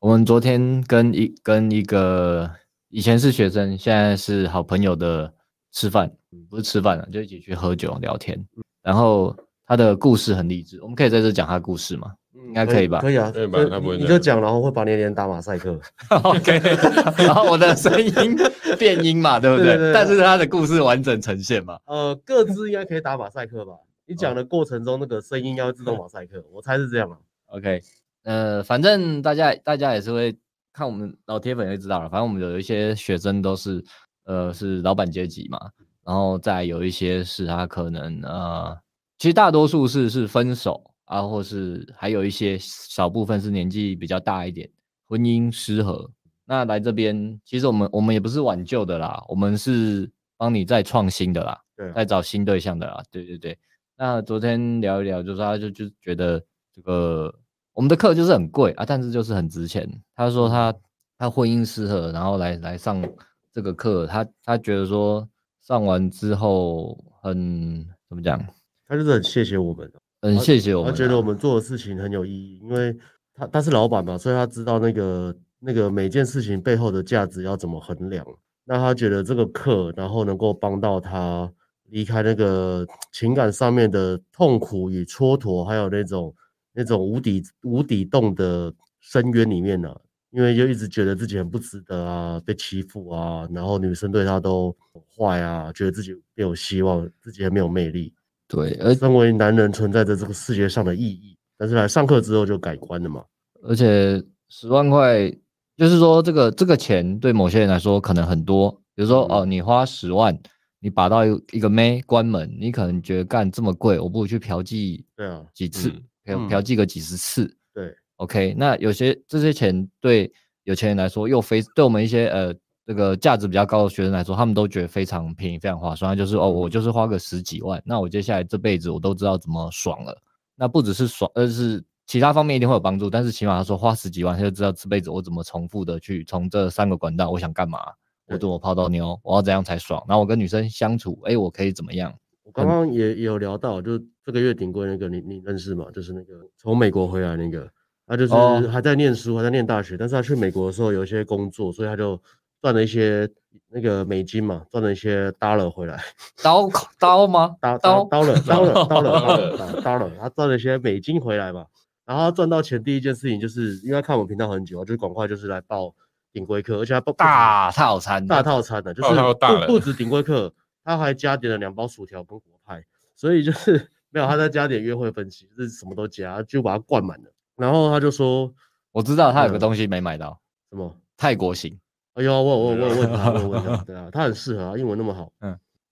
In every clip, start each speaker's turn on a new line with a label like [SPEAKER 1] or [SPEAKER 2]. [SPEAKER 1] 我们昨天跟一跟一个以前是学生，现在是好朋友的吃饭，嗯不是吃饭了、就一起去喝酒聊天。然后他的故事很励志，我们可以在这讲他的故事吗？应该可以吧
[SPEAKER 2] 可以啊，
[SPEAKER 3] 可以吧
[SPEAKER 2] 这
[SPEAKER 3] 他不会
[SPEAKER 2] 你你
[SPEAKER 3] 这
[SPEAKER 2] 就讲，
[SPEAKER 3] 样
[SPEAKER 2] 然后会把你的脸打马赛克。
[SPEAKER 1] OK，然 后我的声音变音嘛，对不对？
[SPEAKER 2] 对对对
[SPEAKER 1] 但是他的故事完整呈现嘛，
[SPEAKER 2] 呃，各自应该可以打马赛克吧？你讲的过程中，那个声音要自动马赛克，我猜是这样啊。
[SPEAKER 1] OK，呃，反正大家大家也是会看我们老铁粉就知道了。反正我们有一些学生都是呃是老板阶级嘛，然后再有一些是他可能呃，其实大多数是是分手啊，或是还有一些少部分是年纪比较大一点，婚姻失和。那来这边，其实我们我们也不是挽救的啦，我们是帮你再创新的啦，
[SPEAKER 2] 对啊
[SPEAKER 1] 再找新对象的啦。对对对。那昨天聊一聊，就是他就就觉得这个我们的课就是很贵啊，但是就是很值钱。他说他
[SPEAKER 2] 嗯
[SPEAKER 1] 他婚姻失和，然后来来上这个课，他他觉得说上完之后很怎么讲，
[SPEAKER 2] 他就是很谢谢我们，啊
[SPEAKER 1] 很谢谢我们、
[SPEAKER 2] 他觉得我们做的事情很有意义，因为他他是老板嘛，所以他知道那个那个每件事情背后的价值要怎么衡量。那他觉得这个课，然后能够帮到他离开那个情感上面的痛苦与蹉跎，还有那种那种无底无底洞的深渊里面呢、因为就一直觉得自己很不值得啊，被欺负啊，然后女生对他都很坏啊，觉得自己没有希望，自己很没有魅力。
[SPEAKER 1] 对，而
[SPEAKER 2] 身为男人存在着这个世界上的意义，但是来上课之后就改观了嘛。
[SPEAKER 1] 而且十万块，就是说这个这个钱对某些人来说可能很多，比如说
[SPEAKER 2] 嗯
[SPEAKER 1] 哦，你花十万，你把到一一个妹关门，你可能觉得干这么贵，我不如去嫖妓
[SPEAKER 2] 对啊，
[SPEAKER 1] 几次，
[SPEAKER 3] 嗯
[SPEAKER 1] 嫖
[SPEAKER 2] 嗯
[SPEAKER 1] 嫖妓个几十次。
[SPEAKER 2] 对
[SPEAKER 1] ，OK，那有些这些钱对有钱人来说又非对我们一些呃这个价值比较高的学生来说，他们都觉得非常便宜、非常划算。就是哦，我就是花个十几万，那我接下来这辈子我都知道怎么爽了。那不只是爽，而是其他方面一定会有帮助，但是起码他说花十几万，他就知道这辈子我怎么重复的去从这三个管道，我想干嘛，我
[SPEAKER 2] 对
[SPEAKER 1] 怎么泡到妞，我要怎样才爽，然后我跟女生相处，哎、我可以怎么样？
[SPEAKER 2] 我刚刚也也有聊到，就这个月顶规那个你你认识吗？就是那个从美国回来那个，他就是
[SPEAKER 1] 哦
[SPEAKER 2] 还在念书，还在念大学，但是他去美国的时候有一些工作，所以他就赚了一些那个美金嘛，赚了一些 dollar 回 来，
[SPEAKER 1] 刀刀吗？
[SPEAKER 2] 刀
[SPEAKER 1] 刀
[SPEAKER 2] 刀刀了刀了刀了刀
[SPEAKER 3] 刀
[SPEAKER 2] 了刀了，啊他赚了一些美金回来嘛。然后他赚到钱第一件事情就是，因为他看我们频道很久，就是赶快就是来报顶规课，而且他报
[SPEAKER 1] 大套餐，
[SPEAKER 2] 大套餐啊的，就
[SPEAKER 3] 套
[SPEAKER 2] 是
[SPEAKER 3] 套哦大了
[SPEAKER 2] 不不止顶规客，他还加点了两包薯条跟果派，所以就是没有他再加点约会分析，就是什么都加，就把它灌满了。然后他就说
[SPEAKER 1] 我知道他有个
[SPEAKER 2] 嗯
[SPEAKER 1] 东西没买到，
[SPEAKER 2] 什么？
[SPEAKER 1] 泰国行，
[SPEAKER 2] 哎呦，我有我有我有问他，我有问 他，对啊，他很适合啊，英文那么好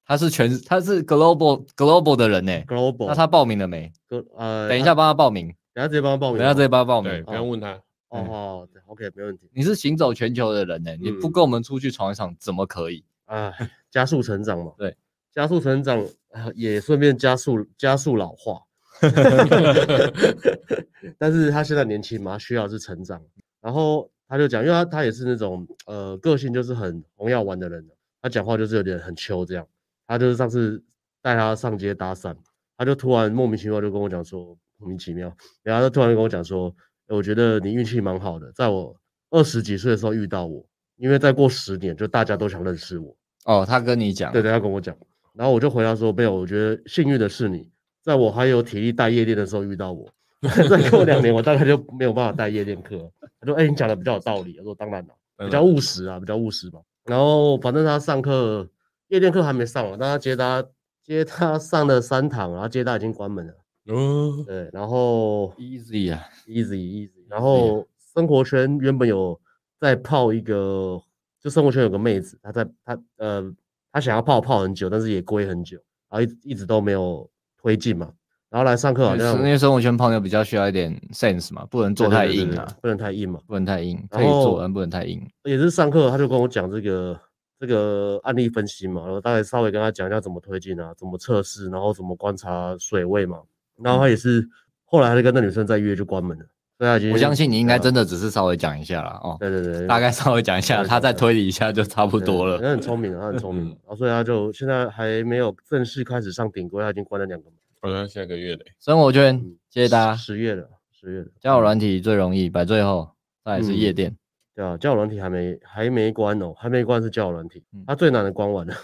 [SPEAKER 1] 他是全他是 global global 的人呢、
[SPEAKER 2] ，global。
[SPEAKER 1] 那他报名了没？
[SPEAKER 2] 哥呃，
[SPEAKER 1] 等一下，帮他报名，
[SPEAKER 2] 等一下直接帮他报名
[SPEAKER 1] 等一
[SPEAKER 2] 吗，
[SPEAKER 1] 下直嗯接帮他报
[SPEAKER 3] 对，
[SPEAKER 1] 名。
[SPEAKER 3] 不用问 他，
[SPEAKER 2] 哦好对，OK，没问题。
[SPEAKER 1] 你是行走全球的人呢、你不
[SPEAKER 3] 嗯
[SPEAKER 1] 跟我们出去闯一闯怎么可以？
[SPEAKER 2] 啊，加速成长嘛，
[SPEAKER 1] 对，
[SPEAKER 2] 加速成长啊也顺便加速加速老化。 但是他现在年轻嘛，他需要是成长。然后他就讲，因为他他也是那种呃个性就是很红药丸的人，啊他讲话就是有点很秋这样。他就是上次带他上街搭讪，他就突然莫名其妙就跟我讲说，莫名其妙，然后他就突然跟我讲说，欸我觉得你运气蛮好的，在我二十几岁的时候遇到我，因为再过十年就大家都想认识我。
[SPEAKER 1] 哦，他跟你讲，
[SPEAKER 2] 对对，他跟我讲，然后我就回答说没有，我觉得幸运的是你，在我还有体力带夜店的时候遇到我，再过两年我大概就没有办法带夜店课了。他说，哎、你讲的比较有道理。我说当然了，
[SPEAKER 3] 嗯
[SPEAKER 2] 比较务实啊，比较务实嘛。然后反正他上课夜店课还没上完，但他接他接他上了三堂，然后接他已经关门了。
[SPEAKER 3] 嗯，
[SPEAKER 2] 对，然后
[SPEAKER 1] easy 啊，
[SPEAKER 2] easy easy，然后生活圈原本有在泡一个，就生活圈有个妹子，她在她呃，她想要泡泡很久，但是也归很久，然后一直一直都没有推进嘛。然后来上课好
[SPEAKER 1] 因为
[SPEAKER 2] 像
[SPEAKER 1] 因为生活圈朋友比较需要一点 sense 嘛，不能做太硬，
[SPEAKER 2] 对对对对
[SPEAKER 1] 啊
[SPEAKER 2] 对，不能太硬嘛。
[SPEAKER 1] 不能太硬，可
[SPEAKER 2] 然
[SPEAKER 1] 以做
[SPEAKER 2] 后
[SPEAKER 1] 但不能太硬。
[SPEAKER 2] 也是上课，他就跟我讲这个这个案例分析嘛，然后大概稍微跟他讲一下怎么推进啊，怎么测试，然后怎么观察水位嘛。然
[SPEAKER 1] 嗯
[SPEAKER 2] 后他也是后来他就跟那女生再约就关门了，所以他已经
[SPEAKER 1] 我相信你应该
[SPEAKER 2] 对啊
[SPEAKER 1] 真的只是稍微讲一下啦，哦，
[SPEAKER 2] 对对对，
[SPEAKER 1] 大概稍微讲一下，
[SPEAKER 2] 对
[SPEAKER 1] 他再
[SPEAKER 2] 对
[SPEAKER 1] 推理一下就差不
[SPEAKER 2] 对
[SPEAKER 1] 多了。嗯
[SPEAKER 2] 他很聪明啊的，他很聪明的，然后所以他就现在还没有正式开始上顶规，他已经关了两个门，
[SPEAKER 3] 好像下个月嘞，
[SPEAKER 1] 生活圈
[SPEAKER 2] 嗯，
[SPEAKER 1] 谢谢大家。
[SPEAKER 2] 十十月了，十月了，
[SPEAKER 1] 交友软体最容易摆最后，再来是夜
[SPEAKER 2] 嗯
[SPEAKER 1] 店，
[SPEAKER 2] 对啊，交友软体还没还没关哦，还没关是交友软体
[SPEAKER 1] 嗯，
[SPEAKER 2] 它最难的关完了。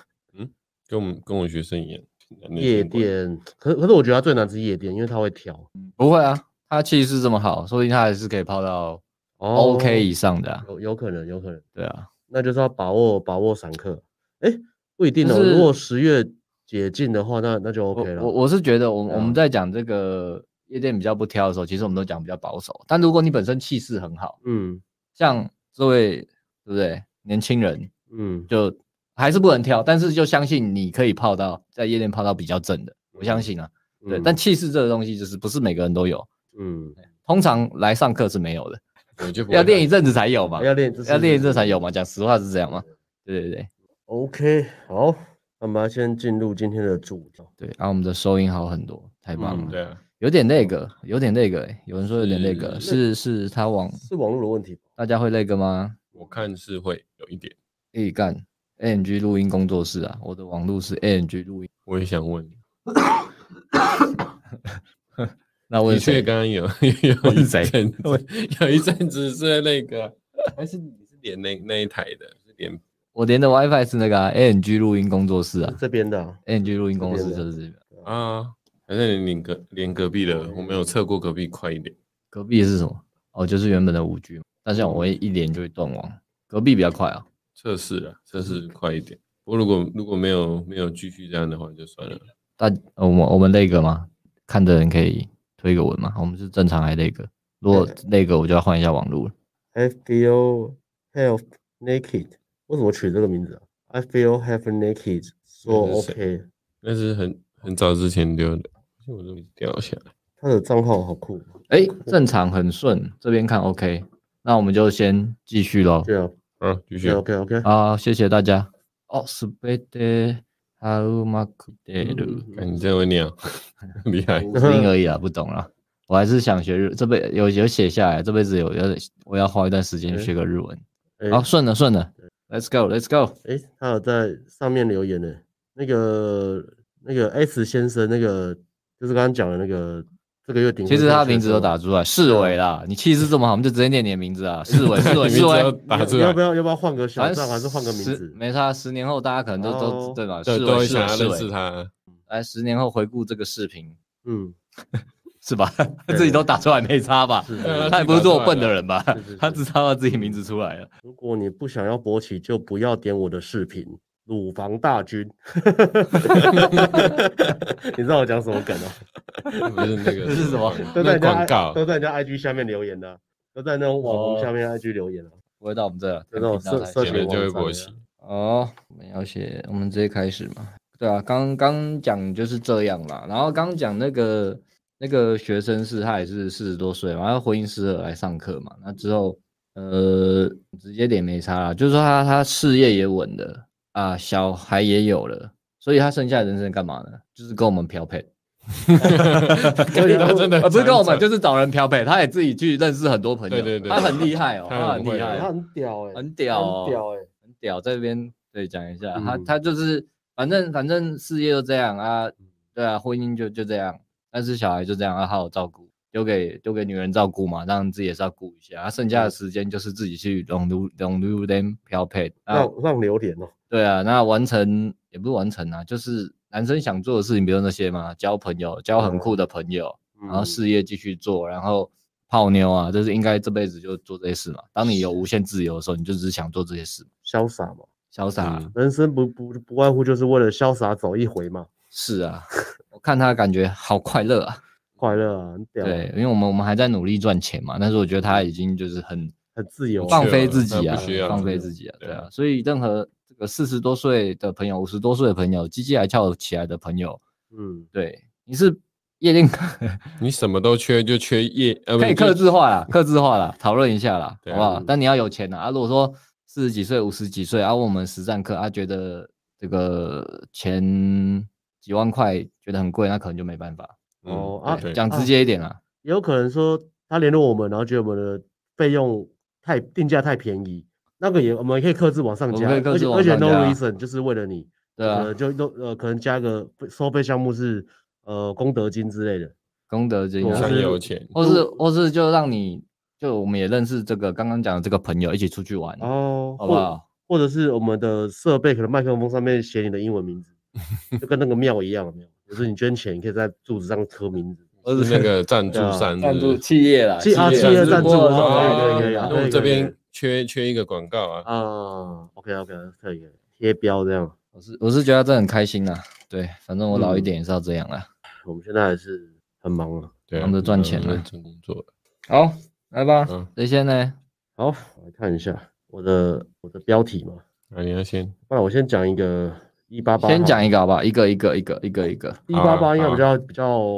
[SPEAKER 3] 跟我们跟我学生一样，男女
[SPEAKER 2] 夜
[SPEAKER 3] 相关，
[SPEAKER 2] 店，可是可是我觉得它最难是夜店，因为它会挑。
[SPEAKER 1] 不会啊，他气势这么好，说不定他还是可以泡到
[SPEAKER 2] 哦
[SPEAKER 1] OK 以上的、啊。
[SPEAKER 2] 有有可能，有可能，
[SPEAKER 1] 对啊，
[SPEAKER 2] 那就是要把握把握散客。哎，不一定
[SPEAKER 1] 就
[SPEAKER 2] 哦，如果
[SPEAKER 1] 是
[SPEAKER 2] 十月解禁的话，那那就 OK 了。
[SPEAKER 1] 我我我是觉得我，
[SPEAKER 2] 对
[SPEAKER 1] 我
[SPEAKER 2] 啊
[SPEAKER 1] 们在讲这个夜店比较不挑的时候，其实我们都讲比较保守。但如果你本身气势很好，
[SPEAKER 2] 嗯
[SPEAKER 1] 像这位对不对年轻人，
[SPEAKER 2] 嗯，
[SPEAKER 1] 就还是不能挑，但是就相信你可以泡到在夜店泡到比较正的，我相信啊。对，但
[SPEAKER 2] 嗯
[SPEAKER 1] 气势这个东西就是不是每个人都有，
[SPEAKER 2] 嗯，
[SPEAKER 1] 通常来上课是没有的，
[SPEAKER 3] 我就不会
[SPEAKER 1] 要练
[SPEAKER 3] 看
[SPEAKER 1] 一阵子才有嘛，
[SPEAKER 2] 嗯要练这
[SPEAKER 1] 要
[SPEAKER 2] 是
[SPEAKER 1] 练一阵才有嘛。讲实话是这样嘛。对对对
[SPEAKER 2] OK，好，那我们要先进入今天的主题。
[SPEAKER 1] 对，然、后我们的收音好很多，太棒了。
[SPEAKER 3] 嗯，对啊，
[SPEAKER 1] 有点那个，有点那个、欸，有人说有点那个，是
[SPEAKER 3] 是
[SPEAKER 1] 是他往
[SPEAKER 2] 是网络的问题吧？
[SPEAKER 1] 大家会那个吗？
[SPEAKER 3] 我看是会有一点，
[SPEAKER 1] 诶、干，ANG 录音工作室啊，我的网路是 ANG 录音，
[SPEAKER 3] 我也想问，
[SPEAKER 1] 那
[SPEAKER 3] 的
[SPEAKER 1] 问
[SPEAKER 3] 确
[SPEAKER 1] 谁？
[SPEAKER 3] 刚 刚有有一
[SPEAKER 1] 问谁
[SPEAKER 3] 阵子，有一阵子是那个啊，还是你是连那那一台的，是 连
[SPEAKER 1] 我连的 WiFi 是那个、啊、ANG 录音工作室啊
[SPEAKER 2] 是这边的啊、
[SPEAKER 1] ，ANG 录音公司
[SPEAKER 2] 这边
[SPEAKER 1] 就
[SPEAKER 2] 的
[SPEAKER 1] 是这边
[SPEAKER 3] 啊，还是连连隔连隔壁的，我没有测过隔壁快一点，
[SPEAKER 1] 隔壁是什么？哦，就是原本的五 G，但
[SPEAKER 3] 嗯
[SPEAKER 1] 是我一连就会断网，隔壁比较快啊。
[SPEAKER 3] 测试啊，测试快一点。不过如果如果没有没有继续这样的话，就算了。
[SPEAKER 1] 大呃我们我们那个嘛，看的人可以推个文嘛，我们是正常还那个，如果那个我就要换一下网路了。
[SPEAKER 2] I feel half naked，为什么取这个名字啊？I feel half naked，说
[SPEAKER 3] 那是
[SPEAKER 2] OK，
[SPEAKER 3] 那是很很早之前丢的，我都没掉下来。
[SPEAKER 2] 他的账号好酷，
[SPEAKER 1] 哎、正常很顺，这边看 OK，那我们就先继续喽。
[SPEAKER 2] 对啊
[SPEAKER 3] 啊，继续
[SPEAKER 2] 对。，OK OK，
[SPEAKER 1] 好，谢谢大家。哦，是贝德哈鲁马库德鲁，
[SPEAKER 3] 看你这位 鸟，厉害！
[SPEAKER 1] 五音而已啊啦，不懂啦。我还是想学日，这辈有有写下来，这辈子有要我要花一段时间学个日文。
[SPEAKER 2] 哎
[SPEAKER 1] 好，顺了顺了，Let's go，Let's go。
[SPEAKER 2] 哎，他有在上面留言呢，那个那个 S 先生，那个就是刚刚讲的那个这个月顶，
[SPEAKER 1] 其实他名字都打，出来，世伟啦，你气势这么好，我们就直接念你的名字啊，世伟，世伟，
[SPEAKER 3] 你
[SPEAKER 1] 世
[SPEAKER 3] 们只要
[SPEAKER 1] 伟。
[SPEAKER 3] 打啊
[SPEAKER 2] 你
[SPEAKER 3] 出
[SPEAKER 2] 哎你
[SPEAKER 3] 来
[SPEAKER 2] 要不，要要不要换个小
[SPEAKER 1] 反
[SPEAKER 2] 账，
[SPEAKER 1] 正
[SPEAKER 2] 还是换个名
[SPEAKER 1] 十
[SPEAKER 2] 字？
[SPEAKER 1] 没差。十年后大家可能都都
[SPEAKER 2] 哦
[SPEAKER 1] 对吧？
[SPEAKER 3] 对，
[SPEAKER 1] 世
[SPEAKER 3] 都
[SPEAKER 1] 伟，
[SPEAKER 3] 会
[SPEAKER 1] 世伟，
[SPEAKER 3] 想要
[SPEAKER 1] 世
[SPEAKER 3] 认识
[SPEAKER 1] 伟。
[SPEAKER 3] 他。啊
[SPEAKER 1] 来，十年后回顾这个视频
[SPEAKER 2] 嗯，
[SPEAKER 1] 是 吧？他
[SPEAKER 2] 对
[SPEAKER 1] 自己都打出来没差 吧？
[SPEAKER 2] 是
[SPEAKER 3] 呃
[SPEAKER 1] 他也不是这么笨的人吧
[SPEAKER 2] 是是是？
[SPEAKER 1] 他只知道他自己名字出来了。
[SPEAKER 2] 如果你不想要勃起，就不要点我的视频。乳房大军， 你知道我讲什么梗哦、
[SPEAKER 3] 不是那个，
[SPEAKER 1] 这是什么
[SPEAKER 2] 都在
[SPEAKER 3] 那
[SPEAKER 2] 人家
[SPEAKER 3] 广
[SPEAKER 2] I-
[SPEAKER 3] 告，
[SPEAKER 2] 都在人家 IG 下面留言的啊、都在那种网
[SPEAKER 1] 哦
[SPEAKER 2] 红下面 IG 留言啊。
[SPEAKER 1] 不会到我们这了，
[SPEAKER 2] 那种
[SPEAKER 1] 频道
[SPEAKER 2] 社
[SPEAKER 1] 才
[SPEAKER 2] 社
[SPEAKER 3] 前
[SPEAKER 1] 写
[SPEAKER 2] 群
[SPEAKER 3] 面就会
[SPEAKER 2] 网站
[SPEAKER 3] 勃
[SPEAKER 2] 的
[SPEAKER 3] 起。
[SPEAKER 1] 哦，我们要写，我们直接开始嘛。对啊，刚刚讲就是这样啦。然后刚讲那个那个学生是他也是四十多岁嘛，他婚姻适合来上课嘛。那之后呃，直接点没差啦，就是说他他事业也稳了啊，小孩也有了，所以他剩下的人生干嘛呢？就是跟我们漂配。
[SPEAKER 3] 他真的
[SPEAKER 1] 呃，不是跟我们，
[SPEAKER 3] 就
[SPEAKER 1] 就是找人漂配，他也自己去认识很多朋友，
[SPEAKER 3] 对对对
[SPEAKER 1] 他很厉害哦，
[SPEAKER 3] 他
[SPEAKER 1] 他很
[SPEAKER 3] 很
[SPEAKER 1] 厉
[SPEAKER 3] 会
[SPEAKER 1] 害
[SPEAKER 3] 对
[SPEAKER 1] 哦，
[SPEAKER 2] 他很屌哎、
[SPEAKER 1] 很屌哦
[SPEAKER 2] 很屌哎、
[SPEAKER 1] 很屌，在这边对讲一下，他
[SPEAKER 2] 嗯
[SPEAKER 1] 他就是反正反正事业就这样啊，
[SPEAKER 3] 嗯
[SPEAKER 1] 对啊，婚姻就就这样，但是小孩就这样，要好好照顾，丢给丢给女人照顾嘛，让自己也是要顾一下，啊、剩下的
[SPEAKER 2] 嗯
[SPEAKER 1] 时间就是自己去融入融入 them 漂配啊，
[SPEAKER 2] 让让榴莲哦、
[SPEAKER 1] 对啊，那完成也不是完成啊，就是男生想做的事情，比如那些嘛，交朋友，交很酷的朋友，然后
[SPEAKER 2] 嗯
[SPEAKER 1] 事业继续做，然后泡妞啊，就是应该这辈子就做这些事嘛。当你有无限自由的时候，你就只是想做这些事，
[SPEAKER 2] 潇洒嘛，
[SPEAKER 1] 潇洒啊、
[SPEAKER 3] 嗯
[SPEAKER 2] 人生不不不外乎就是为了潇洒走一回嘛，
[SPEAKER 1] 是啊，我看他感觉好快乐啊。
[SPEAKER 2] 快乐啊，很屌啊、
[SPEAKER 1] 对，因为我们我们还在努力赚钱嘛，但是我觉得他已经就是很
[SPEAKER 2] 很自由啊、
[SPEAKER 1] 放
[SPEAKER 3] 确
[SPEAKER 1] 飞
[SPEAKER 3] 了
[SPEAKER 1] 自
[SPEAKER 3] 他
[SPEAKER 1] 己啊
[SPEAKER 3] 不需，要
[SPEAKER 1] 放
[SPEAKER 3] 这
[SPEAKER 1] 飞
[SPEAKER 3] 种
[SPEAKER 1] 自己啊，对
[SPEAKER 3] 对
[SPEAKER 1] 啊。所以任何这个四十多岁的朋友、五十多岁的朋友、鸡鸡还翘起来的朋友，
[SPEAKER 2] 嗯，
[SPEAKER 1] 对，你是夜店
[SPEAKER 3] 你什么都缺，就缺业，呃，不
[SPEAKER 1] 可以
[SPEAKER 3] 是
[SPEAKER 1] 克
[SPEAKER 3] 就
[SPEAKER 1] 制化啦，克制化啦，讨论一下啦，
[SPEAKER 3] 对
[SPEAKER 1] 好
[SPEAKER 3] 啊
[SPEAKER 1] 不好
[SPEAKER 2] 嗯？
[SPEAKER 1] 但你要有钱啊。啊如果说四十几岁、五十几岁啊，问我们实战课啊，觉得这个钱几万块觉得很贵，那可能就没办法。
[SPEAKER 3] 嗯
[SPEAKER 2] 哦啊
[SPEAKER 3] 对
[SPEAKER 1] 讲直接一点啦，
[SPEAKER 2] 也有可能说他联络我们，然后觉得我们的费用太定价太便宜，那个也我们也可以克制往上
[SPEAKER 1] 我们
[SPEAKER 2] 加，
[SPEAKER 1] 可以克
[SPEAKER 2] 而
[SPEAKER 1] 制
[SPEAKER 2] 且
[SPEAKER 1] 往
[SPEAKER 2] 而且
[SPEAKER 1] 上
[SPEAKER 2] no
[SPEAKER 1] 加
[SPEAKER 2] reason 就是为了你，
[SPEAKER 1] 对啊
[SPEAKER 2] 可，能就都呃可能加个收费项目是呃功德金之类的，
[SPEAKER 1] 功德金
[SPEAKER 2] 我
[SPEAKER 1] 啊
[SPEAKER 3] 很
[SPEAKER 2] 是
[SPEAKER 3] 有钱，
[SPEAKER 1] 或是或是就让你就我们也认识这个刚刚讲的这个朋友，一起出去玩，
[SPEAKER 2] 哦，
[SPEAKER 1] 嗯好不
[SPEAKER 2] 或
[SPEAKER 1] 好？
[SPEAKER 2] 或者是我们的设备可能麦克风上面写你的英 文名字，就跟那个庙一样，有没有？就是你捐钱，你可以在柱子上刻名字。
[SPEAKER 1] 而
[SPEAKER 3] 是那个赞助
[SPEAKER 2] 对啊
[SPEAKER 3] 商
[SPEAKER 1] 赞助
[SPEAKER 3] 是不是
[SPEAKER 1] 企业啦，
[SPEAKER 2] 企啊
[SPEAKER 3] 企
[SPEAKER 2] 业
[SPEAKER 3] 赞
[SPEAKER 2] 赞
[SPEAKER 3] 助
[SPEAKER 2] 助
[SPEAKER 3] 啊，
[SPEAKER 2] 啊可以可以啊
[SPEAKER 3] 那我
[SPEAKER 2] 可
[SPEAKER 3] 们
[SPEAKER 2] 以
[SPEAKER 3] 这
[SPEAKER 2] 可
[SPEAKER 3] 边
[SPEAKER 2] 以
[SPEAKER 3] 缺缺一个广告啊，
[SPEAKER 2] 啊，OK OK，可以可以贴标这样。
[SPEAKER 1] 我是我是觉得这很开心啦，对，反正我老一
[SPEAKER 2] 嗯
[SPEAKER 1] 点也是要这样啦。
[SPEAKER 2] 我们现在还是很忙啊。
[SPEAKER 3] 对啊，
[SPEAKER 1] 忙着赚钱了
[SPEAKER 3] 认真工作了，
[SPEAKER 1] 好，来吧，
[SPEAKER 3] 嗯，
[SPEAKER 1] 谁先呢？
[SPEAKER 2] 好，我来看一下我的我的标题嘛，
[SPEAKER 3] 啊那你要先，
[SPEAKER 2] 不然我先讲一个一八八，
[SPEAKER 1] 先讲一个好不好？一个一个一个一个一个，
[SPEAKER 2] 一八八，应该
[SPEAKER 3] 好啊
[SPEAKER 2] 比较比较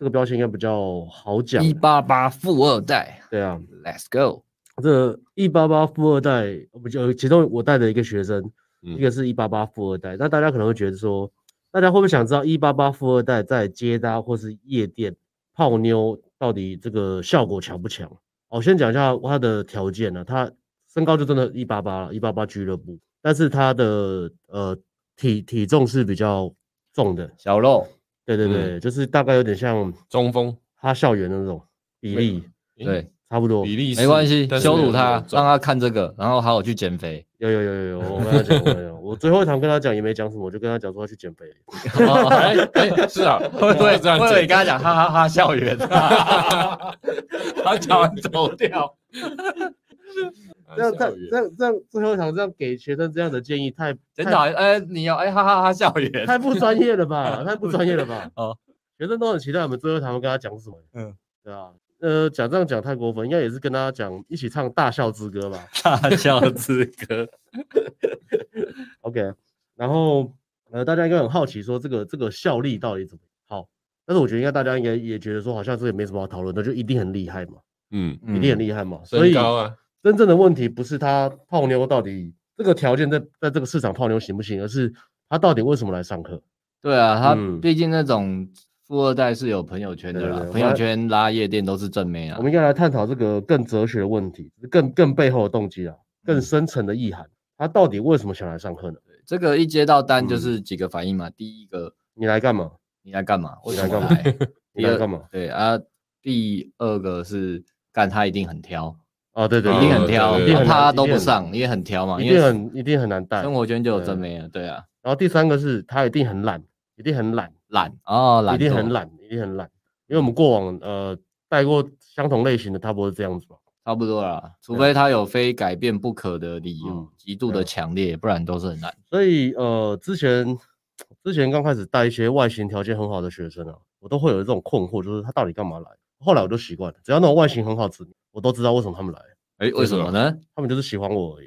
[SPEAKER 2] 这个标签应该比较好讲。
[SPEAKER 1] 一八八富二代
[SPEAKER 2] 对啊，
[SPEAKER 1] ，Let's go。
[SPEAKER 2] 这一八八富二代，我们就其中我带的一个学生，
[SPEAKER 3] 嗯
[SPEAKER 2] 一个是一八八富二代。那大家可能会觉得说，大家会不会想知道一八八富二代在街搭或是夜店泡妞到底这个效果强不强？我先讲一下他的条件呢、他身高就真的一八八了，一八八俱乐部，但是他的呃体体重是比较重的，
[SPEAKER 1] 小肉，
[SPEAKER 2] 对对对，
[SPEAKER 3] 嗯
[SPEAKER 2] 就是大概有点像
[SPEAKER 3] 中锋
[SPEAKER 2] 他校园的那种比
[SPEAKER 3] 没
[SPEAKER 2] 例，
[SPEAKER 3] 诶
[SPEAKER 1] 对，
[SPEAKER 2] 差不多。
[SPEAKER 3] 比利时
[SPEAKER 1] 没关系，
[SPEAKER 3] 但是
[SPEAKER 1] 羞
[SPEAKER 3] 没
[SPEAKER 1] 辱
[SPEAKER 3] 有
[SPEAKER 1] 他
[SPEAKER 3] 那，种
[SPEAKER 1] 让他看这个，然后喊我去减肥。
[SPEAKER 2] 有有有有有，我跟他讲，我跟他讲，我最后一堂跟他讲也没讲什么，我就跟他讲说要去减肥。
[SPEAKER 3] 哎哎，是啊，
[SPEAKER 1] 会不会
[SPEAKER 3] 这样
[SPEAKER 1] 会不会
[SPEAKER 3] 子
[SPEAKER 1] 跟，他讲哈哈哈校园？
[SPEAKER 3] 他讲完走掉，
[SPEAKER 2] 这样这样这样这样，最后一堂这样给学生这样的建议，太
[SPEAKER 1] 真
[SPEAKER 2] 太
[SPEAKER 1] 的，哎，你要哎哈哈哈校园，
[SPEAKER 2] 太不专业 了吧？太不专业了吧？
[SPEAKER 1] 哦，
[SPEAKER 2] 学生都很期待我们最后一堂会跟他讲什么。
[SPEAKER 1] 嗯，
[SPEAKER 2] 对啊，呃，讲这样讲太过分，应该也是跟他讲一起唱《大笑之歌》吧
[SPEAKER 1] 大笑之歌。
[SPEAKER 2] ？OK，然后呃，大家应该很好奇说这个这个效力到底怎么好？但是我觉得应该大家应该也觉得说好像这也没什么好讨论的，就一定很厉害嘛，
[SPEAKER 3] 嗯，
[SPEAKER 2] 一定很厉害嘛。所
[SPEAKER 3] 身
[SPEAKER 2] 以
[SPEAKER 3] 高啊，
[SPEAKER 2] 真正的问题不是他泡妞到底这个条件在在这个市场泡妞行不行，而是他到底为什么来上课。
[SPEAKER 1] 对啊，他
[SPEAKER 2] 嗯
[SPEAKER 1] 毕竟那种富二代是有朋友圈的
[SPEAKER 2] 对
[SPEAKER 1] 啦
[SPEAKER 2] 对，对
[SPEAKER 1] 朋友圈拉夜店都是正妹啊
[SPEAKER 2] 我。们应该来探讨这个更哲学的问题，更更背后的动机啊，
[SPEAKER 1] 嗯
[SPEAKER 2] 更深层的意涵。他到底为什么想来上课呢？
[SPEAKER 1] 这个一接到单
[SPEAKER 2] 嗯
[SPEAKER 1] 就是几个反应嘛，第一个
[SPEAKER 2] 你来干嘛？
[SPEAKER 1] 你来干嘛？为什
[SPEAKER 2] 来
[SPEAKER 1] 么
[SPEAKER 2] 干嘛
[SPEAKER 1] 来？
[SPEAKER 2] 你
[SPEAKER 1] 第二
[SPEAKER 2] 来干嘛？
[SPEAKER 1] 对啊，第二个是干他一定很挑，
[SPEAKER 2] 啊，对对，
[SPEAKER 1] 一
[SPEAKER 3] 嗯
[SPEAKER 1] 定很
[SPEAKER 3] 对
[SPEAKER 1] 挑，
[SPEAKER 3] 对
[SPEAKER 2] 一定
[SPEAKER 1] 哪
[SPEAKER 2] 很
[SPEAKER 1] 怕他
[SPEAKER 2] 难
[SPEAKER 1] 都不，
[SPEAKER 2] 一
[SPEAKER 1] 上
[SPEAKER 2] 定
[SPEAKER 1] 也很挑嘛，
[SPEAKER 2] 很一
[SPEAKER 1] 因为
[SPEAKER 2] 定很一定很难带。
[SPEAKER 1] 生活圈就有正妹了，对啊，
[SPEAKER 2] 然后第三个是他一定很懒，一定很懒，
[SPEAKER 1] 懒哦，懒
[SPEAKER 2] 一定
[SPEAKER 1] 惰
[SPEAKER 2] 很，懒，一定很懒。因为我们过往呃带过相同类型的，差不多是这样子嘛。
[SPEAKER 1] 差不多啦，除
[SPEAKER 2] 对啊
[SPEAKER 1] 非他有非改变不可的理由
[SPEAKER 2] 嗯，
[SPEAKER 1] 极度
[SPEAKER 2] 对
[SPEAKER 1] 的
[SPEAKER 2] 啊
[SPEAKER 1] 强烈，不然都是很懒。
[SPEAKER 2] 所以呃，之前之前刚开始带一些外形条件很好的学生啊，我都会有这种困惑，就是他到底干嘛来？后来我就习惯了，只要那种外形很好子，我都知道为什么他们来，
[SPEAKER 1] 哎，为什么呢？
[SPEAKER 2] 他们就是喜欢我而已。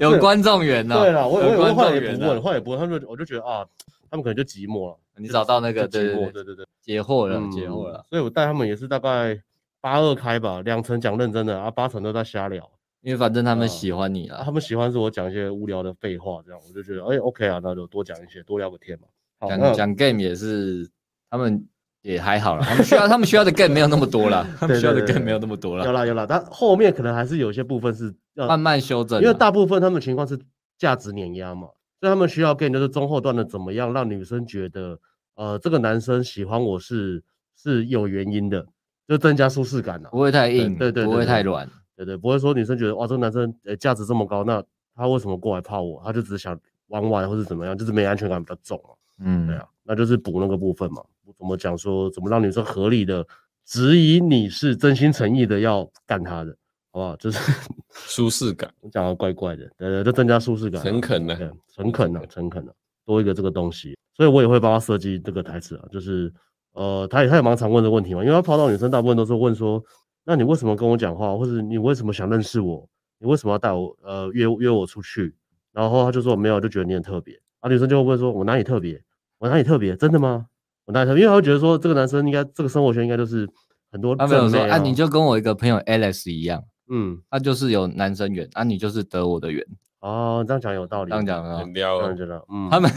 [SPEAKER 1] 有观众缘呐，
[SPEAKER 2] 对了，我我
[SPEAKER 1] 有
[SPEAKER 2] 我
[SPEAKER 1] 观
[SPEAKER 2] 后来
[SPEAKER 1] 众
[SPEAKER 2] 也
[SPEAKER 1] 缘
[SPEAKER 2] 不
[SPEAKER 1] 呐
[SPEAKER 2] 问，，后来也不问，他们就我就觉得啊，他们可能就寂寞了。
[SPEAKER 1] 啊你找到那
[SPEAKER 2] 就
[SPEAKER 1] 个对
[SPEAKER 2] 寂寞，
[SPEAKER 1] 对
[SPEAKER 2] 对对对，
[SPEAKER 1] 解惑了，
[SPEAKER 2] 嗯
[SPEAKER 1] 解惑了。
[SPEAKER 2] 所以我带他们也是大概八二开吧，两成讲认真的，啊八成都在瞎聊。
[SPEAKER 1] 因为反正他们
[SPEAKER 2] 啊
[SPEAKER 1] 喜欢你
[SPEAKER 2] 啊，他
[SPEAKER 1] 了，
[SPEAKER 2] 们喜欢是我讲一些无聊的废话，这样我就觉得哎 OK 啊，那就多讲一些，多聊个天嘛。好，哦那
[SPEAKER 1] 讲讲 game 也是，他们也还好了，他们需要他们需要 的 game 没有那么多了，他们
[SPEAKER 2] 对
[SPEAKER 1] 需要的
[SPEAKER 2] 对对
[SPEAKER 1] game 没有那么多
[SPEAKER 2] 有
[SPEAKER 1] 了，
[SPEAKER 2] 啦有啦，但后面可能还是有些部分是要
[SPEAKER 1] 慢，慢修正啦。
[SPEAKER 2] 因为大部分他们情况是价值碾压嘛，所以他们需要跟就是中后段的怎么样让女生觉得，呃，这个男生喜欢我是是有原因的，就增加舒适感了、
[SPEAKER 1] 不会太硬，
[SPEAKER 2] 对对对
[SPEAKER 1] 不会
[SPEAKER 2] 对
[SPEAKER 1] 太
[SPEAKER 2] 对
[SPEAKER 1] 软。
[SPEAKER 2] 对对，不会说女生觉得哇，这个男生呃价值这么高，那他为什么过来泡我？他就只是想玩玩或是怎么样，就是没安全感比较重嘛。对
[SPEAKER 1] 嗯，
[SPEAKER 2] 啊，那就是补那个部分嘛。怎么讲说，怎么让女生合理的质疑你是真心诚意的要干她的，好不好？就是
[SPEAKER 3] 舒适感，
[SPEAKER 2] 我讲的怪怪的，对对，就增加舒适感啊，
[SPEAKER 3] 诚恳
[SPEAKER 2] 对
[SPEAKER 3] 的，，
[SPEAKER 2] 诚恳啊，诚恳啊，多一个这个东西，所以我也会帮他设计这个台词啊，就是呃，他也他也蛮常问的问题嘛，因为他泡到女生大部分都是问说，那你为什么跟我讲话，或者你为什么想认识我，你为什么要带我呃约约我出去，然后他就说没有，就觉得你很特别，啊，女生就会问说我哪里特别，我哪里特别，真的吗？我哪里特别，因为他会觉得说这个男生应该这个生活圈应该就是很多
[SPEAKER 1] 他没有
[SPEAKER 2] 正
[SPEAKER 1] 说，
[SPEAKER 2] 妹
[SPEAKER 1] 啊，你就跟我一个朋友 Alex 一样，
[SPEAKER 2] 嗯
[SPEAKER 1] 他就是有男生缘，啊，你就是得我的缘。
[SPEAKER 2] 哦，你这样讲有道理，
[SPEAKER 1] 这样讲啊
[SPEAKER 3] 很，
[SPEAKER 2] 这
[SPEAKER 3] 撩啊
[SPEAKER 2] 样，觉得嗯，
[SPEAKER 1] 他们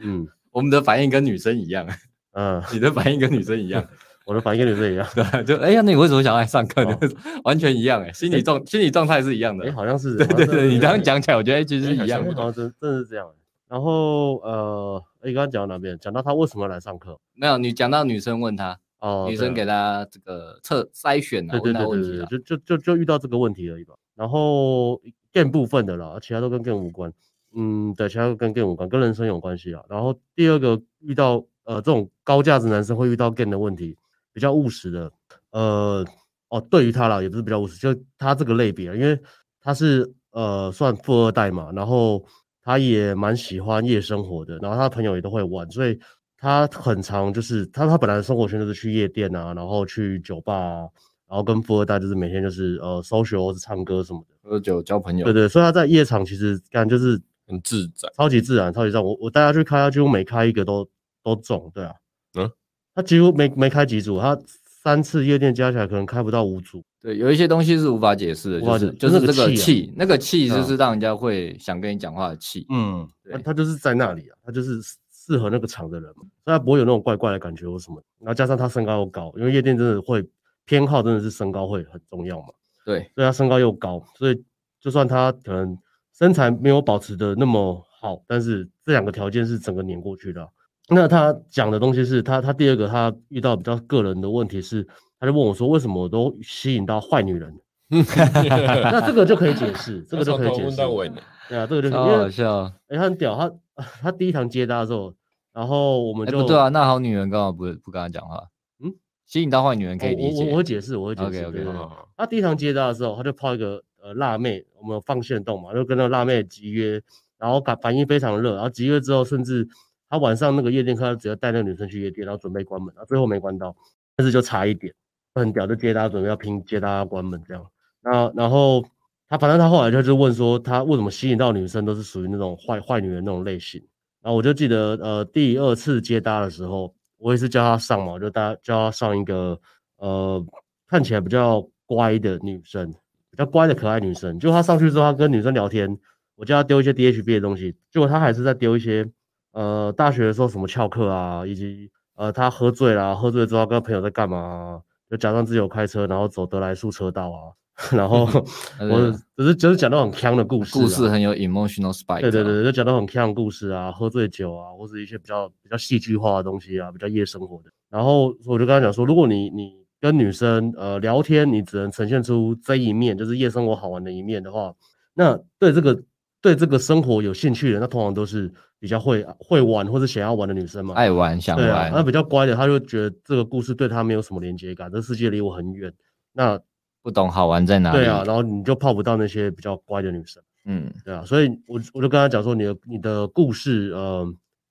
[SPEAKER 2] 嗯
[SPEAKER 1] 我们的反应跟女生一样，
[SPEAKER 2] 嗯、
[SPEAKER 1] 你的反应跟女生一样，
[SPEAKER 2] 我的反应跟你这一样。
[SPEAKER 1] 对啊，就哎呀，那你为什么想来上课？
[SPEAKER 2] 哦
[SPEAKER 1] 完全一样哎，心理状心理状态是一样
[SPEAKER 2] 哎、
[SPEAKER 1] 的。
[SPEAKER 2] 好像是，
[SPEAKER 1] 对
[SPEAKER 2] 好
[SPEAKER 1] 对
[SPEAKER 2] 像
[SPEAKER 1] 对，你
[SPEAKER 2] 是这
[SPEAKER 1] 这样
[SPEAKER 2] 样
[SPEAKER 1] 讲起来，我觉得其实是
[SPEAKER 3] 哎好
[SPEAKER 1] 一样
[SPEAKER 3] 像
[SPEAKER 1] 的
[SPEAKER 3] 不。
[SPEAKER 2] 好像真真的是这样。然后呃，哎，刚刚讲到哪边？讲到他为什么要来上课
[SPEAKER 1] 没有，你讲到女生问他，
[SPEAKER 2] 哦，
[SPEAKER 1] 女
[SPEAKER 2] 对
[SPEAKER 1] 生
[SPEAKER 2] 啊
[SPEAKER 1] 给他这个测筛选啊，
[SPEAKER 2] 对
[SPEAKER 1] 问
[SPEAKER 2] 对
[SPEAKER 1] 他
[SPEAKER 2] 对
[SPEAKER 1] 问
[SPEAKER 2] 对
[SPEAKER 1] 题
[SPEAKER 2] 对，
[SPEAKER 1] 啊，
[SPEAKER 2] 就就就就遇到这个问题而已吧。然后 game 部分的啦，其他都跟 game 无关。嗯，对，其他都跟 game 无关，跟人生有关系啊。然后第二个遇到呃这种高价值男生会遇到 game 的问题，比较务实的，呃哦，对于他啦，也不是比较务实，就他这个类别啊，因为他是呃算富二代嘛，然后他也蛮喜欢夜生活的，然后他朋友也都会玩，所以他很常就是他他本来的生活圈就是去夜店啊，然后去酒吧、啊，然后跟富二代就是每天就是呃 social 或是唱歌什么的，
[SPEAKER 1] 喝酒交朋友
[SPEAKER 2] 对，对，所以他在夜场其实干就是
[SPEAKER 3] 很自在。
[SPEAKER 2] 超级自然，超级自然。我我带他去开，他几乎每开一个都都中，对啊，
[SPEAKER 3] 嗯，
[SPEAKER 2] 他几乎没没开几组，他三次夜店加起来可能开不到五组，
[SPEAKER 1] 对，有一些东西是无法解释的，
[SPEAKER 2] 无法
[SPEAKER 1] 就是
[SPEAKER 2] 解释
[SPEAKER 1] 就
[SPEAKER 2] 那
[SPEAKER 1] 是
[SPEAKER 2] 个
[SPEAKER 1] 这个
[SPEAKER 2] 气啊
[SPEAKER 1] 气，那个气
[SPEAKER 2] 对
[SPEAKER 1] 就
[SPEAKER 2] 啊
[SPEAKER 1] 是让人家会想跟你讲话的气。
[SPEAKER 2] 嗯，
[SPEAKER 1] 对
[SPEAKER 2] 他他就是在那里啊，他就是适适合那个场的人嘛，所以他不会有那种怪怪的感觉或什么。然后加上他身高又高，因为夜店真的会偏好真的是身高会很重要嘛，
[SPEAKER 1] 对，
[SPEAKER 2] 所以他啊身高又高，所以就算他可能身材没有保持的那么好，但是这两个条件是整个碾过去的啊、那他讲的东西是他他第二个他遇到比较个人的问题是，他就问我说为什么我都吸引到坏 女人？ 那这个就可以解释，这个就可以解
[SPEAKER 3] 从头问
[SPEAKER 2] 释。
[SPEAKER 3] 到尾呢，
[SPEAKER 2] 对啊，这个就可以
[SPEAKER 1] 超
[SPEAKER 2] 因为
[SPEAKER 1] 好笑。
[SPEAKER 2] 哎、他很屌，他他第一堂接搭的时候，然后我们
[SPEAKER 1] 哎，
[SPEAKER 2] 就、
[SPEAKER 1] 不对啊，那好女人干嘛不不跟他讲话？
[SPEAKER 2] 嗯，
[SPEAKER 1] 吸引到坏女人可以
[SPEAKER 2] 我
[SPEAKER 1] 理
[SPEAKER 2] 我我会
[SPEAKER 1] 解。
[SPEAKER 2] 解释，我会解释。
[SPEAKER 1] OK，OK，
[SPEAKER 2] 对对对
[SPEAKER 3] 好好好
[SPEAKER 2] 他第一堂接搭的时候，他就泡一个呃辣妹，我们有放线动嘛，就跟那个辣妹集约，然后感反应非常热，然后集约之后，甚至他晚上那个夜店课，他只要带那个女生去夜店，然后准备关门，然后最后没关到，但是就差一点，很屌，就接搭准备要拼接搭关门这样。那然后他反正他后来就是问说，他为什么吸引到女生都是属于那种坏坏女人那种类型。然后我就记得呃第二次接搭的时候，我也是叫她上嘛，我就搭叫她上一个呃看起来比较乖的女生，比较乖的可爱女生。就她上去之后，她跟女生聊天，我叫她丢一些 DHB 的东西，结果她还是在丢一些呃大学的时候什么翘课啊，以及呃她喝醉啦，喝醉之后跟朋友在干嘛啊、就假装自己有开车，然后走德来速车道啊， 然后
[SPEAKER 1] 那
[SPEAKER 2] 我
[SPEAKER 1] 个
[SPEAKER 2] 只是只是讲到很强的故事、啊，
[SPEAKER 1] 故事很有 emotional spike。
[SPEAKER 2] 对对，对，就讲到很像故事啊，喝醉酒啊，或是一些比较比较戏剧化的东西啊，比较夜生活的。然后我就跟他讲说，如果你你跟女生呃聊天，你只能呈现出这一面，就是夜生活好玩的一面的话，那对这个对这个生活有兴趣的，那通常都是比较会会玩或是想要玩的女生嘛。
[SPEAKER 1] 爱玩想
[SPEAKER 2] 对啊，
[SPEAKER 1] 玩
[SPEAKER 2] 那，比较乖的，他就觉得这个故事对他没有什么连接感，这世界离我很远。那
[SPEAKER 1] 不懂好玩在哪里。
[SPEAKER 2] 对啊，然后你就泡不到那些比较乖的女生。
[SPEAKER 1] 嗯，
[SPEAKER 2] 对啊，所以我就我就跟他讲说，你的你的故事，呃，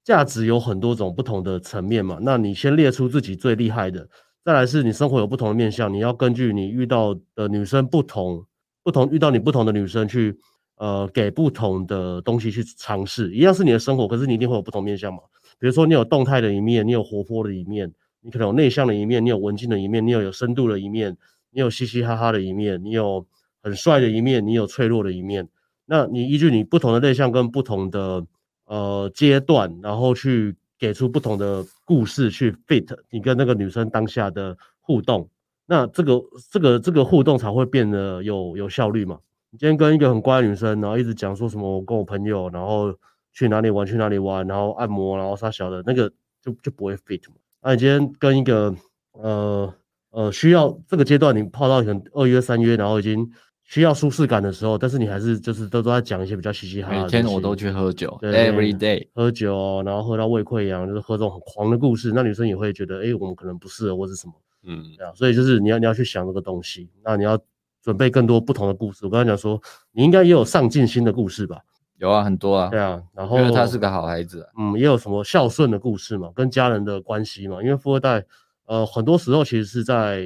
[SPEAKER 2] 价值有很多种不同的层面嘛。那你先列出自己最厉害的，再来是你生活有不同的面向，你要根据你遇到的女生不同，不同遇到你不同的女生去，呃，给不同的东西去尝试。一样是你的生活，可是你一定会有不同面向嘛。比如说你有动态的一面，你有活泼的一面，你可能有内向的一面，你有文静的一面，你有有深度的一面，你有嘻嘻哈哈的一面，你有很帅的一面，你有脆弱的一面。那你依据你不同的类项跟不同的呃阶段，然后去给出不同的故事去 fit 你跟那个女生当下的互动，那这个这个这个互动才会变得有有效率嘛。你今天跟一个很乖的女生，然后一直讲说什么我跟我朋友，然后去哪里玩去哪里玩，然后按摩，然后啥小的，那个就就不会 fit 嘛。那你今天跟一个呃呃，需要这个阶段你泡到可能二约三约，然后已经需要舒适感的时候，但是你还是就是都都在讲一些比较嘻嘻哈哈的
[SPEAKER 1] 每
[SPEAKER 2] 东西。
[SPEAKER 1] 天我都去喝酒
[SPEAKER 2] 对对
[SPEAKER 1] ，every day。
[SPEAKER 2] 喝酒，哦然后喝到胃溃疡，就是喝这种很狂的故事，那女生也会觉得，哎、我们可能不适合或是什么，
[SPEAKER 3] 嗯，
[SPEAKER 2] 对啊。所以就是你要你要去想这个东西，那你要准备更多不同的故事。我刚才讲说，你应该也有上进心的故事吧？
[SPEAKER 1] 有啊，很多啊。
[SPEAKER 2] 对啊，然后
[SPEAKER 1] 因为他是个好孩子啊。
[SPEAKER 2] 嗯，也有什么孝顺的故事嘛，跟家人的关系嘛。因为富二代，呃，很多时候其实是在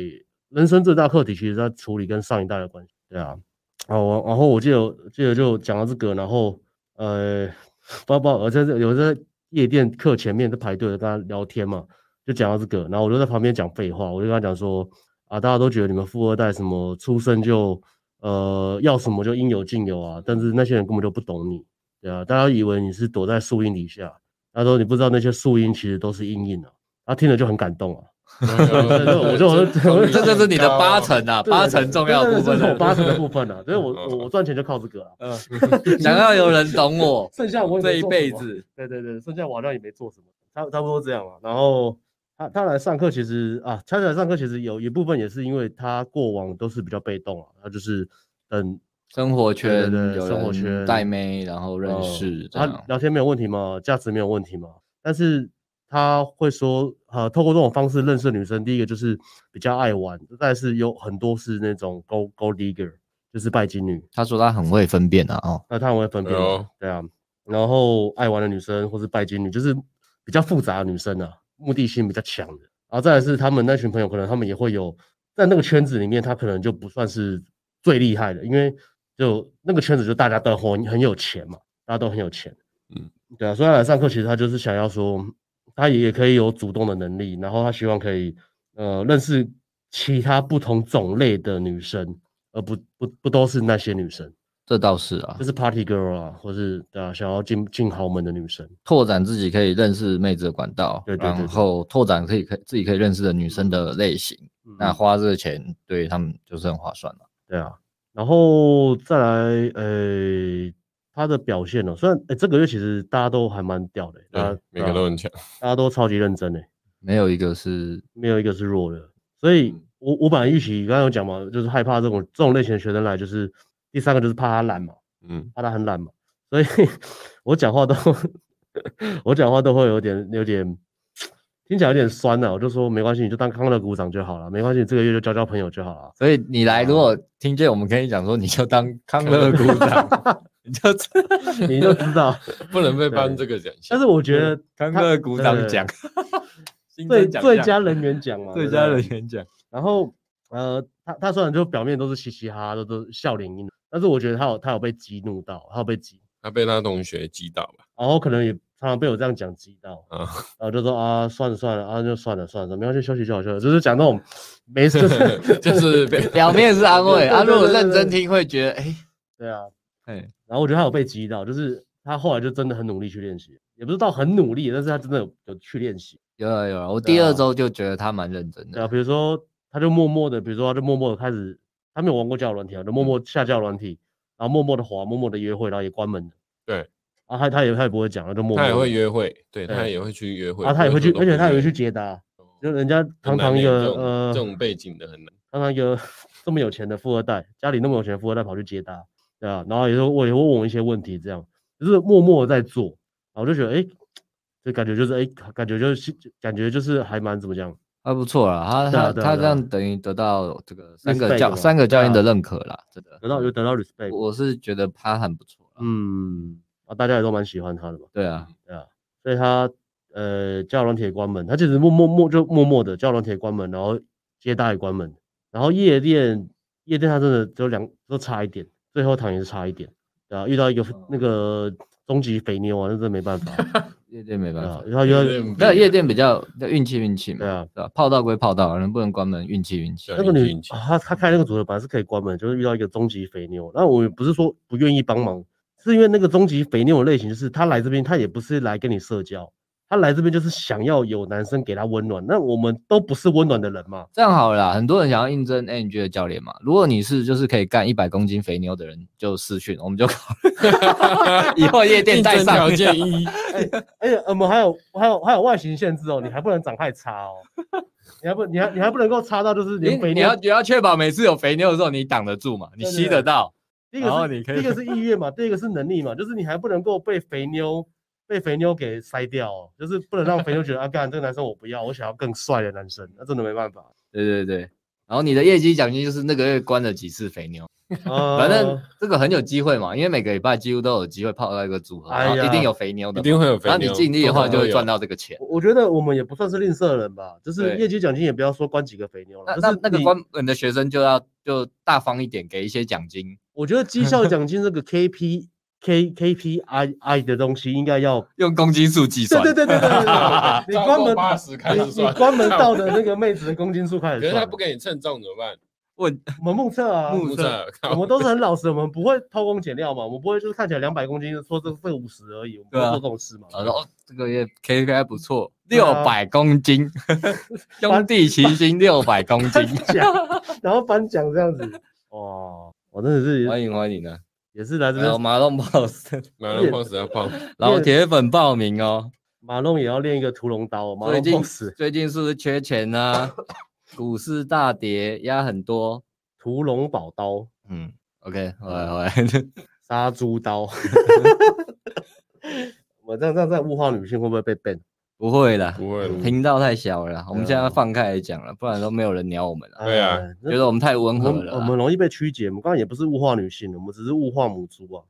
[SPEAKER 2] 人生最大课题，其实在处理跟上一代的关系。对啊，啊，我然后我记得记得就讲到这个，然后呃，包包我在这有在夜店课前面在排队的跟他聊天嘛，就讲到这个，然后我就在旁边讲废话，我就跟他讲说啊，大家都觉得你们富二代什么出生就呃要什么就应有尽有啊，但是那些人根本就不懂你。对啊，大家以为你是躲在树荫底下，他说你不知道那些树荫其实都是阴影啊，他听了就很感动啊。我就我 就
[SPEAKER 1] 这就是你的八 成啊，
[SPEAKER 2] 对
[SPEAKER 1] 八
[SPEAKER 2] 对
[SPEAKER 1] 成重要的
[SPEAKER 2] 对
[SPEAKER 1] 部分
[SPEAKER 2] 对这是我
[SPEAKER 1] 啊。
[SPEAKER 2] 八成的部分啊，所以我我我赚钱就靠这个啊，
[SPEAKER 1] 嗯想要有人懂我
[SPEAKER 2] 剩下我也
[SPEAKER 1] 这
[SPEAKER 2] 没
[SPEAKER 1] 一
[SPEAKER 2] 做
[SPEAKER 1] 辈
[SPEAKER 2] 什么，
[SPEAKER 1] 子，
[SPEAKER 2] 对对对，剩下我好像也没做什么，差差不多这样啊。然后他他来上课其实啊，他来上课其实有一部分也是因为他过往都是比较被动啊，他就是等
[SPEAKER 1] 生活圈哦
[SPEAKER 2] 对对
[SPEAKER 1] 有
[SPEAKER 2] 生活
[SPEAKER 1] 人
[SPEAKER 2] 圈
[SPEAKER 1] 带妹，然后认识这
[SPEAKER 2] 哦他
[SPEAKER 1] 样。
[SPEAKER 2] 聊天没有问题嘛，价值没有问题嘛，但是他会说，呃，透过这种方式认识的女生，第一个就是比较爱玩，再来是有很多是那种 go go digger，就是拜金女，
[SPEAKER 1] 他说他很会分辨啊，哦，
[SPEAKER 2] 那他很会分辨
[SPEAKER 3] 哎呦
[SPEAKER 2] 嘛，对啊，然后爱玩的女生或是拜金女，就是比较复杂的女生啊，目的性比较强的，然后再来是他们那群朋友，可能他们也会有在那个圈子里面，他可能就不算是最厉害的，因为就那个圈子就大家都很很有钱嘛，大家都很有钱，
[SPEAKER 3] 嗯，
[SPEAKER 2] 对啊，所以他来上课其实他就是想要说，他也可以有主动的能力，然后他希望可以呃认识其他不同种类的女生，而不不不都是那些女生。
[SPEAKER 1] 这倒是啊
[SPEAKER 2] 就是 party girl 啊，或是对啊，想要进进豪门的女生，
[SPEAKER 1] 拓展自己可以认识妹子的管道，
[SPEAKER 2] 对对对
[SPEAKER 1] 然
[SPEAKER 2] 对
[SPEAKER 1] 后拓展可以可以自己可以认识的女生的类型，那
[SPEAKER 2] 嗯
[SPEAKER 1] 花这个钱对他们就是很划算了、
[SPEAKER 2] 对啊，然后再来，呃，她的表现呢、哦虽然、呃诶这个月其实大家都还蛮屌的、大
[SPEAKER 3] 对
[SPEAKER 2] 家，
[SPEAKER 3] 每个
[SPEAKER 2] 对
[SPEAKER 3] 都
[SPEAKER 2] 啊
[SPEAKER 3] 很强。
[SPEAKER 2] 大家都超级认真的、
[SPEAKER 1] 没有一个是
[SPEAKER 2] 没有一个是弱的，所以
[SPEAKER 3] 嗯
[SPEAKER 2] 我我本来预期刚刚有讲嘛，就是害怕这种这种类型的学生来，就是第三个就是怕他懒嘛，
[SPEAKER 3] 嗯，
[SPEAKER 2] 怕他很懒嘛，所以我讲话都我讲话都会有点有点听起来有点酸呐、我就说没关系，你就当康乐鼓掌就好了，没关系，你这个月就交交朋友就好了。
[SPEAKER 1] 所以你来，如果听见我们跟你讲说，你就当康乐鼓 掌，你就
[SPEAKER 2] 你就 知道，
[SPEAKER 3] 不能被颁这个奖项。
[SPEAKER 2] 但是我觉得
[SPEAKER 1] 康
[SPEAKER 2] 他
[SPEAKER 1] 乐鼓掌
[SPEAKER 2] 对
[SPEAKER 1] 奖， 新
[SPEAKER 2] 最
[SPEAKER 1] 增奖项
[SPEAKER 2] 最佳人员奖 嘛，
[SPEAKER 1] 最
[SPEAKER 2] 对不
[SPEAKER 1] 佳
[SPEAKER 2] 对
[SPEAKER 1] 人员奖，
[SPEAKER 2] 然后呃，他他虽然就表面都是嘻嘻哈哈，都都是笑脸音，但是我觉得他有他有被激怒到，他有被激，
[SPEAKER 3] 他被他同学击倒吧？
[SPEAKER 2] 然后可能也常常被我这样讲激到，
[SPEAKER 1] 嗯
[SPEAKER 3] 啊，
[SPEAKER 2] 然后就说啊，算了算了啊，就算了算了，没关系，休息就好，休息，就是讲那种没事，
[SPEAKER 3] 就是 被
[SPEAKER 1] 表面是安慰，
[SPEAKER 2] 对对
[SPEAKER 1] 啊，如果
[SPEAKER 2] 对对
[SPEAKER 1] 认真
[SPEAKER 2] 对
[SPEAKER 1] 听会觉得，哎，
[SPEAKER 2] 对啊，
[SPEAKER 1] 哎，
[SPEAKER 2] 然后我觉得他有被激到，就是他后来就真的很努力去练习，也不是到很努力，但是他真的有有去练习，
[SPEAKER 1] 有了有了，我
[SPEAKER 2] 对
[SPEAKER 1] 第二
[SPEAKER 2] 啊
[SPEAKER 1] 周就觉得他蛮认真
[SPEAKER 2] 对啊，
[SPEAKER 1] 的，
[SPEAKER 2] 比如说他就默默的，比如说他就默默的开始，他没有玩过交友软体啊，就默
[SPEAKER 3] 嗯
[SPEAKER 2] 默下交友软体，然后默默的滑，默默的约会，然后也关门的，
[SPEAKER 3] 对，
[SPEAKER 2] 啊，他他也他也不会讲，他就默默，
[SPEAKER 3] 他也会，约会，对
[SPEAKER 2] 对
[SPEAKER 3] 他也会去约会，
[SPEAKER 2] 啊，他也会去，而且他也会去
[SPEAKER 3] 接，
[SPEAKER 2] 接答，就人家堂堂一
[SPEAKER 3] 哦这
[SPEAKER 2] 个
[SPEAKER 3] 种
[SPEAKER 2] 呃
[SPEAKER 3] 这种背景的很难。
[SPEAKER 2] 让他一个这么有 钱的富二代，家里那么有钱的富二代跑去接搭，对啊，然后也说我也会问我一些问题，这样就是默默的在做，然后我就觉得哎、诶就感觉就是哎、诶感觉就是就感觉就是还蛮怎么讲，
[SPEAKER 1] 还不错啦，他
[SPEAKER 2] 对啊
[SPEAKER 1] 他
[SPEAKER 2] 对啊
[SPEAKER 1] 他这
[SPEAKER 2] 对啊
[SPEAKER 1] 样等于得到这个三个
[SPEAKER 2] Respect
[SPEAKER 1] 教
[SPEAKER 2] 嘛
[SPEAKER 1] 三个教练的
[SPEAKER 2] 对啊
[SPEAKER 1] 认可啦，真的
[SPEAKER 2] 得到有得到 respect，
[SPEAKER 1] 我是觉得他很不错啦，
[SPEAKER 2] 嗯，啊，大家也都蛮喜欢他的嘛，
[SPEAKER 1] 对啊，
[SPEAKER 2] 对啊，所以他呃叫软铁关门，他其实默默默就默默的叫软铁关门，然后接搭也关门，然后夜店夜店他真的只有两都差一点，最后场也是差一点，对啊，遇到一个
[SPEAKER 3] 哦
[SPEAKER 2] 那个终极肥妞啊，那真的没办 法，
[SPEAKER 1] 夜店没办
[SPEAKER 2] 对
[SPEAKER 1] 法
[SPEAKER 2] 啊，，然后遇到
[SPEAKER 3] 有点
[SPEAKER 1] 没有夜店比较要运气运气嘛，
[SPEAKER 2] 对啊
[SPEAKER 1] 对吧？泡到归泡到，能不能关门运气运气
[SPEAKER 3] 对。
[SPEAKER 2] 那个女
[SPEAKER 3] 运气
[SPEAKER 2] 啊她她开那个组合本来是可以关门，就是遇到一个终极肥妞，那我也不是说不愿意帮忙，是因为那个终极肥妞的类型就是她来这边，她也不是来跟你社交。她来这边就是想要有男生给她温暖，那我们都不是温暖的人嘛，
[SPEAKER 1] 这样好了啦，很多人想要应征 NG 的教练嘛。如果你是就是可以干一百公斤肥妞的人，就试训，我们 就考虑以后夜店
[SPEAKER 3] 竞
[SPEAKER 1] 带
[SPEAKER 3] 争
[SPEAKER 1] 上
[SPEAKER 3] 条。件一，
[SPEAKER 2] 而哎且我们还有还有还有外形限制哦，你还不能长太差哦，你还不你还你还不能够差到就是
[SPEAKER 1] 你
[SPEAKER 2] 连肥
[SPEAKER 1] 你
[SPEAKER 2] 妞
[SPEAKER 1] 要，你要确保每次有肥妞的时候你挡得住嘛，你
[SPEAKER 2] 对对
[SPEAKER 1] 吸得到。
[SPEAKER 2] 第一
[SPEAKER 1] 然后
[SPEAKER 2] 个
[SPEAKER 1] 你
[SPEAKER 2] 是
[SPEAKER 1] 可
[SPEAKER 2] 第
[SPEAKER 1] 以
[SPEAKER 2] 一个是意愿嘛，第二个是能力嘛，就是你还不能够被肥妞被肥妞给筛掉哦，就是不能让肥妞觉得啊，干这个男生我不要，我想要更帅的男生，那真的没办法。
[SPEAKER 1] 对对对。然后你的业绩奖金就是那个月关了几次肥妞，
[SPEAKER 2] 呃
[SPEAKER 1] 反正这个很有机会嘛，因为每个礼拜几乎都有机会泡到一个组合，
[SPEAKER 2] 哎
[SPEAKER 1] 然后一
[SPEAKER 2] 呀
[SPEAKER 1] 定有肥妞的
[SPEAKER 3] 一
[SPEAKER 1] 嘛。
[SPEAKER 3] 定会有肥
[SPEAKER 1] 然
[SPEAKER 3] 妞。
[SPEAKER 1] 后你尽力的话，就会赚
[SPEAKER 3] 到。
[SPEAKER 1] 到这个钱。
[SPEAKER 2] 我我觉得我们也不算是吝啬人吧，就是
[SPEAKER 1] 对
[SPEAKER 2] 业绩奖金也不要说关几个肥妞
[SPEAKER 1] 那
[SPEAKER 2] 了，就
[SPEAKER 1] 那
[SPEAKER 2] 是
[SPEAKER 1] 那个
[SPEAKER 2] 你
[SPEAKER 1] 关门的学生就要就大方一点，给一些奖金，
[SPEAKER 2] 我觉得绩效奖金这个 K P K K P I I 的东西应该要
[SPEAKER 1] 用公斤数计算。
[SPEAKER 2] 对对对对对对 对，你
[SPEAKER 3] 超
[SPEAKER 2] 关
[SPEAKER 3] 过
[SPEAKER 2] 门
[SPEAKER 3] 80开
[SPEAKER 2] 你
[SPEAKER 3] 始算
[SPEAKER 2] 你关门到 的那个妹子的公斤数开始
[SPEAKER 3] 可
[SPEAKER 2] 算
[SPEAKER 3] 是
[SPEAKER 2] 了。
[SPEAKER 3] 他不给你称重怎么办？
[SPEAKER 1] 问
[SPEAKER 2] 我们目测啊，
[SPEAKER 1] 目
[SPEAKER 3] 不是，靠
[SPEAKER 2] 我们都是很老实，我们不会偷工减料嘛，我们不会就是看起来两百公斤就说这这个五十而已，我们不
[SPEAKER 1] 对啊
[SPEAKER 2] 会做这种事嘛。
[SPEAKER 1] 然 后这个月 KPI 不错，
[SPEAKER 2] 对
[SPEAKER 1] 六
[SPEAKER 2] 啊
[SPEAKER 1] 百公斤，兄弟齐心六百公 斤
[SPEAKER 2] 颁，奖，然后颁奖这样 子，哇，我真的是
[SPEAKER 1] 欢迎欢迎啊！
[SPEAKER 2] 也是来这
[SPEAKER 1] 然后
[SPEAKER 2] 边
[SPEAKER 1] 马龙 boss，
[SPEAKER 3] 马龙 boss 要胖，
[SPEAKER 1] 老铁粉报名哦，
[SPEAKER 2] 马龙也要练一个屠龙刀，马
[SPEAKER 1] 最
[SPEAKER 2] 龙
[SPEAKER 1] 近
[SPEAKER 2] 碰死
[SPEAKER 1] 最近是不是缺钱呢、股市大跌，压很多。
[SPEAKER 2] 屠龙宝刀、
[SPEAKER 1] 嗯，OK，回来回来。
[SPEAKER 2] 杀猪刀。 我这样这样在物化女性会不会 被 ban？
[SPEAKER 1] 不会啦，
[SPEAKER 3] 不会了，
[SPEAKER 1] 频道太小了啦，我们
[SPEAKER 2] 对
[SPEAKER 1] 现在
[SPEAKER 2] 啊
[SPEAKER 1] 放开来讲了，不然都没有人鸟我们了，
[SPEAKER 3] 对啊
[SPEAKER 2] 哎，那
[SPEAKER 1] 觉得我们太温
[SPEAKER 2] 我
[SPEAKER 1] 和
[SPEAKER 2] 们
[SPEAKER 1] 了
[SPEAKER 2] 我
[SPEAKER 1] 啦。
[SPEAKER 2] 们容易被曲解。我们刚刚也不是物化女性，我们只是物化母猪啊。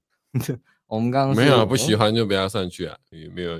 [SPEAKER 1] 我们刚刚
[SPEAKER 3] 没
[SPEAKER 1] 是
[SPEAKER 3] 有啊不喜欢就不要上去啊，也没有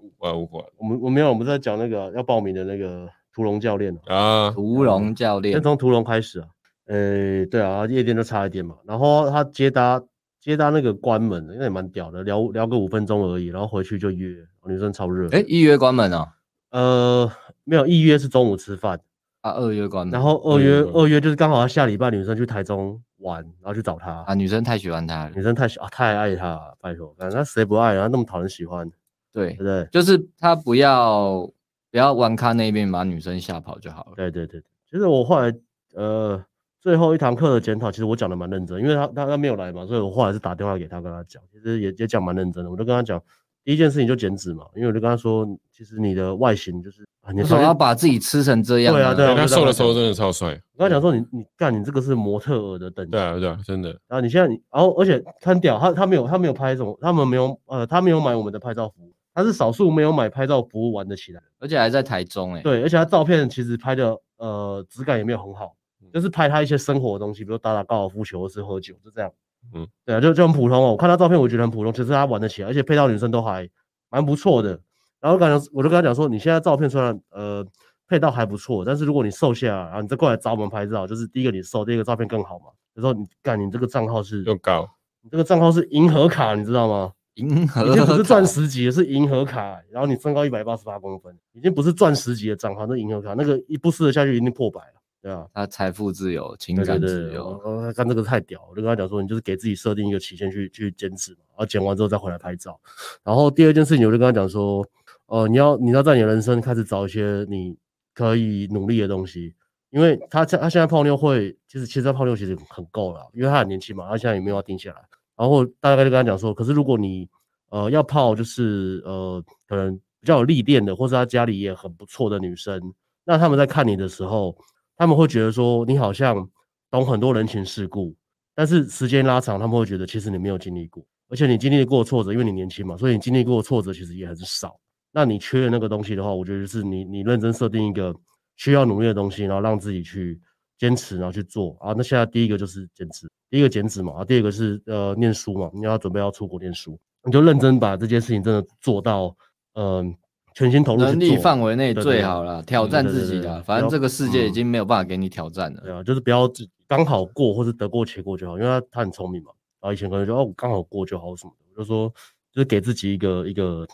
[SPEAKER 3] 无话无话
[SPEAKER 2] 我们我没有，我们在讲那个要报名的那个屠龙教练啊，
[SPEAKER 3] 啊，
[SPEAKER 1] 屠龙教
[SPEAKER 2] 先
[SPEAKER 1] 练，
[SPEAKER 2] 从屠龙开始啊。呃，对啊，夜店就差一点嘛。然后他接搭接搭那个关门的，那也蛮屌的，聊聊个五分钟而已，然后回去就约，哦女生超热。
[SPEAKER 1] 哎，一约关门哦，
[SPEAKER 2] 呃，没有，一约是中午吃饭，
[SPEAKER 1] 啊，二约关门，
[SPEAKER 2] 然后二约
[SPEAKER 3] 嗯
[SPEAKER 2] 二约就是刚好他下礼拜女生去台中玩，然后去找他。
[SPEAKER 1] 啊，女生太喜欢他了
[SPEAKER 2] 女，生太喜啊太爱他了，拜托，反正他谁不爱啊？他那么讨人喜欢，
[SPEAKER 1] 对
[SPEAKER 2] 对不，对？
[SPEAKER 1] 就是他不要不要玩咖那边把女生吓跑就好了。
[SPEAKER 2] 对对对，其实我后来呃最后一堂课的检讨，其实我讲的蛮认真，因为他他他没有来嘛，所以我后来是打电话给他跟他讲，其实也也讲蛮认真的，我就跟他讲第一件事情就减脂嘛，因为我就跟他说，其实你的外形就是啊，你
[SPEAKER 1] 为
[SPEAKER 2] 的
[SPEAKER 1] 什
[SPEAKER 2] 照
[SPEAKER 1] 么
[SPEAKER 2] 片
[SPEAKER 1] 要把自己吃成这样
[SPEAKER 2] 对啊
[SPEAKER 1] 呢？
[SPEAKER 2] 对啊
[SPEAKER 3] 他
[SPEAKER 2] 我就
[SPEAKER 3] 瘦的
[SPEAKER 2] 跟他
[SPEAKER 3] 时候
[SPEAKER 2] 讲
[SPEAKER 3] 真的超帅，
[SPEAKER 2] 我跟他讲说你你干你这个是模特儿的等级，
[SPEAKER 3] 对啊对啊，真的，
[SPEAKER 2] 然后你现在你，然后而且看屌，他他没有他没有拍什么，他们没有呃他没有买我们的拍照服务，他是少数没有买拍照服务玩得起来的。
[SPEAKER 1] 而且还在台中哎，
[SPEAKER 2] 对，而且他照片其实拍的呃质感也没有很好，就是拍他一些生活的东西，比如打打高尔夫球或是喝酒，就这样。
[SPEAKER 3] 嗯，
[SPEAKER 2] 对啊，就就很普通哦。我看他照片，我觉得很普通，其实他玩得起来，而且配到女生都还蛮不错的。然后感觉我就跟他讲说，你现在照片虽然呃配到还不错，但是如果你瘦下来，然后你再过来找我们拍照，就是第一个你瘦，第二个照片更好嘛。有时候你干你这个账号是，
[SPEAKER 3] 又高，
[SPEAKER 2] 你这个账号是银河卡，你知道吗？
[SPEAKER 1] 银
[SPEAKER 2] 已
[SPEAKER 1] 河
[SPEAKER 2] 经不是钻
[SPEAKER 1] 卡
[SPEAKER 2] 石级，是银河卡、然后你身高一百八十八公分，已经不是钻石级的账号，那银河卡那个一不撕了下去，一定破百了，对啊，
[SPEAKER 1] 他财富自由，情
[SPEAKER 2] 对
[SPEAKER 1] 感哦
[SPEAKER 2] 对
[SPEAKER 1] 自
[SPEAKER 2] 对，我
[SPEAKER 1] 由，
[SPEAKER 2] 我干这个太屌了，我就跟他讲说，你就是给自己设定一个期限去去减脂嘛，然后减完之后再回来拍照。然后第二件事情，我就跟他讲说，呃，你要你要在你的人生开始找一些你可以努力的东西，因为他现他现在泡妞会，其实其实他泡妞其实很够了，因为他很年轻嘛，他现在也没有要定下来。然后大概就跟他讲说，可是如果你呃要泡就是呃可能比较有历练的，或是他家里也很不错的女生，那他们在看你的时候，他们会觉得说你好像懂很多人情世故，但是时间拉长，他们会觉得其实你没有经历过，而且你经历过挫折，因为你年轻嘛，所以你经历过挫折其实也很少。那你缺的那个东西的话，我觉得就是你你认真设定一个需要努力的东西，然后让自己去坚持，然后去做啊。那现在第一个就是减脂，第一个减脂嘛，啊，第二个是呃念书嘛，你要准备要出国念书，你就认真把这件事情真的做到，嗯、全心投入去
[SPEAKER 1] 能力
[SPEAKER 2] 做
[SPEAKER 1] 范围内
[SPEAKER 2] 对
[SPEAKER 1] 最
[SPEAKER 2] 对
[SPEAKER 1] 好了，挑战
[SPEAKER 2] 对对
[SPEAKER 1] 自己
[SPEAKER 2] 对
[SPEAKER 1] 的，
[SPEAKER 2] 对
[SPEAKER 1] 反正
[SPEAKER 2] 不
[SPEAKER 1] 这
[SPEAKER 2] 要
[SPEAKER 1] 个世界已
[SPEAKER 2] 嗯
[SPEAKER 1] 经没有办法给你挑战了
[SPEAKER 2] 对。啊，就是不要自己刚好过或是得过且过就好，因为他他很聪明嘛。然后以前可能就哦我刚好过就好什么的，我就说就是给自己一个一个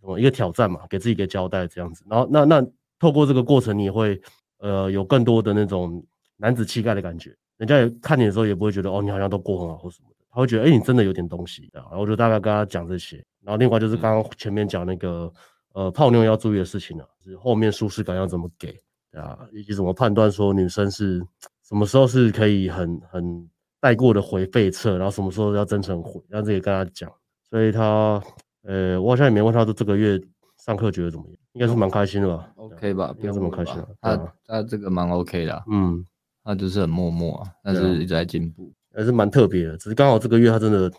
[SPEAKER 2] 什么一个挑战嘛，给自己一个交代这样子。然后那那透过这个过程，你也会呃有更多的那种男子气概的感觉，人家也看你的时候也不会觉得哦你好像都过很好或什么的，他会觉得哎、你真的有点东西然后我就大概跟他讲这些，然后另外就是刚刚前面讲那个呃泡妞要注意的事情了、啊就是后面舒适感要怎么给。对啊，以及怎么判断说女生是什么时候是可以很很带过的回背侧，然后什么时候要真诚回，让自己跟他讲。所以他，呃，我好像也没问他说这个月上课觉得怎么样，应该是蛮开心的吧对啊
[SPEAKER 1] OK 吧，不
[SPEAKER 2] 应该
[SPEAKER 1] 用
[SPEAKER 2] 是蛮
[SPEAKER 1] 了
[SPEAKER 2] 开
[SPEAKER 1] 吧
[SPEAKER 2] 心的。对
[SPEAKER 1] 他
[SPEAKER 2] 啊
[SPEAKER 1] 他这个蛮 OK 的啊，
[SPEAKER 2] 嗯，
[SPEAKER 1] 他就是很默默啊，但
[SPEAKER 2] 对啊
[SPEAKER 1] 是一直在进步。
[SPEAKER 2] 还是蛮特别的。只是刚好这个月他真的，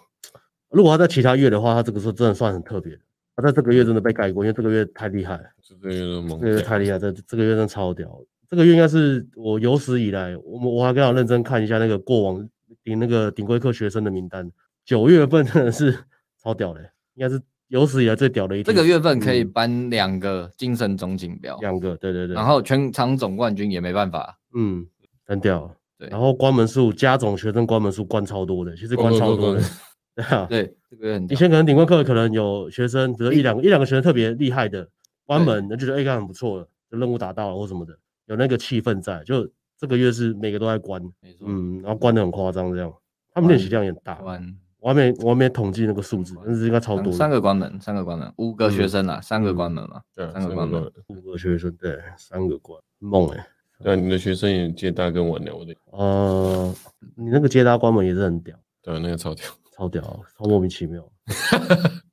[SPEAKER 2] 如果他在其他月的话，他这个时候真的算很特别的。他在这个月真的被盖过，因为这个月太厉害了。
[SPEAKER 3] 就这个猛
[SPEAKER 2] 这个
[SPEAKER 3] 屌
[SPEAKER 2] 太厉害，这这个月真的超屌。这个月应该是我有史以来，我们我还刚好认真看一下那个过往顶那个顶规课学生的名单，九月份真的是 超屌的、应该是有史以来最屌的一天。
[SPEAKER 1] 这个月份可以
[SPEAKER 2] 嗯
[SPEAKER 1] 颁两个精神总锦标，
[SPEAKER 2] 两个，对对对，
[SPEAKER 1] 然后全场总冠军也没办法。
[SPEAKER 2] 嗯，很屌。
[SPEAKER 1] 对
[SPEAKER 2] 然后关门数加总学生关门数关超多的，其实关
[SPEAKER 3] 关
[SPEAKER 2] 超
[SPEAKER 3] 关
[SPEAKER 2] 多的
[SPEAKER 3] 关，
[SPEAKER 2] 对啊。
[SPEAKER 1] 对，这个月很
[SPEAKER 2] 以
[SPEAKER 1] 屌
[SPEAKER 2] 前可能顶规课可能有学生，比如说一两个一两个学生特别厉害的，关
[SPEAKER 1] 对
[SPEAKER 2] 门那就觉得哎，干很不错了，就任务达到了或什么的，有那个气氛在。就这个月是每个都在关，
[SPEAKER 1] 没错，
[SPEAKER 2] 嗯，然后关的很夸张这样，他们练习量也很大，
[SPEAKER 1] 关
[SPEAKER 2] 我还没我还没统计那个数字，但是应该超
[SPEAKER 1] 三
[SPEAKER 2] 多的，
[SPEAKER 1] 三个关门，三个关门，五个学
[SPEAKER 2] 嗯
[SPEAKER 1] 生啦，三个
[SPEAKER 2] 嗯
[SPEAKER 1] 关门嘛，
[SPEAKER 3] 对啊
[SPEAKER 1] 三个
[SPEAKER 3] 三
[SPEAKER 1] 关
[SPEAKER 3] 个
[SPEAKER 1] 门
[SPEAKER 3] 关
[SPEAKER 2] 五个学生，对，三个关，梦哎、
[SPEAKER 3] 对啊，你的学生也接大跟我聊，我的
[SPEAKER 2] 呃，你那个接搭关门也是很屌，
[SPEAKER 3] 对啊，那个超屌，
[SPEAKER 4] 超屌，超莫名其 妙。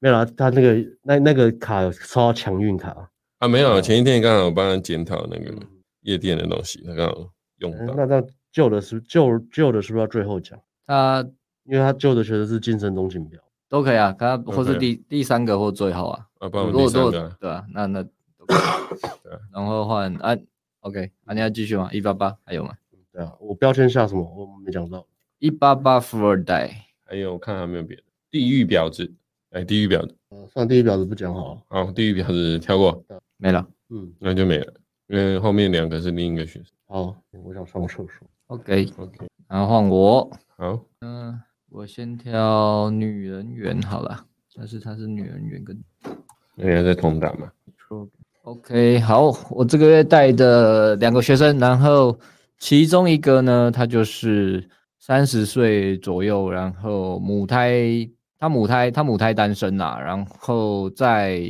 [SPEAKER 4] 没有啦，他那个那那个卡有超强运卡，
[SPEAKER 3] 啊，没有，前一天刚好我帮他检讨那
[SPEAKER 2] 嗯
[SPEAKER 3] 个夜店的东西，他刚好用
[SPEAKER 4] 嗯
[SPEAKER 3] 到
[SPEAKER 4] 那。那旧的是旧旧的是不是要最后讲？
[SPEAKER 1] 他
[SPEAKER 4] 因为他旧的学的是精神中情表，
[SPEAKER 1] 都可以啊，他或是
[SPEAKER 3] OK
[SPEAKER 1] 第第三个或最后啊。
[SPEAKER 3] 啊，帮我
[SPEAKER 1] 如
[SPEAKER 3] 们第
[SPEAKER 1] 果如
[SPEAKER 3] 三
[SPEAKER 1] 果
[SPEAKER 3] 个啊，
[SPEAKER 1] 对啊，那那都可以啊然后换啊，OK，啊，你要继续吗？一八八还有吗？
[SPEAKER 4] 对啊，我标签下什么我没讲到，
[SPEAKER 1] 一八八富二代，
[SPEAKER 3] 还有我看还有没有别的。地狱婊子，哎，地狱婊子，
[SPEAKER 4] 呃，算第一表子不讲好了，
[SPEAKER 3] 好，地狱婊子跳过，
[SPEAKER 1] 没了。
[SPEAKER 4] 嗯，
[SPEAKER 3] 那就没了，因为后面两个是另一个学生。
[SPEAKER 4] 好，我想上厕所，
[SPEAKER 1] OK，
[SPEAKER 3] OK，
[SPEAKER 1] 然后换我，
[SPEAKER 3] 好，
[SPEAKER 1] 嗯、我先挑女人缘好了，但是她是女人缘跟
[SPEAKER 3] 那你还在同档嘛？
[SPEAKER 1] OK，好，我这个月带的两个学生，然后其中一个呢，他就是三十岁左右，然后母胎，他母胎，他母胎单身啦、然后在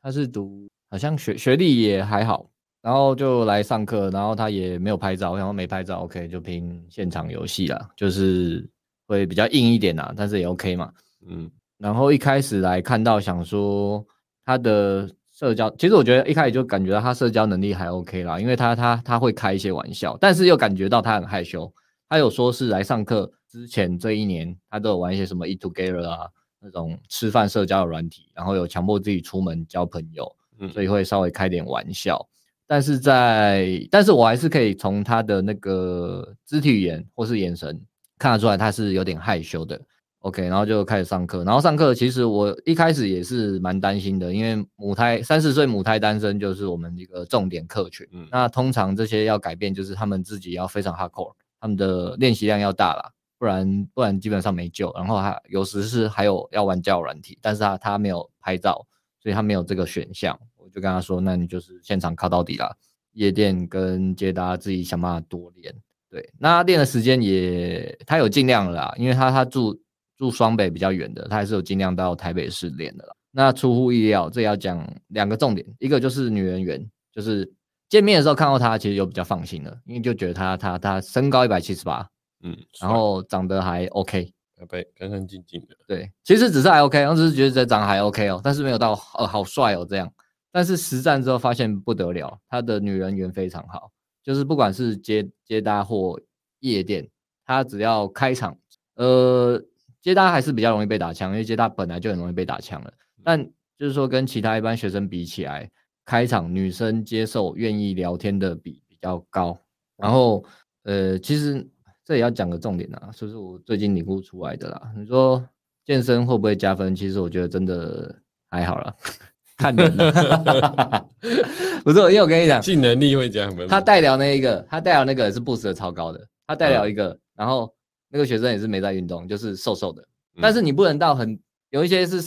[SPEAKER 1] 他是读，好像学学历也还好，然后就来上课，然后他也没有拍照，然后没拍照，OK，就拼现场游戏啦，就是会比较硬一点啦，但是也 OK 嘛。
[SPEAKER 3] 嗯，
[SPEAKER 1] 然后一开始来看到，想说他的社交，其实我觉得一开始就感觉到他社交能力还 OK 啦，因为他他他会开一些玩笑，但是又感觉到他很害羞。他有说是来上课之前这一年，他都有玩一些什么 Eat Together 啊那种吃饭社交的软体，然后有强迫自己出门交朋友，
[SPEAKER 3] 嗯
[SPEAKER 1] 所以会稍微开点玩笑。但是在，但是我还是可以从他的那个肢体语言或是眼神看得出来，他是有点害羞的。OK，然后就开始上课，然后上课其实我一开始也是蛮担心的，因为母胎三十岁母胎单身就是我们一个重点客群。
[SPEAKER 3] 嗯
[SPEAKER 1] 那通常这些要改变，就是他们自己要非常 hardcore，他们的练习量要大啦，不然不然基本上没救。然后还有时是还有要玩交友软体，但是他他没有拍照，所以他没有这个选项。我就跟他说，那你就是现场靠到底啦，夜店跟接搭自己想办法多练。对，那练的时间也他有尽量了啦，因为他他住住双北比较远的，他还是有尽量到台北市练的啦。那出乎意料，这也要讲两个重点，一个就是女人缘，就是见面的时候看到他，其实就比较放心了，因为就觉得他他他身高一百七十八，
[SPEAKER 3] 嗯，
[SPEAKER 1] 然后长得还 OK，
[SPEAKER 3] 拜拜，干干净净的，
[SPEAKER 1] 对，其实只是还 OK，我只是觉得这长得还 OK 哦，但是没有到呃好帅哦这样。但是实战之后发现不得了，他的女人缘非常好，就是不管是接接搭或夜店，他只要开场，呃，接搭还是比较容易被打枪，因为接搭本来就很容易被打枪了。但就是说跟其他一般学生比起来，开场女生接受愿意聊天的比比较高。然后呃，其实这也要讲个重点啊，就是我最近领悟出来的啦。你说健身会不会加分？其实我觉得真的还好啦， 看人啦。 不是，因为我跟你讲，
[SPEAKER 3] 性能力会加分。
[SPEAKER 1] 他代聊那一个，他代聊那个是 boost 的超高的，他代聊
[SPEAKER 3] 嗯
[SPEAKER 1] 一个，然后那个学生也是没在运动，就是瘦瘦的，
[SPEAKER 3] 嗯，
[SPEAKER 1] 但是你不能到很有一些是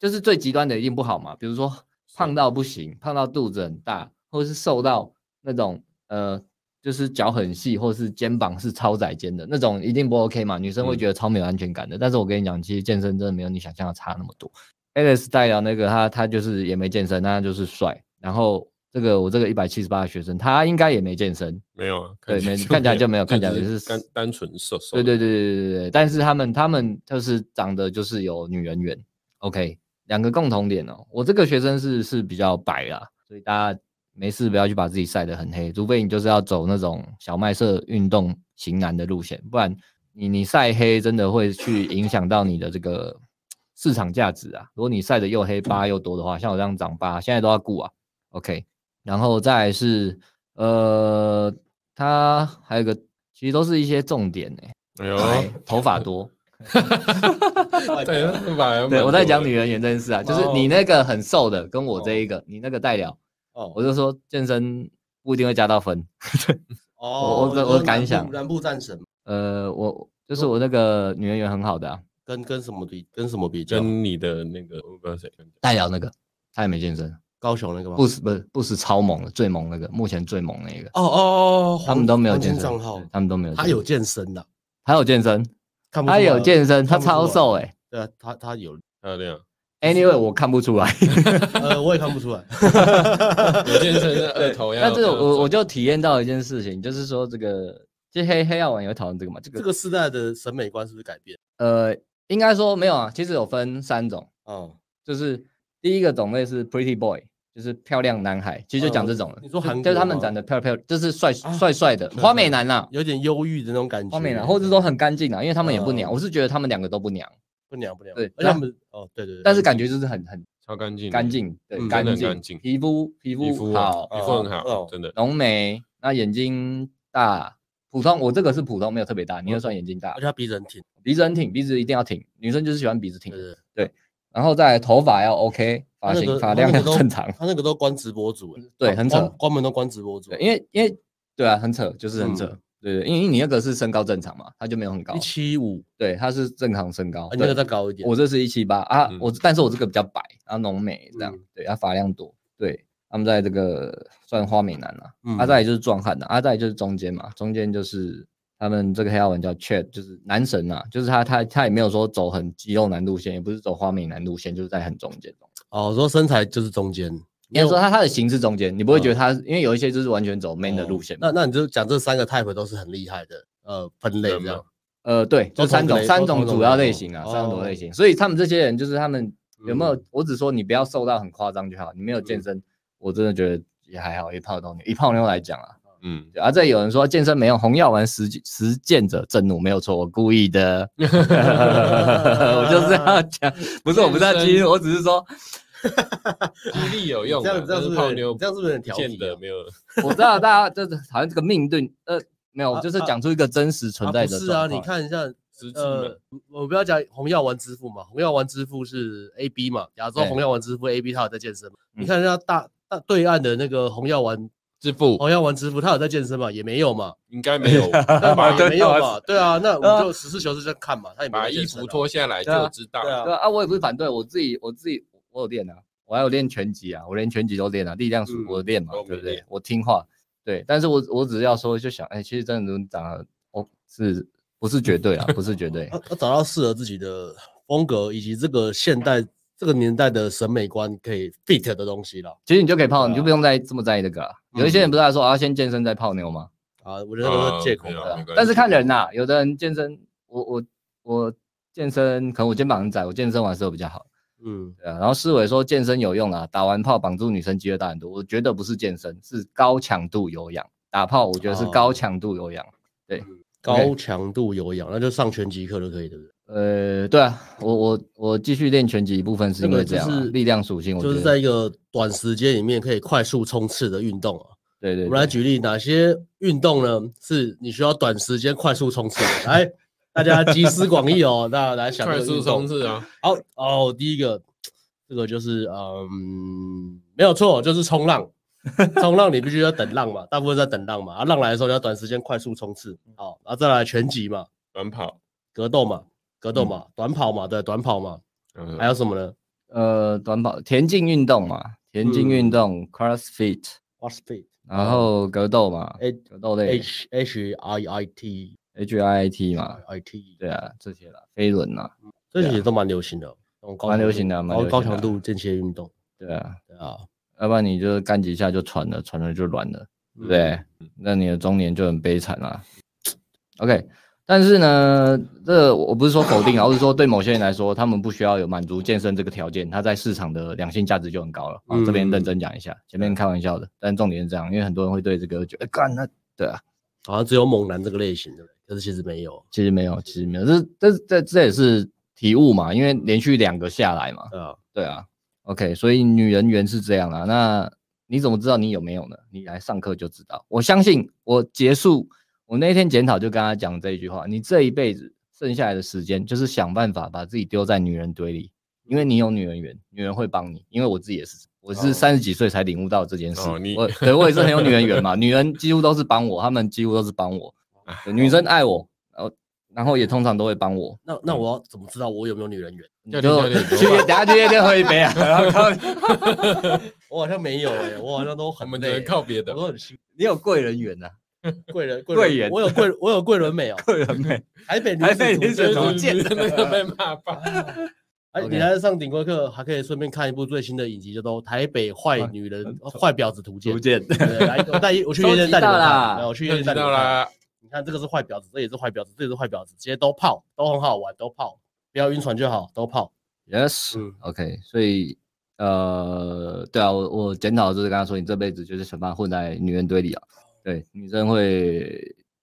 [SPEAKER 1] 就是最极端的一定不好嘛，比如说胖到不行，胖到肚子很大，或者是瘦到那种呃就是脚很细，或是肩膀是超窄肩的那种，一定不 OK 嘛，女生会
[SPEAKER 3] 嗯
[SPEAKER 1] 觉得超没有安全感的。但是我跟你讲，其实健身真的没有你想象的差那么多。Alex 代表那个他他就是也没健身，那他就是帅，然后。这个我这个一百七十八的学生，他应该也没健身，
[SPEAKER 3] 没有啊，
[SPEAKER 1] 对没看
[SPEAKER 3] 看
[SPEAKER 1] 起来就没有看起来
[SPEAKER 3] 只
[SPEAKER 1] 就是
[SPEAKER 3] 单单纯瘦瘦
[SPEAKER 1] 对对
[SPEAKER 3] 的。
[SPEAKER 1] 对对对对对，但是他们他们就是长得就是有女人缘，OK，两个共同点哦。我这个学生是是比较白啦，所以大家没事不要去把自己晒得很黑，除非你就是要走那种小麦色运动型男的路线，不然你你晒黑真的会去影响到你的这个市场价值啊。如果你晒得又黑疤又多的话，像我这样长疤，现在都要顾啊，OK。然后再来是呃，他还有一个其实都是一些重点欸呢、
[SPEAKER 3] 哎
[SPEAKER 4] 哦
[SPEAKER 3] 呦，
[SPEAKER 1] 白头发多。
[SPEAKER 3] 对，那把
[SPEAKER 1] 对，啊我在讲女人缘这件事啊，就是你那个很瘦的跟我
[SPEAKER 4] 哦
[SPEAKER 1] 这一个，你那个代表，
[SPEAKER 4] 哦
[SPEAKER 1] 我就说健身不一定会加到分。
[SPEAKER 4] 哦
[SPEAKER 1] 我我的
[SPEAKER 4] 就是
[SPEAKER 1] 我的感
[SPEAKER 4] 南部
[SPEAKER 1] 想
[SPEAKER 4] 南部战神
[SPEAKER 1] 呃，我就是我那个女人缘很好的、啊、
[SPEAKER 4] 跟跟什么比跟什么比较？
[SPEAKER 3] 跟你的那个我不知道谁，
[SPEAKER 1] 代表那个，她也没健身，
[SPEAKER 4] 高雄那个吗？
[SPEAKER 1] 不是不是不是超猛的，最猛那个，目前最猛那个，
[SPEAKER 4] 哦哦哦哦，
[SPEAKER 1] 他们都没有
[SPEAKER 4] 黄金
[SPEAKER 1] 健身
[SPEAKER 4] 账号，
[SPEAKER 1] 他们都没有健身。
[SPEAKER 4] 他有健身的，
[SPEAKER 1] 他有健身，
[SPEAKER 4] 看不出
[SPEAKER 1] 他
[SPEAKER 4] 来
[SPEAKER 1] 有
[SPEAKER 4] 啊
[SPEAKER 1] 健身，
[SPEAKER 4] 看
[SPEAKER 1] 他
[SPEAKER 4] 不出来
[SPEAKER 1] 超瘦哎、
[SPEAKER 4] 对啊，他他 有，
[SPEAKER 3] 漂亮。
[SPEAKER 1] Anyway，我看不出 来。
[SPEAKER 4] 呃，我也看不出来。
[SPEAKER 3] 我健身的二头要，
[SPEAKER 1] 但是我我就体验到一件事情，就是说这个，其实黑黑药丸有讨论这个嘛，这个
[SPEAKER 4] 这个时代的审美观是不是改变？
[SPEAKER 1] 呃，应该说没有啊，其实有分三种，
[SPEAKER 4] 哦，
[SPEAKER 1] 就是第一个种类是 Pretty Boy，就是漂亮男孩，其实就讲这种了。
[SPEAKER 2] 嗯你说
[SPEAKER 1] 就
[SPEAKER 2] 韩
[SPEAKER 1] 就是
[SPEAKER 2] 国
[SPEAKER 1] 他们
[SPEAKER 2] 吗
[SPEAKER 1] 长得漂漂，就是帅
[SPEAKER 2] 啊
[SPEAKER 1] 帅帅的
[SPEAKER 2] 帅
[SPEAKER 1] 花
[SPEAKER 2] 帅
[SPEAKER 1] 美男啦，
[SPEAKER 2] 有点忧郁的那种感觉，
[SPEAKER 1] 花美男，或者说很干净啊，因为他们也不娘，
[SPEAKER 2] 嗯
[SPEAKER 1] 我是觉得他们两个都不娘，
[SPEAKER 2] 不娘不娘，
[SPEAKER 1] 对
[SPEAKER 2] 而且他们哦对对对，
[SPEAKER 1] 但是感觉就是很很
[SPEAKER 3] 超干净的，
[SPEAKER 1] 干净，对，
[SPEAKER 2] 嗯
[SPEAKER 1] 干
[SPEAKER 3] 真的很干
[SPEAKER 1] 净，
[SPEAKER 3] 净
[SPEAKER 1] 皮肤皮
[SPEAKER 3] 皮肤
[SPEAKER 1] 肤
[SPEAKER 3] 啊
[SPEAKER 1] 好，
[SPEAKER 3] 皮肤很
[SPEAKER 2] 哦
[SPEAKER 3] 好，真的。
[SPEAKER 1] 浓眉，那眼睛大，普通，我这个是普通，没有特别大，你就算眼睛大
[SPEAKER 2] 嗯而且，他鼻子很挺，
[SPEAKER 1] 鼻子很挺，鼻子一定要挺，女生就是喜欢鼻子挺
[SPEAKER 2] 对，对对，
[SPEAKER 1] 然后再来头发要 OK，发
[SPEAKER 2] 他那
[SPEAKER 1] 型
[SPEAKER 2] 个
[SPEAKER 1] 发量要
[SPEAKER 2] 他那个都
[SPEAKER 1] 正常，
[SPEAKER 2] 他那个都关直播组，哎
[SPEAKER 1] 对，很
[SPEAKER 2] 关
[SPEAKER 1] 扯，
[SPEAKER 2] 关门都关直播组，
[SPEAKER 1] 对，因为因为对啊，很扯，就是很扯，对对，因为你那个是身高正常嘛，他就没有很高
[SPEAKER 2] 嗯一，七五，
[SPEAKER 1] 对，他是正常身高
[SPEAKER 2] 啊，你那
[SPEAKER 1] 哦对
[SPEAKER 2] 个再高一点，
[SPEAKER 1] 我这是一七八啊，
[SPEAKER 3] 嗯
[SPEAKER 1] 我但是我这个比较白，啊浓眉这样，
[SPEAKER 2] 嗯
[SPEAKER 1] 对，啊发量多，对，他们在这个算花美男啦、
[SPEAKER 2] 嗯
[SPEAKER 1] 啊，再来就是壮汉啦，啊再来就是中间嘛，中间就是他们这个黑曜文叫 Chad，就是男神啊，就是他他他也没有说走很肌肉男路线，也不是走花美男路线，就是在很中间中。
[SPEAKER 2] 哦，我说身材就是中间，
[SPEAKER 1] 应该说他他的形是中间，你不会觉得他，因为有一些就是完全走 man 的路线
[SPEAKER 2] 哦
[SPEAKER 1] 嘛。
[SPEAKER 2] 那那你就讲这三个 type 都是很厉害的，呃，分类这
[SPEAKER 3] 人
[SPEAKER 2] 样
[SPEAKER 3] 嘛。
[SPEAKER 1] 呃，对，
[SPEAKER 2] 都
[SPEAKER 1] 就三
[SPEAKER 2] 同
[SPEAKER 1] 种
[SPEAKER 2] 类
[SPEAKER 1] 三
[SPEAKER 2] 都同
[SPEAKER 1] 种
[SPEAKER 2] 种
[SPEAKER 1] 主要
[SPEAKER 2] 类
[SPEAKER 1] 类
[SPEAKER 2] 哦
[SPEAKER 1] 型啊，三种类
[SPEAKER 2] 哦
[SPEAKER 1] 型。所以他们这些人就是他们有没有
[SPEAKER 2] 嗯？
[SPEAKER 1] 我只说你不要瘦到很夸张就好，你没有健身，我真的觉得也还好，一泡都牛，一泡妞来讲啊。
[SPEAKER 3] 嗯，
[SPEAKER 1] 对啊，这有人说健身没用，红药丸实实践者震怒，没有错，我故意的， 我就是要讲，不是我不是要
[SPEAKER 3] 健
[SPEAKER 1] 激
[SPEAKER 3] 身
[SPEAKER 1] 怒，我只是说
[SPEAKER 3] 毅力有用啊，
[SPEAKER 2] 这样这
[SPEAKER 3] 但
[SPEAKER 2] 样是
[SPEAKER 3] 是
[SPEAKER 2] 不是
[SPEAKER 3] 泡妞
[SPEAKER 2] 这样是不是很
[SPEAKER 3] 不
[SPEAKER 2] 调
[SPEAKER 3] 见
[SPEAKER 2] 皮
[SPEAKER 3] 得
[SPEAKER 2] 啊？
[SPEAKER 3] 没有
[SPEAKER 1] 我知道大家就是好像这个命运，呃，没有，
[SPEAKER 2] 啊
[SPEAKER 1] 就是
[SPEAKER 2] 啊
[SPEAKER 1] 讲出一个真实存
[SPEAKER 2] 啊
[SPEAKER 1] 在
[SPEAKER 2] 不
[SPEAKER 1] 的、
[SPEAKER 2] 是啊，你，看一下，
[SPEAKER 3] 实际嘛
[SPEAKER 2] 呃，我不要讲红药丸之父嘛，红药丸之父是 A B 嘛，亚洲
[SPEAKER 1] 对
[SPEAKER 2] 红药丸之父 A B 他有在健身嘛？
[SPEAKER 1] 嗯
[SPEAKER 2] 你看人家大大对岸的那个红药丸
[SPEAKER 3] 致富
[SPEAKER 2] 红药丸之父，他有在健身嘛？也没有 嘛，
[SPEAKER 3] 应该没 有
[SPEAKER 2] 对吧？
[SPEAKER 3] 吧？
[SPEAKER 2] 也没有嘛，对啊，那我
[SPEAKER 1] 对啊
[SPEAKER 2] 们就实事求是这样看嘛，他也没
[SPEAKER 3] 把
[SPEAKER 2] 在健
[SPEAKER 3] 衣
[SPEAKER 2] 身
[SPEAKER 3] 服
[SPEAKER 2] 啊
[SPEAKER 3] 脱下来
[SPEAKER 1] 对啊
[SPEAKER 3] 就知道
[SPEAKER 2] 对啊
[SPEAKER 3] 了。
[SPEAKER 1] 对啊啊，我也不是反对，我自己我自己我有练啊，我还有练拳击啊，我连拳击都练啊，力量属
[SPEAKER 3] 嗯
[SPEAKER 1] 我练嘛，
[SPEAKER 3] 都没
[SPEAKER 1] 对不对
[SPEAKER 3] 练？
[SPEAKER 1] 我听话，对，但是我我只是要说，就想，哎、其实真的人长得，哦，是不是绝对啊？不是绝 对，
[SPEAKER 2] 他他找到适合自己的风格，以及这个现代这个年代的审美观可以 fit 的东西了。
[SPEAKER 1] 其实你就可以泡，你就
[SPEAKER 2] 对啊
[SPEAKER 1] 不用再这么在意这个啊、
[SPEAKER 3] 嗯
[SPEAKER 1] 有一些人不是在说啊，先健身再泡妞吗？
[SPEAKER 2] 啊，我觉得都是借口
[SPEAKER 3] 啊
[SPEAKER 1] 对
[SPEAKER 2] 了。
[SPEAKER 1] 啊
[SPEAKER 3] 没关
[SPEAKER 1] 但是
[SPEAKER 3] 系
[SPEAKER 1] 看人呐、有的人健身，我我我健身，可能我肩膀很窄，我健身完之后比较好。
[SPEAKER 2] 嗯，
[SPEAKER 1] 对啊，然后思维说健身有用啊啦，打完炮绑住女生机会大很多。我觉得不是健身，是高强度有氧。打炮我觉得是高
[SPEAKER 2] 哦
[SPEAKER 1] 强度有氧。
[SPEAKER 2] 高强度有氧，那就上拳击课就可以，对不对？
[SPEAKER 1] 呃，对啊，我我我继续练拳击一部分是因
[SPEAKER 2] 这个
[SPEAKER 1] 为这样啊、
[SPEAKER 2] 就是
[SPEAKER 1] 力量属性，我觉
[SPEAKER 2] 就
[SPEAKER 1] 得
[SPEAKER 2] 是在一个短时间里面可以快速冲刺的运动啊。
[SPEAKER 1] 对对
[SPEAKER 2] 我们来
[SPEAKER 1] 对
[SPEAKER 2] 举例，哪些运动呢？是你需要短时间快速冲刺 的？来，大家集思广益哦。 那来想这
[SPEAKER 3] 快
[SPEAKER 2] 个
[SPEAKER 3] 速
[SPEAKER 2] 运
[SPEAKER 3] 冲
[SPEAKER 2] 动。
[SPEAKER 3] 刺啊！
[SPEAKER 2] 好哦，第一个，这个就是嗯，没有错，就是 冲浪。冲浪你必须要等浪嘛，大部分在等浪嘛。啊，浪来的时候你要短时间快速冲刺。
[SPEAKER 1] 嗯
[SPEAKER 2] 好，然后再来拳击嘛，
[SPEAKER 3] 短跑，
[SPEAKER 2] 格斗嘛，格斗
[SPEAKER 1] 嗯
[SPEAKER 2] 嘛，短跑嘛，对，短跑嘛。
[SPEAKER 3] 嗯
[SPEAKER 2] 还有什么呢
[SPEAKER 1] 呃，短跑、田径运动嘛，田径
[SPEAKER 2] 嗯
[SPEAKER 1] 运动、CrossFit，
[SPEAKER 2] ？CrossFit
[SPEAKER 1] 然后格斗嘛，
[SPEAKER 2] H
[SPEAKER 1] 格斗类
[SPEAKER 2] 哦哎 H H I I T
[SPEAKER 1] H I T 嘛，
[SPEAKER 2] I T，
[SPEAKER 1] 对啊，这些啦，飞轮啊呐，
[SPEAKER 2] 这些都蛮流行的，这种高
[SPEAKER 1] 蛮
[SPEAKER 2] 强
[SPEAKER 1] 流
[SPEAKER 2] 度
[SPEAKER 1] 行的啊蛮
[SPEAKER 2] 高
[SPEAKER 1] 流
[SPEAKER 2] 高
[SPEAKER 1] 行
[SPEAKER 2] 强
[SPEAKER 1] 的
[SPEAKER 2] 度间歇运动，
[SPEAKER 1] 对啊，
[SPEAKER 2] 对啊，
[SPEAKER 1] 要不然你就干几下就喘了，喘了就软了。对不对？
[SPEAKER 2] 嗯
[SPEAKER 1] 那你的中年就很悲惨啦。OK，但是呢，这我不是说否定啊，我是说对某些人来说，他们不需要有满足健身这个条件，他在市场的两性价值就很高了。啊，这边认真讲一下，前面开玩笑的，但重点是这样，因为很多人会对这个觉得，哎干那对啊，
[SPEAKER 2] 好像只有猛男这个类型的，可是其实没有，
[SPEAKER 1] 其实没有，其实没有，这这这这也是体悟嘛，因为连续两个下来嘛，
[SPEAKER 2] 对啊，
[SPEAKER 1] 对啊，OK，所以女人缘是这样啦。那你怎么知道你有没有呢？你来上课就知道。我相信我结束，我那天检讨就跟他讲这一句话：你这一辈子剩下来的时间，就是想办法把自己丢在女人堆里，因为你有女人缘，女人会帮你。因为我自己也是，我是
[SPEAKER 2] 哦
[SPEAKER 1] 三十几岁才领悟到这件事。
[SPEAKER 3] 哦你
[SPEAKER 1] 我对我也是很有女人缘嘛，女人几乎都是帮我，她们几乎都是帮我，
[SPEAKER 3] 哎
[SPEAKER 1] 对女生爱我，然后然后也通常都会帮我。
[SPEAKER 2] 那那我要怎么知道我有没有女人缘？
[SPEAKER 1] 你
[SPEAKER 3] 教
[SPEAKER 1] 就
[SPEAKER 3] 练教练
[SPEAKER 1] 去等下去夜店喝一杯啊，然后看
[SPEAKER 2] 我好像没有哎、我好像 都
[SPEAKER 3] 我
[SPEAKER 2] 很
[SPEAKER 3] 们只
[SPEAKER 2] 累欸、
[SPEAKER 3] 能靠别的
[SPEAKER 2] 我。都很辛苦。
[SPEAKER 1] 你有贵人缘呐、
[SPEAKER 2] 贵人
[SPEAKER 1] 贵
[SPEAKER 2] 贵
[SPEAKER 1] 人
[SPEAKER 2] 人，我有贵我有贵人美哦、
[SPEAKER 1] 贵人美。
[SPEAKER 2] 台北女
[SPEAKER 1] 台北女
[SPEAKER 2] 子
[SPEAKER 1] 子
[SPEAKER 2] 组
[SPEAKER 1] 怎么
[SPEAKER 2] 织。
[SPEAKER 1] 见
[SPEAKER 3] 真
[SPEAKER 2] 啊
[SPEAKER 3] 的被骂 爆。
[SPEAKER 2] 哎，
[SPEAKER 1] OK
[SPEAKER 2] 你来上顶规课，还可以顺便看一部最新的影集，叫做《台北坏女人坏婊子图鉴》。
[SPEAKER 1] 逐渐
[SPEAKER 2] 对来，我带我去夜店带你
[SPEAKER 1] 收集到
[SPEAKER 2] 们
[SPEAKER 1] 啦
[SPEAKER 2] 看，对我去夜
[SPEAKER 3] 认
[SPEAKER 2] 店
[SPEAKER 3] 识
[SPEAKER 2] 带你
[SPEAKER 3] 到
[SPEAKER 2] 们看。
[SPEAKER 3] 啦，
[SPEAKER 2] 你看这个是坏婊子，这也是坏婊子，这也是坏婊子，这些都泡，都很好玩，都泡。不要晕船就好，都泡。嗯
[SPEAKER 1] ，Yes，OK，、所以呃，对啊，我我检讨就是跟他说，你这辈子就是全班混在女人堆里啊，对，女生会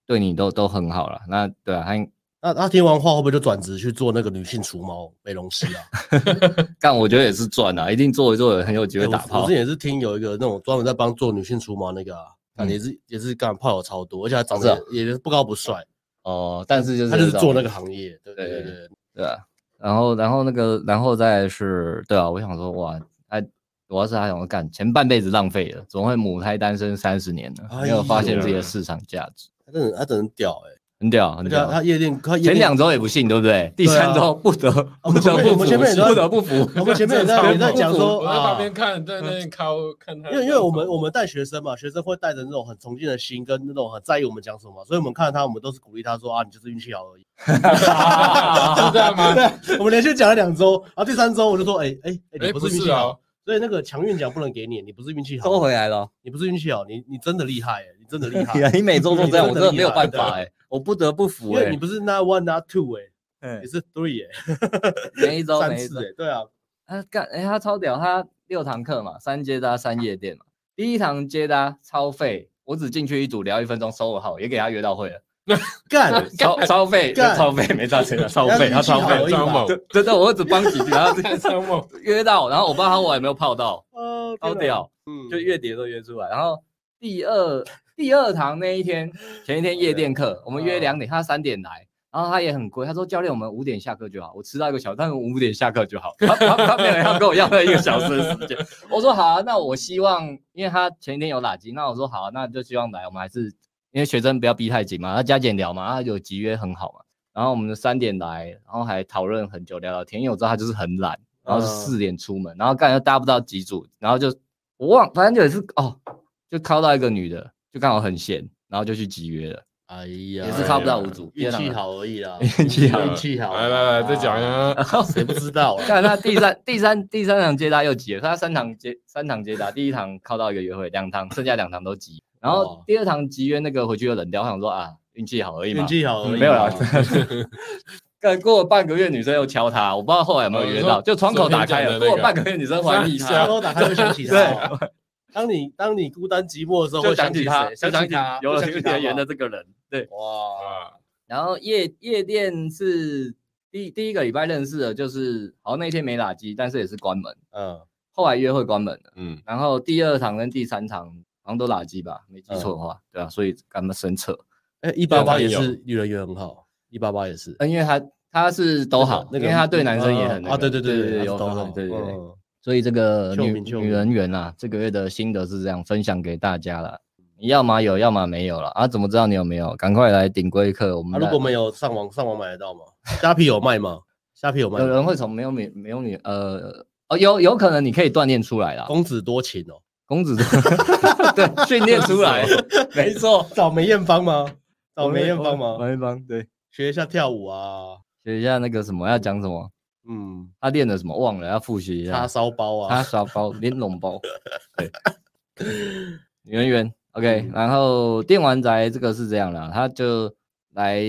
[SPEAKER 1] 对你都都很好了，那对啊，他应
[SPEAKER 2] 那他听完话会不会就转职去做那个女性除毛美容师 啊？
[SPEAKER 1] 干我觉得也是赚啊，一定做一做很有机
[SPEAKER 2] 欸
[SPEAKER 1] 会
[SPEAKER 2] 我
[SPEAKER 1] 打
[SPEAKER 2] 我
[SPEAKER 1] 炮
[SPEAKER 2] 之，前也是听有一个那种专门在帮做女性除毛那个啊，感
[SPEAKER 1] 嗯
[SPEAKER 2] 觉也是也是干炮友超多，而且他长
[SPEAKER 1] 是啊
[SPEAKER 2] 得也也是不高不帅，
[SPEAKER 1] 哦、但是就是
[SPEAKER 2] 他就是
[SPEAKER 1] 这种
[SPEAKER 2] 做那个行业。对对对
[SPEAKER 1] 对
[SPEAKER 2] 对，
[SPEAKER 1] 对啊，然后然后那个然后再是，对啊，我想说哇，哎，我要是还想说干前半辈子浪费了，怎么会母胎单身三十年呢？没有
[SPEAKER 2] 哎
[SPEAKER 1] 发现
[SPEAKER 2] 呦
[SPEAKER 1] 自己的市场价值，
[SPEAKER 2] 他真的他真的很屌哎，
[SPEAKER 1] 很屌，很
[SPEAKER 2] 而且他
[SPEAKER 1] 屌。
[SPEAKER 2] 他夜店他夜
[SPEAKER 1] 前
[SPEAKER 2] 店
[SPEAKER 1] 两周也不信，对不对？第
[SPEAKER 2] 对啊
[SPEAKER 1] 三周不得
[SPEAKER 2] 我
[SPEAKER 1] 不
[SPEAKER 2] 们前
[SPEAKER 1] 得
[SPEAKER 2] 面
[SPEAKER 1] 不服，
[SPEAKER 2] 我们前面也在
[SPEAKER 1] 不得不服。
[SPEAKER 2] 我们前面也在也在讲说
[SPEAKER 3] 我在
[SPEAKER 2] 啊
[SPEAKER 3] 旁，边看，在那里靠看他，
[SPEAKER 2] 因为因为我们我们带学生嘛，学生会带着那种很崇敬的心跟那种很在意我们讲什么，所以我们看到他，我们都是鼓励他说啊，你就是运气好而已。
[SPEAKER 3] 是这样啊吗？
[SPEAKER 2] 对，我们连续讲了两周，然后第三周我就说，哎哎哎，你
[SPEAKER 3] 哎，
[SPEAKER 2] 不
[SPEAKER 3] 不
[SPEAKER 2] 是运
[SPEAKER 3] 是
[SPEAKER 2] 气好
[SPEAKER 3] 哦，，
[SPEAKER 2] 所以那个强运奖不能给你，你不是运气好，
[SPEAKER 1] 都回来了，
[SPEAKER 2] 你不是运气好，你你真的厉害、欸， 你真的厉 害，
[SPEAKER 1] 你每周都这样，
[SPEAKER 2] 你
[SPEAKER 1] 我真
[SPEAKER 2] 真的
[SPEAKER 1] 的没有
[SPEAKER 2] 厉害
[SPEAKER 1] 办法哎，我不得不服
[SPEAKER 2] 因为
[SPEAKER 1] 哎
[SPEAKER 2] 你。不是 not one not two 哎、
[SPEAKER 1] 哎
[SPEAKER 2] 你是 three 哎、
[SPEAKER 1] 每一周
[SPEAKER 2] 三
[SPEAKER 1] 每一周
[SPEAKER 2] 次哎、，对啊，
[SPEAKER 1] 他干哎他超屌，他六堂课嘛，三接搭三夜店嘛，第一堂接搭超费，我只进去一组聊一分钟，收我号也给他约到会了。
[SPEAKER 2] 干，
[SPEAKER 1] 超超费，
[SPEAKER 2] 干
[SPEAKER 1] 超费，没差钱的，超费，他
[SPEAKER 2] 人家
[SPEAKER 1] 超
[SPEAKER 2] 运气好
[SPEAKER 1] 费
[SPEAKER 2] 而已。
[SPEAKER 3] 张某，
[SPEAKER 1] 对真的，我只帮几句，然后这个
[SPEAKER 3] 张某，
[SPEAKER 1] 约到，然后我不知道他我有没有泡到，
[SPEAKER 2] 哦
[SPEAKER 1] 超，
[SPEAKER 2] 天哪
[SPEAKER 1] 屌，
[SPEAKER 2] 嗯
[SPEAKER 1] 就月底都约出来。然后第二第二堂那一天，前一天夜店课，我们约两点，他三点来。然后他也很贵，他说教练，我们五点下课就好。我迟到一个小时，但是我五点下课就好。他他他没有要跟我要那一个小时的时间。我说好啊，那我希望，因为他前一天有打击，那我说好啊、那就希望来，我们还是因为学生不要逼太紧嘛，他加减聊嘛，啊他有集约很好嘛。然后我们的三点来，然后还讨论很久，聊聊天。因为我知道他就是很懒，然后是
[SPEAKER 2] 嗯
[SPEAKER 1] 四点出门，然后干又搭不到几组，然后就我忘，反正就也是哦，就靠到一个女的，就刚好很闲，然后就去集约了，
[SPEAKER 2] 哎呀，
[SPEAKER 1] 也是靠不到五组，
[SPEAKER 2] 运气。好而已啦，
[SPEAKER 1] 运气好
[SPEAKER 2] 运气好，
[SPEAKER 3] 来来来，再讲
[SPEAKER 2] 啊，
[SPEAKER 3] 啊，
[SPEAKER 2] 谁不知道啊？
[SPEAKER 1] 看他第三、第三、第三堂接搭又急了，他三堂接三堂接搭，第一堂靠到一个约会，两堂剩下两堂都急，然
[SPEAKER 2] 哦
[SPEAKER 1] 后第二堂集约那个回去又冷掉，我想说啊，运气好而已嘛
[SPEAKER 2] 运。气好而已，啊
[SPEAKER 1] 没有啦，干过了半个月，女生又敲他，我不知道后来有没有
[SPEAKER 3] 哦
[SPEAKER 1] 约
[SPEAKER 3] 说
[SPEAKER 1] 到，就窗口
[SPEAKER 3] 昨天
[SPEAKER 1] 打开
[SPEAKER 3] 讲
[SPEAKER 1] 了。
[SPEAKER 3] 的那
[SPEAKER 1] 过
[SPEAKER 3] 个
[SPEAKER 1] 了半个月，女生怀疑
[SPEAKER 2] 然
[SPEAKER 1] 他，
[SPEAKER 2] 后打开就想起他哦。 当你当你孤单寂寞的时候，
[SPEAKER 1] 就
[SPEAKER 2] 会
[SPEAKER 1] 想起
[SPEAKER 2] 起
[SPEAKER 1] 他，
[SPEAKER 2] 谁
[SPEAKER 1] 就
[SPEAKER 2] 想
[SPEAKER 1] 想
[SPEAKER 2] 起
[SPEAKER 1] 起
[SPEAKER 2] 他，
[SPEAKER 1] 有
[SPEAKER 2] 会
[SPEAKER 1] 了
[SPEAKER 2] 想
[SPEAKER 1] 有
[SPEAKER 2] 起他
[SPEAKER 1] 点缘的
[SPEAKER 2] 吗
[SPEAKER 1] 这个人，对。
[SPEAKER 2] 哇，
[SPEAKER 3] 啊，
[SPEAKER 1] 然后夜夜店是第第一个礼拜认识的，就是好像那天没打机，但是也是关门，
[SPEAKER 2] 嗯，
[SPEAKER 1] 后来约会关门了。
[SPEAKER 3] 嗯，
[SPEAKER 1] 然后第二场跟第三场好像都打机吧，没记错的话，
[SPEAKER 2] 嗯
[SPEAKER 1] 对啊，所以干嘛深扯？
[SPEAKER 2] 哎，一八八也
[SPEAKER 3] 有有
[SPEAKER 2] 是女人缘很好，一八八也是，
[SPEAKER 1] 呃因为他他是都好，
[SPEAKER 2] 那
[SPEAKER 1] 因
[SPEAKER 2] 个
[SPEAKER 1] 为他对男生也很、那
[SPEAKER 2] 啊，
[SPEAKER 1] 个
[SPEAKER 2] 对对对
[SPEAKER 1] 对
[SPEAKER 2] 对，
[SPEAKER 1] 有
[SPEAKER 2] 都
[SPEAKER 1] 很
[SPEAKER 2] 好，
[SPEAKER 1] 对对对。
[SPEAKER 2] 嗯
[SPEAKER 1] 所以这个
[SPEAKER 2] 救
[SPEAKER 1] 女
[SPEAKER 2] 命救
[SPEAKER 1] 女
[SPEAKER 2] 命
[SPEAKER 1] 人缘啦，这个月的心得是这样分享给大家啦。你要么有，要么没有了啊？怎么知道你有没有？赶快来顶规课，我
[SPEAKER 2] 啊，
[SPEAKER 1] 们
[SPEAKER 2] 如
[SPEAKER 1] 来
[SPEAKER 2] 果没有上网上网买得到吗？虾皮有卖吗？虾皮有卖
[SPEAKER 1] 有
[SPEAKER 2] 吗？
[SPEAKER 1] 人会从没有女没有女呃哦有有可能你可以锻炼出来啦，
[SPEAKER 2] 公子多情哦，
[SPEAKER 1] 公子 对训练出来， 没错，
[SPEAKER 2] 找梅艳芳吗？找梅艳芳吗？
[SPEAKER 1] 梅艳芳对，
[SPEAKER 2] 学一下跳舞啊，
[SPEAKER 1] 学一下那个什么要讲什么，
[SPEAKER 2] 嗯，
[SPEAKER 1] 他练了什么忘了，要复习一
[SPEAKER 2] 叉
[SPEAKER 1] 下。
[SPEAKER 2] 烧包
[SPEAKER 1] 他
[SPEAKER 2] 啊，
[SPEAKER 1] 小包连笼 包，对，圆圆 OK，然
[SPEAKER 2] 嗯
[SPEAKER 1] 后电玩宅这个是这样啦，他就来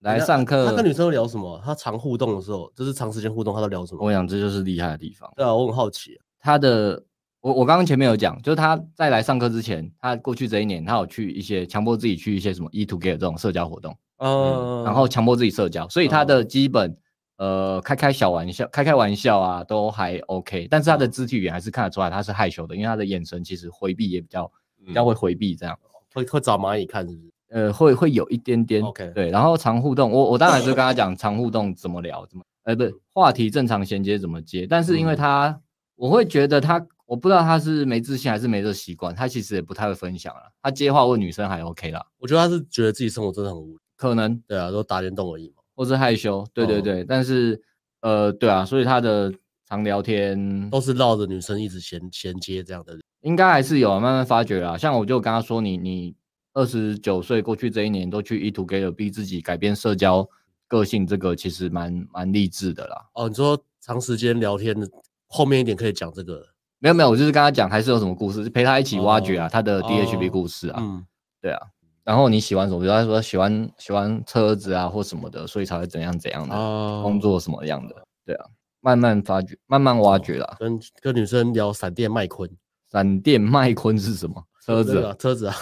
[SPEAKER 1] 来
[SPEAKER 2] 那
[SPEAKER 1] 上
[SPEAKER 2] 哎他
[SPEAKER 1] 课
[SPEAKER 2] 跟，女生聊什么？他常互动的时候，就是长时间互动，他都聊什
[SPEAKER 1] 我
[SPEAKER 2] 么？
[SPEAKER 1] 跟你讲这就是厉害的地方。
[SPEAKER 2] 对啊，我很好奇。
[SPEAKER 1] 他的我我刚刚前面有讲，就是他在来上课之前，他过去这一年，他有去一些强迫自己去一些什么 E to Get 这种社交活动，
[SPEAKER 2] 嗯哦
[SPEAKER 1] 然后强迫自己社交，所以他的基本、呃开开小玩笑、开开玩笑啊都还 OK，但是
[SPEAKER 2] 嗯
[SPEAKER 1] 他的肢体语言还是看得出来他是害羞的，因为他的眼神其实回避也比较比
[SPEAKER 2] 嗯
[SPEAKER 1] 较会回避这样。
[SPEAKER 2] 会会找蚂蚁看，是不是？
[SPEAKER 1] 呃，会会有一点点
[SPEAKER 2] OK
[SPEAKER 1] 对，然后常互动，我我当然是跟他讲常互动怎么聊，怎么呃不是话题正常衔接怎么接，但是因为
[SPEAKER 2] 嗯
[SPEAKER 1] 他、我会觉得他我不知道他是没自信还是没这习惯，他其实也不太会分享了，他接话问女生还 OK 啦，
[SPEAKER 2] 我觉得他是觉得自己生活真的很无聊，
[SPEAKER 1] 可能
[SPEAKER 2] 对啊，都打电动而已嘛。
[SPEAKER 1] 或是害羞，对对
[SPEAKER 2] 哦
[SPEAKER 1] 对，但是呃对啊，所以他的常聊天
[SPEAKER 2] 都是绕着女生一直衔衔接这样的。
[SPEAKER 1] 应该还是有啊慢慢发掘啦，像我就跟他说你你二十九岁过去这一年都去 E to G 了，逼自己改变社交。个性这个其实蛮蛮励志的啦，
[SPEAKER 2] 哦，你说长时间聊天的后面一点可以讲这个，
[SPEAKER 1] 没有没有，我就是跟他讲还是有什么故事，陪他一起挖掘啊，他的
[SPEAKER 2] 哦
[SPEAKER 1] DHB 故事啊，
[SPEAKER 2] 嗯，
[SPEAKER 1] 对啊，然后你喜欢什么，比如他说喜欢喜欢车子啊或什么的，所以才会怎样怎样的、
[SPEAKER 2] 啊
[SPEAKER 1] 嗯工作什么样的，对啊，慢慢发掘，慢慢挖掘啦。
[SPEAKER 2] 跟跟女生聊闪电麦昆
[SPEAKER 1] 闪电麦昆是什么？车
[SPEAKER 2] 那
[SPEAKER 1] 子
[SPEAKER 2] 个
[SPEAKER 1] 啊、
[SPEAKER 2] 啊车子啊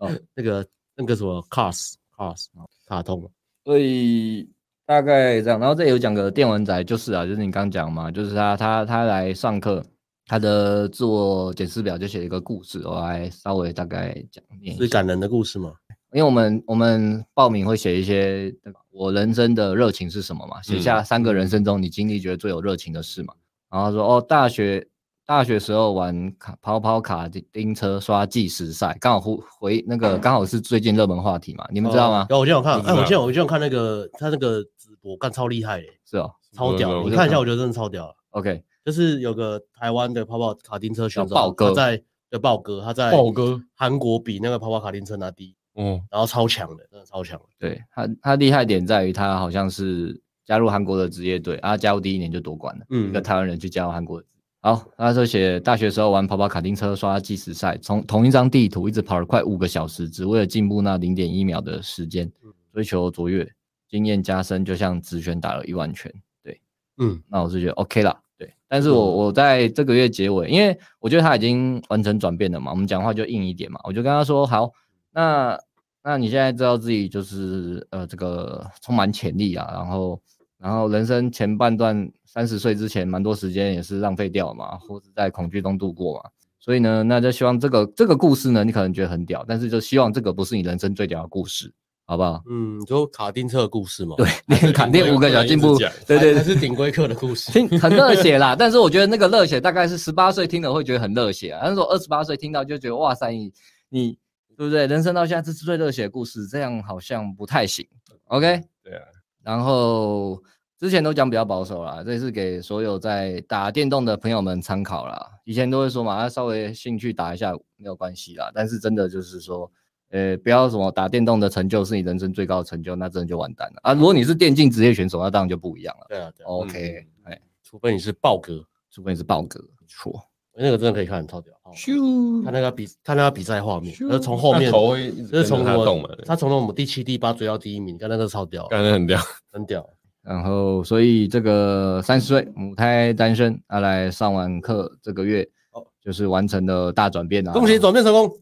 [SPEAKER 1] 哦，
[SPEAKER 2] 那个那个什么 Cars Cars 卡通
[SPEAKER 1] 所以大概这样。然后这里有讲个电玩仔，就是啊，就是你刚讲嘛，就是他他他来上课，他的自我解释表就写一个故事，我来稍微大概讲念
[SPEAKER 2] 是
[SPEAKER 1] 一下。
[SPEAKER 2] 感人的故事嘛？
[SPEAKER 1] 因为我们我们报名会写一些对吧我人生的热情是什么嘛，写下三个人生中你经历觉得最有热情的事嘛。然后他说哦，大学大学时候玩卡跑跑卡丁丁车刷计时赛，刚好回回那个刚好是最近热门话题嘛，你
[SPEAKER 2] 你
[SPEAKER 1] 们知道吗？
[SPEAKER 2] 有，我今天有看，
[SPEAKER 3] 不知
[SPEAKER 2] 哎，我
[SPEAKER 3] 道
[SPEAKER 2] 今天我今天有看那个他那个直播，干超厉害的，
[SPEAKER 1] 是哦
[SPEAKER 2] 超
[SPEAKER 3] 什
[SPEAKER 2] 屌！
[SPEAKER 3] 么
[SPEAKER 2] 你看一下，我觉得真的超屌。
[SPEAKER 1] ，OK，
[SPEAKER 2] 就是有个台湾的跑跑卡丁车选手，
[SPEAKER 1] 叫豹哥
[SPEAKER 2] 他在对豹哥，他在
[SPEAKER 3] 豹哥
[SPEAKER 2] 韩国比那个跑跑卡丁车拿第一，
[SPEAKER 3] 哦，
[SPEAKER 2] 然后超强的，真的超强的。
[SPEAKER 1] 对他他厉害点在于他好像是加入韩国的职业队，啊，加入第一年就夺冠了。一
[SPEAKER 2] 嗯
[SPEAKER 1] 个台湾人去加入韩国的。好，他说写大学时候玩跑跑卡丁车刷计时赛，从同一张地图一直跑了快五个小时，只为了进步那零点一秒的时间，追求卓越，经验加深，就像直拳打了一万拳。对，
[SPEAKER 2] 嗯，
[SPEAKER 1] 那我是觉得 OK 啦。对，但是我我在这个月结尾，因为我觉得他已经完成转变了嘛，我们讲话就硬一点嘛，我就跟他说好，那那你现在知道自己就是呃这个充满潜力啊，然后然后人生前半段三十岁之前，蛮多时间也是浪费掉嘛，或是在恐惧中度过嘛。所以呢，那就希望这个这个故事呢，你可能觉得很屌，但是就希望这个不是你人生最屌的故事，好不好？
[SPEAKER 2] 嗯，你说卡丁车的故事嘛？
[SPEAKER 1] 对，练卡练五个小进步
[SPEAKER 3] 不能一直讲，
[SPEAKER 1] 对对
[SPEAKER 2] 还
[SPEAKER 1] 对，
[SPEAKER 2] 是顶规客的故 事。
[SPEAKER 1] 听很热血啦。但是我觉得那个热血大概是十八岁听了会觉得很热血、啊，但是我二十八岁听到就觉得哇塞，你你对不对？人生到现在这是最热血的故事，这样好像不太行。OK，
[SPEAKER 3] 对啊，
[SPEAKER 1] 然后之前都讲比较保守啦，这也是给所有在打电动的朋友们参考啦。以前都会说嘛，啊稍微兴趣打一下没有关系啦，但是真的就是说，呃，不要什么打电动的成就是你人生最高的成就，那真的就完蛋了啊！如果你是电竞职业选手，那当然就不一样了。
[SPEAKER 2] 对啊，对啊，
[SPEAKER 1] OK，哎、
[SPEAKER 3] 嗯
[SPEAKER 2] 除非你是豹哥，
[SPEAKER 1] 除非你是豹哥，没错，
[SPEAKER 2] 那个真的可以看，超屌。好
[SPEAKER 1] 咻
[SPEAKER 2] 看那个比看那个比赛画面，那从后面
[SPEAKER 3] 他，头会一直
[SPEAKER 2] 那是从
[SPEAKER 3] 跟着他动嘛
[SPEAKER 2] 我，他从我们第七、第八追到第一名，看那个超屌，
[SPEAKER 3] 感觉很屌，
[SPEAKER 2] 很屌。
[SPEAKER 1] 然后，所以这个三十岁母胎单身，他、来上完课，这个月
[SPEAKER 2] 哦
[SPEAKER 1] 就是完成了大转变啊！
[SPEAKER 2] 恭喜转变成功，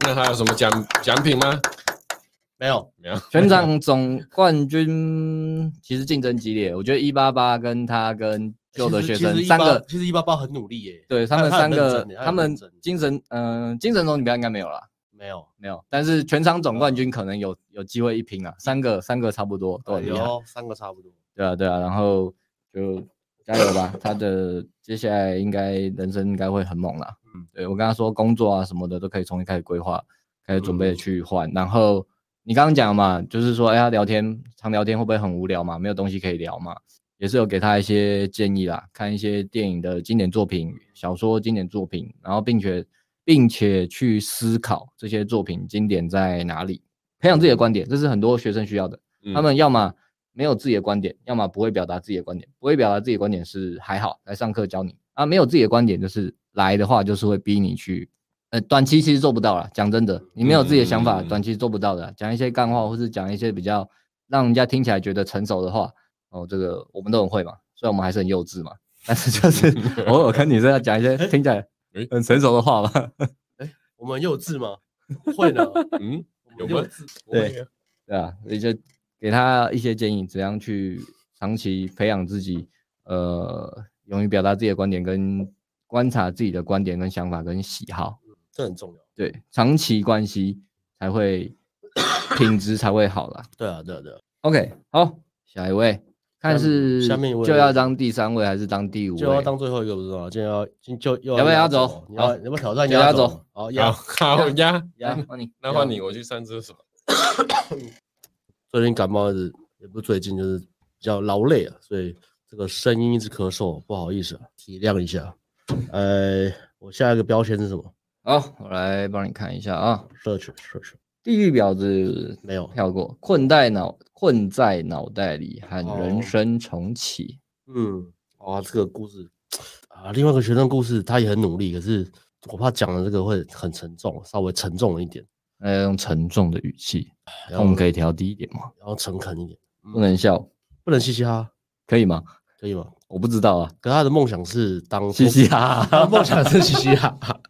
[SPEAKER 3] 那他有什么奖奖品吗？
[SPEAKER 2] 没有，
[SPEAKER 3] 没有，
[SPEAKER 1] 全场总冠军其实竞争激烈，我觉得一八八跟他跟旧的
[SPEAKER 2] 其
[SPEAKER 1] 学
[SPEAKER 2] 实
[SPEAKER 1] 生三个，
[SPEAKER 2] 其实一八八很努力耶，
[SPEAKER 1] 对他们三
[SPEAKER 2] 他
[SPEAKER 1] 个
[SPEAKER 2] 很认真，
[SPEAKER 1] 他们
[SPEAKER 2] 他很认真
[SPEAKER 1] 精神，嗯、精神总比赛应该没有啦，
[SPEAKER 2] 没有，
[SPEAKER 1] 没有，但是全场总冠
[SPEAKER 2] 哦
[SPEAKER 1] 军可能有有机会一拼啦，啊三个三个差不多都很厉害，
[SPEAKER 2] 有哎三个差不多。
[SPEAKER 1] 对啊对啊，然后就加油吧，他的接下来应该人生应该会很猛啦，嗯
[SPEAKER 2] 嗯，
[SPEAKER 1] 对我跟他说工作啊什么的都可以从一开始规划，开始准备去换。然后你刚刚讲嘛，就是说，哎，他聊天常聊天会不会很无聊嘛？没有东西可以聊嘛？也是有给他一些建议啦，看一些电影的经典作品、小说经典作品，然后并且并且去思考这些作品经典在哪里，培养自己的观点，这是很多学生需要的。
[SPEAKER 3] 嗯
[SPEAKER 1] 他们要么没有自己的观点，要么不会表达自己的观点。不会表达自己的观点是还好，来上课教你啊。没有自己的观点，就是来的话就是会逼你去，呃，短期其实做不到了。讲真的，你没有自己的想法，
[SPEAKER 3] 嗯
[SPEAKER 1] 短期做不到的啦。讲一些干话，或是讲一些比较让人家听起来觉得成熟的话，哦，这个我们都很会嘛。虽然我们还是很幼稚嘛，但是就是 偶尔跟女生要讲一些听起来
[SPEAKER 3] 诶
[SPEAKER 1] 很成熟的话嘛。
[SPEAKER 2] 我们幼稚吗？不 会呢，
[SPEAKER 3] 嗯，有
[SPEAKER 2] 我们幼
[SPEAKER 3] 吗
[SPEAKER 2] 稚，
[SPEAKER 1] 对对啊，所以就给他一些建议，怎样去长期培养自己，呃，勇于表达自己的观点，跟观察自己的观点跟想法跟喜好，
[SPEAKER 2] 这很重要。
[SPEAKER 1] 对，长期关系才会品质才会好啦。
[SPEAKER 2] 对啊，对啊，对啊，
[SPEAKER 1] OK，好，下一位，看
[SPEAKER 2] 下
[SPEAKER 1] 是
[SPEAKER 2] 下面一位
[SPEAKER 1] 就要当第三位还是当第五位？
[SPEAKER 2] 就要当最后一个不是吗？就要就就又
[SPEAKER 1] 欸要不要压
[SPEAKER 2] 压
[SPEAKER 1] 轴
[SPEAKER 2] 你要
[SPEAKER 1] 好
[SPEAKER 2] 你要不要挑战
[SPEAKER 1] 就压
[SPEAKER 2] 压
[SPEAKER 1] 轴
[SPEAKER 2] 轴？好
[SPEAKER 3] 好
[SPEAKER 2] 压。
[SPEAKER 3] 好呀，
[SPEAKER 1] 呀，换你，
[SPEAKER 3] 那换你，我去上厕所。
[SPEAKER 2] 最近感冒一直也不是最近，就是比较劳累啊，所以这个声音一直咳嗽，不好意思啊，体谅一下。呃，我下一个标签是什么？
[SPEAKER 1] 好，我来帮你看一下啊。
[SPEAKER 2] 社群，社群
[SPEAKER 1] 地狱婊子
[SPEAKER 2] 没有。
[SPEAKER 1] 跳过，困在脑困在脑袋里，喊人
[SPEAKER 2] 哦
[SPEAKER 1] 生重启。
[SPEAKER 2] 嗯，啊，这个故事啊，另外一个学生故事，他也很努力，可是我怕讲的这个会很沉重，稍微沉重一点，
[SPEAKER 1] 那要用沉重的语气，
[SPEAKER 2] 然
[SPEAKER 1] 那我们
[SPEAKER 2] 后
[SPEAKER 1] 可以调低一点吗？
[SPEAKER 2] 然后诚恳一点，
[SPEAKER 1] 不能笑，
[SPEAKER 2] 不能嘻嘻哈哈，
[SPEAKER 1] 可以吗？
[SPEAKER 2] 可以吗？
[SPEAKER 1] 我不知道啊，
[SPEAKER 2] 可他的梦想是当
[SPEAKER 1] 嘻嘻哈
[SPEAKER 2] 他的
[SPEAKER 1] 哈。
[SPEAKER 2] 梦想是嘻嘻哈 哈，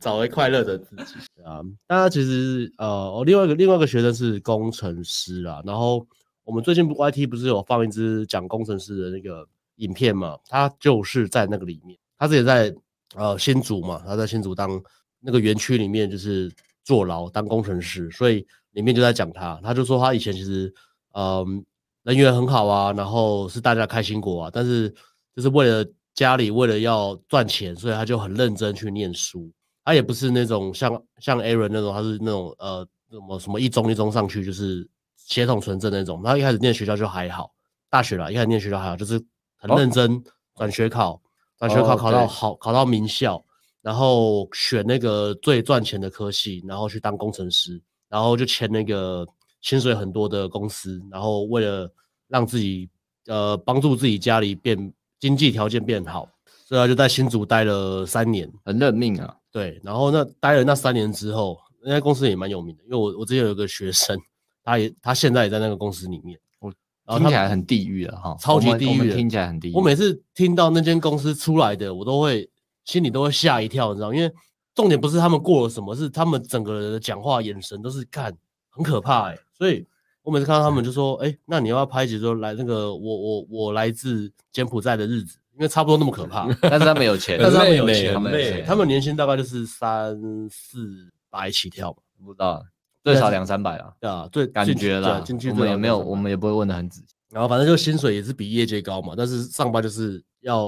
[SPEAKER 2] 找回快乐的自己对啊。但他其实呃，我另外一个另外一个学生是工程师啦，然后我们最近 YT 不是有放一支讲工程师的那个影片嘛，他就是在那个里面，他自己在呃新竹嘛，他在新竹当那个园区里面就是坐牢当工程师，所以里面就在讲他，他就说他以前其实嗯、人缘很好啊，然后是大家开心果啊，但是就是为了家里为了要赚钱，所以他就很认真去念书。他也不是那种像像 Aaron 那种，他是那种呃什么什么一中一中上去就是血统纯正那种。他一开始念学校就还好，大学啦，一开始念学校还好，就是很认真转、学考，转学考
[SPEAKER 1] 哦
[SPEAKER 2] 考到
[SPEAKER 1] 对
[SPEAKER 2] 好，考到名校，然后选那个最赚钱的科系，然后去当工程师，然后就签那个薪水很多的公司，然后为了让自己呃帮助自己家里变经济条件变好，所以他就在新竹待了三年。
[SPEAKER 1] 很认命啊，
[SPEAKER 2] 对，然后那待了那三年之后，那家公司也蛮有名的，因为我我之前有一个学生，他也他现在也在那个公司里面。
[SPEAKER 1] 我
[SPEAKER 2] 然后
[SPEAKER 1] 听
[SPEAKER 2] 他
[SPEAKER 1] 起来
[SPEAKER 2] 们
[SPEAKER 1] 很地狱了啊哈，
[SPEAKER 2] 超级
[SPEAKER 1] 我们
[SPEAKER 2] 地
[SPEAKER 1] 我们
[SPEAKER 2] 狱的
[SPEAKER 1] 听起来很地狱。
[SPEAKER 2] 我每次听到那间公司出来的，我都会心里都会吓一跳，你知道吗，因为重点不是他们过了什么，是他们整个人的讲话、眼神都是看很可怕哎、所以我每次看到他们就说，哎、那你要不要拍一集说来那个我我我来自柬埔寨的日子，因为差不多那么可 怕，
[SPEAKER 1] 但是他们有钱，
[SPEAKER 2] 但是他们有
[SPEAKER 3] 很累
[SPEAKER 2] 钱，
[SPEAKER 3] 呢
[SPEAKER 2] 他们
[SPEAKER 1] 很
[SPEAKER 2] 有
[SPEAKER 1] 累
[SPEAKER 2] 钱他们年薪大概就是三四百起跳嘛，
[SPEAKER 1] 不知道，啊最少两三百啊，
[SPEAKER 2] 对啊，最
[SPEAKER 1] 感
[SPEAKER 2] 进去
[SPEAKER 1] 觉
[SPEAKER 2] 对啊
[SPEAKER 1] 啦。
[SPEAKER 2] 进去
[SPEAKER 1] 我
[SPEAKER 2] 最
[SPEAKER 1] 们
[SPEAKER 2] 少
[SPEAKER 1] 也没有，
[SPEAKER 2] 300
[SPEAKER 1] 我们也不会问的很仔细。
[SPEAKER 2] 然后反正就薪水也是比业界高嘛，但是上班就是要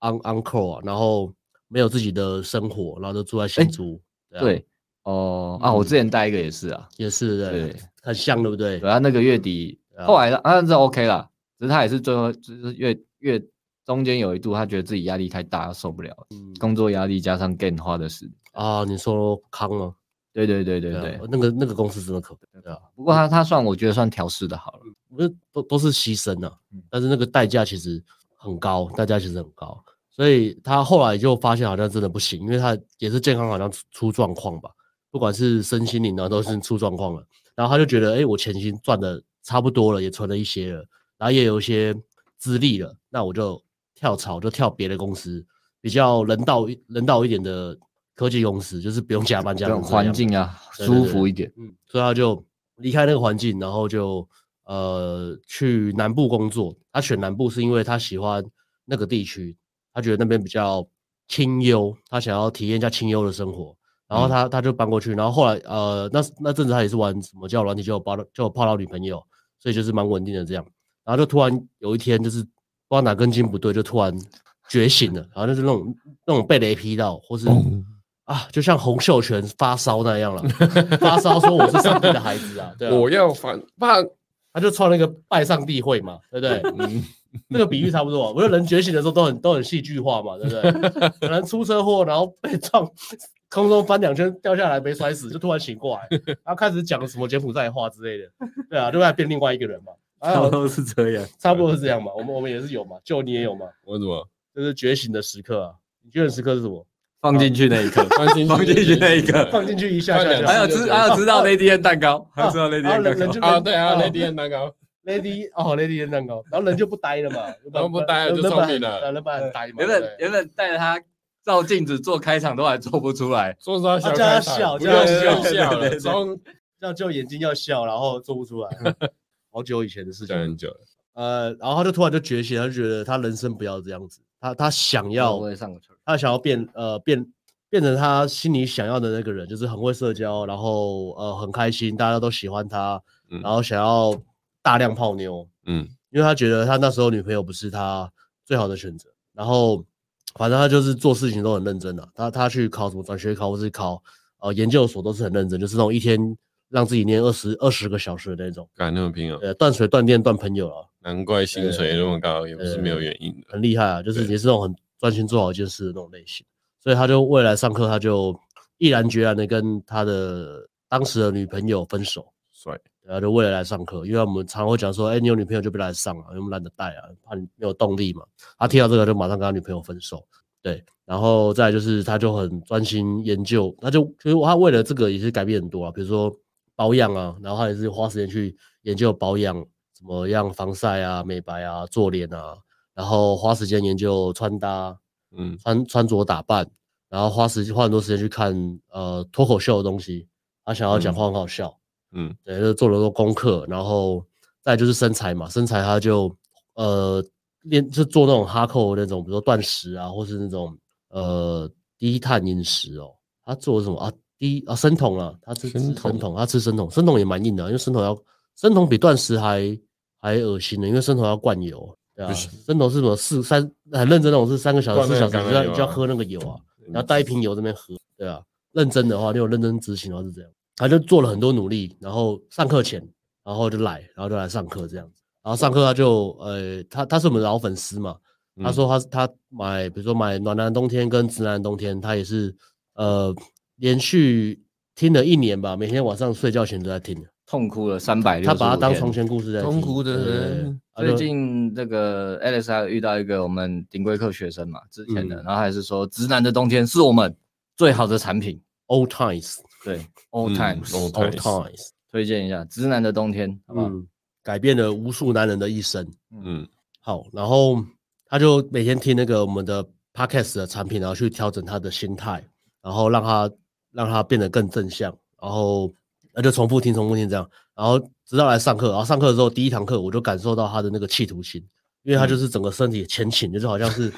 [SPEAKER 2] on on call 啊，然后没有自己的生活，然后就住在新竹，啊嗯
[SPEAKER 1] 对，哦啊，我之前带一个也是啊，
[SPEAKER 2] 也是的，
[SPEAKER 1] 对
[SPEAKER 2] 很像，对不对？
[SPEAKER 1] 对他那个月底
[SPEAKER 2] 啊
[SPEAKER 1] 后来他他是 OK 啦，只是他也是最后就是月月中间有一度他觉得自己压力太大，受不了，
[SPEAKER 2] 嗯
[SPEAKER 1] 工作压力加上 gain 花的事。
[SPEAKER 2] 啊，你说康吗？
[SPEAKER 1] 对对对对
[SPEAKER 2] 啊
[SPEAKER 1] 对，
[SPEAKER 2] 那个那个公司真的可悲，对啊，
[SPEAKER 1] 不过他他算我觉得算调试的好了，
[SPEAKER 2] 不是都都是牺牲啊
[SPEAKER 1] 嗯，
[SPEAKER 2] 但是那个代价其实很高，代价其实很高，所以他后来就发现好像真的不行，因为他也是健康好像出出状况吧，不管是身心灵啊都是出状况了，然后他就觉得，哎、我钱已经赚的差不多了，也存了一些了，然后也有一些资历了，那我就跳槽，就跳别的公司，比较人道一人道一点的科技公司，就是不用加班加
[SPEAKER 1] 这
[SPEAKER 2] 班
[SPEAKER 1] 种环境啊
[SPEAKER 2] 对对
[SPEAKER 1] 舒
[SPEAKER 2] 对
[SPEAKER 1] 服一点。
[SPEAKER 2] 嗯，所以他就离开那个环境，然后就呃去南部工作。他选南部是因为他喜欢那个地区，他觉得那边比较清幽，他想要体验一下清幽的生活。然后他他就搬过去，然后后来呃那那阵子他也是玩什么叫软体，就有泡到就有泡到女朋友，所以就是蛮稳定的这样。然后就突然有一天就是不知道哪根筋不对，就突然觉醒了，然后就是那种那种被雷劈到，或是。
[SPEAKER 3] 哦
[SPEAKER 2] 啊，就像洪秀全发烧那样了，发烧说我是上帝的孩子啊，对啊，
[SPEAKER 3] 我要反怕
[SPEAKER 2] 他就创了一个拜上帝会嘛，对不对？
[SPEAKER 3] 嗯
[SPEAKER 2] 那个比喻差不多啊，我觉得人觉醒的时候都很都很戏剧化嘛，对不对？可能出车祸，然后被撞，空中翻两圈掉下来没摔死，就突然醒过来，然后开始讲什么柬埔寨话之类的，对啊，就来变另外一个人嘛，啊，
[SPEAKER 4] 多是这样。
[SPEAKER 2] 差不多是这样嘛，我们我们也是有嘛，就你也有嘛，
[SPEAKER 3] 我怎么
[SPEAKER 2] 就是觉醒的时刻啊，你觉醒的时刻是什么？
[SPEAKER 1] 放进去那一刻，
[SPEAKER 3] 放进
[SPEAKER 4] 放进去那一个
[SPEAKER 2] 放进去一下下
[SPEAKER 3] 放
[SPEAKER 2] 下，
[SPEAKER 3] 两
[SPEAKER 4] 还有知还有知道 Lady 燕蛋糕，还有知道 Lady
[SPEAKER 2] 然后
[SPEAKER 4] 燕
[SPEAKER 2] 人
[SPEAKER 4] 蛋
[SPEAKER 2] 人
[SPEAKER 4] 糕。
[SPEAKER 2] 就
[SPEAKER 3] 啊？对啊
[SPEAKER 2] 哦
[SPEAKER 3] ，Lady 蛋糕，
[SPEAKER 2] Lady 哦，Lady 的蛋糕，然后人就不呆了嘛，
[SPEAKER 3] 然后不呆了
[SPEAKER 2] 人
[SPEAKER 3] 就
[SPEAKER 2] 本
[SPEAKER 3] 聪
[SPEAKER 2] 来
[SPEAKER 3] 明
[SPEAKER 2] 很
[SPEAKER 3] 了
[SPEAKER 2] 对人本来很呆 嘛，
[SPEAKER 4] 原
[SPEAKER 2] 对
[SPEAKER 4] 本
[SPEAKER 2] 不对
[SPEAKER 4] 原本带着他照镜子做开场都还做不出来，
[SPEAKER 3] 说实话，
[SPEAKER 2] 啊叫他笑
[SPEAKER 3] 不
[SPEAKER 2] 叫
[SPEAKER 3] 要
[SPEAKER 2] 他
[SPEAKER 3] 笑
[SPEAKER 2] 笑
[SPEAKER 3] 笑
[SPEAKER 4] 对
[SPEAKER 3] 了，
[SPEAKER 4] 对对
[SPEAKER 3] 中
[SPEAKER 2] 这样就眼睛要笑，然后做不出来，好久以前的事
[SPEAKER 3] 讲
[SPEAKER 2] 情。
[SPEAKER 3] 很久了，
[SPEAKER 2] 呃，然后他就突然就觉醒，他就觉得他人生不要这样子，他他想要
[SPEAKER 1] 我也上过车。
[SPEAKER 2] 他想要变呃变变成他心里想要的那个人，就是很会社交，然后呃很开心，大家都喜欢他，
[SPEAKER 3] 嗯
[SPEAKER 2] 然后想要大量泡妞，
[SPEAKER 3] 嗯，
[SPEAKER 2] 因为他觉得他那时候女朋友不是他最好的选择。然后反正他就是做事情都很认真的、啊他他去考什么转学考或是考呃研究所都是很认真，就是那种一天让自己念二十二十个小时的那种，
[SPEAKER 3] 敢那么拼啊，
[SPEAKER 2] 呃断水断电断朋友啊，
[SPEAKER 3] 难怪薪水那么高，也不是
[SPEAKER 2] 对
[SPEAKER 3] 没有原因的。
[SPEAKER 2] 很厉害啊，就是
[SPEAKER 3] 对
[SPEAKER 2] 也是那种很专心做好一件事的那种类型。所以他就未来上课，他就毅然决然的跟他的当时的女朋友分手，
[SPEAKER 3] 帅，
[SPEAKER 2] 然后就为了来上课。因为我们常会讲说，哎、你有女朋友就别来上啊，因为我们懒得带啊，怕你没有动力嘛。他听到这个就马上跟他女朋友分手，对，然后再来就是他就很专心研究，他就其实他为了这个也是改变很多啊，比如说保养啊，然后他也是花时间去研究保养怎么样防晒啊、美白啊、做脸啊，然后花时间研究穿搭、
[SPEAKER 3] 嗯，
[SPEAKER 2] 穿穿着打扮，然后花时花很多时间去看呃脱口秀的东西，他想要讲话很好笑，
[SPEAKER 3] 嗯，
[SPEAKER 2] 对，就做了很多功课，然后再来就是身材嘛，身材他就呃练就做那种哈扣那种，比如说断食啊，或是那种呃低碳饮食哦，他做什么啊低啊生酮啊，他吃吃
[SPEAKER 3] 生
[SPEAKER 2] 生
[SPEAKER 3] 酮
[SPEAKER 2] 酮，他吃生酮，生酮也蛮硬的，因为生酮要生酮比断食还还恶心的，因为生酮要灌油。对啊，
[SPEAKER 3] 不行
[SPEAKER 2] 生酮是什么四三很认真那种，是三个小时、
[SPEAKER 3] 灌
[SPEAKER 2] 四
[SPEAKER 3] 那
[SPEAKER 2] 小
[SPEAKER 3] 个
[SPEAKER 2] 时
[SPEAKER 3] 橄榄
[SPEAKER 2] 就要
[SPEAKER 3] 油啊嗯
[SPEAKER 2] 就要喝那个油啊，然后带一瓶油这边喝，对啊，认真的话，你有认真执行的话是这样，他就做了很多努力，然后上课前，然后就来，然后就来上课这样子，然后上课他就呃，他他是我们的老粉丝嘛，
[SPEAKER 3] 嗯
[SPEAKER 2] 他说他他买比如说买暖男冬天跟直男冬天，他也是呃连续听了一年吧，每天晚上睡觉前都在听，
[SPEAKER 1] 痛哭了三百六
[SPEAKER 2] 他把它当床前故事在听，
[SPEAKER 3] 痛苦的
[SPEAKER 2] 对对对
[SPEAKER 3] 人
[SPEAKER 2] 他
[SPEAKER 1] 最
[SPEAKER 2] 就
[SPEAKER 1] 近这个 Alex 还有遇到一个我们顶规课学生嘛，之前的，
[SPEAKER 2] 嗯
[SPEAKER 1] 然后还是说直男的冬天是我们最好的产品，
[SPEAKER 2] old times
[SPEAKER 1] 对，all
[SPEAKER 3] 嗯
[SPEAKER 1] times，、
[SPEAKER 3] old
[SPEAKER 2] old
[SPEAKER 3] Times
[SPEAKER 2] times，
[SPEAKER 1] 推荐一下直男的冬天，好不好？
[SPEAKER 2] 嗯，改变了无数男人的一生。
[SPEAKER 3] 嗯
[SPEAKER 2] 好，然后他就每天听那个我们的 podcast 的产品，然后去调整他的心态，然后让他让他变得更正向，然后那就重复听，重复听这样，然后直到来上课，然后上课的时候第一堂课我就感受到他的那个企图心，因为他
[SPEAKER 3] 嗯
[SPEAKER 2] 就是整个身体前倾，就是好像是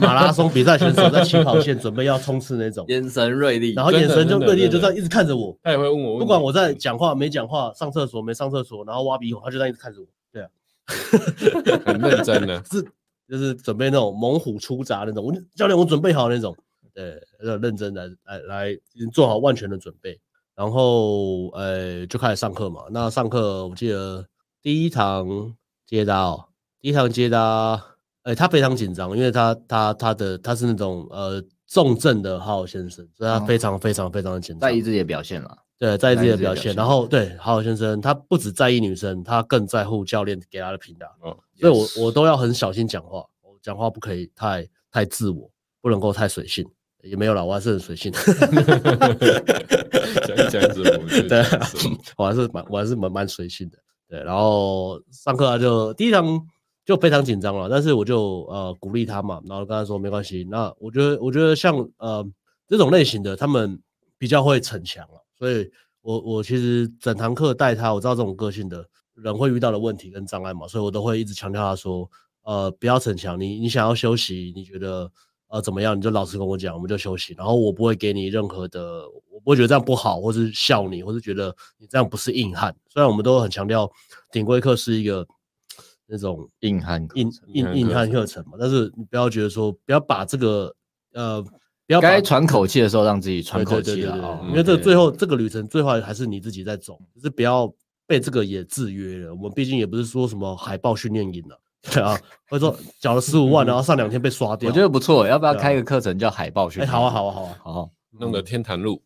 [SPEAKER 2] 马拉松比赛选手在起跑 线准备要冲刺那种，
[SPEAKER 1] 眼神锐利，
[SPEAKER 2] 然后
[SPEAKER 3] 真
[SPEAKER 2] 眼
[SPEAKER 3] 的
[SPEAKER 2] 神就
[SPEAKER 3] 真的
[SPEAKER 2] 锐利，就
[SPEAKER 3] 真
[SPEAKER 2] 这
[SPEAKER 3] 的
[SPEAKER 2] 样一直看着我，
[SPEAKER 3] 他也会问我问题，
[SPEAKER 2] 不管我在讲话没讲话，上厕所没上厕所，然后挖鼻孔，他就在一直看着我。对啊，，
[SPEAKER 3] 很认真的
[SPEAKER 2] 是就是准备那种猛虎出闸那种，我就教练我准备好那种，对，要认真来来来做好万全的准备，然后呃就开始上课嘛。那上课我记得第一堂接搭哦，第一堂接搭，呃他非常紧张，因为他他他的他是那种呃重症的浩先生，所以他
[SPEAKER 1] 哦
[SPEAKER 2] 非常非常非常的紧张。
[SPEAKER 1] 在意自己的表现了，
[SPEAKER 2] 对，在意自己
[SPEAKER 1] 在意
[SPEAKER 2] 的
[SPEAKER 1] 自己
[SPEAKER 2] 表
[SPEAKER 1] 的表
[SPEAKER 2] 现，
[SPEAKER 1] 现
[SPEAKER 2] 然后对好好先生，他不只在意女生，他更在乎教练给他的评价，
[SPEAKER 3] 哦
[SPEAKER 2] 所以我我都要很小心讲话，我讲话不可以太太自我，不能够太随性，也没有啦，我还是很随性，
[SPEAKER 3] 讲一讲 什么？就是
[SPEAKER 2] 对
[SPEAKER 3] 讲
[SPEAKER 2] 啊
[SPEAKER 3] 什么，
[SPEAKER 2] 我还是蛮我还是蛮蛮随性的，对，然后上课他啊就第一堂就非常紧张了，但是我就呃鼓励他嘛，然后跟他说没关系，那我觉得我觉得像呃这种类型的他们比较会逞强了，所以我我其实整堂课带他，我知道这种个性的人会遇到的问题跟障碍嘛，所以我都会一直强调他说，呃，不要逞强，你你想要休息，你觉得呃怎么样，你就老实跟我讲，我们就休息，然后我不会给你任何的，我不会觉得这样不好，或是笑你，或是觉得你这样不是硬汉。虽然我们都很强调顶规课是一个那种
[SPEAKER 1] 硬汉课
[SPEAKER 2] 硬
[SPEAKER 1] 程
[SPEAKER 3] 硬
[SPEAKER 2] 硬
[SPEAKER 3] 汉
[SPEAKER 2] 硬
[SPEAKER 3] 课
[SPEAKER 2] 汉
[SPEAKER 3] 程
[SPEAKER 2] 课程嘛，但是你不要觉得说不要把这个呃不要把
[SPEAKER 1] 该喘口气的时候让自己喘口气
[SPEAKER 2] 对对对
[SPEAKER 1] 了
[SPEAKER 2] 对对
[SPEAKER 1] 啊，
[SPEAKER 2] 因为这个
[SPEAKER 1] 对
[SPEAKER 2] 最后这个旅程最后还是你自己在走，就是不要被这个也制约了。我们毕竟也不是说什么海豹训练营了，对啊，或者说 缴了十五万，然后上两天被刷掉。
[SPEAKER 1] 我觉得不错，要不要
[SPEAKER 2] 对啊
[SPEAKER 1] 开个课程叫海报训
[SPEAKER 2] 哎，
[SPEAKER 1] 练？
[SPEAKER 2] 好啊，好啊，好 啊。
[SPEAKER 1] 好啊，
[SPEAKER 3] 弄得天坛路，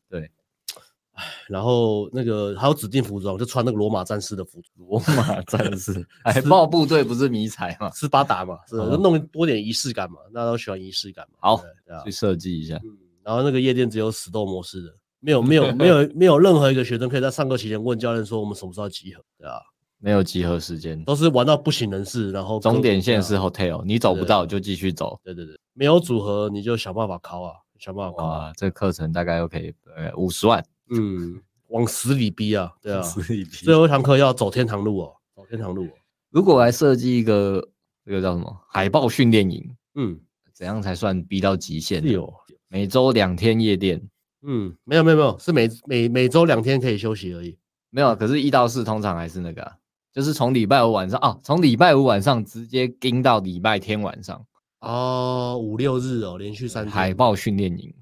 [SPEAKER 2] 然后那个还有指定服装，就穿那个罗马战士的服装，
[SPEAKER 1] 罗 马战士海豹部队不是迷彩吗？
[SPEAKER 2] 斯巴达嘛，是吧
[SPEAKER 1] 嗯
[SPEAKER 2] 就弄多点仪式感嘛，大家都喜欢仪式感嘛。
[SPEAKER 1] 好
[SPEAKER 2] 对，对啊
[SPEAKER 1] 去。设计一下，
[SPEAKER 2] 嗯，然后那个夜店只有死斗模式的，没有没有 没有没有任何一个学生可以在上课期间问教练说我们什么时候要集合，对啊，
[SPEAKER 1] 没有集合时间，
[SPEAKER 2] 都是玩到不省人事，然后
[SPEAKER 1] 终点
[SPEAKER 2] 各
[SPEAKER 1] 线
[SPEAKER 2] 种
[SPEAKER 1] 是 hotel，你走不到就继续走。
[SPEAKER 2] 对对对，没有组合你就想办法考啊，想办法考啊。
[SPEAKER 1] 哇，这课程大概又可以呃五十万，
[SPEAKER 2] 嗯，往死里逼啊，对啊。
[SPEAKER 1] 是一批
[SPEAKER 2] 最后一堂课要走天堂路哦，走天堂路、哦。
[SPEAKER 1] 如果来设计一个这个叫什么海豹训练营，
[SPEAKER 2] 嗯，
[SPEAKER 1] 怎样才算逼到极限呢？
[SPEAKER 2] 是哦有。
[SPEAKER 1] 每周两天夜店，
[SPEAKER 2] 嗯，没有没有没有，是每每每周两天可以休息而已。
[SPEAKER 1] 没有，可是一到四通常还是那个啊、就是从礼拜五晚上哦，从礼拜五晚上直接盯到礼拜天晚上，
[SPEAKER 2] 哦，五六日哦，连续三天。
[SPEAKER 1] 海豹训练营，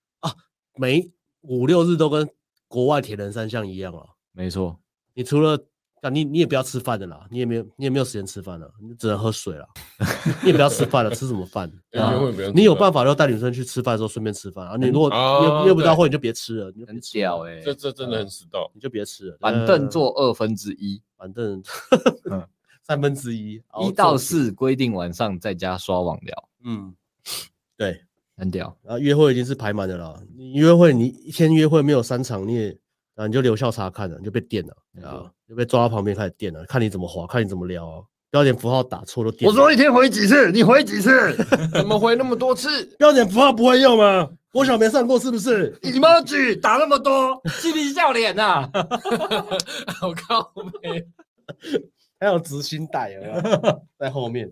[SPEAKER 2] 每五六日都跟国外铁人三项一样啊。
[SPEAKER 1] 没错，
[SPEAKER 2] 你除了啊，你你也不要吃饭的啦，你也没有你也没有时间吃饭了，你只能喝水了。你也不要吃饭了，吃什么饭？ 对啊
[SPEAKER 3] 约会不用
[SPEAKER 2] 你有办
[SPEAKER 3] 法，
[SPEAKER 2] 法就带女生去吃饭的时候顺便吃饭啊。你如果
[SPEAKER 3] 哦
[SPEAKER 2] 约约不到
[SPEAKER 3] 对
[SPEAKER 2] 会，你就别吃了，你就别
[SPEAKER 1] 很
[SPEAKER 2] 吃了
[SPEAKER 1] 屌哎、
[SPEAKER 3] 这这真的很死道，
[SPEAKER 2] 你就别吃了。
[SPEAKER 1] 板
[SPEAKER 2] 呃
[SPEAKER 1] 凳坐，二分之一，
[SPEAKER 2] 板凳
[SPEAKER 1] 嗯
[SPEAKER 2] 三分之一，然后
[SPEAKER 1] 一到
[SPEAKER 2] 坐起，
[SPEAKER 1] 四规定晚上在家刷网聊，
[SPEAKER 2] 嗯，对，
[SPEAKER 1] 很屌。
[SPEAKER 2] 然后约会已经是排满的啦。你约会你一天约会没有三场，你也啊你就留校查看了，你就被电了
[SPEAKER 1] 没
[SPEAKER 2] 啊
[SPEAKER 1] 错，
[SPEAKER 2] 就被抓到旁边开始电了，看你怎么滑，看你怎么聊啊。标点符号打错都电
[SPEAKER 1] 我
[SPEAKER 2] 了。
[SPEAKER 1] 说一天回几次？你回几次？ 怎么回那么多次？
[SPEAKER 2] 标点符号不会用吗？国小没上过是不是？
[SPEAKER 1] 你妈举打那么多，嬉皮笑脸呐、
[SPEAKER 3] 我靠北，
[SPEAKER 2] 还有执行带有没 有在后面。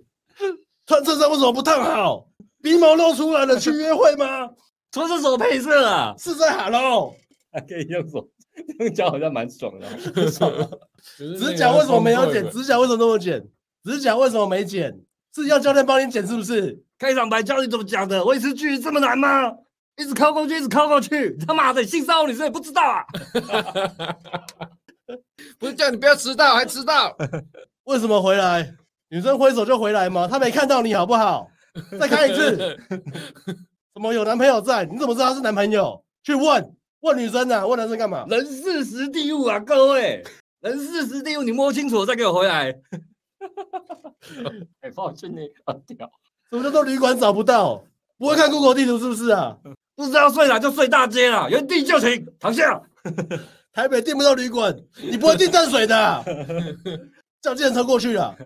[SPEAKER 2] 穿衬衫为什么不烫好？鼻毛露出来了，去约会吗？
[SPEAKER 1] 说是手配色 啊，
[SPEAKER 2] 是在 hello，
[SPEAKER 5] 还可以用手，用脚好像蛮爽的哦。
[SPEAKER 2] 指甲为什么没有剪？指甲为什么那么剪？指甲为什么没剪？是要教练帮你剪是不是？
[SPEAKER 1] 开场白教你怎么讲的，维持距离这么难吗？一直靠过去，一直靠过去， 他妈的性骚扰你是也不知道啊！
[SPEAKER 3] 不是叫你不要迟到，还迟到，
[SPEAKER 2] 为什么回来？女生挥手就回来吗？她没看到你好不好？再看一 次，怎么有男朋友在？你怎么知道他是男朋友？去问问女生啊，问男生干嘛？
[SPEAKER 1] 人事实地物啊，各位，人事实地物，你摸清楚了再给我回来。
[SPEAKER 5] 哎，抱歉你很屌，
[SPEAKER 2] 什么叫做旅馆找不到？不会看 Google 地图是不是啊？
[SPEAKER 1] 不知道睡哪就睡大街啦，原地就停，躺下。
[SPEAKER 2] 台北订不到旅馆，你不会订淡水的啊、 叫计程车过去啊。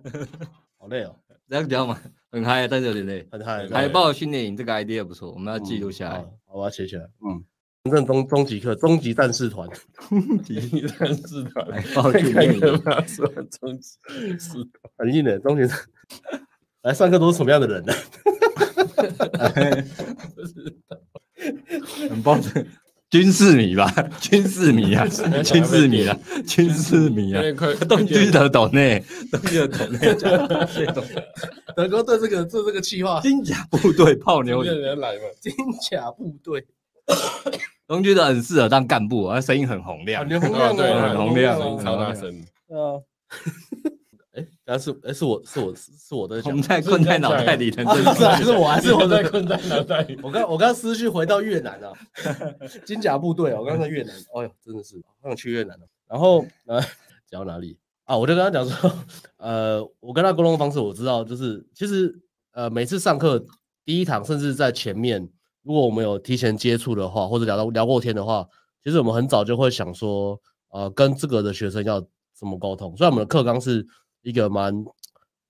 [SPEAKER 2] 好累哦，
[SPEAKER 1] 这样讲嘛，很嗨，啊但是有点累。
[SPEAKER 2] 很嗨。
[SPEAKER 3] 对哦
[SPEAKER 1] 海报训练营这个 idea 不错，我们要记录下来。
[SPEAKER 2] 好，好我要写起来。
[SPEAKER 5] 嗯
[SPEAKER 2] 嗯，反正终终极课，终极战士团，
[SPEAKER 3] 第三四团，
[SPEAKER 1] 海报训练营，
[SPEAKER 3] 怕，说中级是
[SPEAKER 2] 很硬的终极战。 来上课都是什么样的人呢、
[SPEAKER 1] 很抱歉，军事迷吧，军事迷啊，军事迷啊，军事迷
[SPEAKER 3] 有
[SPEAKER 1] 啊，
[SPEAKER 3] 点快，
[SPEAKER 1] 东军的懂内，
[SPEAKER 3] 东军的懂内，
[SPEAKER 2] 德哥对这个对这个计划，
[SPEAKER 1] 金甲部队泡妞
[SPEAKER 3] 有
[SPEAKER 1] 里，
[SPEAKER 3] 人来嘛？
[SPEAKER 2] 金甲部队
[SPEAKER 1] 东军的很适合当干部，而啊声音很洪亮
[SPEAKER 2] 很。流量
[SPEAKER 3] 对，
[SPEAKER 1] 啊
[SPEAKER 2] 啊，
[SPEAKER 1] 很洪亮
[SPEAKER 3] 声音超大声，
[SPEAKER 2] 啊。 哎，但是哎，是我是我是是我在
[SPEAKER 1] 我
[SPEAKER 2] 讲
[SPEAKER 1] 们，在困在脑袋里的
[SPEAKER 2] 啊
[SPEAKER 1] 真
[SPEAKER 2] 是还是我还 是我在
[SPEAKER 3] 困在脑袋里。
[SPEAKER 2] 我刚我刚思绪回到越南啊， 金甲部队啊，我刚在越南，哎呦，真的是好想去越南了、然后呃，讲到哪里啊？我就跟他讲说，呃，我跟他沟通的方式我知道，就是其实呃，每次上课第一堂，甚至在前面，如果我们有提前接触的话，或者聊到聊过天的话，其实我们很早就会想说，呃，跟这个的学生要怎么沟通。虽然我们的课纲是一个蛮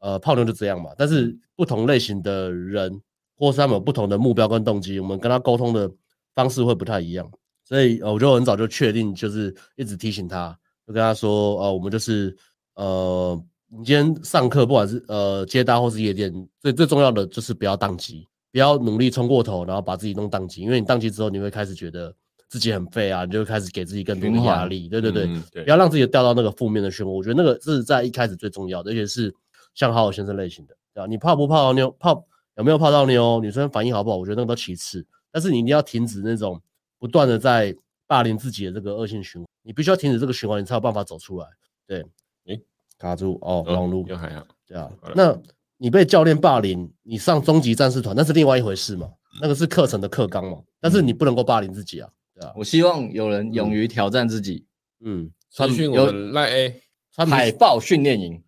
[SPEAKER 2] 呃泡妞就这样嘛，但
[SPEAKER 1] 嗯
[SPEAKER 2] 是不同类型的人或是他们有不同的目标跟动机，我们跟他沟通的方式会不太一样。所以呃，我就很早就确定，就是一直提醒他，就跟他说，呃，我们就是呃，你今天上课不管是呃接搭或是夜店，最最重要的就是不要宕机，不要努力冲过头，然后把自己弄宕机，因为你宕机之后，你会开始觉得自己很废啊，你就会开始给自己更多的
[SPEAKER 1] 循环
[SPEAKER 2] 压力，对对对。
[SPEAKER 3] 嗯对
[SPEAKER 2] 不要让自己掉到那个负面的漩涡。我觉得那个是在一开始最重要的，而且是像好好先生类型的，对吧、啊你泡不泡到妞，泡有没有泡到妞，女生反应好不好，我觉得那个都其次。但是你一定要停止那种不断的在霸凌自己的这个恶性循环，你必须要停止这个循环，你才有办法走出来。对，
[SPEAKER 3] 诶
[SPEAKER 2] 卡住哦，网路、
[SPEAKER 3] 又还好，
[SPEAKER 2] 对啊
[SPEAKER 3] 好了。
[SPEAKER 2] 那你被教练霸凌，你上终极战士团那是另外一回事嘛，
[SPEAKER 3] 嗯
[SPEAKER 2] 那个是课程的课纲嘛，但是你不能够霸凌自己啊，对啊，
[SPEAKER 1] 我希望有人勇于挑战自己。
[SPEAKER 2] 嗯，
[SPEAKER 3] 私讯我们赖 A，
[SPEAKER 2] 穿
[SPEAKER 1] 海豹训练营，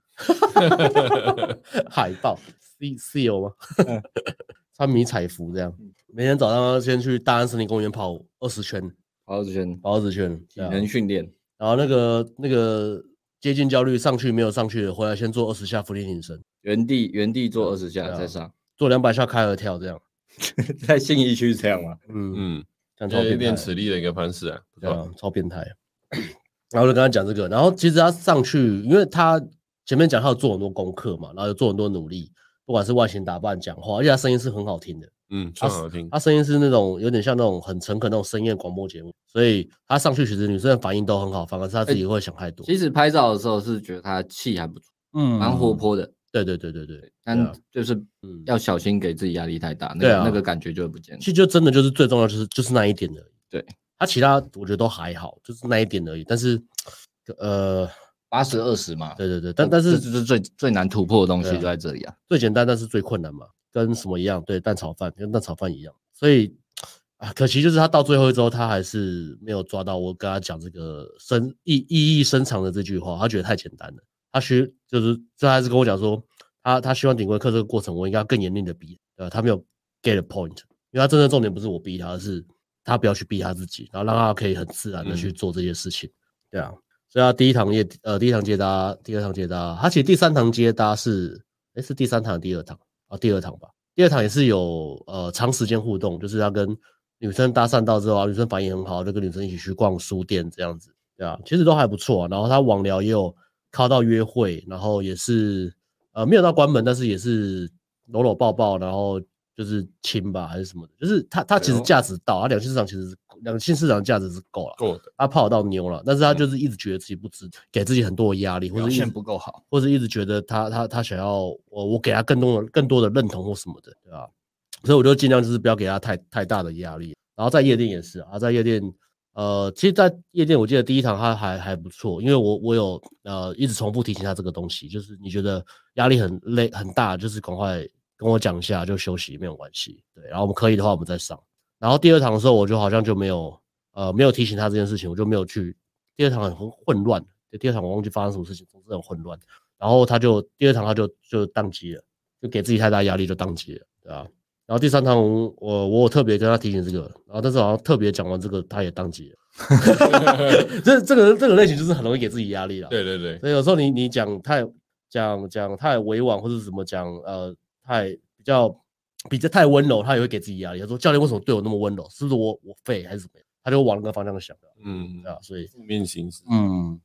[SPEAKER 2] 海报 C C 有吗？ 穿迷彩服这样，每天早上要先去大安森林公园跑二十圈，
[SPEAKER 1] 跑子圈
[SPEAKER 2] 跑二十圈，
[SPEAKER 1] 体
[SPEAKER 2] 对啊
[SPEAKER 1] 能训练，
[SPEAKER 2] 然后那个那个接近焦虑上去没有上去的，回来先做二十下伏地挺身，
[SPEAKER 1] 原地原地做二十下
[SPEAKER 2] 对啊
[SPEAKER 1] 再上，
[SPEAKER 2] 做两百下开合跳这样，
[SPEAKER 1] 在信义区这样吗？
[SPEAKER 2] 嗯，
[SPEAKER 3] 嗯，
[SPEAKER 2] 这样超
[SPEAKER 3] 有
[SPEAKER 2] 变
[SPEAKER 3] 点
[SPEAKER 2] 态的，
[SPEAKER 3] 磁力的一个方式啊，不
[SPEAKER 2] 对啊
[SPEAKER 3] 错，，
[SPEAKER 2] 超变态。然后我就跟他讲这个，然后其实他上去，因为他前面讲他有做很多功课嘛，然后有做很多努力，不管是外形打扮、讲话，而且他声音是很好听的。
[SPEAKER 3] 嗯，算好听，
[SPEAKER 2] 他声音是那种有点像那种很诚恳那种深夜广播节目，所以他上去其实女生的反应都很好，反而是他自己会想太多。
[SPEAKER 1] 哎其实拍照的时候是觉得他气还不错，
[SPEAKER 2] 啊嗯
[SPEAKER 1] 蛮活。泼的，
[SPEAKER 2] 对对对对对，
[SPEAKER 1] 但就是
[SPEAKER 2] 嗯，
[SPEAKER 1] 要小心给自己压力太大，那
[SPEAKER 2] 对
[SPEAKER 1] 个
[SPEAKER 2] 啊
[SPEAKER 1] 那个感觉就会不见了
[SPEAKER 2] 其。实就真的就是最重要就是就是那一点而已。
[SPEAKER 1] 对，
[SPEAKER 2] 他其他我觉得都还好，就是那一点而已。但是，呃，
[SPEAKER 1] 八十二十嘛，
[SPEAKER 2] 对对对，但但是
[SPEAKER 1] 这这是最最难突破的东西
[SPEAKER 2] 对啊
[SPEAKER 1] 就在这里啊。
[SPEAKER 2] 最简单但是最困难嘛，跟什么一样？对，蛋炒饭跟蛋炒饭一样。所以啊，可惜就是他到最后一周，他还是没有抓到我跟他讲这个深意意义深长的这句话，他觉得太简单了。他需就是最后还是跟我讲说，他他希望顶规课这个过程，我应该要更严厉的比，呃，他没有 get a point，因因为他真正重点不是我逼他，而是他不要去逼他自己，然后让他可以很自然的去
[SPEAKER 3] 嗯
[SPEAKER 2] 做这些事情。对啊，所以他第一堂也呃第一堂接搭，第二堂接搭，他其实第三堂接搭是诶是第三堂还是第二堂啊第二堂吧，第二堂也是有呃长时间互动，就是他跟女生搭讪到之后啊，女生反应很好，就跟女生一起去逛书店这样子，对啊，其实都还不错啊、然后他网聊也有靠到约会，然后也是呃没有到关门，但是也是搂搂抱抱，然后就是亲吧还是什么的，就是他他其
[SPEAKER 3] 哎
[SPEAKER 2] 实
[SPEAKER 3] 呦
[SPEAKER 2] 价值到，他两性市场其实是两性市场价值是够了，
[SPEAKER 3] 够 的，
[SPEAKER 2] 他泡到妞了，但是他就是一直觉得自己不值，给自己很多的压力，或者
[SPEAKER 1] 表
[SPEAKER 2] 一直
[SPEAKER 1] 现不够好。
[SPEAKER 2] 或者一直觉得他他他想要我我给他更多的更多的认同或什么的，对吧？所以我就尽量就是不要给他太太大的压力。然后在夜店也是啊，在夜店，呃，其实，在夜店我记得第一堂他还还不错，因为我我有呃一直重复提醒他这个东西，就是你觉得压力很累很大，就是赶快跟我讲一下就休息没有关系，对。然后我们可以的话我们再上。然后第二堂的时候我就好像就没有呃没有提醒他这件事情，我就没有去。第二堂很混乱，对第二堂我忘记发生什么事情，总之很混乱。然后他就第二堂他就就宕机了，就给自己太大压力就宕机了，对吧、然后第三堂我我有特别跟他提醒这个，然后但是好像特别讲完这个他也宕机了，这这个这个类型就是很容易给自己压力了。
[SPEAKER 3] 对对对，
[SPEAKER 2] 所以有时候你你讲太讲讲太委婉或者怎么讲，呃，太比较比较太温柔，他也会给自己压力。他说教练为什么对我那么温柔？是不是我我废还是怎么样？他就往那个方向想的，
[SPEAKER 3] 嗯
[SPEAKER 2] 对，啊，所以
[SPEAKER 3] 负面形 式，
[SPEAKER 2] 嗯，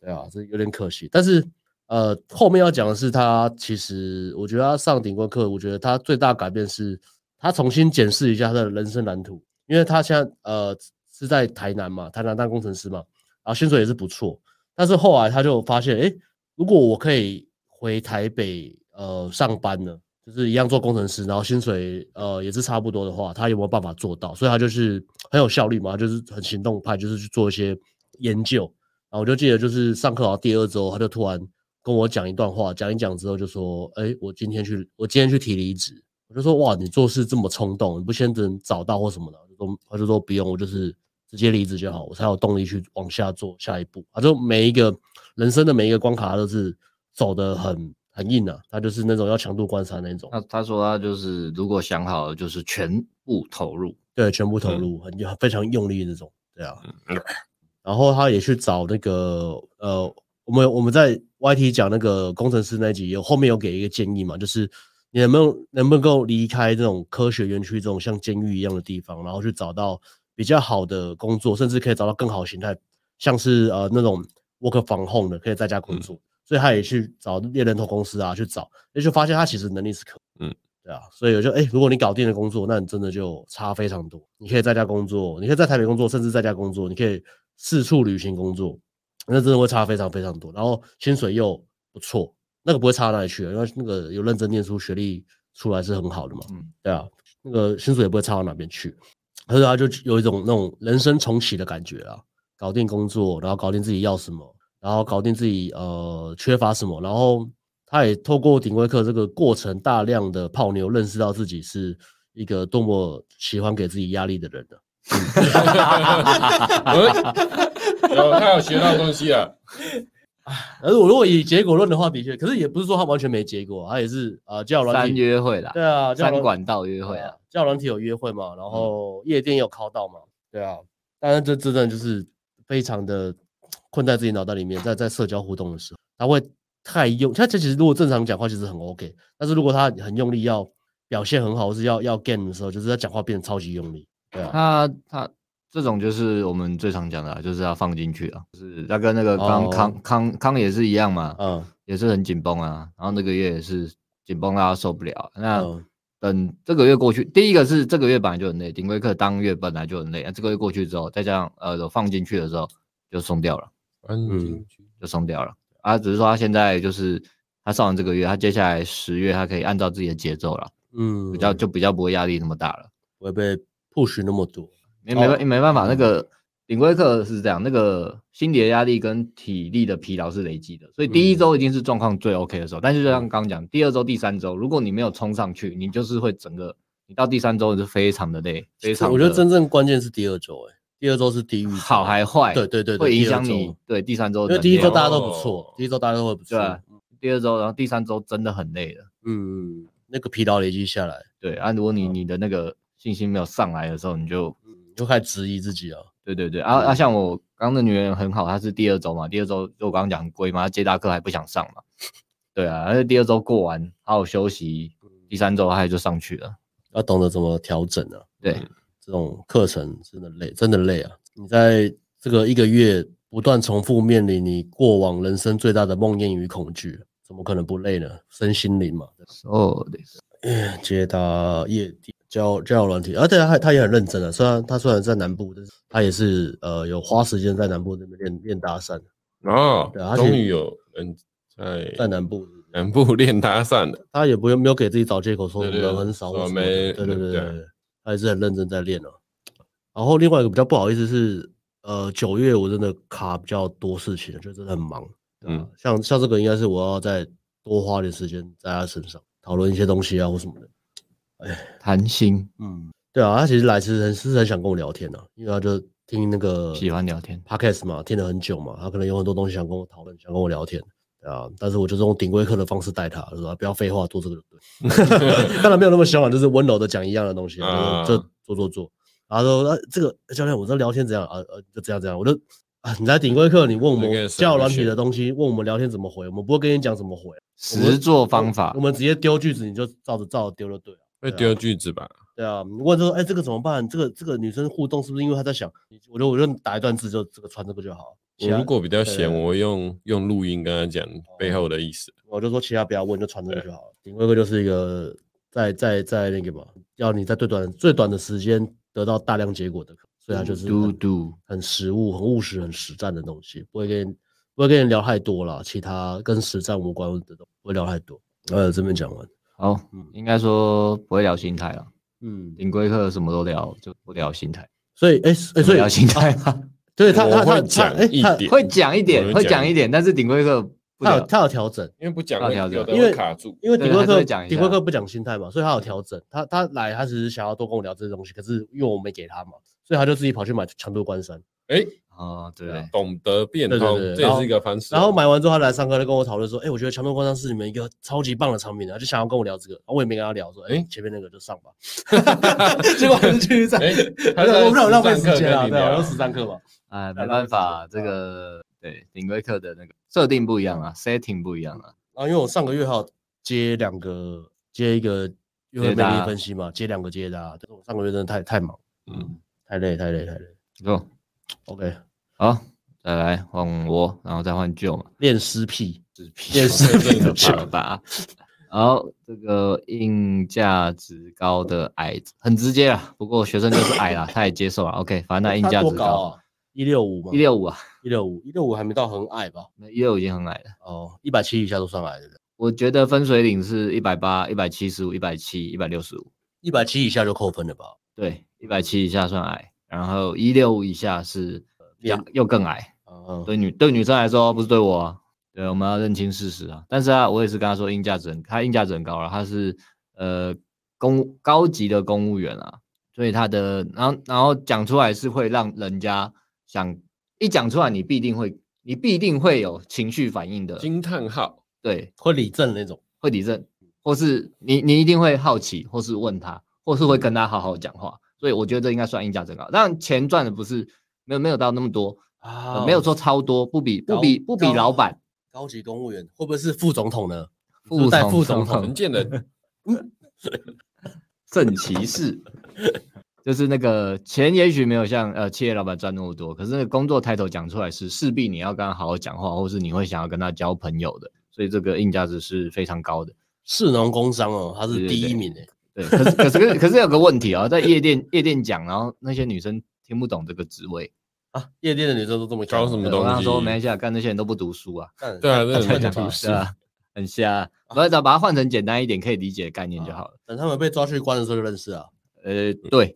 [SPEAKER 2] 对啊，这有点可惜。但是呃，后面要讲的是他其实，我觉得他上顶规课，我觉得他最大的改变是他重新检视一下他的人生蓝图，因为他现在呃是在台南嘛，台南当工程师嘛，然后薪水也是不错，但是后来他就发现，诶，如果我可以回台北呃上班呢，就是一样做工程师，然后薪水呃也是差不多的话，他有没有办法做到？所以他就是很有效率嘛，他就是很行动派，就是去做一些研究。然后我就记得就是上课好像第二周，他就突然跟我讲一段话，讲一讲之后就说：“哎，我今天去，我今天去提离职。”我就说：“哇，你做事这么冲动，你不先等找到或什么的？”我就说：“他就说不用，我就是直接离职就好，我才有动力去往下做下一步。”他就每一个人生的每一个关卡他都是走的很很硬啊，他就是那种要强度关山那种。
[SPEAKER 1] 那他说他就是如果想好了，就是全部投入。
[SPEAKER 2] 对，全部投
[SPEAKER 3] 嗯
[SPEAKER 2] 入，很很非常用力那种，对啊
[SPEAKER 3] 嗯。
[SPEAKER 2] 然后他也去找那个呃，我们我们在 YT 讲那个工程师那一集，有后面有给一个建议嘛，就是你能不能能不能够离开这种科学园区这种像监狱一样的地方，然后去找到比较好的工作，甚至可以找到更好的形态，像是呃那种 work from home 的，可以在家工
[SPEAKER 3] 嗯
[SPEAKER 2] 作。所以他也去找猎人头公司啊去找，也就发现他其实能力是可对啊，所以我就哎、如果你搞定了工作，那你真的就差非常多。你可以在家工作，你可以在台北工作，甚至在家工作，你可以四处旅行工作，那真的会差非常非常多。然后薪水又不错，那个不会差到哪里去，啊因为那个有认真念书，学历出来是很好的嘛。
[SPEAKER 1] 嗯，
[SPEAKER 2] 对啊，那个薪水也不会差到哪边去，所以他就有一种那种人生重启的感觉啊，搞定工作，然后搞定自己要什么，然后搞定自己呃缺乏什么，然后他也透过顶规课这个过程，大量的泡妞，认识到自己是一个多么喜欢给自己压力的人的。
[SPEAKER 3] 有他有学到东西啊 了，
[SPEAKER 2] 而我如果以结果论的话，的确，可是也不是说他完全没结果，他也是呃交友软
[SPEAKER 1] 三
[SPEAKER 2] 体，
[SPEAKER 1] 约会啦，
[SPEAKER 2] 对啊，交友
[SPEAKER 1] 三
[SPEAKER 2] 软
[SPEAKER 1] 管道约会
[SPEAKER 2] 对
[SPEAKER 1] 啊嗯
[SPEAKER 2] 啊，，交友软体有约会嘛，然后夜店也有靠到嘛，对啊，当然这真的就是非常的困在自己脑袋里面，在在社交互动的时候，他会太用，他其实如果正常讲话其实很 OK，但是如果他很用力要表现很好，或是要要 game 的时候，就是他讲话变得超级用力，对啊，
[SPEAKER 1] 他他这种就是我们最常讲的、啊，就是要放进去啊，就是他跟那个康、
[SPEAKER 2] 哦
[SPEAKER 1] 康康康也是一样嘛，
[SPEAKER 2] 嗯
[SPEAKER 1] 也是很紧绷啊，然后那个月也是紧绷到他受不了。啊那、
[SPEAKER 2] 嗯
[SPEAKER 1] 等这个月过去，第一个是这个月本来就很累，顶规课当月本来就很累，啊、这个月过去之后，再加上呃有放进去的时候就松掉了，
[SPEAKER 3] 安进去，
[SPEAKER 1] 就松掉了啊。只是说他现在就是他上完这个月，他接下来十月他可以按照自己的节奏了，
[SPEAKER 2] 嗯，
[SPEAKER 1] 比较就比较不会压力那么大了。
[SPEAKER 2] 不会被 push 那么多，
[SPEAKER 1] 没没办、
[SPEAKER 2] 哦
[SPEAKER 1] 没办法，那个顶规课是这样，那个心理的压力跟体力的疲劳是累积的，所以第一
[SPEAKER 2] 嗯
[SPEAKER 1] 周一定是状况最 OK 的时候。但是就像刚刚讲，第二周、第三周，如果你没有冲上去，你就是会整个，你到第三周你是非常的累，非常
[SPEAKER 2] 我觉得
[SPEAKER 1] 的
[SPEAKER 2] 真正关键是第二周，哎，第二周是地狱周
[SPEAKER 1] 好还坏，
[SPEAKER 2] 对对对对，
[SPEAKER 1] 会
[SPEAKER 2] 第
[SPEAKER 1] 影
[SPEAKER 2] 二
[SPEAKER 1] 响
[SPEAKER 2] 周
[SPEAKER 1] 你对第三周
[SPEAKER 2] 因
[SPEAKER 1] 的
[SPEAKER 2] 为
[SPEAKER 1] 能
[SPEAKER 2] 第一周
[SPEAKER 1] 量
[SPEAKER 2] 大家都不
[SPEAKER 3] 哦
[SPEAKER 2] 错，第一周大家都会不错，
[SPEAKER 1] 对啊第二周，然后第三周真的很累了。
[SPEAKER 2] 嗯，那个疲劳累积下来，嗯
[SPEAKER 1] 对啊，如果你你的那个信心没有上来的时候，你就
[SPEAKER 2] 你就开始质疑自己了。
[SPEAKER 1] 对对对啊啊！像我刚刚的女人很好，她是第二周嘛，第二周就我刚刚讲很贵嘛，她接大课还不想上嘛，对啊，而且第二周过完，好好休息，
[SPEAKER 2] 嗯
[SPEAKER 1] 第三周她也就上去了。
[SPEAKER 2] 要懂得怎么调整啊。
[SPEAKER 1] 对，
[SPEAKER 2] 这种课程真的累，真的累啊！你在这个一个月不断重复面临你过往人生最大的梦魇与恐惧，怎么可能不累呢？身心灵嘛，
[SPEAKER 1] 哦，
[SPEAKER 2] 接搭夜店交交友软体，啊，对啊，他他也很认真啊。虽然他虽然在南部，但是他也是呃有花时间在南部那边练练搭讪，
[SPEAKER 3] 哦
[SPEAKER 2] 对啊而，且
[SPEAKER 3] 终于有人在
[SPEAKER 2] 在南部
[SPEAKER 3] 南部练搭讪了。
[SPEAKER 2] 他也不用没有给自己找借口说
[SPEAKER 3] 对对
[SPEAKER 2] 人很少
[SPEAKER 3] 说
[SPEAKER 2] 或什么的，
[SPEAKER 3] 没
[SPEAKER 2] 对对对
[SPEAKER 3] 对
[SPEAKER 2] 对，对他也是很认真在练哦、然后另外一个比较不好意思是，呃，九月我真的卡比较多事情，就真的很忙。对啊
[SPEAKER 3] 嗯，
[SPEAKER 2] 像像这个应该是我要再多花点时间在他身上讨论一些东西啊或什么的。
[SPEAKER 1] 谈心，
[SPEAKER 2] 嗯，对啊，他其实来其实很是很想跟我聊天的、啊因为他就听那个
[SPEAKER 1] 喜欢聊天
[SPEAKER 2] podcast 嘛，听了很久嘛，他可能有很多东西想跟我讨论，想跟我聊天。对啊，但是我就用顶规课的方式带他，就说啊不要废话，做这个就对。 当然没有那么凶啊，就是温柔的讲一样的东西，啊、
[SPEAKER 3] 啊
[SPEAKER 2] 就是这做做做。然后说、啊、这个教练，我这聊天怎样啊？呃，就这样这样，我就啊，你来顶规课，你问我
[SPEAKER 3] 这个
[SPEAKER 2] 们
[SPEAKER 3] 是
[SPEAKER 2] 教
[SPEAKER 3] 不
[SPEAKER 2] 软体
[SPEAKER 3] 行
[SPEAKER 2] 的东西，问我们聊天怎么回，我们不会跟你讲怎么回，我们
[SPEAKER 1] 实作方法
[SPEAKER 2] 我，们直接丢句子，你就照着照着丢就对了。
[SPEAKER 3] 会
[SPEAKER 2] 对啊
[SPEAKER 3] 丢句子吧？
[SPEAKER 2] 对啊，你问说，哎、这个怎么办？这个这个女生互动是不是因为她在想？我就我就打一段字，就这个穿这个就好。其
[SPEAKER 3] 我
[SPEAKER 2] 他
[SPEAKER 3] 如果比较闲，
[SPEAKER 2] 对哦
[SPEAKER 3] 我会用用录音跟他讲背后的意思。
[SPEAKER 2] 我就说其他不要问，就传这个就好了。顶规哥就是一个在在在那个嘛，要你在最短最短的时间得到大量结果的课，所以他啊就是
[SPEAKER 1] 嘟
[SPEAKER 2] 很
[SPEAKER 1] 嘟，
[SPEAKER 2] 很实务、很务实、很实战的东西，不会跟你不会跟你聊太多了，其他跟实战无关的都不会聊太多。呃，这边讲完，
[SPEAKER 1] 好
[SPEAKER 2] 嗯，
[SPEAKER 1] 应该说不会聊心态了，
[SPEAKER 2] 嗯，
[SPEAKER 1] 顶规课什么都聊，就不聊心态，
[SPEAKER 2] 所以哎、哎
[SPEAKER 1] 怎么
[SPEAKER 2] 所以
[SPEAKER 1] 聊心态 吗？
[SPEAKER 2] 对他
[SPEAKER 3] 我
[SPEAKER 2] 他他他
[SPEAKER 3] 会讲
[SPEAKER 2] 哎
[SPEAKER 3] 一
[SPEAKER 2] 他
[SPEAKER 1] 啊
[SPEAKER 3] 点，
[SPEAKER 1] 会讲一
[SPEAKER 3] 我
[SPEAKER 1] 点，
[SPEAKER 3] 会
[SPEAKER 1] 会
[SPEAKER 3] 讲
[SPEAKER 1] 讲一点，但是顶规课不
[SPEAKER 2] 他有
[SPEAKER 1] 聊，
[SPEAKER 2] 他有调整。
[SPEAKER 3] 因为不讲
[SPEAKER 1] 要
[SPEAKER 3] 会
[SPEAKER 1] 调整
[SPEAKER 3] 有的
[SPEAKER 2] 因为
[SPEAKER 3] 会卡住。
[SPEAKER 2] 因为
[SPEAKER 1] 对
[SPEAKER 2] 顶规
[SPEAKER 1] 还是
[SPEAKER 2] 课
[SPEAKER 1] 会讲一
[SPEAKER 2] 顶规
[SPEAKER 1] 下
[SPEAKER 2] 课不讲心态嘛，所以他有调整。他他来，他只是想要多跟我聊这些东西，可是因为我没给他嘛，所以他就自己跑去买强度关山。
[SPEAKER 3] 哎，
[SPEAKER 1] 哦，
[SPEAKER 2] 对
[SPEAKER 1] 对
[SPEAKER 2] 啊，
[SPEAKER 3] 懂得变
[SPEAKER 2] 对对
[SPEAKER 3] 通，
[SPEAKER 2] 对
[SPEAKER 3] 这
[SPEAKER 2] 然后
[SPEAKER 3] 也是一哦个方式。
[SPEAKER 2] 然后买完之后，他来上课就跟我讨论说：“哎、我觉得强度关山是你们一个超级棒的产品啊，就想要跟我聊这个。”然后我也没跟他聊，说：“哎、前面那个就上吧。”结果还是继续上，
[SPEAKER 3] 哎
[SPEAKER 2] 对，
[SPEAKER 3] 他在
[SPEAKER 2] 我不想浪费时
[SPEAKER 3] 实战课
[SPEAKER 2] 间啊，
[SPEAKER 3] 跟你
[SPEAKER 2] 对啊，
[SPEAKER 3] 聊
[SPEAKER 2] 我就实战课嘛。
[SPEAKER 1] 哎，没办法，这个对顶规课的那个设定不一样啊，setting 不一样啊，
[SPEAKER 2] 然后因为我上个月还有接两个接一个约会
[SPEAKER 1] 接
[SPEAKER 2] 魅
[SPEAKER 1] 搭
[SPEAKER 2] 力分析嘛，接两个接的啊，但是我上个月真的太太忙，
[SPEAKER 3] 嗯，
[SPEAKER 2] 太累，太累，太累。
[SPEAKER 1] 够
[SPEAKER 2] OK，
[SPEAKER 1] 哦好，再来换我，然后再换舅嘛，
[SPEAKER 2] 练尸癖。
[SPEAKER 1] 纸
[SPEAKER 2] 也
[SPEAKER 1] 皮
[SPEAKER 2] 是
[SPEAKER 3] 这个
[SPEAKER 1] 好了吧？ 好，这个硬价值高的矮子很直接啊，不过学生就是矮 啦，他也接受了。OK，反啊正那硬
[SPEAKER 2] 他
[SPEAKER 1] 价
[SPEAKER 2] 多
[SPEAKER 1] 值
[SPEAKER 2] 高
[SPEAKER 1] 高，
[SPEAKER 2] 啊？一六五吗？
[SPEAKER 1] 一六五啊，
[SPEAKER 2] 一六五，一六五还没到很矮吧？
[SPEAKER 1] 一六已经很矮了。
[SPEAKER 2] 哦，一百七以下都算矮的人，
[SPEAKER 1] 我觉得分水岭是一百八、一百七十五、一百七、一百六十五，
[SPEAKER 2] 一百七以下就扣分了吧？
[SPEAKER 1] 对，一百七以下算矮，然后一六五以下是又又更矮。
[SPEAKER 2] 嗯，
[SPEAKER 1] 对女对女生来说，不是对我、啊，对，我们要认清事实啊。但是啊，我也是跟他说，硬价值很，他硬价值很高了，他是呃公高级的公务员啊，所以他的，然后然后讲出来是会让人家想一讲出来，你必定会，你必定会有情绪反应的，
[SPEAKER 3] 惊叹号，
[SPEAKER 1] 对，
[SPEAKER 2] 会理正那种。
[SPEAKER 1] 会理正，或是你你一定会好奇，或是问他，或是会
[SPEAKER 2] 嗯
[SPEAKER 1] 跟他好好讲话。所以我觉得这应该算硬价值很高，当然钱赚的不是没有没有到那么多，呃
[SPEAKER 2] 啊
[SPEAKER 1] 没有说超多，不比不
[SPEAKER 2] 高
[SPEAKER 1] 比不比
[SPEAKER 2] 高
[SPEAKER 1] 老板。
[SPEAKER 2] 高级公务员会不会是副总统呢？
[SPEAKER 1] 副
[SPEAKER 2] 就是带
[SPEAKER 1] 总
[SPEAKER 2] 副总
[SPEAKER 1] 统
[SPEAKER 2] 统
[SPEAKER 3] 很见 人。
[SPEAKER 1] 正骑士，就是那个钱也许没有像呃企业老板赚那么多，可是那个工作抬头讲出来是势必你要跟他好好讲话，或是你会想要跟他交朋友的，所以这个硬价值是非常高的。
[SPEAKER 2] 市农工商哦，他是
[SPEAKER 1] 对对
[SPEAKER 2] 第一
[SPEAKER 1] 对
[SPEAKER 2] 名诶。
[SPEAKER 1] 对，可是可是可是可是有个问题啊、在夜店夜店讲，然后那些女生听不懂这个职位，
[SPEAKER 2] 啊，夜店的女生都这么
[SPEAKER 3] 搞什么
[SPEAKER 1] 对
[SPEAKER 3] 东
[SPEAKER 1] 我
[SPEAKER 3] 西
[SPEAKER 1] 跟他说没关系啊，干那些人都不读书啊，
[SPEAKER 2] 干
[SPEAKER 3] 对啊
[SPEAKER 2] 干
[SPEAKER 3] 这很
[SPEAKER 2] 太
[SPEAKER 3] 不
[SPEAKER 2] 假
[SPEAKER 3] 读
[SPEAKER 2] 了
[SPEAKER 3] 书
[SPEAKER 1] 对啊，很瞎、啊，不要把它换成简单一点可以理解的概念就好了。
[SPEAKER 2] 等他们被抓去关的时候就认识啊。
[SPEAKER 1] 呃，对，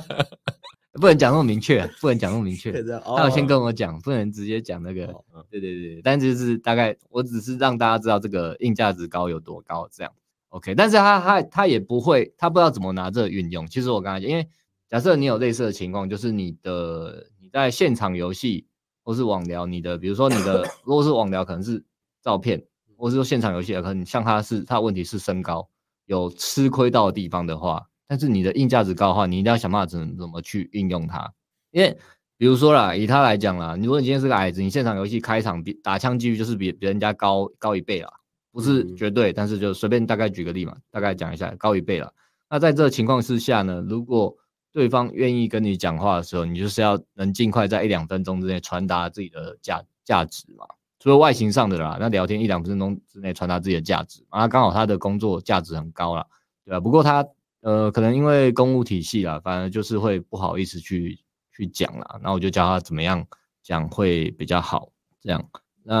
[SPEAKER 1] 不能讲那么明确，啊不能讲那么明确
[SPEAKER 2] 可以。这样
[SPEAKER 1] 他有
[SPEAKER 2] 哦
[SPEAKER 1] 先跟我讲，不能直接讲那个。
[SPEAKER 2] 哦
[SPEAKER 1] 对对对，但就是大概，我只是让大家知道这个硬价值高有多高，这样 OK。但是他他他也不会，他不知道怎么拿这个运用。其实我刚才讲，因为假设你有类似的情况，就是你的你在现场游戏或是网聊，你的比如说你 的如果是网聊，可能是照片，或是说现场游戏，可能像他是他的问题是身高有吃亏到的地方的话，但是你的硬价值高的话，你一定要想办法怎么怎么去运用它。因为比如说啦，以他来讲啦，如果你今天是个矮子，你现场游戏开场比打枪几率就是比比人家高高一倍啦，不是
[SPEAKER 4] 嗯
[SPEAKER 1] 绝对，但是就随便大概举个例嘛，大概讲一下，高一倍啦。那在这情况之下呢，如果对方愿意跟你讲话的时候，你就是要能尽快在一两分钟之内传达自己的价价值嘛。除了外形上的啦，那聊天一两分钟之内传达自己的价值啊，刚好他的工作价值很高啦，对吧、啊不过他呃，可能因为公务体系啦，反而就是会不好意思去去讲啦。那我就教他怎么样讲会比较好，这样。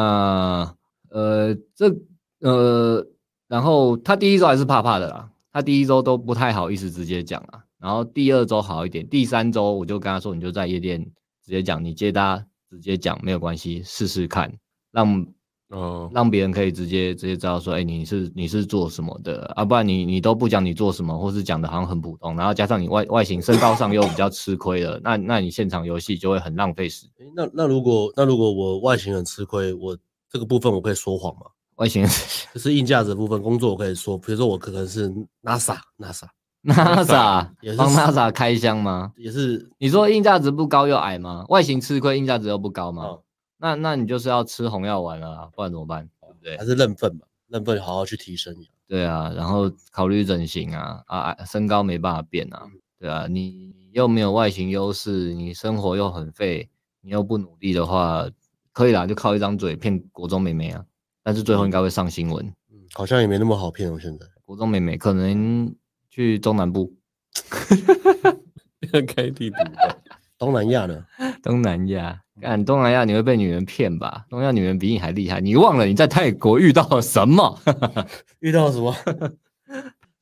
[SPEAKER 1] 那呃，这呃，然后他第一周还是怕怕的啦，他第一周都不太好意思直接讲啊。然后第二周好一点，第三周我就跟他说，你就在夜店直接讲，你接搭直接讲没有关系，试试看，让
[SPEAKER 3] 哦，
[SPEAKER 1] 让别人可以直接直接知道说，哎、你是你是做什么的啊？不然你你都不讲你做什么，或是讲的好像很普通，然后加上你外外形身高上又比较吃亏了，那那你现场游戏就会很浪费时间。
[SPEAKER 2] 诶那那如果那如果我外形很吃亏，我这个部分我可以说谎吗？
[SPEAKER 1] 外 形
[SPEAKER 2] 就是硬价值的部分，工作我可以说，比如说我可能是 NASA NASA
[SPEAKER 1] NASA
[SPEAKER 2] 也是
[SPEAKER 1] 帮 NASA 开箱吗？
[SPEAKER 2] 也是
[SPEAKER 1] 你说硬价值不高又矮吗？外形吃亏，硬价值又不高吗？
[SPEAKER 2] 嗯
[SPEAKER 1] 那那你就是要吃红药丸了啊，不然怎么办？对不对
[SPEAKER 2] 还？是认份嘛，认份好好去提升一下。
[SPEAKER 1] 对啊，然后考虑整形啊啊，身高没办法变啊，对啊，你又没有外形优势，你生活又很废，你又不努力的话，可以啦，就靠一张嘴骗国中妹妹啊，但是最后应该会上新闻。
[SPEAKER 2] 嗯，好像也没那么好骗哦，现在。
[SPEAKER 1] 国中妹妹可能去中南部、
[SPEAKER 3] 要开地图吧，
[SPEAKER 2] 东南 亚呢？
[SPEAKER 1] 东南亚，干东南亚你会被女人骗吧？东南亚女人比你还厉害，你忘了你在泰国遇到了什么？
[SPEAKER 2] 遇到什么？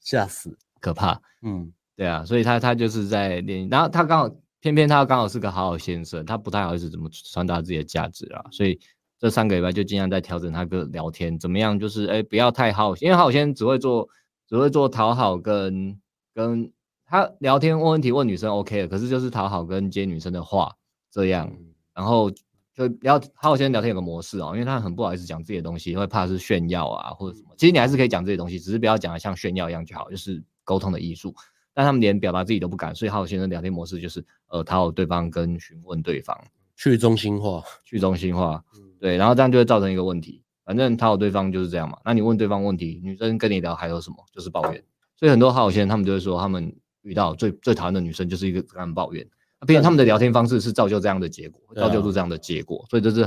[SPEAKER 2] 吓死！
[SPEAKER 1] 可怕。
[SPEAKER 2] 嗯，
[SPEAKER 1] 对啊，所以他他就是在练，然后他刚好偏偏他刚好是个好好先生，他不太好意思怎么传达自己的价值啊，所以这三个礼拜就尽量在调整他个聊天，怎么样就是哎不要太好，因为好好先生只会做只会做讨好跟跟他聊天问问题问女生 OK 的，可是就是讨好跟接女生的话这样，然后就聊好好先生聊天有个模式哦，因为他很不好意思讲自己的东西，会怕是炫耀啊或者什么，其实你还是可以讲这些东西，只是不要讲的像炫耀一样就好，就是沟通的艺术。但他们连表达自己都不敢，所以好好先生聊天模式就是呃讨好对方跟询问对方，
[SPEAKER 2] 去中心化。
[SPEAKER 1] 去中心化，对，然后这样就会造成一个问题，反正讨好对方就是这样嘛。那你问对方问题，女生跟你聊还有什么？就是抱怨。所以很多好好先生他们就会说，他们遇到最最讨厌的女生就是一个跟他们抱怨，那毕竟他们的聊天方式是造就这样的结果，
[SPEAKER 2] 对啊
[SPEAKER 1] 造就出这样的结果。所以就是，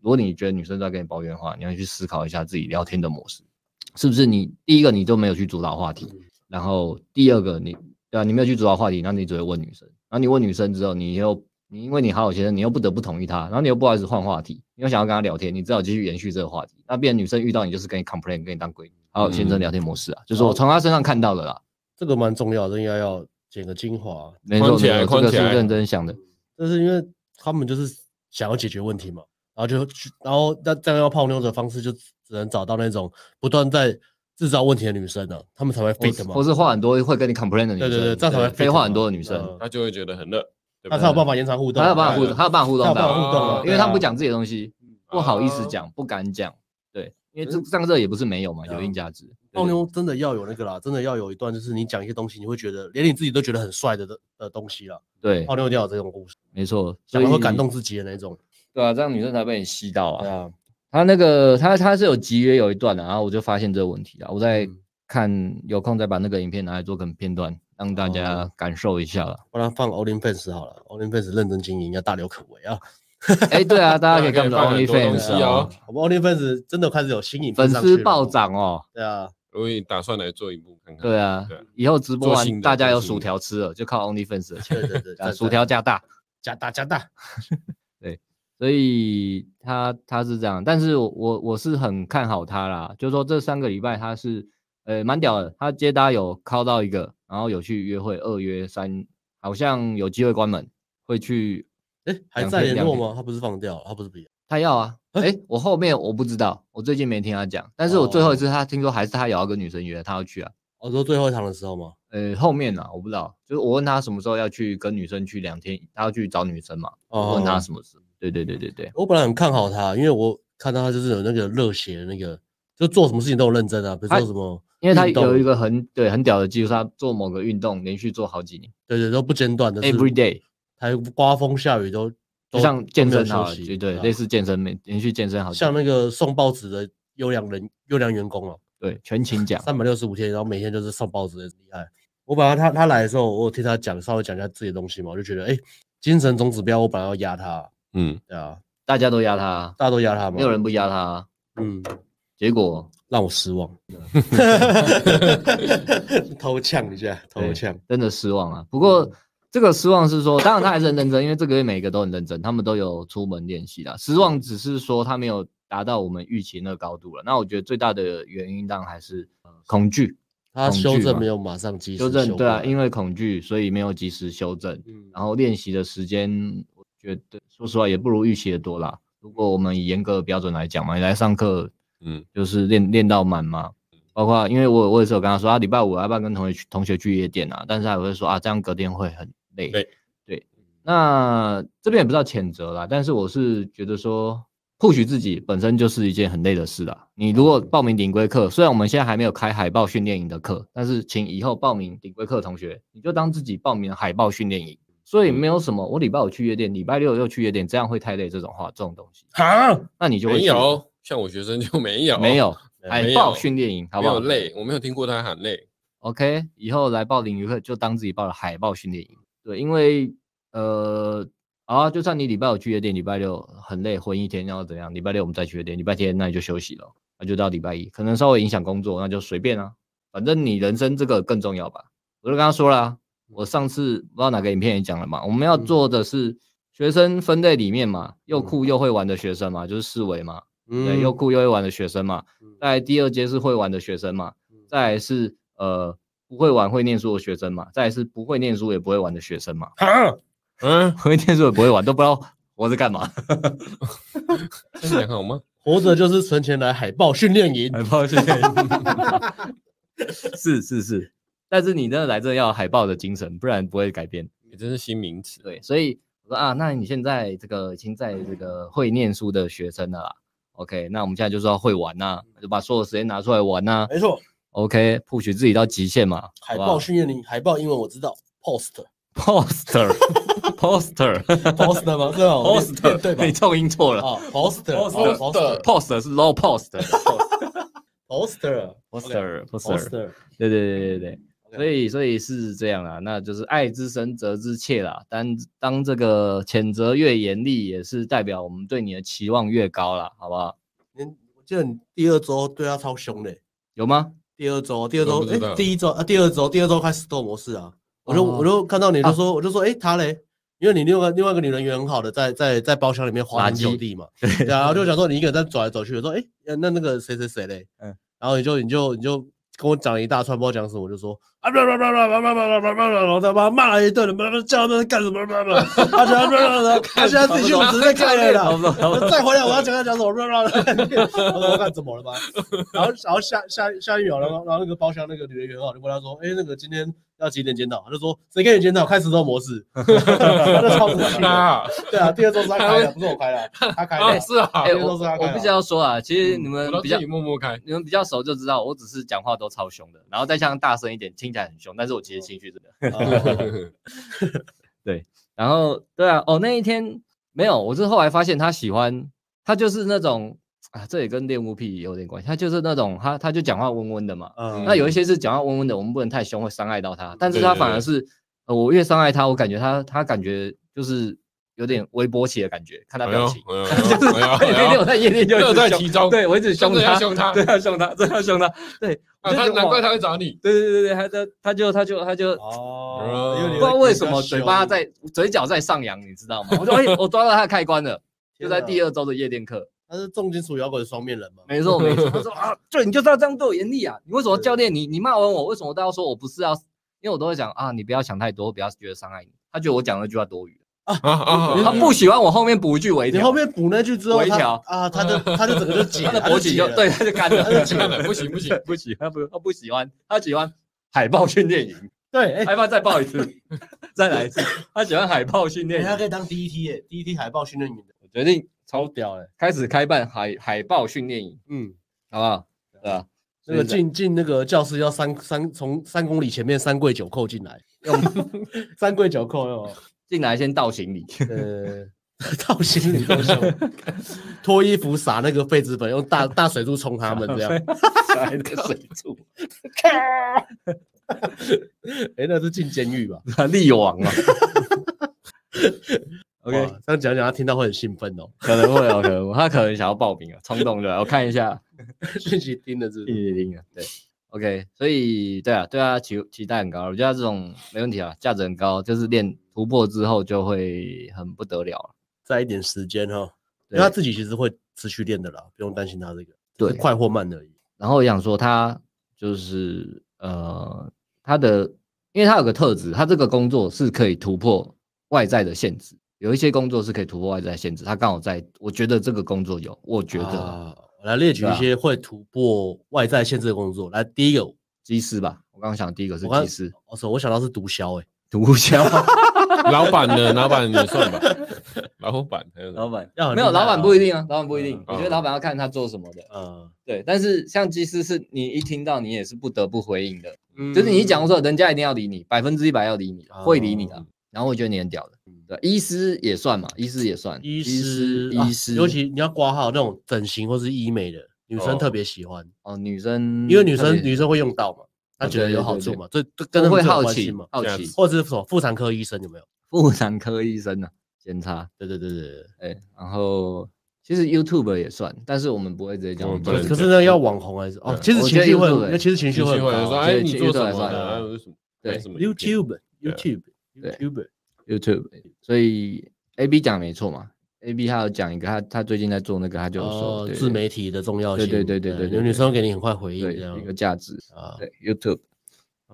[SPEAKER 1] 如果你觉得女生在跟你抱怨的话，你要去思考一下自己聊天的模式，是不是你第一个你都没有去主导话题，然后第二个你对啊，你没有去主导话题，那你只会问女生，然后你问女生之后，你又你因为你好好先生，你又不得不同意她，然后你又不好意思换话题，你又想要跟她聊天，你只好继续延续这个话题。那变成女生遇到你就是跟你 complain，跟你当闺蜜，好好先生聊天模式啊，就是我从她身上看到的啦，
[SPEAKER 2] 这个蛮重要的，应该要剪个精华。
[SPEAKER 1] 没错
[SPEAKER 3] 框起
[SPEAKER 1] 没
[SPEAKER 3] 来
[SPEAKER 1] 错，这个
[SPEAKER 3] 框
[SPEAKER 1] 是
[SPEAKER 3] 起来
[SPEAKER 1] 认真想的，
[SPEAKER 2] 但是因为他们就是想要解决问题嘛，然后就去，然后那这样要泡妞的方式就只能找到那种不断在制造问题的女生了，他们才会
[SPEAKER 1] 或
[SPEAKER 2] fit
[SPEAKER 1] 是
[SPEAKER 2] 嘛
[SPEAKER 1] 或，是话很多会跟你 complain 的女
[SPEAKER 2] 对
[SPEAKER 1] 生，
[SPEAKER 2] 对对，这样才会 fit
[SPEAKER 1] 废话很
[SPEAKER 2] 嘛
[SPEAKER 1] 多的女生，
[SPEAKER 2] 嗯
[SPEAKER 3] 他就会觉得很热，对不
[SPEAKER 2] 那
[SPEAKER 3] 对
[SPEAKER 2] 才有办法延长互动，
[SPEAKER 1] 她有办法互
[SPEAKER 3] 对
[SPEAKER 1] 动，她有办法互动
[SPEAKER 2] 她有办
[SPEAKER 1] 到
[SPEAKER 2] 法互动啊
[SPEAKER 1] 因为
[SPEAKER 2] 对啊
[SPEAKER 1] 她不讲自己的东西，不好意思
[SPEAKER 3] 哦
[SPEAKER 1] 讲，不敢讲，对，因为这
[SPEAKER 3] 嗯
[SPEAKER 1] 上这也不是没有嘛，
[SPEAKER 2] 对
[SPEAKER 1] 有
[SPEAKER 2] 啊
[SPEAKER 1] 硬价值。
[SPEAKER 2] 泡妞真的要有那个啦，真的要有一段，就是你讲一些东西，你会觉得连你自己都觉得很帅的的的东西啦。
[SPEAKER 1] 对，
[SPEAKER 2] 泡妞一定要有这种故事，
[SPEAKER 1] 没错，所
[SPEAKER 2] 哦讲
[SPEAKER 1] 以
[SPEAKER 2] 完会感动自己的那种。
[SPEAKER 1] 对啊，这样女生才被你吸到啊。
[SPEAKER 2] 啊，
[SPEAKER 1] 他那个他他是有集约有一段的、啊然后我就发现这个问题啊了，我再
[SPEAKER 2] 嗯
[SPEAKER 1] 看有空再把那个影片拿来做个片段，让大
[SPEAKER 2] 哦
[SPEAKER 1] 家感受一下了。
[SPEAKER 2] 不然放 OnlyFans 好了，OnlyFans 认真经营，要大有可为啊。
[SPEAKER 1] 哎、对啊，大家可以看我
[SPEAKER 3] 对
[SPEAKER 1] 们
[SPEAKER 3] 可以
[SPEAKER 1] 的
[SPEAKER 3] 放很多东
[SPEAKER 1] OnlyFans
[SPEAKER 3] 西
[SPEAKER 1] 哦
[SPEAKER 3] 哦，
[SPEAKER 2] 我们 OnlyFans 真的开始有新影片
[SPEAKER 1] 粉
[SPEAKER 2] 上去
[SPEAKER 1] 丝
[SPEAKER 2] 了
[SPEAKER 1] 暴。涨哦。
[SPEAKER 2] 对啊，
[SPEAKER 3] 我也打算来做一部看看。
[SPEAKER 1] 对啊
[SPEAKER 3] 对，
[SPEAKER 1] 以后直播
[SPEAKER 3] 做新
[SPEAKER 1] 完
[SPEAKER 3] 的
[SPEAKER 1] 大家有
[SPEAKER 3] 做新的
[SPEAKER 1] 薯条吃了，就靠 OnlyFans 的
[SPEAKER 2] 对
[SPEAKER 1] 钱，
[SPEAKER 2] 对对，
[SPEAKER 1] 啊
[SPEAKER 2] 赞
[SPEAKER 1] 薯条
[SPEAKER 2] 赞
[SPEAKER 1] 加大。
[SPEAKER 2] 加大加大，
[SPEAKER 1] 所以他他是这样，但是我我我是很看好他啦，就是说这三个礼拜他是呃蛮屌的，他接搭有靠到一个，然后有去约会二约三，好像有机会关门，会去
[SPEAKER 2] 哎，还
[SPEAKER 1] 两
[SPEAKER 2] 在
[SPEAKER 1] 天
[SPEAKER 2] 联络
[SPEAKER 1] 两天
[SPEAKER 2] 吗？他不是放掉了，他不是不要。
[SPEAKER 1] 他要啊，哎、我后面我不知道，我最近没听他讲，但是我最后一次他听说还是他有要跟女生约，他要去啊，
[SPEAKER 2] 我哦说最后一场的时候吗？
[SPEAKER 1] 呃后面啊我不知道，就是我问他什么时候要去跟女生去两天，他要去找女生嘛，我
[SPEAKER 2] 哦，
[SPEAKER 1] 问他什么时候，对对对对对，
[SPEAKER 2] 我本来很看好他，因为我看到他就是有那个热血的那个，就做什么事情都有认真啊，比如
[SPEAKER 1] 他
[SPEAKER 2] 说什么
[SPEAKER 1] 因为他
[SPEAKER 2] 运动
[SPEAKER 1] 有一个很对很屌的技术，他做某个运动连续做好几年
[SPEAKER 2] 对对，都不间断的是
[SPEAKER 1] ，every day，
[SPEAKER 2] 还刮风下雨都，
[SPEAKER 1] 就
[SPEAKER 2] 都
[SPEAKER 1] 像健身好
[SPEAKER 2] 好
[SPEAKER 1] 了，对对，类似健身，每连续健身好几
[SPEAKER 2] 啊像那
[SPEAKER 1] 年
[SPEAKER 2] 个送报纸的优良人、优良员工哦，
[SPEAKER 1] 对啊全勤奖，
[SPEAKER 2] 三百六十五天，然后每天就是送报纸的厉害。我本来他他来的时候，我有听他讲，稍微讲一下自己的东西嘛，我就觉得哎、精神总指标我本来要压他，
[SPEAKER 3] 嗯，
[SPEAKER 2] 对啊，
[SPEAKER 1] 大家都压他，
[SPEAKER 2] 大家都压他嘛，
[SPEAKER 1] 没有人不压他，
[SPEAKER 2] 嗯，
[SPEAKER 1] 结果
[SPEAKER 2] 让我失望， 偷呛一下，偷
[SPEAKER 1] 啊对
[SPEAKER 2] 呛，
[SPEAKER 1] 真的失望啊。不
[SPEAKER 2] 嗯
[SPEAKER 1] 过这个失望是说，当然他还是很认真，因为这个月每个都很认真，他们都有出门练习啦。失望只是说他没有达到我们预期那个高度了。那我觉得最大的原因当然还是、呃恐惧，
[SPEAKER 2] 他
[SPEAKER 1] 恐
[SPEAKER 2] 修
[SPEAKER 1] 惧
[SPEAKER 2] 正
[SPEAKER 1] 嘛
[SPEAKER 2] 没有马上及时
[SPEAKER 1] 修正对啊，因
[SPEAKER 2] 为
[SPEAKER 1] 为恐惧，所以没有及时修正。
[SPEAKER 2] 嗯
[SPEAKER 1] 然后练习的时间，我觉得说实话也不如预期的多啦。如果我们以严格的标准来讲嘛，你来上课，
[SPEAKER 3] 嗯，
[SPEAKER 1] 就是练练到满嘛。包括因为我我也是有跟他说啊，礼拜五要不要跟同学去同学去夜店啊？但是他也会说啊，这样隔天会很累。
[SPEAKER 3] 对
[SPEAKER 1] 对，那这边也不知道谴责啦，但是我是觉得说。或许自己本身就是一件很累的事啦。你如果报名顶规课，虽然我们现在还没有开海报训练营的课，但是请以后报名顶规课的同学，你就当自己报名了海报训练营。所
[SPEAKER 3] 嗯
[SPEAKER 1] 以没有什么，我礼拜五去夜店，礼拜六又去夜店，这样会太累这种话，这种东西，
[SPEAKER 2] 哈，
[SPEAKER 1] 那你就会
[SPEAKER 3] 没
[SPEAKER 1] 去
[SPEAKER 3] 有，像我学生就没有，
[SPEAKER 1] 没有海
[SPEAKER 3] 没
[SPEAKER 1] 报
[SPEAKER 3] 有
[SPEAKER 1] 训练营，好
[SPEAKER 3] 没
[SPEAKER 1] 不好？
[SPEAKER 3] 有累，我没有听过他喊累。
[SPEAKER 1] OK，以后来报领鱼课就当自己报了海报训练营。对，因为呃啊，就算你礼拜五去夜店，礼拜六很累，混一天，然后怎样？礼拜六我们再去夜店，礼拜天那你就休息了，那就到礼拜一，可能稍微影响工作，那就随便啊，反正你人生这个更重要吧。我就跟他说啦，我上次不知道哪个影片也讲了嘛，我们
[SPEAKER 3] 嗯
[SPEAKER 1] 要做的是学生分类里面嘛，又酷又会玩的学生嘛，就是四维嘛，对，
[SPEAKER 2] 嗯
[SPEAKER 1] 又酷又会玩的学生嘛，再来第二阶是会玩的学生嘛，再来是呃不会玩会念书的学生嘛，再来是不会念书也不会玩的学生 嘛，
[SPEAKER 2] 哈，
[SPEAKER 3] 嗯，
[SPEAKER 1] 会念书也不会玩，都不知道我在干嘛。
[SPEAKER 3] 这样讲好吗？
[SPEAKER 2] 活着就是存钱来海报训练营，
[SPEAKER 1] 海报是，哎 是是是，但是你真的来这要有海报的精神，不然不会改变。
[SPEAKER 3] 也真是新名词。
[SPEAKER 1] 对，所以我说啊，那你现在这个已经在这个会念书的学生了啦。OK，那我们现在就是要会玩呐、就把所有时间拿出来玩呐、
[SPEAKER 2] 没错，
[SPEAKER 1] OK，push 自己到极限嘛。好
[SPEAKER 2] 海
[SPEAKER 1] 不
[SPEAKER 2] 报
[SPEAKER 1] 好
[SPEAKER 2] 训练营，海报英文我知道，post
[SPEAKER 1] poster poster
[SPEAKER 2] post 吗？对吧
[SPEAKER 1] poster
[SPEAKER 2] 对吧
[SPEAKER 1] 你？重音错了
[SPEAKER 2] 啊，poster poster
[SPEAKER 1] ，poster 哦是 low post
[SPEAKER 2] poster
[SPEAKER 1] poster poster，
[SPEAKER 2] poster
[SPEAKER 1] 对对对对对。
[SPEAKER 2] OK
[SPEAKER 1] 所以，所以是这样啦，那就是爱之深，责之切啦。当当这个谴责越严厉，也是代表我们对你的期望越高啦，好不好？
[SPEAKER 2] 嗯。我记得你第二周对他超凶的，
[SPEAKER 1] 有吗？
[SPEAKER 2] 第二周，第二周
[SPEAKER 3] 我，不知
[SPEAKER 2] 哎，
[SPEAKER 3] 道
[SPEAKER 2] 第一周啊，第二周，第二周开始斗模式啊，我就我
[SPEAKER 1] 哦
[SPEAKER 2] 就看到
[SPEAKER 1] 啊
[SPEAKER 2] 你就说，我就说，哎，他嘞。因为你另外另外一个女人缘很好的，在在在包厢里面花天
[SPEAKER 1] 垃圾
[SPEAKER 2] 酒地嘛，对啊，然后就想说你一个人在走来走去，我说哎、诶那那个谁谁谁嘞，嗯
[SPEAKER 1] 嗯，
[SPEAKER 2] 然后你就你就你就跟我讲了一大串，不知道讲什么，我就说啊，不不不不不不不不不，然后他妈骂了一顿，不不叫他们干什么，不不，他现在不 不不，他现在自己去我直接看了啦，再回来我要讲他讲什么，不不不，我说我看怎么了吧，然后然后下下下一秒，然后然后那个包厢那个女人员好就问他说，哎，那个今天要几点检讨？他就说谁跟你检讨？开石头模式， 那超无趣 的，
[SPEAKER 3] 啊，
[SPEAKER 2] 对啊，第二周是他开的，不是我开的，他开的。
[SPEAKER 3] 是啊，
[SPEAKER 1] 哎、
[SPEAKER 2] 这些
[SPEAKER 1] 我
[SPEAKER 2] 都是他
[SPEAKER 1] 我
[SPEAKER 2] 干
[SPEAKER 1] 必
[SPEAKER 2] 的
[SPEAKER 1] 须要说啊，其实
[SPEAKER 3] 嗯
[SPEAKER 1] 你
[SPEAKER 3] 我
[SPEAKER 1] 们
[SPEAKER 3] 都
[SPEAKER 1] 比较
[SPEAKER 3] 自己默 默开，
[SPEAKER 1] 你们比较熟就知道，我只是讲话都超凶的，然后再像大声一点，听起来很凶，但是我其实情绪真的。
[SPEAKER 2] 哦
[SPEAKER 1] 然后对啊，哦那一天没有，我是后来发现他喜欢，他就是那种啊，这也跟恋物癖有点关系，他就是那种他他就讲话温温的嘛。
[SPEAKER 2] 嗯
[SPEAKER 1] 那有一些是讲话温温的，我们不能太凶，会伤害到他。但是
[SPEAKER 3] 对
[SPEAKER 1] 他
[SPEAKER 3] 对
[SPEAKER 1] 反
[SPEAKER 3] 对
[SPEAKER 1] 而是，呃，我越伤害他，我感觉他他感觉就是有点微勃起的感觉，看他
[SPEAKER 3] 哎
[SPEAKER 1] 表
[SPEAKER 3] 呦
[SPEAKER 1] 情。
[SPEAKER 3] 哎 呦哎呦
[SPEAKER 1] 那
[SPEAKER 3] 哎
[SPEAKER 1] 天
[SPEAKER 3] 呦
[SPEAKER 1] 我在夜店就一
[SPEAKER 3] 乐
[SPEAKER 1] 直
[SPEAKER 3] 在
[SPEAKER 1] 凶
[SPEAKER 3] 其中
[SPEAKER 1] 对我一直凶
[SPEAKER 3] 真的
[SPEAKER 1] 他
[SPEAKER 3] 要，凶他
[SPEAKER 1] 对，要凶他，真的要凶他，对，
[SPEAKER 3] 啊他难怪他会找 你。
[SPEAKER 1] 对对对对，他他他就他就他就
[SPEAKER 2] 哦
[SPEAKER 1] 不知
[SPEAKER 3] 因为你
[SPEAKER 1] 道为什么嘴巴在嘴角在上扬，你知道吗？我说哎、我抓到他的开关了，就在第
[SPEAKER 2] 二，
[SPEAKER 1] 二周的夜店课。
[SPEAKER 2] 他是重金属摇滚双面人嘛？
[SPEAKER 1] 没错没错，他说啊，对，你就是要这样对我严厉啊！你为什么教练你你骂完我，为什么都要说我不是要？因为我都会讲啊，你不要想太多，不要觉得伤害你。他觉得我讲那句话多余，
[SPEAKER 3] 啊啊
[SPEAKER 1] 他不喜欢我后面补一句微
[SPEAKER 2] 你
[SPEAKER 1] 调，
[SPEAKER 2] 后面补那句之后，
[SPEAKER 1] 微
[SPEAKER 2] 他
[SPEAKER 1] 调
[SPEAKER 2] 啊，他的他就整个就 解，
[SPEAKER 1] 他的勃起就
[SPEAKER 2] 解了
[SPEAKER 1] 对，他就干了，
[SPEAKER 2] 他就解
[SPEAKER 3] 了不行不行
[SPEAKER 1] 不行，他不他不喜欢，他喜欢海豹训练营，
[SPEAKER 2] 对，哎
[SPEAKER 1] 海豹再报一次，再来一次，他喜欢海豹训练
[SPEAKER 2] 哎，
[SPEAKER 1] 营
[SPEAKER 2] 他。可以当第一 T 耶，第一 T 海报训练员的，
[SPEAKER 1] 决定
[SPEAKER 2] 超屌哎，
[SPEAKER 1] 开始开办海海豹训练营，
[SPEAKER 2] 嗯，
[SPEAKER 1] 好不好？对吧？
[SPEAKER 2] 那个
[SPEAKER 1] 是的
[SPEAKER 2] 进进那个教室要三三从三公里前面三跪九叩进来， 用三跪九叩哦哟，
[SPEAKER 1] 进来先倒行李，
[SPEAKER 2] 呃， 到行李 都凶，脱衣服撒那个痱子粉，用大大水柱冲他们这样。
[SPEAKER 5] 来的水柱，
[SPEAKER 2] 哎、那是进监狱吧
[SPEAKER 1] 力王啊。
[SPEAKER 2] 哇
[SPEAKER 1] OK，
[SPEAKER 2] 这样讲讲，他听到会很兴奋哦。
[SPEAKER 1] 可能会哦，可能会他可能想要报名啊，冲动的。我看一下，
[SPEAKER 2] 讯息听的是 不
[SPEAKER 1] 一
[SPEAKER 2] 是
[SPEAKER 1] 零零啊，对，OK，所以对啊，对啊，期期待很高，我觉得他这种没问题啊，价值很高，就是练突破之后就会很不得了了。
[SPEAKER 2] 再一点时间哈，因
[SPEAKER 1] 对
[SPEAKER 2] 为他自己其实会持续练的啦，不用担心他这个，
[SPEAKER 1] 对
[SPEAKER 2] 只是快或慢而已。
[SPEAKER 1] 然后我想说他就是呃，他的，因为他有个特质，他这个工作是可以突破外在的限制，有一些工作是可以突破外在限制，他刚好在，我觉得这个工作有，我觉得啊
[SPEAKER 2] 啊，我来列举一些会突破外在限制的工作。来，第一个，我
[SPEAKER 1] 技师吧，我刚刚想第一个是
[SPEAKER 2] 刚
[SPEAKER 1] 技师，
[SPEAKER 2] 我操，我想到是毒枭哎、
[SPEAKER 1] 毒枭。
[SPEAKER 3] 老板呢？老板也算吧。老板还有什么
[SPEAKER 1] 老板
[SPEAKER 2] 要很
[SPEAKER 1] 没有，
[SPEAKER 2] 厉害
[SPEAKER 1] 老板
[SPEAKER 2] 哦
[SPEAKER 1] 不一定啊，老板不一定
[SPEAKER 2] 嗯。
[SPEAKER 1] 我觉得
[SPEAKER 3] 嗯
[SPEAKER 1] 老板要看他做什么的，
[SPEAKER 2] 呃，
[SPEAKER 1] 对。但是像技师是你一听到你也是不得不回应的，就是你一
[SPEAKER 2] 嗯
[SPEAKER 1] 讲的时候，人家一定要理你，百分之一百要理你，会理你
[SPEAKER 2] 哦
[SPEAKER 1] 的。然后我觉得你很屌的，对。医师也算嘛，医师也算，
[SPEAKER 2] 嗯医
[SPEAKER 1] 师
[SPEAKER 2] 师，
[SPEAKER 1] 医
[SPEAKER 2] 啊
[SPEAKER 1] 师，
[SPEAKER 2] 尤其你要挂号那种整形或是医美的，女生
[SPEAKER 3] 哦
[SPEAKER 2] 特别喜欢，
[SPEAKER 1] 哦女生，
[SPEAKER 2] 因为女生
[SPEAKER 1] 特别
[SPEAKER 2] 女生会用到嘛，她
[SPEAKER 1] 哦
[SPEAKER 2] 觉得
[SPEAKER 1] 对
[SPEAKER 2] 有
[SPEAKER 1] 对
[SPEAKER 2] 好
[SPEAKER 1] 对
[SPEAKER 2] 处
[SPEAKER 1] 对
[SPEAKER 2] 嘛，这这跟他
[SPEAKER 1] 会
[SPEAKER 2] 们最有
[SPEAKER 1] 好
[SPEAKER 2] 关
[SPEAKER 1] 奇
[SPEAKER 2] 系嘛，
[SPEAKER 1] 好
[SPEAKER 3] 这样
[SPEAKER 1] 奇
[SPEAKER 3] 子，
[SPEAKER 2] 或者是什么妇产科医生有没有？
[SPEAKER 1] 妇产科医生啊，检查，
[SPEAKER 2] 对对对对对。
[SPEAKER 1] 哎，然后其实 YouTube 也算，但是我们不会直接讲 YouTube。
[SPEAKER 3] 我们不
[SPEAKER 2] 可
[SPEAKER 3] 能
[SPEAKER 2] 可是
[SPEAKER 3] 讲
[SPEAKER 2] 呢，要网红还是哦？
[SPEAKER 3] 对
[SPEAKER 2] 其实
[SPEAKER 1] 我
[SPEAKER 2] 情
[SPEAKER 1] 觉
[SPEAKER 2] 绪
[SPEAKER 1] 得
[SPEAKER 2] 会
[SPEAKER 1] YouTube
[SPEAKER 2] 很，
[SPEAKER 1] 欸
[SPEAKER 2] 其实情绪
[SPEAKER 3] 情
[SPEAKER 2] 会
[SPEAKER 3] 绪
[SPEAKER 2] 很
[SPEAKER 3] 会
[SPEAKER 2] 高
[SPEAKER 3] 说：“
[SPEAKER 2] 啊
[SPEAKER 1] 觉
[SPEAKER 3] 哎，
[SPEAKER 1] 得
[SPEAKER 3] 你
[SPEAKER 1] 其
[SPEAKER 3] 做
[SPEAKER 1] 实
[SPEAKER 3] 什
[SPEAKER 1] 都还
[SPEAKER 3] 么
[SPEAKER 1] 算
[SPEAKER 3] 的？”为什么？哎
[SPEAKER 1] 对
[SPEAKER 3] 为什么影片
[SPEAKER 2] YouTube YouTube
[SPEAKER 1] 对
[SPEAKER 2] YouTube，
[SPEAKER 1] YouTube，所以 A B 讲没错嘛，A B 他有讲一个，他他最近在做那个，他就有说、
[SPEAKER 2] 哦
[SPEAKER 1] 对，
[SPEAKER 2] 自媒体的重要性，
[SPEAKER 1] 对对对对对
[SPEAKER 2] 有
[SPEAKER 1] 对
[SPEAKER 2] 女
[SPEAKER 1] 对
[SPEAKER 2] 生会给你很快回应
[SPEAKER 1] 对
[SPEAKER 2] 这样
[SPEAKER 1] 一个价值，
[SPEAKER 2] 啊。
[SPEAKER 1] 对 YouTube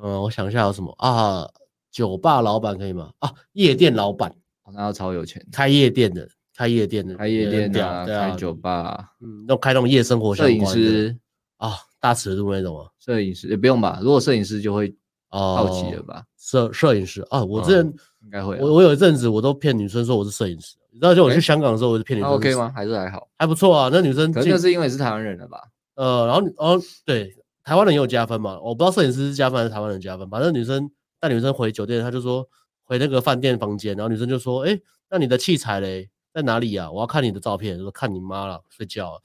[SPEAKER 2] 嗯，我想一下有什么啊？酒吧老板可以吗？啊，夜店老板，
[SPEAKER 1] 哦那要超有钱，
[SPEAKER 2] 开夜店的，开夜店的，
[SPEAKER 1] 开夜
[SPEAKER 2] 也很
[SPEAKER 1] 店
[SPEAKER 2] 屌
[SPEAKER 1] 啊，
[SPEAKER 2] 对啊，
[SPEAKER 1] 开酒吧啊、
[SPEAKER 2] 嗯，那种开那种夜生活相
[SPEAKER 1] 摄影
[SPEAKER 2] 关的
[SPEAKER 1] 师，
[SPEAKER 2] 啊，大尺度那种啊。
[SPEAKER 1] 摄影师也不用吧，如果摄影师就会
[SPEAKER 2] 哦，
[SPEAKER 1] 好奇了吧，
[SPEAKER 2] 摄摄影师啊，我之前
[SPEAKER 1] 应该会啊、
[SPEAKER 2] 我我有一阵子我都骗女生说我是摄影师，你知道就我去
[SPEAKER 1] 诶
[SPEAKER 2] 香港的时候我就骗女
[SPEAKER 1] 那
[SPEAKER 2] 生是
[SPEAKER 1] 啊 OK 吗？？还是还好，
[SPEAKER 2] 还不错啊，那女生
[SPEAKER 1] 可是
[SPEAKER 2] 进
[SPEAKER 1] 那是因为你是台湾人了吧？
[SPEAKER 2] 呃，然后女哦对，台湾人也有加分嘛，我不知道摄影师是加分还是台湾人加分，反正女生带女生回酒店，她就说回那个饭店房间，然后女生就说，哎，那你的器材嘞在哪里啊呀、我要看你的照片，就说看你妈了， 睡觉啊。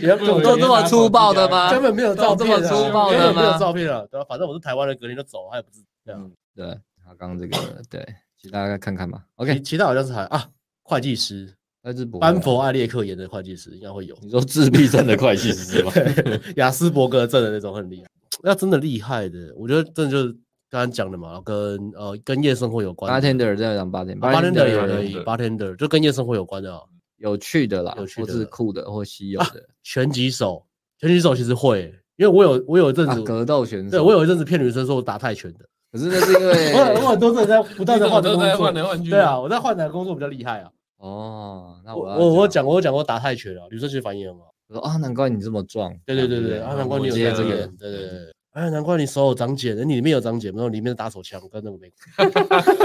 [SPEAKER 2] 你要
[SPEAKER 3] 我
[SPEAKER 1] 做这么粗暴的吗？
[SPEAKER 2] 根本没有照
[SPEAKER 1] 这
[SPEAKER 2] 片、啊，
[SPEAKER 1] 么粗暴
[SPEAKER 2] 根
[SPEAKER 1] 的
[SPEAKER 2] 本没有
[SPEAKER 1] 吗
[SPEAKER 2] 照片啊，对啊，反正我是台湾人，隔天就走，他也不知道。
[SPEAKER 1] 对，他刚刚这个对，其实大家看看吧。
[SPEAKER 2] 其
[SPEAKER 1] OK，
[SPEAKER 2] 其他好像是还啊，会计师，
[SPEAKER 1] 那是不会啊
[SPEAKER 2] 班佛艾列克演的会计师应该会有，
[SPEAKER 1] 你说自闭症的会计师吗？
[SPEAKER 2] 雅斯伯格症的那种很厉害，那真的厉害的，我觉得真的就是刚刚讲的嘛，跟呃跟夜生活有关的
[SPEAKER 1] bartender 这样讲 bartender，
[SPEAKER 2] 啊 bartender 也可
[SPEAKER 3] bartender
[SPEAKER 2] 以，bartender 就跟夜生活有关的、哦，
[SPEAKER 1] 有趣的啦，
[SPEAKER 2] 有趣
[SPEAKER 1] 或
[SPEAKER 2] 的啊
[SPEAKER 1] 是酷的或稀有的
[SPEAKER 2] 拳击手，拳击手其实会，因为我有我有一阵
[SPEAKER 1] 啊
[SPEAKER 2] 子，
[SPEAKER 1] 格斗选手。
[SPEAKER 2] 对我有一阵子骗女生说我打泰拳的，
[SPEAKER 1] 可是那是因
[SPEAKER 2] 我很我
[SPEAKER 1] 为
[SPEAKER 2] 很多阵子在不断的换工
[SPEAKER 3] 都在换
[SPEAKER 2] 作，
[SPEAKER 3] 来换去。
[SPEAKER 2] 对啊，，我在换的工作比较厉害啊。
[SPEAKER 1] 哦，那
[SPEAKER 2] 我
[SPEAKER 1] 我要
[SPEAKER 2] 我我讲过，我讲过打泰拳啊，女生其实反应很好。
[SPEAKER 1] 我说啊，难怪你这么壮。
[SPEAKER 2] 对对
[SPEAKER 1] 这
[SPEAKER 2] 对
[SPEAKER 1] 样不
[SPEAKER 2] 对，啊，难怪你有
[SPEAKER 1] 我接
[SPEAKER 2] 长
[SPEAKER 1] 这
[SPEAKER 2] 茧
[SPEAKER 1] 个，
[SPEAKER 2] 对对对，哎，难怪你手有长茧，哎你里面有长茧，然后里面是打手枪，跟那个没关系，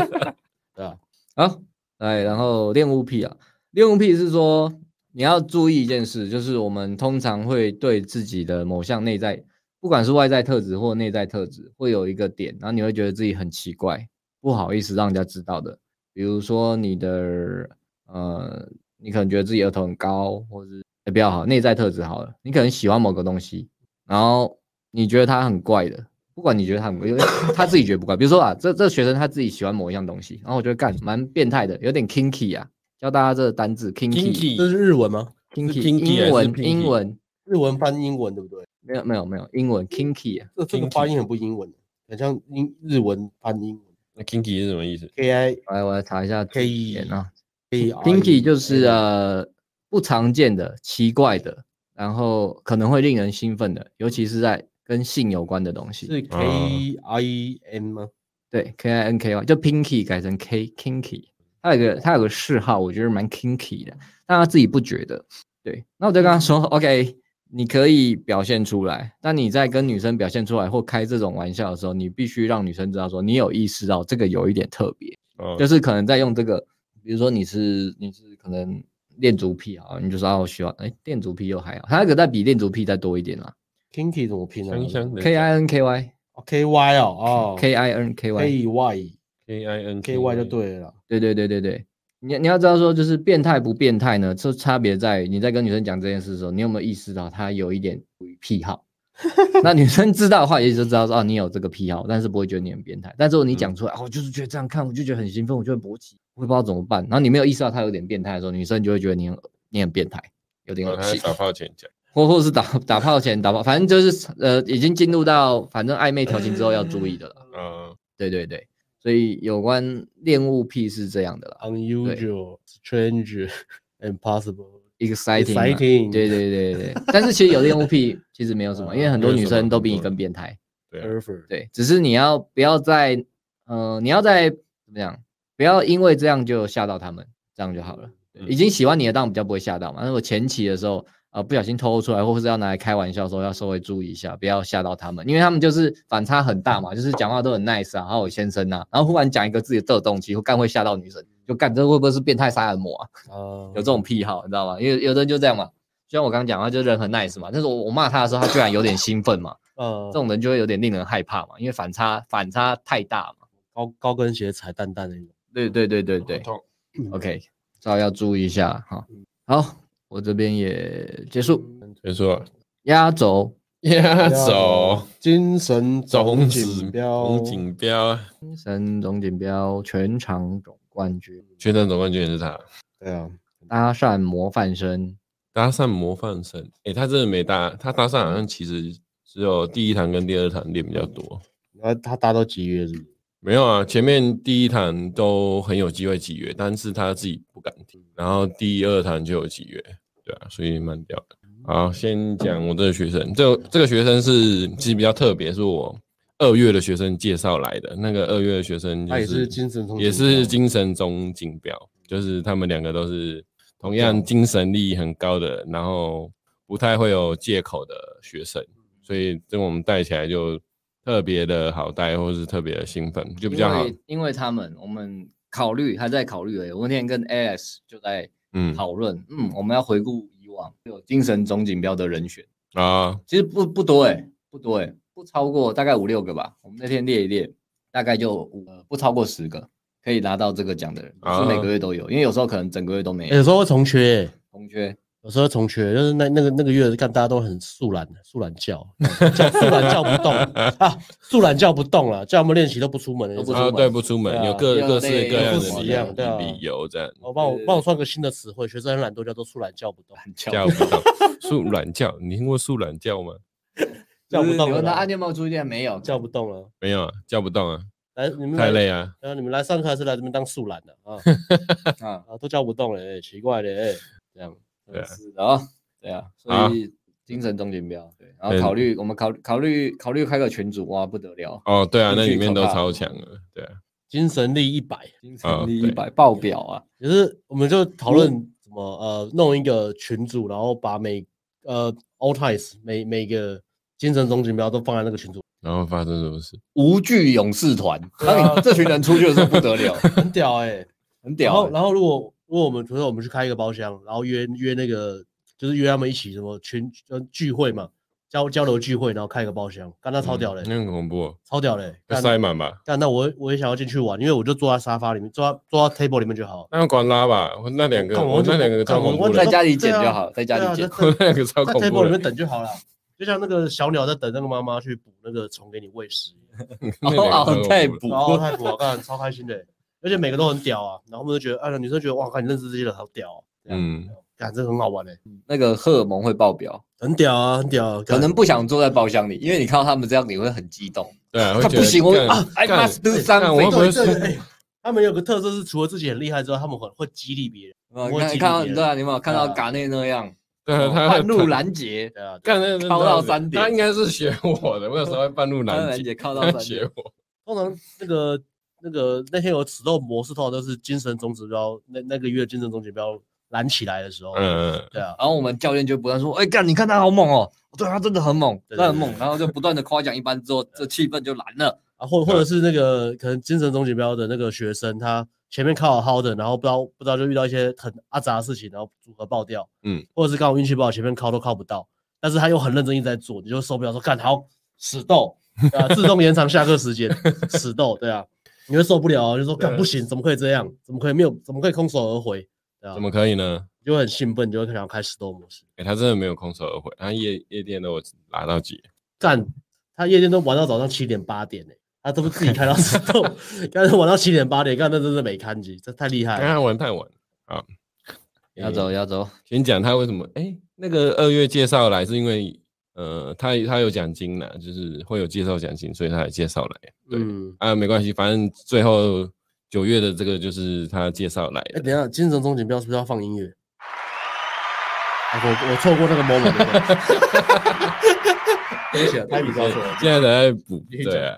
[SPEAKER 2] 对啊，
[SPEAKER 1] 好，来，哎然后恋物癖啊，恋物癖是说你要注意一件事，就是我们通常会对自己的某项内在，不管是外在特质或内在特质，会有一个点，然后你会觉得自己很奇怪，不好意思让人家知道的。比如说你的呃，你可能觉得自己额头很高，或者也比较好，内在特质好了，你可能喜欢某个东西，然后你觉得它很怪的，不管你觉得他很 怪，因为他自己觉得不怪。比如说啊，这这学生他自己喜欢某一样东西，然后我觉得干蛮变态的，有点 kinky 啊，教大家这个单字 kinky
[SPEAKER 2] 这
[SPEAKER 3] Kinky
[SPEAKER 2] 是日文吗？
[SPEAKER 1] kinky
[SPEAKER 3] 是 kinky 还
[SPEAKER 1] 英
[SPEAKER 3] 是
[SPEAKER 1] 文
[SPEAKER 3] pinky？
[SPEAKER 1] 英文
[SPEAKER 2] 日文翻英文对不对？
[SPEAKER 1] 没有没有没有英文 kinky 啊，
[SPEAKER 2] 这这个
[SPEAKER 3] Kinky
[SPEAKER 2] 发音很不英文，很像英日文翻英文。
[SPEAKER 3] 那 kinky 是什么意思？
[SPEAKER 2] K I
[SPEAKER 1] 来我来查一下字
[SPEAKER 2] K E
[SPEAKER 1] 典啊
[SPEAKER 2] K
[SPEAKER 1] ，kinky 就是呃不常见的、奇怪的，然后可能会令人兴奋的，尤其是在跟性有关的东西。
[SPEAKER 2] 是 K I N 吗？
[SPEAKER 1] 对，K I N K Y 就 pinky 改成 K kinky，他有个他有个嗜好，我觉得蛮 kinky 的，但他自己不觉得。对，那我就跟他说，OK，你可以表现出来，但你在跟女生表现出来或开这种玩笑的时候，你必须让女生知道说你有意识到这个有一点特别，
[SPEAKER 3] 哦
[SPEAKER 1] 就是可能在用这个，比如说你是你是可能练足癖好了，你就说啊，我喜欢哎，练足癖又还好，它那个再比练足癖再多一点啦
[SPEAKER 2] Kinky 怎么拼啊
[SPEAKER 3] 香香的
[SPEAKER 1] ，K I N K Y
[SPEAKER 2] ？K Y 哦，哦
[SPEAKER 1] K I N K Y，
[SPEAKER 2] K Y
[SPEAKER 3] K I N
[SPEAKER 2] K Y 就对了啦。
[SPEAKER 1] 对对对对对，你你要知道说，就是变态不变态呢，这差别在于你在跟女生讲这件事的时候，你有没有意识到她有一点癖 好？那女生知道的话，也就知道说啊，你有这个癖好，但是不会觉得你很变态。但是如果你
[SPEAKER 3] 嗯
[SPEAKER 1] 讲出来、啊，我就是觉得这样看，我就觉得很兴奋，我就会勃起，我也不知道怎么办。然后你没有意识到她有点变态的时候，女生就会觉得你很你很变态，有点
[SPEAKER 3] 哦
[SPEAKER 1] 恶
[SPEAKER 3] 他在
[SPEAKER 1] 心。
[SPEAKER 3] 打炮前讲，
[SPEAKER 1] 或或是打打炮前打炮，反正就是呃，已经进入到反正暧昧调情之后要注意的了。
[SPEAKER 3] 嗯，
[SPEAKER 1] 对对对，所以有关恋物癖是这样的啦
[SPEAKER 2] Unusual, strange, impossible,
[SPEAKER 1] ，exciting 嘛。
[SPEAKER 2] exciting，
[SPEAKER 1] 对对对对， 但是其实有恋物癖其实没有什么，因为很多
[SPEAKER 3] 啊没有
[SPEAKER 1] 女
[SPEAKER 3] 什么
[SPEAKER 1] 生都比
[SPEAKER 3] 很
[SPEAKER 1] 你
[SPEAKER 3] 多
[SPEAKER 1] 更变态。
[SPEAKER 3] 对啊，
[SPEAKER 2] ，pervert，
[SPEAKER 1] 对，只是你要不要在呃，你要在怎么样，不要因为这样就吓到他们，这样就好了。对
[SPEAKER 3] 嗯
[SPEAKER 1] 已经喜欢你的当然比较不会吓到嘛，那我前期的时候啊、呃不小心透露出来，或是要拿来开玩笑的时候，要稍微注意一下，不要吓到他们，因为他们就是反差很大
[SPEAKER 3] 嗯
[SPEAKER 1] 嘛，就是讲话都很 nice 啊，还有先生呐、然后忽然讲一个自己的动机，或干会吓到女生，就干这会不会是变态杀人魔啊？
[SPEAKER 2] 啊
[SPEAKER 1] 有这种癖好，你知道吗？因为有的人就这样嘛，就像我刚刚讲，他就人很 nice 嘛，但是我我骂他的时候，他居然有点兴奋嘛，
[SPEAKER 2] 呃
[SPEAKER 1] 这，种人就会有点令人害怕嘛，因为反差反差太大嘛。
[SPEAKER 2] 高高跟鞋踩蛋蛋那种。
[SPEAKER 1] 对对对对对
[SPEAKER 3] 好痛
[SPEAKER 1] ，OK，稍微要注意一下哈。好，我这边也结束，
[SPEAKER 3] 结束了，
[SPEAKER 1] 压轴啊
[SPEAKER 3] 压轴，
[SPEAKER 2] 精神
[SPEAKER 3] 总
[SPEAKER 2] 总
[SPEAKER 3] 指
[SPEAKER 2] 锦标，
[SPEAKER 3] 总锦标，
[SPEAKER 1] 神总锦标全场总冠军，
[SPEAKER 3] 全场总冠军也是他，
[SPEAKER 2] 对啊，
[SPEAKER 1] 搭讪模范生，
[SPEAKER 3] 搭讪模范生，诶，他真的没搭，他搭讪好像其实只有第一堂跟第二堂练比较多，
[SPEAKER 2] 然后他搭到几月是不是？
[SPEAKER 3] 没有啊，前面第一堂都很有机会集约，但是他自己不敢听，然后第二堂就有集约，对啊，所以蛮屌的。
[SPEAKER 2] 嗯
[SPEAKER 3] 好，先讲我这个学生，这这个学生是其实比较特别，是我二月的学生介绍来的。那个二月的学生、就
[SPEAKER 2] 他也是精神中
[SPEAKER 3] 也是精神中锦标，就是他们两个都是同样精神力很高的，然后不太会有借口的学生，所以这我们带起来就特别的好带，或是特别的兴奋，就
[SPEAKER 1] 就
[SPEAKER 3] 比较好。
[SPEAKER 1] 因为他们我们考虑还在考虑而已，我那天跟 Alex 就在
[SPEAKER 3] 嗯，
[SPEAKER 1] 讨论，嗯，我们要回顾以往有精神总锦标的人选，
[SPEAKER 3] 啊，
[SPEAKER 1] 其实不不多哎、不多哎、不超过大概五六个吧。我们那天列一列，大概就五、呃不超过十个可以拿到这个奖的人，不是每
[SPEAKER 3] 啊哎
[SPEAKER 1] 个月都有，因为有时候可能整个月都没
[SPEAKER 2] 欸
[SPEAKER 1] 有
[SPEAKER 2] 有时候会重缺欸，
[SPEAKER 1] 同缺。
[SPEAKER 2] 有时候会重缺，就是那那个那个月干大家都很素懒，素懒叫，叫素懒叫 不动啊，素懒叫不动了，叫我们练习都不出门，
[SPEAKER 1] 都不出
[SPEAKER 3] 啊，
[SPEAKER 1] 门
[SPEAKER 3] 对，不出门，
[SPEAKER 2] 对啊
[SPEAKER 3] 有各
[SPEAKER 1] 又
[SPEAKER 3] 各式
[SPEAKER 1] 累
[SPEAKER 3] 各样
[SPEAKER 1] 又
[SPEAKER 3] 的
[SPEAKER 1] 不
[SPEAKER 3] 理
[SPEAKER 1] 一样
[SPEAKER 2] 对啊
[SPEAKER 3] 由理由这样，
[SPEAKER 2] 我帮我
[SPEAKER 1] 对
[SPEAKER 2] 帮我创个新的词汇，学生很懒惰，叫做素懒叫不动，
[SPEAKER 3] 叫不到素懒觉，你听过素懒觉吗？
[SPEAKER 2] 叫不动
[SPEAKER 1] 啊有
[SPEAKER 2] 了
[SPEAKER 1] 那
[SPEAKER 2] 啦，
[SPEAKER 1] 按键帽出现没有？
[SPEAKER 2] 叫不动了。
[SPEAKER 3] 没有啊，叫不动啊，
[SPEAKER 2] 来，你们
[SPEAKER 3] 太
[SPEAKER 2] 来
[SPEAKER 3] 累，啊，
[SPEAKER 2] 然后你们来上课还是来这边当素懒的啊？
[SPEAKER 1] 啊，
[SPEAKER 2] 啊，都叫不动了，欸奇怪的，欸这样
[SPEAKER 3] 对啊
[SPEAKER 1] 是的啊，对啊，所以精神中锦标对，然后
[SPEAKER 3] 嗯
[SPEAKER 1] 考虑我们考考虑考虑开个群组哇，不得了，
[SPEAKER 3] 哦，对啊，
[SPEAKER 1] 进
[SPEAKER 3] 那
[SPEAKER 1] 去
[SPEAKER 3] 里面
[SPEAKER 1] 可
[SPEAKER 3] 都
[SPEAKER 1] 怕
[SPEAKER 3] 超强了，对啊，
[SPEAKER 2] 精神力一百，
[SPEAKER 1] 精
[SPEAKER 3] 啊
[SPEAKER 1] 神力一
[SPEAKER 3] 对
[SPEAKER 1] 百爆表啊，
[SPEAKER 2] 可是我们就讨论怎么呃弄一个群组，然后把每呃 all types 每每个精神总指标都放在那个群组，
[SPEAKER 3] 然后发生什么事？
[SPEAKER 1] 无惧勇士团，
[SPEAKER 2] 啊
[SPEAKER 1] 当你这群人出去的时候不得 了，
[SPEAKER 2] 很屌哎、
[SPEAKER 1] 很
[SPEAKER 2] 然
[SPEAKER 1] 屌
[SPEAKER 2] 后
[SPEAKER 1] 欸。
[SPEAKER 2] 然后如果如果我们比如说我们去开一个包厢，然后约约那个就是约他们一起什么群呃聚会嘛，交交流聚会，然后开一个包厢，干那超屌嘞、
[SPEAKER 3] 嗯那很恐怖哦，
[SPEAKER 2] 超屌嘞、
[SPEAKER 3] 被
[SPEAKER 2] 干
[SPEAKER 3] 塞满吧？
[SPEAKER 2] 干那我我也想要进去玩，因为我就坐在沙发里面，坐在坐在 table 里面就好。
[SPEAKER 3] 那管拉吧，我那两个，
[SPEAKER 2] 干
[SPEAKER 3] 我
[SPEAKER 2] 我就
[SPEAKER 3] 那两个
[SPEAKER 2] 干
[SPEAKER 3] 超
[SPEAKER 2] 我
[SPEAKER 3] 恐怖
[SPEAKER 2] 完
[SPEAKER 3] 的
[SPEAKER 1] 在
[SPEAKER 2] 全，
[SPEAKER 1] 家里剪
[SPEAKER 2] 对啊
[SPEAKER 1] 就好，在家
[SPEAKER 2] 对
[SPEAKER 1] 里
[SPEAKER 2] 啊
[SPEAKER 1] 剪
[SPEAKER 2] 就。
[SPEAKER 3] 我 那两个超
[SPEAKER 2] 在
[SPEAKER 3] 恐
[SPEAKER 2] table
[SPEAKER 3] 怖
[SPEAKER 2] 里面
[SPEAKER 3] 的，
[SPEAKER 2] 等就好了，就像那个小鸟在等那个妈妈去捕那个虫给你喂食一样。
[SPEAKER 3] 那
[SPEAKER 2] 啊
[SPEAKER 3] 两
[SPEAKER 1] 哦
[SPEAKER 3] 个超恐怖的
[SPEAKER 1] 太补
[SPEAKER 2] 然哦后太普，我看超开心的，而且每个都很屌啊。然后我们就觉得，哎、女生觉得哇，看你认识这些人好屌、哦，
[SPEAKER 3] 嗯，
[SPEAKER 2] 感这很好玩嘞，
[SPEAKER 1] 那个荷尔蒙会爆表，
[SPEAKER 2] 很屌啊，很屌、啊。
[SPEAKER 1] 可
[SPEAKER 2] 干
[SPEAKER 1] 能不想坐在包厢里，因为你看到他们这样，你会很激动。
[SPEAKER 3] 对啊，会
[SPEAKER 1] 他
[SPEAKER 3] 觉
[SPEAKER 1] 不
[SPEAKER 3] 得
[SPEAKER 1] 行，我
[SPEAKER 3] 干
[SPEAKER 1] 啊，I
[SPEAKER 3] 干
[SPEAKER 1] must do
[SPEAKER 3] 干我会不
[SPEAKER 1] something。
[SPEAKER 3] 会
[SPEAKER 2] 对对对哎他们有个特色是，除了自己很厉害之外，他们很会激励别人。
[SPEAKER 1] 啊你
[SPEAKER 2] 我
[SPEAKER 1] 看，
[SPEAKER 2] 记
[SPEAKER 1] 你看到
[SPEAKER 2] 得
[SPEAKER 1] 对啊，你有没有看到
[SPEAKER 2] 啊
[SPEAKER 1] 嘎内那样，
[SPEAKER 3] 对啊， 他
[SPEAKER 1] 半哦路拦截，
[SPEAKER 2] 对啊，对啊
[SPEAKER 3] 干那
[SPEAKER 1] 靠到三点
[SPEAKER 3] 他应该是学我的，我有时候会半
[SPEAKER 1] 半
[SPEAKER 3] 路
[SPEAKER 1] 路
[SPEAKER 3] 拦
[SPEAKER 1] 拦
[SPEAKER 3] 截，
[SPEAKER 1] 截靠到
[SPEAKER 3] 他
[SPEAKER 1] 三
[SPEAKER 3] 学
[SPEAKER 1] 点。
[SPEAKER 3] 我，
[SPEAKER 2] 通常那个那个那天有此斗模式，通常都是精神总指标，那那个月精神总指标燃起来的时候。
[SPEAKER 3] 嗯，嗯
[SPEAKER 2] 对啊，
[SPEAKER 1] 然后我们教练就不断说：“哎，干，你看他好猛哦，对他真的很猛，真
[SPEAKER 2] 对
[SPEAKER 1] 的很
[SPEAKER 2] 对
[SPEAKER 1] 猛。”然后就不断的夸奖一番之后，这气氛就燃了。
[SPEAKER 3] 嗯
[SPEAKER 2] 啊，或或者是那个可能精神总指标的那个学生，他前面靠好好的，然后不知道不知道就遇到一些很阿杂的事情，然后组合爆掉，
[SPEAKER 3] 嗯，
[SPEAKER 2] 或者是刚好运气不好，前面靠都靠不到，但是他又很认真一直在做，你就受不了说干好死斗，对啊，自动延长下课时间， 死斗，对啊，你会受不了啊，就说干不行，怎么可以这样？怎么可以没有？怎么可以空手而回？对啊，
[SPEAKER 3] 怎么可以呢？
[SPEAKER 2] 你就会很兴奋，你就会想要开死斗模式。
[SPEAKER 3] 哎、他真的没有空手而回，他夜夜店都有拉到几，
[SPEAKER 2] 干，他夜店都玩到早上七点八点呢、他都是自己开到死斗，干玩到七点八点，干那真是没看机，这太厉害
[SPEAKER 3] 刚
[SPEAKER 2] 了。
[SPEAKER 3] 刚哎玩太晚了啊。
[SPEAKER 1] 要走要走，
[SPEAKER 3] 先讲他为什么？哎、那个二月介绍来是因为，呃，他他有奖金啦，就是会有介绍奖金，所以他才介绍来。对
[SPEAKER 2] 嗯，
[SPEAKER 3] 啊，没关系，反正最后九月的这个就是他介绍来
[SPEAKER 2] 哎、
[SPEAKER 3] 的。
[SPEAKER 2] 等一下，精神钟锦标是不是要放音乐？啊我我错过那个 moment 了。 对不起啊，拍比较错了。
[SPEAKER 3] 现在在 补
[SPEAKER 2] 继续
[SPEAKER 3] 对啊。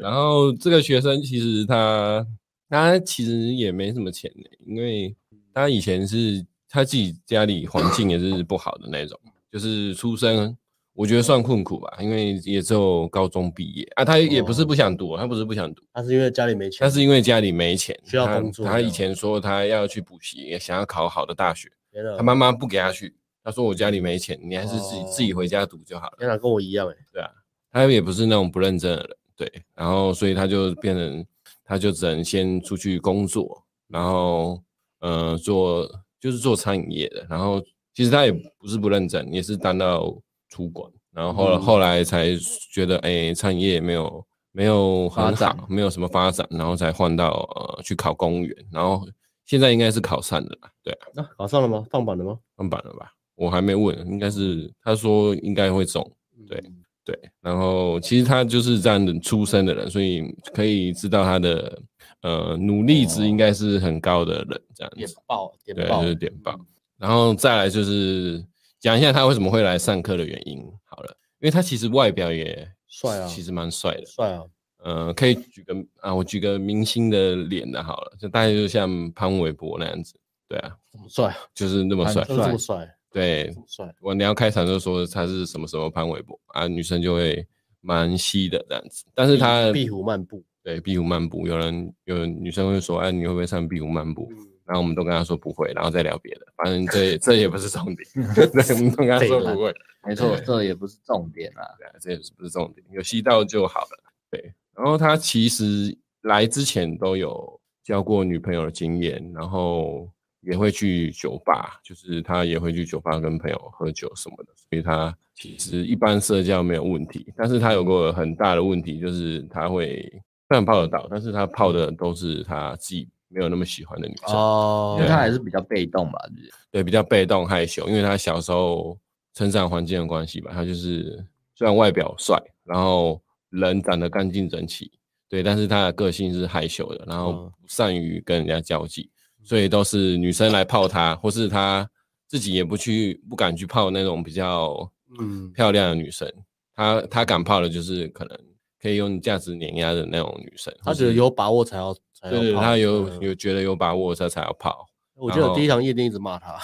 [SPEAKER 3] 然后这个学生其实他他其实也没什么钱的、因为他以前是他自己家里环境也是不好的那种，就是出生我觉得算困苦吧，因为也只有高中毕业啊。他也不是不想读，他不是不想读，
[SPEAKER 2] 他是因为家里没钱，
[SPEAKER 3] 他是因为家里没钱，
[SPEAKER 2] 需要
[SPEAKER 3] 他
[SPEAKER 2] 工作
[SPEAKER 3] 他
[SPEAKER 2] 这
[SPEAKER 3] 以
[SPEAKER 2] 样
[SPEAKER 3] 前说他要去补习，也想要考好的大学，
[SPEAKER 2] 天哪
[SPEAKER 3] 他妈妈不给他去，他说我家里没钱，你还是自己、
[SPEAKER 2] 嗯哦
[SPEAKER 3] 自己回家读就好了。
[SPEAKER 2] 天哪，跟我一样哎、
[SPEAKER 3] 他也不是那种不认真的人，对，然后所以他就变成，他就只能先出去工作，然后呃做就是做餐饮业的，然后其实他也不是不认真，也是当到主管，然后后
[SPEAKER 1] 嗯
[SPEAKER 3] 来、后来才觉得哎、餐饮业没有没有很
[SPEAKER 1] 发展
[SPEAKER 3] 好，没有什么发展，然后才换到呃去考公务员，然后现在应该是考上的啦，对啊，
[SPEAKER 2] 欸，考上了吗？放榜了吗？
[SPEAKER 3] 换版了吧？我还没问，应该是他说应该会中。
[SPEAKER 2] 嗯
[SPEAKER 3] 对对，然后其实他就是这样的出身的人，所以可以知道他的呃努力值应该是很高的人，这样
[SPEAKER 2] 哦点
[SPEAKER 3] 子，
[SPEAKER 2] 爆点
[SPEAKER 3] 对，
[SPEAKER 2] 爆嗯
[SPEAKER 3] 就，是点爆。然后再来就是讲一下他为什么会来上课的原因好了，因为他其实外表也
[SPEAKER 2] 帅啊
[SPEAKER 3] 其实蛮帅的，
[SPEAKER 2] 帅啊！
[SPEAKER 3] 呃，可以举个啊，我举个明星的脸的好了，就大概就像潘玮柏那样子，对啊，
[SPEAKER 2] 怎么帅啊？
[SPEAKER 3] 就是那么
[SPEAKER 1] 潘
[SPEAKER 3] 帅，
[SPEAKER 2] 就是这么帅，
[SPEAKER 3] 对
[SPEAKER 2] 这，么帅。
[SPEAKER 3] 我你要开场就说他是什么什么潘玮柏啊，女生就会蛮稀的这样子。但是他
[SPEAKER 2] 嗯壁虎漫步，
[SPEAKER 3] 对壁虎漫步，有人有人女生会说，哎、你会不会唱壁虎漫
[SPEAKER 2] 嗯
[SPEAKER 3] 步？然后我们都跟他说不会，然后再聊别的，反正这也这也不是 重点，对，我们都跟他说不会，
[SPEAKER 1] 没错，这也不是重点啊。
[SPEAKER 3] 对啊，这也不是重点，有吸到就好了。对，然后他其实来之前都有交过女朋友的经验，然后也会去酒吧，就是他也会去酒吧跟朋友喝酒什么的，所以他其实一般社交没有问题。但是他有个很大的问题，就是他会虽然泡得到，但是他泡的都是他自己没有那么喜欢的女生。
[SPEAKER 2] 哦
[SPEAKER 1] 因为他还是比较被动吧，就是
[SPEAKER 3] 对，比较被动害羞，因为他小时候成长环境的关系吧，他就是
[SPEAKER 2] 啊
[SPEAKER 3] 虽然外表帅，然后人长得干净整齐，对，但是他的个性是害羞的，然后
[SPEAKER 2] 嗯
[SPEAKER 3] 不善于跟人家交际，所以都是女生来泡他，或是他自己也不去不敢去泡那种比较
[SPEAKER 2] 嗯，
[SPEAKER 3] 漂亮的女生，他他敢泡的就是可能可以用价值碾压的那种女生，
[SPEAKER 2] 他
[SPEAKER 3] 或
[SPEAKER 2] 觉得
[SPEAKER 3] 是
[SPEAKER 2] 有把握才要才
[SPEAKER 3] 对对，
[SPEAKER 2] 要泡
[SPEAKER 3] 他有
[SPEAKER 2] 嗯
[SPEAKER 3] 有觉得有把握，他才要泡。
[SPEAKER 2] 哎我记得
[SPEAKER 3] 然
[SPEAKER 2] 我第一堂夜店一直骂 他，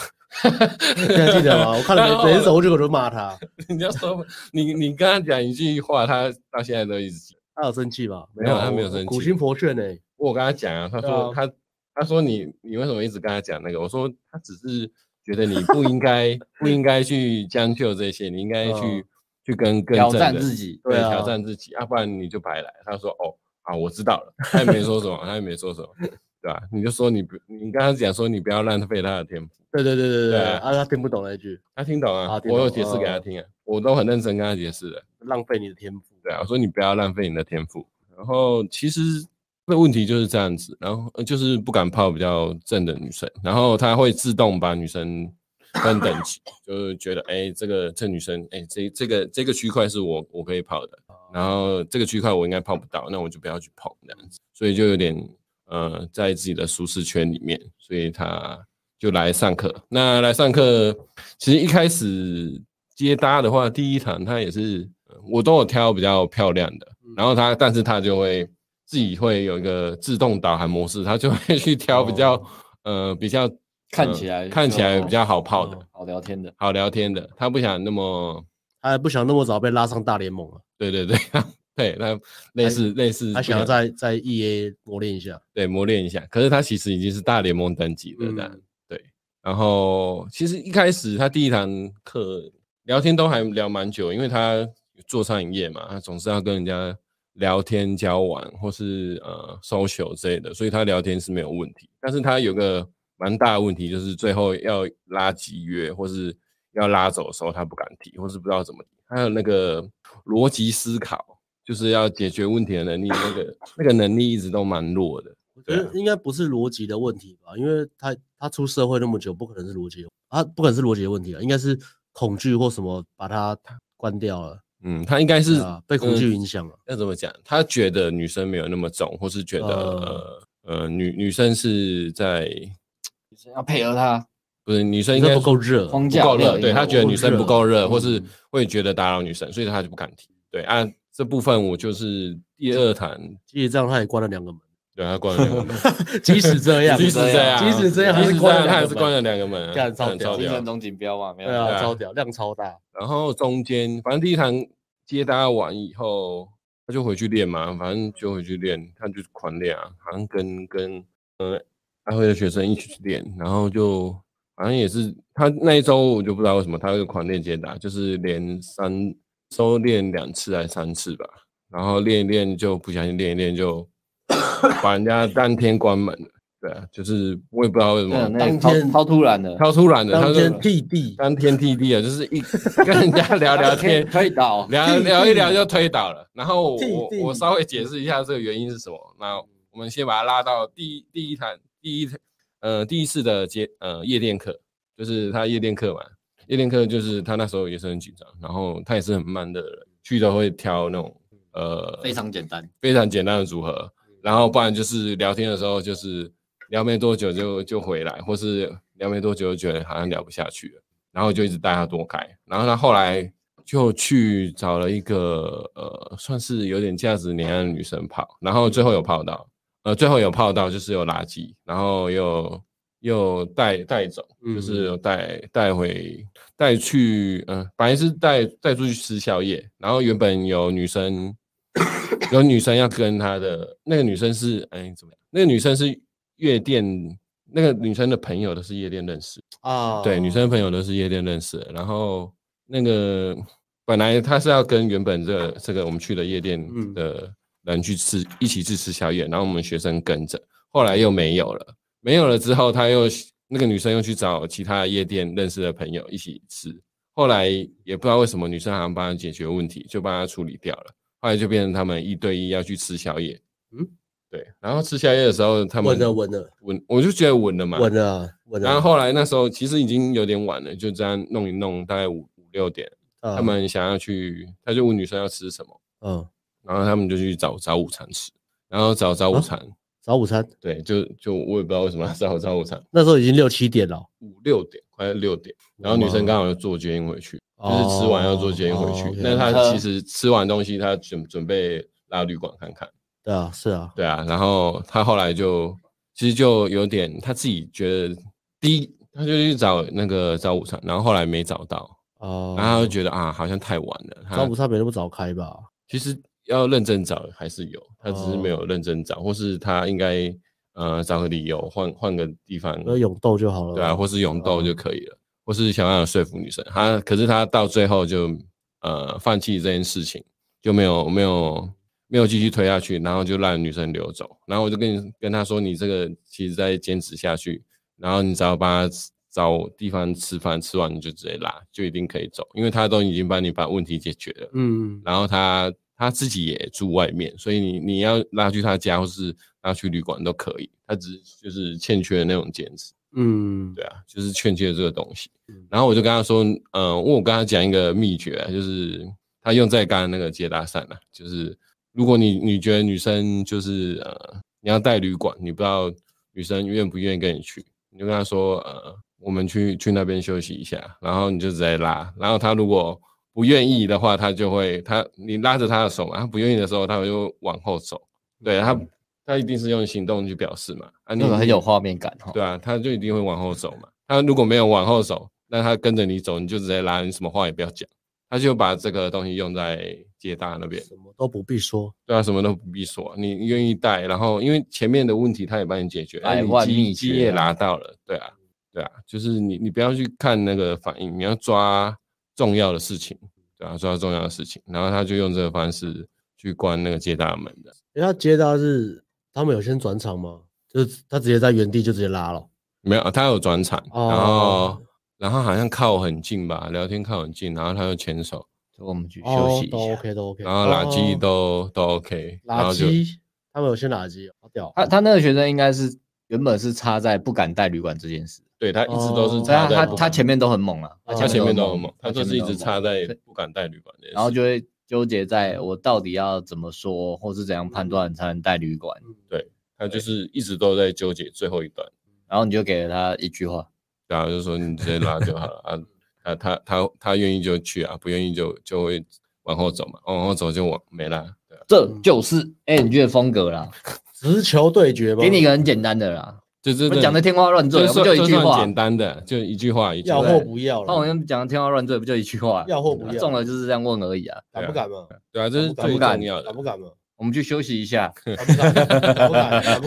[SPEAKER 2] 你还记得吗？我看
[SPEAKER 3] 然
[SPEAKER 2] 了
[SPEAKER 3] 后
[SPEAKER 2] 每每一首就我就骂他，
[SPEAKER 3] 你要说你你跟他讲一句话，他到现在都一直记。
[SPEAKER 2] 他有生气吧？
[SPEAKER 3] 没有
[SPEAKER 2] 啊
[SPEAKER 3] 他没有
[SPEAKER 2] 我
[SPEAKER 3] 生气
[SPEAKER 2] 苦心婆劝呢，
[SPEAKER 3] 我跟他讲啊，他
[SPEAKER 2] 对
[SPEAKER 3] 说
[SPEAKER 2] 啊
[SPEAKER 3] 他、他说你你为什么一直跟他讲那个？我说他只是觉得你不应该不应该去将就这些，你应该去、
[SPEAKER 2] 嗯
[SPEAKER 3] 去跟更
[SPEAKER 1] 挑
[SPEAKER 3] 正
[SPEAKER 1] 战
[SPEAKER 3] 的
[SPEAKER 1] 自己
[SPEAKER 3] 对
[SPEAKER 2] 对啊
[SPEAKER 3] 挑战自己，要、不然你就白来。他说哦啊，我知道了，他也没说什么，他也没说什么，对吧、你就说你不你跟他讲说你不要浪费他的天赋，
[SPEAKER 2] 对对对对
[SPEAKER 3] 对
[SPEAKER 2] 对，
[SPEAKER 3] 啊
[SPEAKER 2] 啊，他听不懂那一句，
[SPEAKER 3] 他听懂啊，
[SPEAKER 2] 啊听
[SPEAKER 3] 我有
[SPEAKER 2] 懂
[SPEAKER 3] 解释给他
[SPEAKER 2] 嗯
[SPEAKER 3] 听啊，我都很认真跟他解释了。
[SPEAKER 2] 浪费你的天赋。
[SPEAKER 3] 对啊，我说你不要浪费你的天赋。然后其实那问题就是这样子，然后呃就是不敢泡比较正的女生，然后他会自动把女生分等级，就是觉得哎、这个这女生哎、这这个这个区块是我我可以泡的，然后这个区块我应该泡不到，那我就不要去碰这样子，所以就有点呃在自己的舒适圈里面，所以他就来上课。那来上课，其实一开始接搭的话，第一堂他也是呃我都有挑比较漂亮的，
[SPEAKER 2] 嗯
[SPEAKER 3] 然后他但是他就会自己会有一个自动导航模式，他就会去挑比较、
[SPEAKER 2] 哦
[SPEAKER 3] 呃比较
[SPEAKER 1] 看
[SPEAKER 3] 呃
[SPEAKER 1] 起来
[SPEAKER 3] 看起来
[SPEAKER 1] 哦
[SPEAKER 3] 比较好泡的、
[SPEAKER 2] 哦
[SPEAKER 1] 好聊天的。
[SPEAKER 3] 好聊天的，他不想那么
[SPEAKER 2] 他还不想那么早被拉上大联盟啊，
[SPEAKER 3] 对对对，对，那类似类似
[SPEAKER 2] 他
[SPEAKER 3] 不
[SPEAKER 2] 想要
[SPEAKER 3] 想
[SPEAKER 2] 在在 E A 磨练一下，
[SPEAKER 3] 对磨练一下，可是他其实已经是大联盟等级的啦。
[SPEAKER 2] 嗯
[SPEAKER 3] 对，然后其实一开始他第一堂课聊天都还聊蛮久，因为他做餐饮业嘛，他总是要跟人家聊天交往或是呃 social 之类的，所以他聊天是没有问题。但是他有个蛮大的问题，就是最后要拉集约或是要拉走的时候，他不敢提，或是不知道怎么提。还有那个逻辑思考，就是要解决问题的能力，那个那个能力一直都蛮弱的。
[SPEAKER 2] 我
[SPEAKER 3] 对
[SPEAKER 2] 觉
[SPEAKER 3] 啊
[SPEAKER 2] 得应该不是逻辑的问题吧，因为他他出社会那么久，不可能是逻辑的，他不可能是逻辑的问题了，啊应该是恐惧或什么把他关掉了，
[SPEAKER 3] 嗯，他应该是、呃
[SPEAKER 2] 对啊，被恐惧影响了。
[SPEAKER 3] 要怎么讲？他觉得女生没有那么重，或是觉得
[SPEAKER 2] 呃
[SPEAKER 3] 呃呃女女生是在
[SPEAKER 1] 要配合他
[SPEAKER 3] 不是女生应
[SPEAKER 2] 应该
[SPEAKER 3] 该
[SPEAKER 2] 不够热，
[SPEAKER 1] 框
[SPEAKER 3] 不
[SPEAKER 1] 架
[SPEAKER 3] 够
[SPEAKER 1] 没有
[SPEAKER 3] 热，对
[SPEAKER 1] 用
[SPEAKER 3] 他觉得女生不够热，
[SPEAKER 2] 嗯
[SPEAKER 3] 或是会觉得打扰女生，所以他就不敢提。对啊，这部分我就是第二谈，
[SPEAKER 2] 其实这样他也关了两个门。
[SPEAKER 3] 对他关了两个门，
[SPEAKER 2] 即使这样，
[SPEAKER 3] 即使这样，
[SPEAKER 2] 啊即使这样，
[SPEAKER 3] 即
[SPEAKER 2] 还
[SPEAKER 3] 使
[SPEAKER 2] 是
[SPEAKER 3] 这
[SPEAKER 2] 关
[SPEAKER 3] 样，
[SPEAKER 2] 了
[SPEAKER 3] 他
[SPEAKER 2] 两
[SPEAKER 3] 还
[SPEAKER 2] 个
[SPEAKER 3] 是
[SPEAKER 2] 门
[SPEAKER 3] 关了两个门，
[SPEAKER 2] 干超
[SPEAKER 3] 很
[SPEAKER 2] 屌
[SPEAKER 3] 屌
[SPEAKER 1] 精神总锦标嘛，没有
[SPEAKER 2] 对
[SPEAKER 3] 啊对
[SPEAKER 2] 啊，
[SPEAKER 3] 啊
[SPEAKER 2] 超屌，量超大。
[SPEAKER 3] 然后中间反正第一堂接大家完以后，他就回去练嘛，反正就回去练，他就狂练啊，好像跟跟呃安徽的学生一起去练，然后就好像也是他那一周我就不知道为什么他会狂练接打，就是连三周练两次还是三次吧，然后练一练就不小心练一练就把人家当天关门了，对啊，就是我也不知道为什
[SPEAKER 1] 对啊
[SPEAKER 3] 么，
[SPEAKER 1] 那个
[SPEAKER 2] 当
[SPEAKER 1] 超
[SPEAKER 2] 天
[SPEAKER 1] 超突然的，
[SPEAKER 3] 超突然的，他
[SPEAKER 2] 当
[SPEAKER 3] 就
[SPEAKER 2] 天弟弟，
[SPEAKER 3] 当天地地啊，就是一 跟人家聊聊 天，
[SPEAKER 1] 推倒，
[SPEAKER 3] 聊
[SPEAKER 2] 地
[SPEAKER 3] 聊一聊
[SPEAKER 2] 地
[SPEAKER 3] 就推倒了。然后我
[SPEAKER 2] 地
[SPEAKER 3] 我
[SPEAKER 2] 地
[SPEAKER 3] 我稍微解释一下这个原因是什么。那我们先把它拉到第一第一堂第一呃第一次的接呃夜店课，就是他夜店课嘛。夜店课就是他那时候也是很紧张，然后他也是很慢热的人，去都会挑那种呃
[SPEAKER 1] 非常简单，
[SPEAKER 3] 非常简单的组合，然后不然就是聊天的时候就是聊没多久就就回来，或是聊没多久就觉得好像聊不下去了，然后就一直带他多开，然后他后来就去找了一个呃算是有点价值连的女生跑，然后最后有泡到，呃最后有泡到就是有垃圾，然后又又带带走，就是有带带回带去，嗯、呃，本来是带带出去吃宵夜，然后原本有女生，有女生要跟她的那个女生是，哎，怎么样？那个女生是夜店，那个女生的朋友都是夜店认识，
[SPEAKER 2] 啊，
[SPEAKER 3] 对，女生朋友都是夜店认识的。然后那个本来她是要跟原本这个这个我们去的夜店
[SPEAKER 2] 嗯
[SPEAKER 3] 的人去吃，一起去吃宵夜，然后我们学生跟着，后来又没有了，没有了之后，她又那个女生又去找其他夜店认识的朋友一起吃，后来也不知道为什么女生好像帮她解决问题，就帮她处理掉了，后来就变成他们一对一要去吃宵夜，嗯
[SPEAKER 2] 嗯。
[SPEAKER 3] 对，然后吃宵夜的时候，他们
[SPEAKER 2] 稳了稳了
[SPEAKER 3] 稳，我就觉得稳了嘛，
[SPEAKER 2] 稳了稳了。
[SPEAKER 3] 然后后来那时候其实已经有点晚了，就这样弄一弄，大概五五六点，
[SPEAKER 2] 啊
[SPEAKER 3] 他们想要去，他就问女生要吃什么，
[SPEAKER 2] 嗯，
[SPEAKER 3] 然后他们就去找找午餐吃，然后找找午
[SPEAKER 2] 啊
[SPEAKER 3] 餐，
[SPEAKER 2] 早午餐
[SPEAKER 3] 对，就就我也不知道为什么要找找 午餐，
[SPEAKER 2] 那时候已经六七点了，
[SPEAKER 3] 五六点快六点，然后女生刚好要坐捷运回去，就
[SPEAKER 2] 哦
[SPEAKER 3] 是吃完要坐捷运回
[SPEAKER 2] 哦
[SPEAKER 3] 去，
[SPEAKER 2] ，OK
[SPEAKER 3] 那她其实吃完东西，她准准备拉旅馆看看。
[SPEAKER 2] 对啊，是啊，
[SPEAKER 3] 对啊，然后他后来就其实就有点他自己觉得第一，他就去找那个早午餐，然后后来没找到，
[SPEAKER 2] 哦，
[SPEAKER 3] 然后他就觉得啊好像太晚了。
[SPEAKER 2] 早
[SPEAKER 3] 他
[SPEAKER 2] 午餐没那么早开吧？
[SPEAKER 3] 其实要认真找还是有，他只是没有认真找，或是他应该呃找个理由换换个地方，
[SPEAKER 2] 喝永豆就好了吧。
[SPEAKER 3] 嗯对啊，或是勇斗就可以了，或是想办法说服女生。他可是他到最后就呃放弃这件事情，就没有没有没有继续推下去，然后就让女生流走。然后我就跟跟他说，你这个其实再坚持下去，然后你只要帮他找地方吃饭，吃完你就直接拉，就一定可以走，因为他都已经帮你把问题解决了。
[SPEAKER 2] 嗯，
[SPEAKER 3] 然后他他自己也住外面，所以你你要拉去他家或是拉去旅馆都可以，他只是就是欠缺那种坚持。
[SPEAKER 2] 嗯
[SPEAKER 3] 对啊，就是欠缺这个东西。然后我就跟他说，嗯、呃，我有跟他讲一个秘诀、啊，就是他用在刚刚那个接搭讪啊，就是如果你你觉得女生就是呃，你要带旅馆，你不知道女生愿不愿意跟你去，你就跟他说，呃，我们去去那边休息一下，然后你就直接拉，然后他如果不愿意的话，他就会他你拉着他的手嘛，他不愿意的时候，他就往后走，对他他一定是用行动去表示嘛，啊你，
[SPEAKER 1] 嗯那个很
[SPEAKER 3] 你
[SPEAKER 1] 有画面感哈。
[SPEAKER 3] 对啊，他就一定会往后走嘛。他如果没有往后走，那他跟着你走，你就直接拉，你什么话也不要讲。他就把这个东西用在接大那边。
[SPEAKER 2] 什么都不必说，
[SPEAKER 3] 对啊，什么都不必说，你愿意带，然后因为前面的问题他也帮你解决，啊
[SPEAKER 1] 百
[SPEAKER 3] 你
[SPEAKER 1] 万秘
[SPEAKER 3] 机
[SPEAKER 1] 诀
[SPEAKER 3] 机也
[SPEAKER 1] 啊
[SPEAKER 3] 拿到了，对啊，对啊，就是你你不要去看那个反应，你要抓重要的事情，对啊，抓重要的事情，然后他就用这个方式去关那个接大门的，
[SPEAKER 2] 因为他接到是他们有先转场吗？就是他直接在原地就直接拉了，
[SPEAKER 3] 没有，他有转场，然后、
[SPEAKER 2] 哦
[SPEAKER 3] 然后好像靠很近吧，聊天靠很近，然后他就牵手，
[SPEAKER 1] 就我
[SPEAKER 3] 哦
[SPEAKER 1] 们去休息一
[SPEAKER 2] 哦都
[SPEAKER 1] 下。
[SPEAKER 2] OK 都 OK，
[SPEAKER 3] 然后垃圾
[SPEAKER 2] 哦
[SPEAKER 3] 都、都 OK，然
[SPEAKER 2] 垃
[SPEAKER 3] 后就
[SPEAKER 2] 圾，他们有先垃圾，好屌，
[SPEAKER 1] 他他那个学生应该是原本是插在不敢带旅馆这件事，
[SPEAKER 3] 对他一直都是
[SPEAKER 1] 所
[SPEAKER 2] 哦
[SPEAKER 1] 以
[SPEAKER 3] 插
[SPEAKER 1] 他
[SPEAKER 3] 在
[SPEAKER 1] 他
[SPEAKER 3] 不
[SPEAKER 1] 他前面都很猛啊，
[SPEAKER 3] 他前面都
[SPEAKER 1] 都
[SPEAKER 3] 很猛，他就是一直插在
[SPEAKER 1] 对
[SPEAKER 3] 不敢带旅馆的，
[SPEAKER 1] 然后就会纠结在我到底要怎么说，或是怎样判断才能带旅馆。
[SPEAKER 2] 嗯
[SPEAKER 3] 他就是一直都在纠结最后一段，
[SPEAKER 1] 然后你就给了他一句话，
[SPEAKER 3] 然后就说你直接拉就好了啊，啊他他他愿意就去啊，不愿意就就会往后走嘛，往后走就往没啦，对啊，
[SPEAKER 1] 这就是 NG 的风格啦，
[SPEAKER 2] 直球对决
[SPEAKER 3] 啊
[SPEAKER 2] 吗？
[SPEAKER 1] 给你一个很简单的啦，
[SPEAKER 3] 就
[SPEAKER 1] 我
[SPEAKER 3] 这
[SPEAKER 1] 们讲的天花乱坠，
[SPEAKER 3] 这
[SPEAKER 1] 不
[SPEAKER 3] 算
[SPEAKER 1] 就一
[SPEAKER 3] 这
[SPEAKER 1] 句
[SPEAKER 3] 算
[SPEAKER 1] 话
[SPEAKER 3] 简？单的，就一句话一句
[SPEAKER 2] 要
[SPEAKER 3] 话，
[SPEAKER 2] 或不要
[SPEAKER 1] 那我
[SPEAKER 2] 了，
[SPEAKER 1] 们讲的天花乱坠，不就一句话？啊
[SPEAKER 2] 要或不要
[SPEAKER 1] 中了就是这样问而已啊。
[SPEAKER 2] 敢不敢嘛？
[SPEAKER 3] 对啊，这是
[SPEAKER 2] 敢不
[SPEAKER 3] 最
[SPEAKER 1] 敢
[SPEAKER 3] 重要
[SPEAKER 2] 敢
[SPEAKER 3] 的
[SPEAKER 2] 不。敢 嘛？
[SPEAKER 1] 我们去休息一下，
[SPEAKER 2] 敢不敢？敢不敢？敢不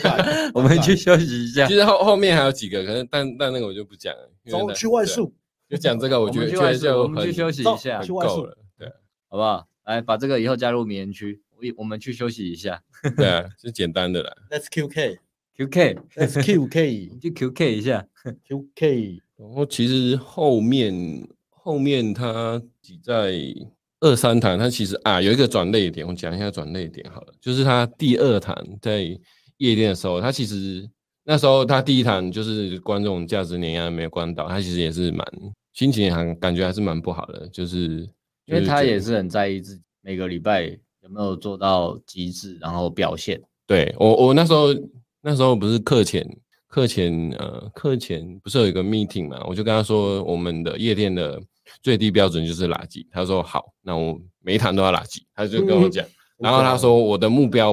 [SPEAKER 2] 敢？
[SPEAKER 1] 我们去休息一下
[SPEAKER 3] 其。实后后面还有几个，可是但但那个我就不讲了，因为
[SPEAKER 2] 走
[SPEAKER 3] 那
[SPEAKER 2] 去外
[SPEAKER 3] 对啊
[SPEAKER 2] 宿，
[SPEAKER 3] 就讲这个，我
[SPEAKER 1] 我
[SPEAKER 3] 觉
[SPEAKER 1] 们
[SPEAKER 3] 得
[SPEAKER 1] 去
[SPEAKER 3] 觉
[SPEAKER 1] 外
[SPEAKER 3] 得
[SPEAKER 1] 宿，
[SPEAKER 3] 就
[SPEAKER 1] 我
[SPEAKER 3] 很
[SPEAKER 1] 们去休息一
[SPEAKER 2] 走
[SPEAKER 1] 下，
[SPEAKER 2] 去外
[SPEAKER 3] 够
[SPEAKER 2] 宿
[SPEAKER 3] 了，对啊
[SPEAKER 1] 好不好？来，把这个以后加入名言区，我我们去休息一下。
[SPEAKER 3] 对啊， 是简单的啦。
[SPEAKER 2] ，Let's QK，Let's
[SPEAKER 1] QK，我
[SPEAKER 2] QK，QK
[SPEAKER 1] 们。去 QK 一下。
[SPEAKER 2] QK
[SPEAKER 3] 然后其实后面后面他挤在二三堂，他其实啊有一个转泪点，我讲一下转泪点好了，就是他第二堂在夜店的时候，他其实那时候他第一堂就是观众价值碾压没有关到，他其实也是蛮心情也很感觉还是蛮不好的，就是
[SPEAKER 1] 因为
[SPEAKER 3] 就是
[SPEAKER 1] 他
[SPEAKER 3] 觉得
[SPEAKER 1] 也是很在意自己每个礼拜有没有做到极致，然后表现。
[SPEAKER 3] 对我，我那时候那时候不是课前课前呃课前不是有一个 meeting 嘛，我就跟他说我们的夜店的最低标准就是垃圾，他说好，那我每一堂都要垃圾，他就跟我讲，然
[SPEAKER 2] 啊
[SPEAKER 3] 后他说我的目标，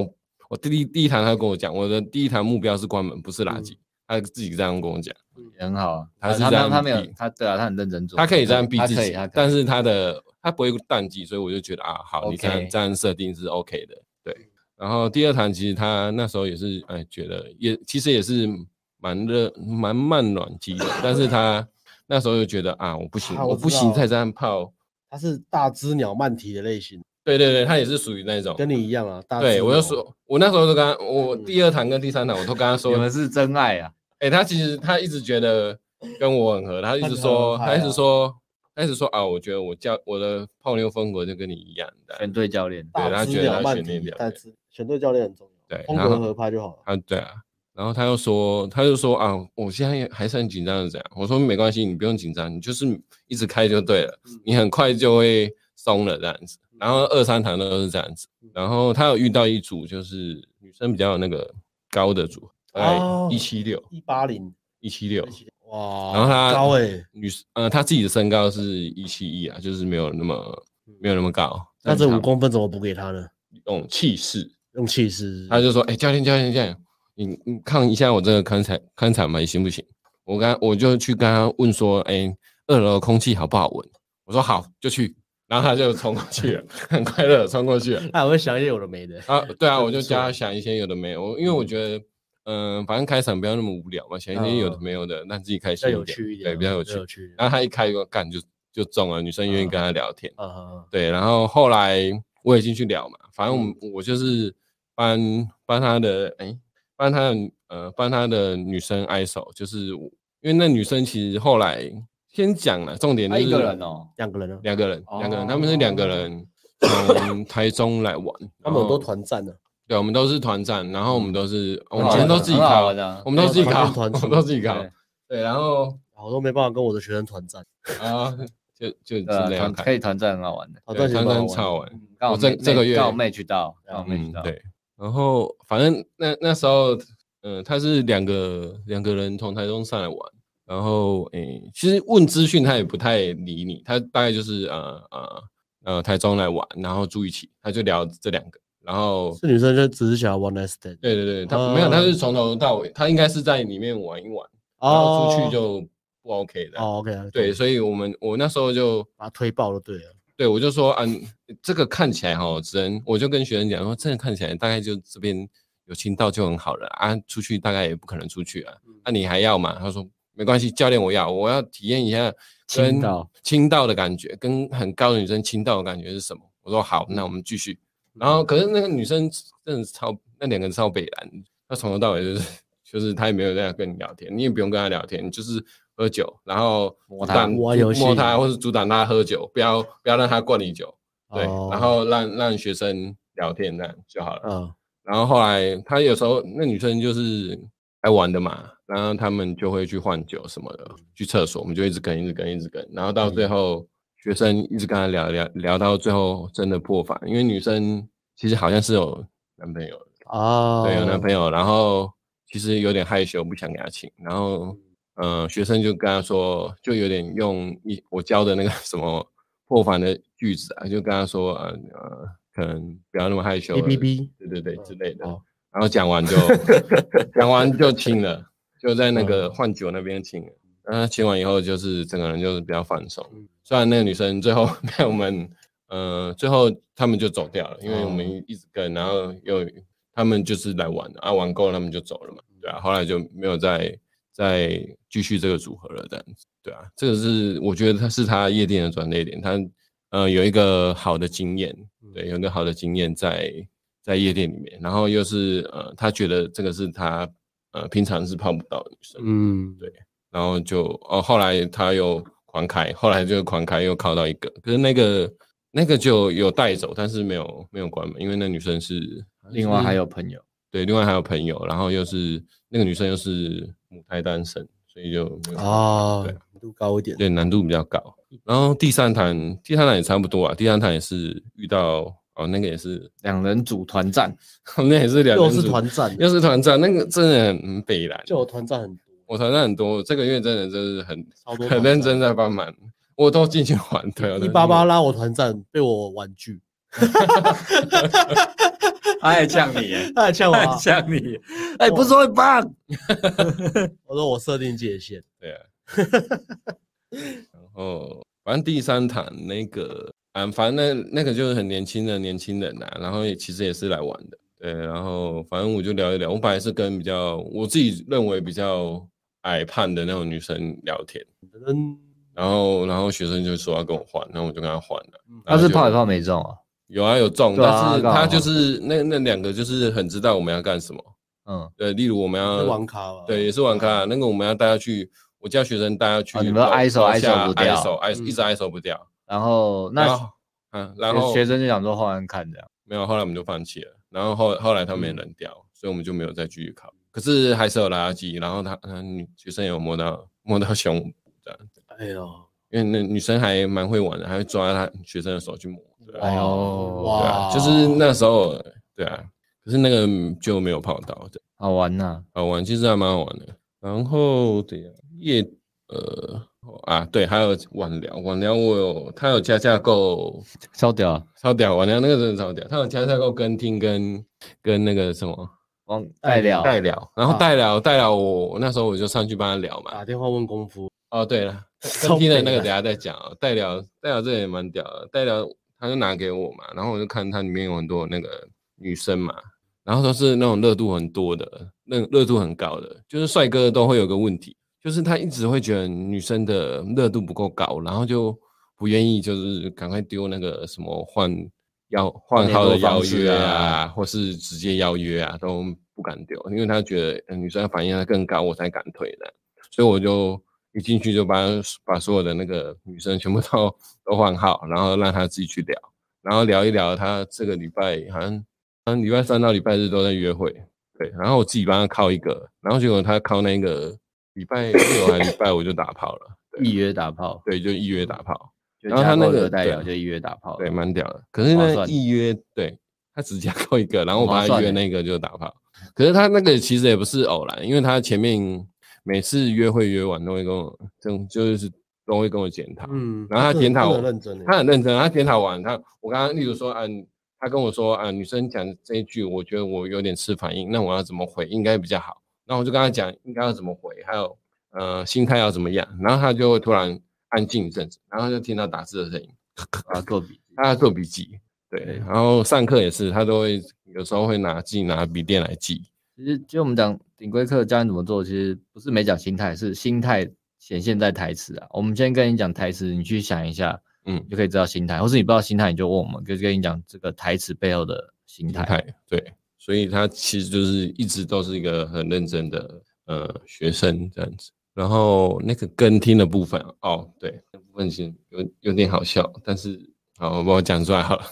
[SPEAKER 3] 我第一第一堂他就跟我讲，我的第一堂目标是关门，不是垃圾，他自己这样跟我讲，
[SPEAKER 1] 也很好啊，
[SPEAKER 3] 他是
[SPEAKER 1] 他
[SPEAKER 3] 这样
[SPEAKER 1] 他没有
[SPEAKER 3] 逼
[SPEAKER 1] 他对啊，他很认真做，
[SPEAKER 3] 他可以这样逼
[SPEAKER 1] 他
[SPEAKER 3] 自
[SPEAKER 1] 可以
[SPEAKER 3] 己
[SPEAKER 1] 他可，以
[SPEAKER 3] 但是他的他不会淡季，所以我就觉得啊，好，你这
[SPEAKER 1] OK 嗯
[SPEAKER 3] 样这样设定是 OK 的，对。然后第二堂其实他那时候也是，哎，觉得也其实也是蛮热蛮慢暖机的，但是他那时候就觉得啊，我不行，
[SPEAKER 2] 啊我
[SPEAKER 3] 我
[SPEAKER 2] 知
[SPEAKER 3] 不行
[SPEAKER 2] 道
[SPEAKER 3] 再这样泡。
[SPEAKER 2] 他是大只鸟慢蹄的类型，
[SPEAKER 3] 对对对，他也是属于那种，
[SPEAKER 2] 跟你一样啊。大只
[SPEAKER 3] 哦对我就
[SPEAKER 2] 鸟
[SPEAKER 3] 说，我那时候就跟他，我
[SPEAKER 2] 嗯
[SPEAKER 3] 第二堂跟第三堂我都跟他说
[SPEAKER 1] 你，们是真爱啊！
[SPEAKER 3] 哎、他其实他一直觉得跟我很合，他一直说，
[SPEAKER 2] 他
[SPEAKER 3] 他
[SPEAKER 2] 很合拍啊
[SPEAKER 3] 一直说，他一直说啊，我觉得我教我的泡妞风格就跟你一样的，
[SPEAKER 1] 全队教练，
[SPEAKER 3] 对
[SPEAKER 2] 大
[SPEAKER 3] 他
[SPEAKER 2] 只
[SPEAKER 3] 觉得
[SPEAKER 2] 鸟
[SPEAKER 3] 他
[SPEAKER 2] 慢
[SPEAKER 3] 选那
[SPEAKER 2] 蹄
[SPEAKER 3] 条，
[SPEAKER 2] 但
[SPEAKER 3] 对
[SPEAKER 2] 是选对教练很重要，
[SPEAKER 3] 对
[SPEAKER 2] 风
[SPEAKER 3] 然
[SPEAKER 2] 格
[SPEAKER 3] 后
[SPEAKER 2] 合拍就好了。
[SPEAKER 3] 他对啊，然后他又说，他就说啊，我现在也还是很紧张的，怎样？我说没关系，你不用紧张，你就是一直开就对了，你很快就会松了这样子。然后二三堂都是这样子，然后他有遇到一组就是女生比较有那个高的组，大
[SPEAKER 2] 哦
[SPEAKER 3] 概一七六
[SPEAKER 2] 一八零，
[SPEAKER 3] 一七六，
[SPEAKER 2] 哇，
[SPEAKER 3] 然后他
[SPEAKER 2] 高哎，
[SPEAKER 3] 女呃她自己的身高是一七一啊，就是没有那么没有那么高，
[SPEAKER 2] 嗯那这
[SPEAKER 3] 但是
[SPEAKER 2] 五
[SPEAKER 3] 她
[SPEAKER 2] 公分怎么补给他呢？
[SPEAKER 3] 有那种气势，
[SPEAKER 2] 用气势，
[SPEAKER 3] 他就说：“哎、教练，教练，教练，你你看一下我这个看场看场吧，行不行？”我刚我就去跟他问说：“哎、二楼空气好不好闻？”我说：“好，就去。”然后他就冲过去了， 很快乐地冲过去了。
[SPEAKER 2] 他还会想一些有的没的。
[SPEAKER 3] 啊，对啊，
[SPEAKER 2] 这
[SPEAKER 3] 我
[SPEAKER 2] 不
[SPEAKER 3] 就
[SPEAKER 2] 错
[SPEAKER 3] 教他想一些有的没有，我因为我觉得，嗯、反正开场不要那么无聊嘛，想一些有的没有的，让自己开
[SPEAKER 2] 嗯比较
[SPEAKER 3] 心
[SPEAKER 2] 有
[SPEAKER 3] 一
[SPEAKER 2] 趣一
[SPEAKER 3] 点，
[SPEAKER 2] 点啊，
[SPEAKER 3] 对，比较有趣。
[SPEAKER 2] 有趣。
[SPEAKER 3] 然后他一开个干就就中了，女生愿意
[SPEAKER 1] 嗯
[SPEAKER 3] 跟他聊天。
[SPEAKER 2] 啊啊，
[SPEAKER 3] 对，然后后来我也进去聊嘛，反正我们、
[SPEAKER 1] 嗯
[SPEAKER 3] 我就是帮帮他的，哎、帮他的呃，帮他的女生挨手，就是我因为那女生其实后来先讲了，重点就
[SPEAKER 1] 他
[SPEAKER 3] 是
[SPEAKER 1] 一个人，哦，
[SPEAKER 2] 两个人啊，
[SPEAKER 3] 两个人，两个人，他们
[SPEAKER 1] 哦
[SPEAKER 3] 是两个人从台中来 玩，
[SPEAKER 2] 他们很多
[SPEAKER 3] 然后，
[SPEAKER 2] 团战呢，啊
[SPEAKER 3] 对，我们都是团战，然后我们都是哦我们
[SPEAKER 1] 很好
[SPEAKER 3] 全都
[SPEAKER 1] 玩
[SPEAKER 3] 自
[SPEAKER 1] 嗯
[SPEAKER 3] 己
[SPEAKER 1] 很好
[SPEAKER 3] 考
[SPEAKER 1] 玩，啊
[SPEAKER 3] 我们都自己
[SPEAKER 2] 团
[SPEAKER 3] 考
[SPEAKER 2] 练，团
[SPEAKER 3] 我们
[SPEAKER 2] 出
[SPEAKER 3] 都自己考
[SPEAKER 1] 对，
[SPEAKER 3] 对，然后
[SPEAKER 2] 我都没办法跟我的学生团战，
[SPEAKER 3] 啊，就就
[SPEAKER 1] 对啊
[SPEAKER 3] 真的要
[SPEAKER 1] 团可
[SPEAKER 3] 看，
[SPEAKER 1] 以团战很好玩的。
[SPEAKER 2] 团
[SPEAKER 3] 对
[SPEAKER 2] 战也蛮
[SPEAKER 3] 团
[SPEAKER 2] 好
[SPEAKER 3] 战
[SPEAKER 2] 玩
[SPEAKER 3] 超玩。
[SPEAKER 1] 刚好
[SPEAKER 3] 我这
[SPEAKER 1] match-
[SPEAKER 3] 这个月
[SPEAKER 1] 刚好 match 到，刚好 match
[SPEAKER 3] 嗯，
[SPEAKER 1] 到，
[SPEAKER 3] 对。然后反正那那时候，嗯、他是两个两个人从台中上来玩，然后诶、其实问资讯他也不太理你，他大概就是呃呃呃台中来玩，然后住一起，他就聊这两个，然后
[SPEAKER 2] 是女生就只是想要 one night stand，
[SPEAKER 3] 对对对，他、
[SPEAKER 2] 哦
[SPEAKER 3] 没有，他是从头到尾，他应该是在里面玩一玩，然后出去就不 OK 的，
[SPEAKER 2] 哦 OK，
[SPEAKER 3] 对，所以我们我那时候就
[SPEAKER 2] 把他推爆就对了，
[SPEAKER 3] 对我就说，嗯、这个看起来哈，只能我就跟学生讲说，这个看起来大概就这边有亲到就很好了啊，出去大概也不可能出去啊，那、你还要嘛？他说没关系，教练我要，我要体验一下跟
[SPEAKER 1] 亲到
[SPEAKER 3] 亲到的感觉，跟很高的女生亲到的感觉是什么？我说好，那我们继续。然后可是那个女生真的是超，那两个人超北蓝，她从头到尾就是就是她也没有在跟你聊天，你也不用跟她聊天，你就是喝酒，然后
[SPEAKER 1] 摸
[SPEAKER 3] 阻
[SPEAKER 1] 她
[SPEAKER 3] 挡
[SPEAKER 2] 玩
[SPEAKER 3] 阻
[SPEAKER 2] 游戏
[SPEAKER 3] 摸她或是阻挡她喝酒，不要不要让她灌你酒，对，
[SPEAKER 2] 哦
[SPEAKER 3] 然后让让学生聊天那样就好了。
[SPEAKER 2] 嗯，
[SPEAKER 3] 然后后来她有时候那女生就是来玩的嘛，然后他们就会去换酒什么
[SPEAKER 4] 嗯
[SPEAKER 3] 的，去厕所，我们就一直跟一直跟一直跟，然后到最后、学生一直跟她聊聊聊到最后真的破防，因为女生其实好像是有男朋友的。
[SPEAKER 2] 哦，
[SPEAKER 3] 对，有男朋友，然后其实有点害羞，不想给他请，然后
[SPEAKER 4] 嗯
[SPEAKER 3] 呃，学生就跟他说，就有点用一我教的那个 什么破防的句子啊，就跟他说，呃呃，可能不要那么害羞了，
[SPEAKER 4] 哔哔哔
[SPEAKER 3] 对对对之类的
[SPEAKER 4] 哦，
[SPEAKER 3] 然后讲完就讲完就亲了，就在那个换酒那边亲了。嗯，亲完以后就是整个人就是比较放松。虽然那个女生最后 被我们，呃，最后他们就走掉了，因为我们一一直跟，然后又他们就是来玩的啊，玩够了他们就走了嘛，对啊，后来就没有再再继续这个组合了，这样子，对啊，这个是我觉得他是他夜店的转捩点，他呃有一个好的经验，
[SPEAKER 2] 嗯
[SPEAKER 3] 对，有一个好的经验在在夜店里面，然后又是呃他觉得这个是他呃平常是碰不到的女生，
[SPEAKER 2] 嗯，
[SPEAKER 3] 对然后就哦，后来他又狂开，后来就狂开又靠到一个，可是那个那个就有带走，但是没有没有关门，因为那女生是
[SPEAKER 1] 另外还有朋友，
[SPEAKER 3] 对，另外还有朋友，然后又是那个女生又是母胎单身，所以就没有
[SPEAKER 2] 哦，
[SPEAKER 3] 对
[SPEAKER 2] 难度高一点，
[SPEAKER 3] 对难度比较高。然后第三坛第三坛也差不多啊，第三坛也是遇到哦，那个也是
[SPEAKER 1] 两人组团战，
[SPEAKER 3] 那也是两
[SPEAKER 2] 又
[SPEAKER 3] 人
[SPEAKER 2] 是
[SPEAKER 3] 组
[SPEAKER 2] 团战，
[SPEAKER 3] 又是团战，那个真的很北蓝，
[SPEAKER 2] 就有团战很多，
[SPEAKER 3] 我团战很多，这个月真的就是很
[SPEAKER 2] 超多
[SPEAKER 3] 很
[SPEAKER 2] 团
[SPEAKER 3] 认
[SPEAKER 2] 战
[SPEAKER 3] 真在帮忙，我都进去玩对啊，
[SPEAKER 2] 一八八拉我团战被我婉拒，
[SPEAKER 5] 他还呛你 耶，
[SPEAKER 2] 他还呛我
[SPEAKER 5] 他
[SPEAKER 2] 啊
[SPEAKER 5] 还，呛你，
[SPEAKER 1] 哎、不是会棒，
[SPEAKER 2] 我说我设定界限，
[SPEAKER 3] 对啊。然后反正第三堂那个，啊，反正那那个就是很年轻的年轻人啊，然后也其实也是来玩的，对。然后反正我就聊一聊，我本来是跟比较我自己认为比较矮胖的那种女生聊天，
[SPEAKER 2] 嗯，
[SPEAKER 3] 然后然后学生就说要跟我换，然后我就跟他换了。
[SPEAKER 2] 嗯
[SPEAKER 3] 然
[SPEAKER 1] 他
[SPEAKER 3] 后
[SPEAKER 1] 是
[SPEAKER 3] 就
[SPEAKER 1] 泡也泡没中啊，
[SPEAKER 3] 有啊有中，
[SPEAKER 1] 对啊
[SPEAKER 3] 但是
[SPEAKER 1] 刚
[SPEAKER 3] 他
[SPEAKER 1] 好
[SPEAKER 3] 就是那那两个就是很知道我们要干什么，
[SPEAKER 1] 嗯，
[SPEAKER 3] 对，例如我们要
[SPEAKER 2] 是网卡吧？
[SPEAKER 3] 对，也是玩咖。啊那个我们要带他去，我叫学生带他去
[SPEAKER 1] 哦
[SPEAKER 3] 楼。
[SPEAKER 1] 你们挨手
[SPEAKER 3] 楼
[SPEAKER 1] 挨手
[SPEAKER 3] 下
[SPEAKER 1] 不
[SPEAKER 3] 挨
[SPEAKER 1] 掉
[SPEAKER 3] 手挨一直挨手不掉。
[SPEAKER 1] 然后那
[SPEAKER 3] 然后嗯，然
[SPEAKER 1] 学
[SPEAKER 3] 后
[SPEAKER 1] 学生就想说换换看这样，
[SPEAKER 3] 没有，后来我们就放弃了。然后后后来他
[SPEAKER 1] 嗯
[SPEAKER 3] 们也冷掉，所以我们就没有再继续考。可是还是有垃圾，然后他嗯，女学生有摸到摸到胸部这样，
[SPEAKER 2] 哎呦，
[SPEAKER 3] 因为那女生还蛮会玩的，还会抓他学生的手去摸。对
[SPEAKER 1] 哦
[SPEAKER 3] 啊，
[SPEAKER 2] 哎呦，
[SPEAKER 3] 对啊
[SPEAKER 2] 哇，
[SPEAKER 3] 就是那时候对啊，可是那个就没有泡到。对
[SPEAKER 1] 好玩呐、
[SPEAKER 3] 好玩，其实还蛮好玩的。然后对呀，夜呃啊，对，还有晚聊，晚聊我有他有加架构，
[SPEAKER 1] 超屌啊，
[SPEAKER 3] 超屌，晚聊那个真的超屌，他有加架构跟听跟跟那个什么
[SPEAKER 1] 忘代聊，
[SPEAKER 3] 代聊，然后
[SPEAKER 2] 啊
[SPEAKER 3] 代聊代聊我那时候我就上去帮他聊嘛
[SPEAKER 2] 打，电话问功夫，
[SPEAKER 3] 哦，对了，跟
[SPEAKER 2] 超
[SPEAKER 3] 听的
[SPEAKER 2] 北
[SPEAKER 3] 那个
[SPEAKER 2] 的
[SPEAKER 3] 等下再讲啊。代聊代聊这也蛮屌的，代聊他就拿给我嘛，然后我就看它里面有很多那个女生嘛，然后都是那种热度很多的，热热度很高的，就是帅哥都会有个问题，就是他一直会觉得女生的热度不够高，然后就不愿意就是赶快丢那个什么换邀换
[SPEAKER 1] 联
[SPEAKER 3] 号
[SPEAKER 1] 络
[SPEAKER 3] 的邀
[SPEAKER 1] 方式
[SPEAKER 3] 约啊，
[SPEAKER 1] 啊
[SPEAKER 3] 或是直接邀约啊，都不敢丢，因为他觉得、呃女生反应更高，我才敢退的。所以我就一进去就把把所有的那个女生全部都都换号，然后让她自己去聊，然后聊一聊她这个礼拜好像好像礼拜三到礼拜日都在约会，对，然后我自己帮她靠一个，然后结果她靠那个礼拜六还是礼拜五就打炮了，
[SPEAKER 1] 一约打炮，
[SPEAKER 3] 对，就一约打炮，
[SPEAKER 1] 就
[SPEAKER 3] 然后他
[SPEAKER 1] 加
[SPEAKER 3] 那
[SPEAKER 1] 购
[SPEAKER 3] 个
[SPEAKER 1] 的代聊
[SPEAKER 3] 对
[SPEAKER 1] 就一约打炮，
[SPEAKER 3] 对，蛮屌的。可是
[SPEAKER 1] 划
[SPEAKER 3] 呢，
[SPEAKER 1] 算
[SPEAKER 3] 一约对他只加扣一个，然后我
[SPEAKER 1] 很划
[SPEAKER 3] 把他
[SPEAKER 1] 算
[SPEAKER 3] 约
[SPEAKER 1] 欸
[SPEAKER 3] 那个就打炮。可是他那个其实也不是偶然，因为他前面每次约会约完都会跟我，就就是都会跟我检讨。
[SPEAKER 2] 嗯，
[SPEAKER 3] 然后他检讨
[SPEAKER 2] 真
[SPEAKER 3] 我
[SPEAKER 2] 的认真耶，欸
[SPEAKER 3] 他很认真，他检讨完他，我刚刚例如说，嗯、他跟我说，啊、女生讲这一句，我觉得我有点吃反应，那我要怎么回应该比较好？那我就跟他讲应该要怎么回，还有呃心态要怎么样，然后他就会突然安静一阵子，然后就听到打字的声音，
[SPEAKER 1] 啊，做笔记。
[SPEAKER 3] 他做笔记，对，然后上课也是，他都会有时候会拿自己拿笔电来记，
[SPEAKER 1] 其实就我们讲顶规课教你怎么做，其实不是没讲心态，是心态显现在台词啊。我们先跟你讲台词，你去想一下，
[SPEAKER 3] 嗯
[SPEAKER 1] 你，就可以知道心态，或是你不知道心态，你就问我们，就跟你讲这个台词背后的心态。
[SPEAKER 3] 态对，所以他其实就是一直都是一个很认真的呃学生这样子。然后那个跟听的部分哦，对，那部分其实有有点好笑，但是好，我把我讲出来好了。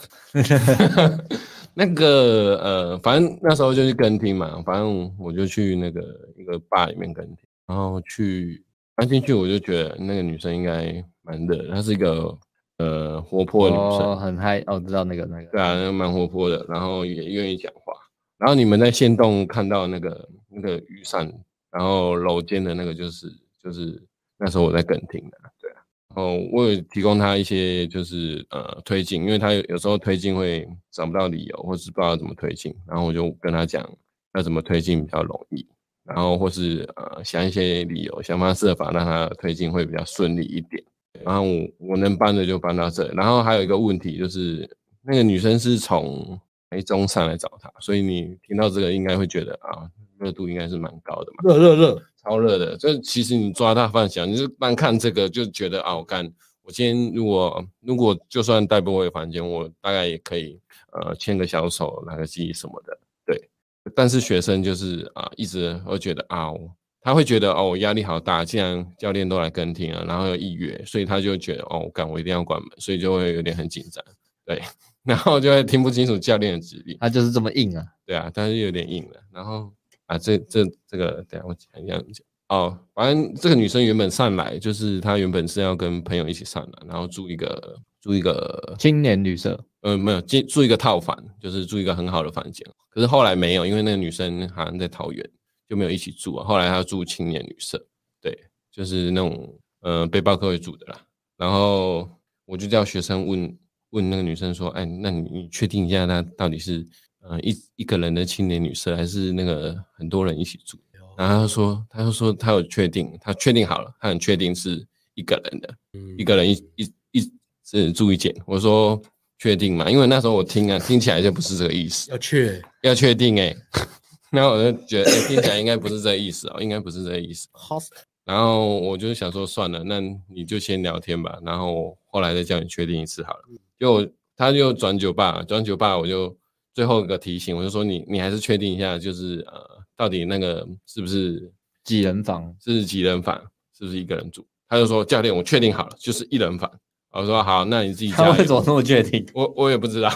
[SPEAKER 3] 那个呃，反正那时候就去跟听嘛，反正我就去那个一个坝里面跟听，然后去刚进去我就觉得那个女生应该蛮热的，她是一个呃活泼的女生，
[SPEAKER 1] 哦，很嗨哦，知道那个那个。
[SPEAKER 3] 对啊，那蛮活泼的，然后也愿意讲话。然后你们在线洞看到那个那个雨伞，然后楼间的那个就是就是那时候我在跟听的，对啊。然后我有提供他一些就是呃推进，因为他有有时候推进会找不到理由，或是不知道怎么推进，然后我就跟他讲要怎么推进比较容易，然后或是呃想一些理由，想方设法让他推进会比较顺利一点。然后我我能搬的就搬到这，然后还有一个问题就是那个女生是从台中上来找他，所以你听到这个应该会觉得啊，热度应该是蛮高的嘛，
[SPEAKER 2] 热热热，
[SPEAKER 3] 超热的。这其实你抓大放小，你就单看这个就觉得啊，我干，我今天如果如果就算带不回房间，我大概也可以呃牵个小手、拿个记什么的，对。但是学生就是啊，一直会觉得啊，我他会觉得哦，我压力好大，既然教练都来跟听了，然后又预约，所以他就觉得哦，我干，我一定要关门，所以就会有点很紧张，对， 然后就会听不清楚教练的指令，
[SPEAKER 1] 他就是这么硬啊，
[SPEAKER 3] 对啊，但是有点硬了。然后啊，这这这个，等一下我讲一下讲哦。反正这个女生原本上来，就是她原本是要跟朋友一起上来，然后住一个住一个
[SPEAKER 1] 青年旅社。
[SPEAKER 3] 呃没有住住一个套房，就是住一个很好的房间。可是后来没有，因为那个女生好像在桃园，就没有一起住啊。后来她住青年旅社，对，就是那种呃背包客会住的啦。然后我就叫学生问问那个女生说：“哎，那你你确定一下，她到底是呃一一个人的青年旅社，还是那个很多人一起住？”然后她就说：“她就说她有确定，她确定好了，她很确定是一个人的，嗯
[SPEAKER 2] 嗯
[SPEAKER 3] 一个人一一一只住一间。”我说：“确定嘛？因为那时候我听啊，听起来就不是这个 意思。”
[SPEAKER 2] 要去
[SPEAKER 3] 要确定哎、欸， 然后我就觉得、欸、听起来应该不是这意思哦、应该不是这意思。
[SPEAKER 2] hos
[SPEAKER 3] 然后我就想说算了，那你就先聊天吧，然后我后来再叫你确定一次好了。就我他就转酒吧，转酒吧我就最后一个提醒，我就说你你还是确定一下，就是呃，到底那个是不是
[SPEAKER 1] 几人房？
[SPEAKER 3] 是几人房，是不是一个人住？他就说教练，我确定好了，就是一人房。我说好，那你自己
[SPEAKER 1] 他
[SPEAKER 3] 加
[SPEAKER 1] 为什
[SPEAKER 3] 油
[SPEAKER 1] 么。那么确定？
[SPEAKER 3] 我我也不知道，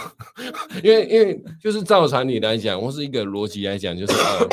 [SPEAKER 3] 因为因为就是照常理来讲，或是一个逻辑来讲，就是、呃、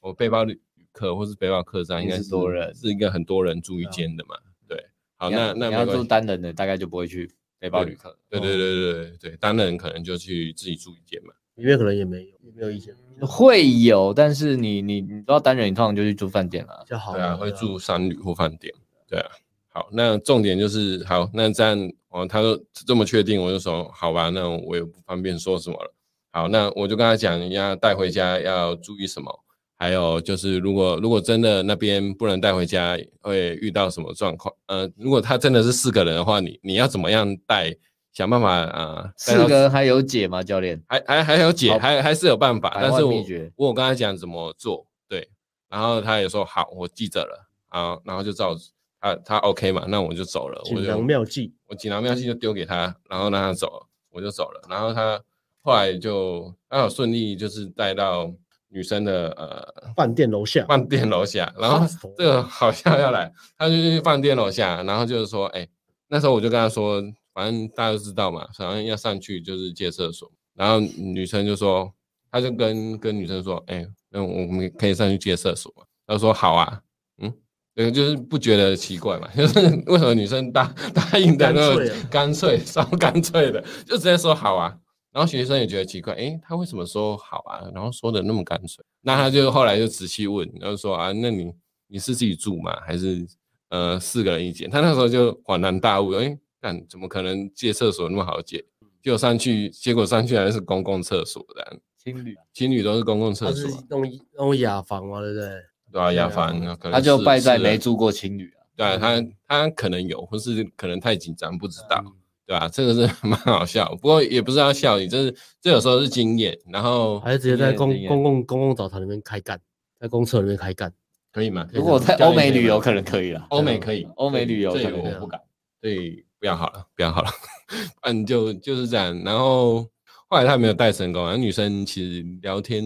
[SPEAKER 3] 我背包旅客或是背包客栈应该
[SPEAKER 1] 也是多人啊
[SPEAKER 3] 是一个很多人住一间的嘛，对。好，
[SPEAKER 1] 你
[SPEAKER 3] 那
[SPEAKER 1] 要
[SPEAKER 3] 那
[SPEAKER 1] 你
[SPEAKER 3] 没
[SPEAKER 1] 要
[SPEAKER 3] 关
[SPEAKER 1] 住
[SPEAKER 3] 系。
[SPEAKER 1] 单人的，大哦概就不会去背包旅客。
[SPEAKER 3] 对对对对对对，单人可能就去自己住一间嘛。
[SPEAKER 4] 里面可能也没有，也没有以前
[SPEAKER 1] 哦会有，但是你你你知道单人，你通常就去住饭店了
[SPEAKER 4] 比。较好
[SPEAKER 3] 对
[SPEAKER 4] 的。
[SPEAKER 3] 啊，会住商旅或饭店。对啊，好，那重点就是好，那这样哦，他说这么确定，我就说好吧，那我也不方便说什么了。好，那我就跟他讲，要带回家要注意什么，还有就是如果如果真的那边不能带回家，会遇到什么状况？呃，如果他真的是四个人的话，你你要怎么样带？想办法啊，带
[SPEAKER 1] 四
[SPEAKER 3] 到
[SPEAKER 1] 个人还有解吗？教练？
[SPEAKER 3] 还还还有解，
[SPEAKER 1] 好
[SPEAKER 3] 还还是有办法，
[SPEAKER 1] 百
[SPEAKER 3] 但
[SPEAKER 1] 万
[SPEAKER 3] 是我
[SPEAKER 1] 秘诀
[SPEAKER 3] 我有跟他讲怎么做，对，然后他也说好，我记着了啊，然后就照他他 OK 嘛，那我就走了，我
[SPEAKER 4] 锦
[SPEAKER 3] 就
[SPEAKER 4] 囊妙计，
[SPEAKER 3] 我锦囊妙计就丢给他，然后让他走了，我就走了，然后他后来就刚好顺利就是带到女生的呃
[SPEAKER 4] 饭店楼下，
[SPEAKER 3] 饭店楼下，然后这个好笑要来，他就去饭店楼下，然后就是说，哎、那时候我就跟他说，反正大家都知道嘛，反正要上去就是借厕所，然后女生就说，他就跟跟女生说，哎、那我们可以上去借厕所嘛，他说好啊，嗯，对，就是不觉得奇怪嘛， 就是为什么女生答答应的那
[SPEAKER 4] 干
[SPEAKER 3] 么
[SPEAKER 4] 脆啊
[SPEAKER 3] 干脆，超干脆的，就直接说好啊，然后学生也觉得奇怪，诶，他为什么说好啊？然后说的那么干脆，那他就后来就仔细问，然后说啊，那你你是自己住吗？还是呃四个人一间？他那时候就恍然大悟，诶，干怎么可能借厕所那么好借？结果上去，结果上去还是公共厕所的，
[SPEAKER 1] 情侣，
[SPEAKER 3] 情侣都是公共
[SPEAKER 4] 他
[SPEAKER 3] 厕
[SPEAKER 4] 是
[SPEAKER 3] 所啊，
[SPEAKER 1] 哦
[SPEAKER 4] 弄弄雅房嘛，对不对？
[SPEAKER 3] 对啊，亚
[SPEAKER 4] 对啊
[SPEAKER 3] 凡可能
[SPEAKER 1] 他就是败在
[SPEAKER 3] 是
[SPEAKER 1] 没住过情侣啊。
[SPEAKER 2] 嗯
[SPEAKER 1] 嗯
[SPEAKER 3] 对啊他他可能有，或是可能太紧张不知道，对吧、这个是蛮好笑，不过也不是要笑你，这是这有时候是经验，然后
[SPEAKER 2] 还是直接在
[SPEAKER 1] 经
[SPEAKER 2] 公
[SPEAKER 1] 验
[SPEAKER 2] 公共公共澡堂里面开干，在公厕里面开干。
[SPEAKER 3] 可以吗？
[SPEAKER 1] 如果在
[SPEAKER 3] 教练
[SPEAKER 1] 欧美
[SPEAKER 3] 可以
[SPEAKER 1] 旅游，
[SPEAKER 3] 吗
[SPEAKER 1] 可能可以了。啊
[SPEAKER 3] 欧美可以，
[SPEAKER 1] 欧美旅游
[SPEAKER 3] 这
[SPEAKER 1] 可能
[SPEAKER 3] 里我
[SPEAKER 1] 可以啊
[SPEAKER 3] 不敢，所以不要好了，不要好了， 嗯，就就是这样。然后后来他没有带成功，然后女生其实聊天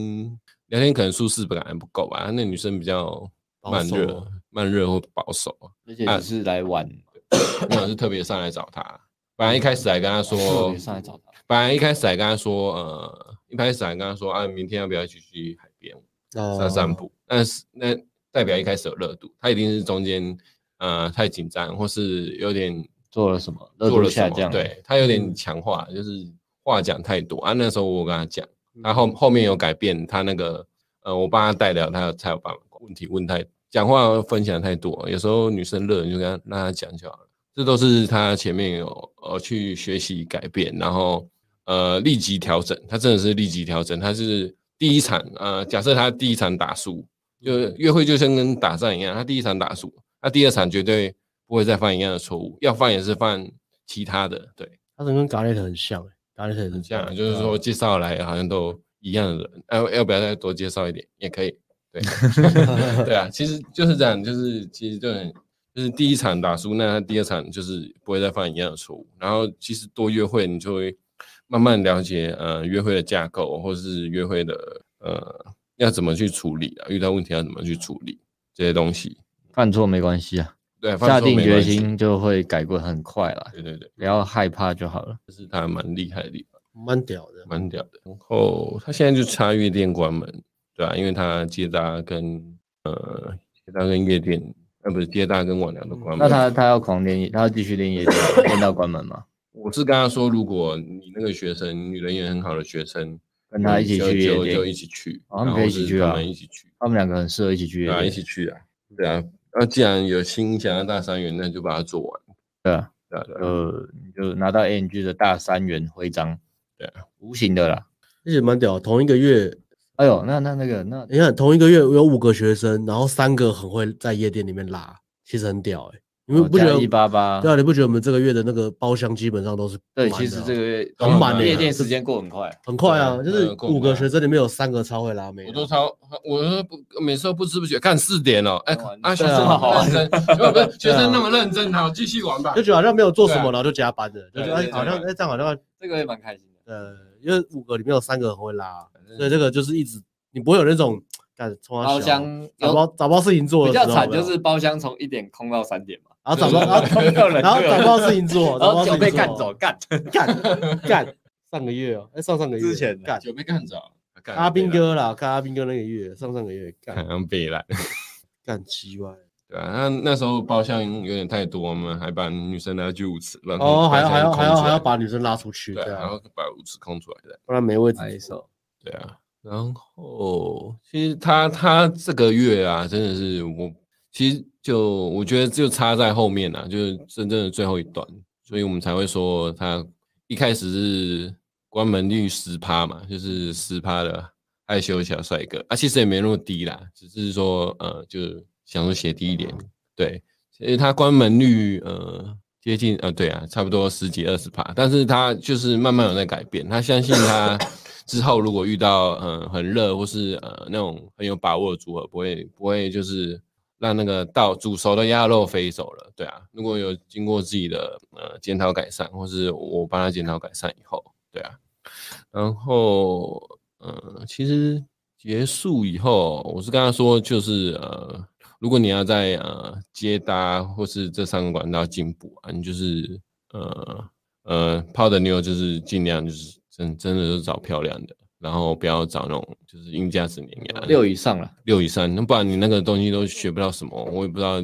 [SPEAKER 3] 聊天可能舒适感还不够吧，那女生比较慢
[SPEAKER 2] 保
[SPEAKER 3] 热
[SPEAKER 2] 守，
[SPEAKER 3] 慢热或保守，啊
[SPEAKER 1] 而且只是来玩，
[SPEAKER 3] 没有是特别上来找他。本来一开始还跟他
[SPEAKER 1] 嗯特
[SPEAKER 3] 说
[SPEAKER 1] 别，上来找他。
[SPEAKER 3] 本来一开始还跟他说，呃，一开始还跟他说啊，明天要不要一起去海边
[SPEAKER 1] 哦
[SPEAKER 2] 哦
[SPEAKER 3] 散散步？但是那代表一开始有热度，他一定是中间呃太紧张，或是有点
[SPEAKER 1] 做了什么？热
[SPEAKER 3] 做
[SPEAKER 1] 度
[SPEAKER 3] 了什
[SPEAKER 1] 下
[SPEAKER 3] 么？
[SPEAKER 1] 降。，嗯
[SPEAKER 3] 对他有点强化，就是话讲太多啊。那时候我跟他讲，
[SPEAKER 2] 嗯
[SPEAKER 3] 他后后面有改变，他那个呃，我帮他代聊，他有才有办法问题问太讲话分享太多，有时候女生热你就跟他让他讲就好了。这都是他前面有呃去学习改变，然后呃立即调整，他真的是立即调整，他是第一场呃，假设他第一场打输，就是约会就像跟打仗一样，他第一场打输，他第二场绝对不会再犯一样的错误，要犯也是犯其他的，对，
[SPEAKER 2] 他跟 g a r l 很像、欸 g a r l 很
[SPEAKER 3] 这样
[SPEAKER 1] 嗯
[SPEAKER 2] 像，
[SPEAKER 3] 就是说介绍来好像都一样的人，要、要不要再多介绍一点也可以， 对，对啊，其实就是这样，就是其实就很就是第一场打输，那他第二场就是不会再犯一样的错误，然后其实多约会你就会慢慢了解呃约会的架构或是约会的呃要怎么去处理啊，遇到问题要怎么去处理这些东西，
[SPEAKER 1] 犯错没关系啊，
[SPEAKER 3] 对，
[SPEAKER 1] 下
[SPEAKER 3] 犯错
[SPEAKER 1] 定
[SPEAKER 3] 没
[SPEAKER 1] 决
[SPEAKER 3] 关系，
[SPEAKER 1] 心就会改过很快啦，
[SPEAKER 3] 对对对，
[SPEAKER 1] 不要害怕就好了。
[SPEAKER 3] 这是他蛮厉害的地方。
[SPEAKER 2] 蛮屌的。
[SPEAKER 3] 蛮屌的。然后他现在就差夜店关门，对啊，因为他接搭跟呃接搭跟夜店，呃不是接搭跟晚聊都
[SPEAKER 1] 嗯
[SPEAKER 3] 关门。
[SPEAKER 1] 那他他要狂练，他要继续练夜店，练到关门吗？
[SPEAKER 3] 我是跟他说，如果你那个学生女人缘很好的学生，
[SPEAKER 1] 跟他一起
[SPEAKER 3] 就
[SPEAKER 1] 去夜
[SPEAKER 3] 就
[SPEAKER 1] 店
[SPEAKER 3] 就一起去，
[SPEAKER 1] 哦他
[SPEAKER 3] 然
[SPEAKER 1] 们
[SPEAKER 3] 后
[SPEAKER 1] 可以一
[SPEAKER 3] 是
[SPEAKER 1] 起去啊嗯
[SPEAKER 3] 他们一起去，
[SPEAKER 1] 他们两个很适合一起去夜
[SPEAKER 3] 对啊，
[SPEAKER 1] 店，
[SPEAKER 3] 一起去啊，对啊。那既然有心想要大三元，那就把它做完。
[SPEAKER 1] 对啊，
[SPEAKER 3] 对啊，对啊
[SPEAKER 1] 呃，你就拿到 ANG 的大三元徽章，
[SPEAKER 3] 对啊
[SPEAKER 1] 无形的啦。
[SPEAKER 2] 而且蛮屌，同一个月，
[SPEAKER 1] 哎呦，那那那个那
[SPEAKER 2] 你看同一个月有五个学生，然后三个很会在夜店里面拉，其实很屌哎、你们不觉得？
[SPEAKER 1] 哦一八八？
[SPEAKER 2] 对啊，你不觉得我们这个月的那个包厢基本上都是
[SPEAKER 1] 对，
[SPEAKER 2] 满
[SPEAKER 1] 其
[SPEAKER 2] 的
[SPEAKER 1] 实
[SPEAKER 2] 啊
[SPEAKER 1] 这个月
[SPEAKER 3] 都很满的啊
[SPEAKER 1] 夜店时间过很快，
[SPEAKER 2] 很快啊，就
[SPEAKER 3] 对
[SPEAKER 2] 是
[SPEAKER 3] 呃够
[SPEAKER 2] 五个
[SPEAKER 3] 快啊
[SPEAKER 2] 学生里面有三个超会拉妹的，
[SPEAKER 3] 我都超，我都不每次都不知不觉看四点了，哎
[SPEAKER 1] 玩
[SPEAKER 3] 啊，学
[SPEAKER 1] 对
[SPEAKER 3] 生
[SPEAKER 1] 啊好
[SPEAKER 3] 好
[SPEAKER 1] 玩啊
[SPEAKER 3] 认真， 不不是，学生那么认真，好，继续玩吧
[SPEAKER 2] 就。觉得好像没有做什么，
[SPEAKER 3] 对啊
[SPEAKER 2] 然后就加班的，就觉得
[SPEAKER 3] 对
[SPEAKER 2] 哎
[SPEAKER 3] 对对
[SPEAKER 2] 好像
[SPEAKER 3] 对
[SPEAKER 2] 哎这样好像
[SPEAKER 1] 这个也蛮开心的。
[SPEAKER 2] 呃，因为五个里面有三个很会拉，啊
[SPEAKER 3] 正
[SPEAKER 2] 所以这个就是一直你不会有那种干冲他
[SPEAKER 1] 包
[SPEAKER 2] 小
[SPEAKER 1] 厢
[SPEAKER 2] 找不到
[SPEAKER 1] 有
[SPEAKER 2] 找不到事情做
[SPEAKER 1] 比
[SPEAKER 2] 的
[SPEAKER 1] 较
[SPEAKER 2] 时候
[SPEAKER 1] 惨，
[SPEAKER 2] 有没有
[SPEAKER 1] 就是包厢从一点空到三 点嘛，
[SPEAKER 2] 然后找不到然 后
[SPEAKER 1] 没有人
[SPEAKER 2] 然后
[SPEAKER 1] 去
[SPEAKER 2] 找不到事情做，
[SPEAKER 1] 然
[SPEAKER 2] 找不到
[SPEAKER 1] 后
[SPEAKER 2] 事
[SPEAKER 1] 酒
[SPEAKER 2] 情
[SPEAKER 1] 被
[SPEAKER 2] 做
[SPEAKER 1] 干走， 干。
[SPEAKER 2] 干 干上个月哦，哎上上个月
[SPEAKER 1] 之前的
[SPEAKER 2] 干
[SPEAKER 3] 酒被干走，干
[SPEAKER 2] 阿兵，哥啦，看阿兵哥那个月上上个月
[SPEAKER 3] 好
[SPEAKER 2] 干
[SPEAKER 3] 像被来，
[SPEAKER 2] 干鸡歪
[SPEAKER 3] 对啊，那那时候包厢有点太多，我们还把女生拉去舞池，让她
[SPEAKER 2] 哦，还要
[SPEAKER 3] 把
[SPEAKER 2] 还
[SPEAKER 3] 包
[SPEAKER 2] 要
[SPEAKER 3] 厢嗯空
[SPEAKER 2] 还要
[SPEAKER 3] 出来
[SPEAKER 2] 还要把女生拉出去，
[SPEAKER 3] 对
[SPEAKER 2] 对
[SPEAKER 3] 啊，然
[SPEAKER 2] 啊
[SPEAKER 3] 后，把舞池空出来的，
[SPEAKER 2] 不然没位置
[SPEAKER 1] 来一
[SPEAKER 2] 坐。
[SPEAKER 1] 首，
[SPEAKER 3] 对啊，然后其实他他这个月啊，真的是我其实就我觉得就差在后面啊，就是真正的最后一段，所以我们才会说他一开始是关门率十趴嘛，就是十趴的害羞小帅哥啊，其实也没那么低啦，只是说呃，就是想说写低一点，对，其实他关门率呃接近呃对啊，差不多十几二十趴，但是他就是慢慢有在改变，他相信他之后如果遇到呃很热或是呃那种很有把握的组合，不会不会就是让那个到煮熟的鸭肉飞走了，对啊，如果有经过自己的呃检讨改善，或是我帮他检讨改善以后，对啊，然后呃其实结束以后，我是跟他说就是呃。如果你要在呃接搭或是这三个管道进步啊，你就是呃呃泡的妞就是尽量就是真真的就是找漂亮的，然后不要找那种就是硬价值碾压
[SPEAKER 1] 六以上了，
[SPEAKER 3] 六以上，那不然你那个东西都学不到什么，我也不知道，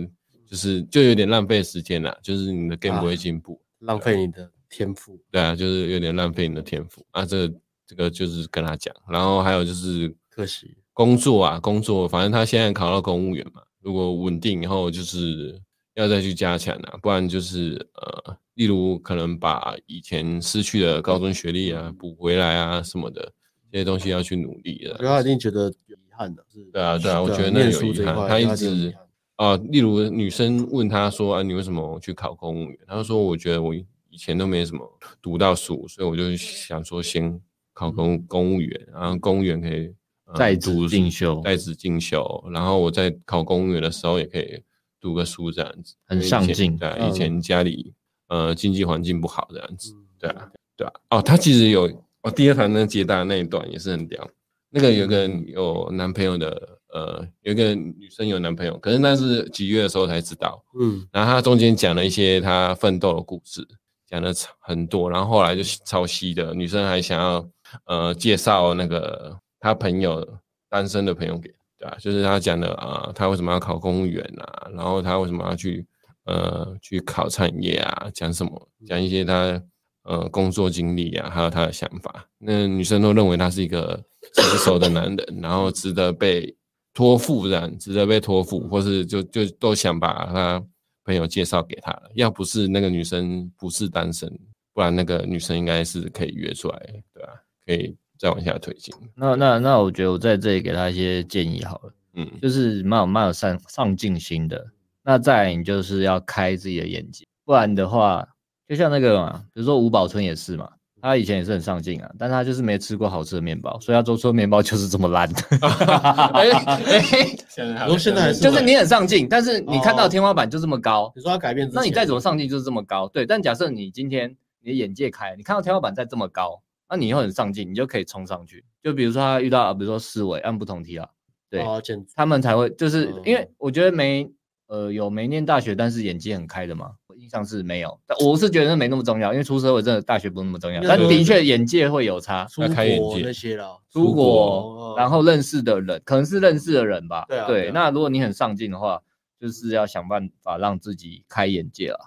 [SPEAKER 3] 就是就有点浪费时间啦，就是你的 game
[SPEAKER 1] 啊
[SPEAKER 3] 不会进步。
[SPEAKER 2] 浪费你的天赋。
[SPEAKER 3] 对啊，就是有点浪费你的天赋啊。这个这个就是跟他讲，然后还有就是
[SPEAKER 2] 可惜
[SPEAKER 3] 工作啊，工作，反正他现在考到公务员嘛，如果稳定以后就是要再去加强啊，不然就是呃，例如可能把以前失去的高中学历啊补回来啊什么的，这些东西要去努力
[SPEAKER 2] 我觉得他
[SPEAKER 3] 的。
[SPEAKER 2] 一定觉得有遗憾的，是
[SPEAKER 3] 啊对啊，对啊，我觉得那
[SPEAKER 2] 念
[SPEAKER 3] 有
[SPEAKER 2] 书
[SPEAKER 3] 遗
[SPEAKER 2] 这
[SPEAKER 3] 憾。
[SPEAKER 2] 块
[SPEAKER 3] 他一
[SPEAKER 2] 定有遗
[SPEAKER 3] 直
[SPEAKER 2] 憾
[SPEAKER 3] 呃啊、例如女生问他说啊，你为什么去考公务员？他就说我觉得我以前都没什么读到书，所以我就想说先考公公务员，然后公务员可以、呃
[SPEAKER 1] 嗯在职
[SPEAKER 3] 读
[SPEAKER 1] 进修
[SPEAKER 3] 在职进修，然后我在考公务员的时候也可以读个书这样子，
[SPEAKER 1] 很
[SPEAKER 3] 因为以
[SPEAKER 1] 上
[SPEAKER 3] 前
[SPEAKER 1] 进
[SPEAKER 3] 对啊，
[SPEAKER 2] 嗯
[SPEAKER 3] 以前家里呃经济环境不好这样子，对啊，对啊，哦，他其实有哦，第二堂那接单那一段也是很屌。那个有个有男朋友的，呃，有一个女生有男朋友，可是那是几月的时候才知道。
[SPEAKER 2] 嗯，
[SPEAKER 3] 然后她中间讲了一些她奋斗的故事，讲了很多，然后后来就抄袭的女生还想要呃介绍那个她朋友单身的朋友给，对吧、就是她讲的啊、呃她为什么要考公务员啊，然后她为什么要去呃去考产业啊，讲什么，讲一些她呃工作经历啊，还有她的想法。那女生都认为他是一个成熟的男人，然后值得被托付，这样值得被托付，或是就就都想把他朋友介绍给他了。要不是那个女生不是单身，不然那个女生应该是可以约出来，对吧、可以再往下推进。
[SPEAKER 1] 那那那，我觉得我在这里给他一些建议好了，
[SPEAKER 3] 嗯，
[SPEAKER 1] 就是蛮有蛮有上上进心的。那再来你就是要开自己的眼界，不然的话，就像那个嘛，比如说吴宝春也是嘛，他以前也是很上进啊，但他就是没吃过好吃的面包，所以他做出的面包就是这么烂。
[SPEAKER 3] 哎哎
[SPEAKER 2] 然后现在还是
[SPEAKER 1] 就是你很上进，但是你
[SPEAKER 2] 哦
[SPEAKER 1] 看到天花板就这么高，
[SPEAKER 2] 你说要改变之前，
[SPEAKER 1] 那你再怎么上进就是这么高。对，但假设你今天你的眼界开，你看到天花板再这么高，那你以后很上进，你就可以冲上去。就比如说他遇到，比如说思维按不同题啊，对
[SPEAKER 2] 哦，简直
[SPEAKER 1] 他们才会就是
[SPEAKER 2] 嗯
[SPEAKER 1] 因为我觉得没呃有没念大学，但是眼界很开的嘛，我印象是没有，但我是觉得没那么重要，因为出社会真的大学不那么重要，
[SPEAKER 2] 应该
[SPEAKER 1] 但
[SPEAKER 2] 说
[SPEAKER 1] 的确眼界会有差。
[SPEAKER 2] 出
[SPEAKER 3] 要开眼
[SPEAKER 2] 国
[SPEAKER 3] 界
[SPEAKER 2] 那些了，
[SPEAKER 1] 出
[SPEAKER 2] 国
[SPEAKER 1] 国，然后认识的人，可能是认识的人吧。
[SPEAKER 2] 对啊对啊
[SPEAKER 1] 那如果你很上进的话，就是要想办法让自己开眼界了，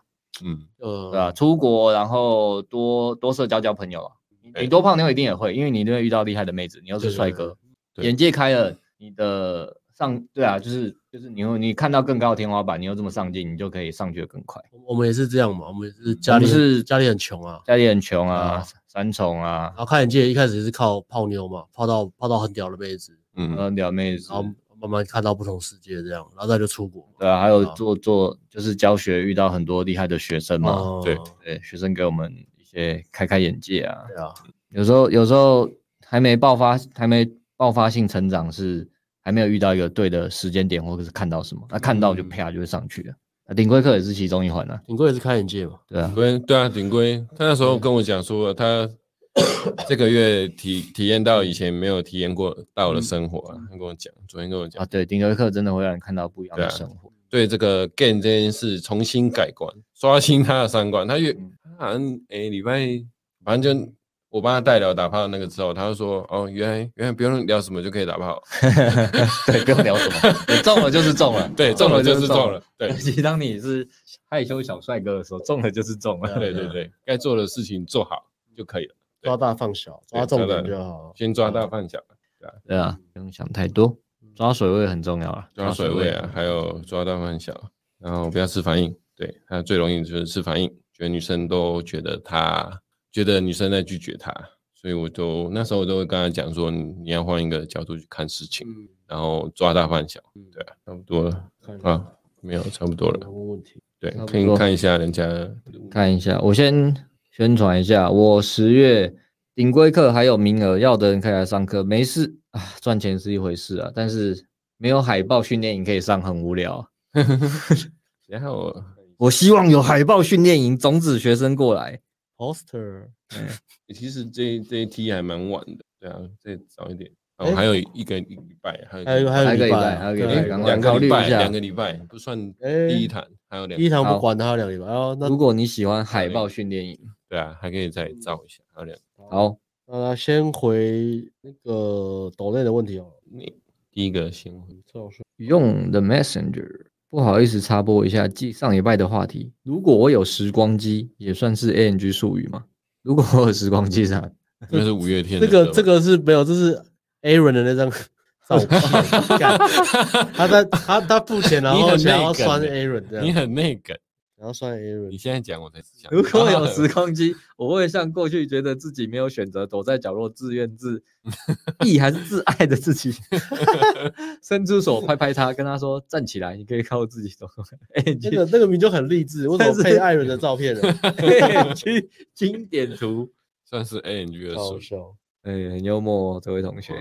[SPEAKER 3] 嗯，
[SPEAKER 2] 呃，
[SPEAKER 1] 对吧、啊出国，然后多多社交交朋友啊。你
[SPEAKER 3] 对
[SPEAKER 1] 你多胖妞一定也会，因为你一定会遇到厉害的妹子，你又是
[SPEAKER 2] 对对嗯
[SPEAKER 1] 帅哥，
[SPEAKER 3] 对
[SPEAKER 1] 眼界开了，你的上对啊，就是就是你会你看到更高的天花板，你又这么上进，你就可以上去的更快。
[SPEAKER 2] 我们也是这样嘛，我们也是家里
[SPEAKER 1] 我们是
[SPEAKER 2] 家里很穷啊，
[SPEAKER 1] 家里很穷啊
[SPEAKER 2] 啊，
[SPEAKER 1] 三重啊
[SPEAKER 2] 然，后开眼界一开始也是靠泡妞嘛，泡到泡到很屌的妹子，
[SPEAKER 1] 然
[SPEAKER 3] 嗯
[SPEAKER 1] 后聊妹子
[SPEAKER 2] 然，后慢慢看到不同世界这样，然后再就出国嘛。
[SPEAKER 1] 对啊，还有
[SPEAKER 2] 啊
[SPEAKER 1] 做做就是教学遇到很多厉害的学生嘛，
[SPEAKER 2] 哦
[SPEAKER 3] 对
[SPEAKER 1] 对学生给我们一些开开眼界啊。
[SPEAKER 2] 对啊，
[SPEAKER 1] 有时候有时候还没爆发，还没爆发性成长是还没有遇到一个对的时间点，或者是看到什么，那、看到就
[SPEAKER 3] 嗯
[SPEAKER 1] 啪就会上去了。那顶规课也是其中一环啊，
[SPEAKER 2] 顶贵也是开眼界嘛，
[SPEAKER 1] 对啊
[SPEAKER 3] 顶，规对啊，顶规，他那时候跟我讲说他这个月体体验到以前没有体验过到的生活、啊，他跟我讲，昨天跟我讲
[SPEAKER 1] 啊，对，顶规课真的会让你看到不一样
[SPEAKER 3] 对
[SPEAKER 1] 的
[SPEAKER 3] 啊
[SPEAKER 1] 生活。
[SPEAKER 3] 对这个 game 这件事重新改观，刷新他的三观。他越他好像诶礼拜，反正就我帮他代聊打炮那个之后，他就说哦，原来原来不用聊什么就可以打 炮，
[SPEAKER 1] 对，不用聊什 么，你中了就是中了，
[SPEAKER 3] 对，中了就是中了。，对
[SPEAKER 1] 尤 其当你是害羞小帅哥的时候，中了就是中了。
[SPEAKER 3] 对对对，该做的事情做好就可以了，对
[SPEAKER 4] 抓大放小，抓
[SPEAKER 3] 对
[SPEAKER 4] 重
[SPEAKER 3] 抓
[SPEAKER 4] 点
[SPEAKER 3] 大
[SPEAKER 4] 就好。
[SPEAKER 3] 先抓大放小，
[SPEAKER 1] 对啊， 不用想太多，抓水位很重要啊，
[SPEAKER 3] 抓水位啊，还有抓大放小，然后不要吃反应，对他最容易就是吃反应，觉得女生都觉得他觉得女生在拒绝他，所以我都那时候我都会跟他讲说，你你要换一个角度去看事情。
[SPEAKER 2] 嗯，
[SPEAKER 3] 然后抓大放小，对啊，差不多了啊，没有，差不多了。
[SPEAKER 2] 问问题，
[SPEAKER 3] 对，
[SPEAKER 1] 差不
[SPEAKER 3] 可以
[SPEAKER 1] 多
[SPEAKER 3] 看一下人家，
[SPEAKER 1] 看一下，我先宣传一下，我十月顶规课还有名额，要的人可以来上课。没事啊，赚钱是一回事啊，但是没有海报训练营可以上，很无聊啊。
[SPEAKER 3] 然后
[SPEAKER 1] 我希望有海报训练营种子学生过来，
[SPEAKER 4] Poster
[SPEAKER 3] 其实这这一批还蛮晚的，对啊，再早一点。哦，
[SPEAKER 4] 哎
[SPEAKER 3] 还有一个一个礼拜，还有
[SPEAKER 4] 还有
[SPEAKER 3] 个
[SPEAKER 4] 还有
[SPEAKER 1] 还有一个礼拜，
[SPEAKER 4] 啊
[SPEAKER 1] 还有一个
[SPEAKER 4] 对
[SPEAKER 1] 礼拜，
[SPEAKER 3] 哎
[SPEAKER 1] 赶快
[SPEAKER 3] 两个
[SPEAKER 1] 考虑
[SPEAKER 3] 礼
[SPEAKER 1] 一
[SPEAKER 3] 拜，
[SPEAKER 1] 下
[SPEAKER 3] 两。个礼拜不算
[SPEAKER 4] 哎
[SPEAKER 3] 第一堂，还有两
[SPEAKER 4] 第一堂
[SPEAKER 1] 好
[SPEAKER 4] 不管他两个礼拜，哦，那
[SPEAKER 1] 如果你喜欢海报训练营，
[SPEAKER 3] 对啊，还可以再照一下，还有两。
[SPEAKER 1] 好，
[SPEAKER 4] 那先回那个抖内的问题哦。
[SPEAKER 3] 你第一个先回
[SPEAKER 1] 用 The Messenger。不好意思，插播一下，继上礼拜的话题，如果我有时光机，也算是 ANG 术语吗？如果我有时光机是吧？
[SPEAKER 3] 因为是五月天的
[SPEAKER 4] 这
[SPEAKER 3] 歌
[SPEAKER 4] 个
[SPEAKER 3] 嘛。
[SPEAKER 4] 这个是没有，这是 Aaron 的那张照片， 干他在他他付钱，然
[SPEAKER 3] 你
[SPEAKER 4] 后
[SPEAKER 3] 很
[SPEAKER 4] 想
[SPEAKER 3] 内
[SPEAKER 4] 要
[SPEAKER 3] 梗
[SPEAKER 4] 酸
[SPEAKER 3] 欸
[SPEAKER 4] Aaron 这
[SPEAKER 3] 你
[SPEAKER 4] 样。
[SPEAKER 3] 很那个，
[SPEAKER 2] 然后算 Aaron，
[SPEAKER 3] 你现在讲我才 想。
[SPEAKER 1] 如果有时空机，我会像过去觉得自己没有选择，躲在角落自怨 自艾还是自爱的自己，伸出手拍拍他，跟他说站起来，你可以靠自己走。哎、去
[SPEAKER 2] 那个那个名就很励志，为什
[SPEAKER 1] 但
[SPEAKER 2] 么
[SPEAKER 1] 是
[SPEAKER 2] 配艾伦的照 片呢？
[SPEAKER 1] 哎去经典图，
[SPEAKER 3] 算是 A N G 的
[SPEAKER 2] 超好
[SPEAKER 3] 书，
[SPEAKER 2] 笑。
[SPEAKER 1] 哎、很幽默、哦，这位同学。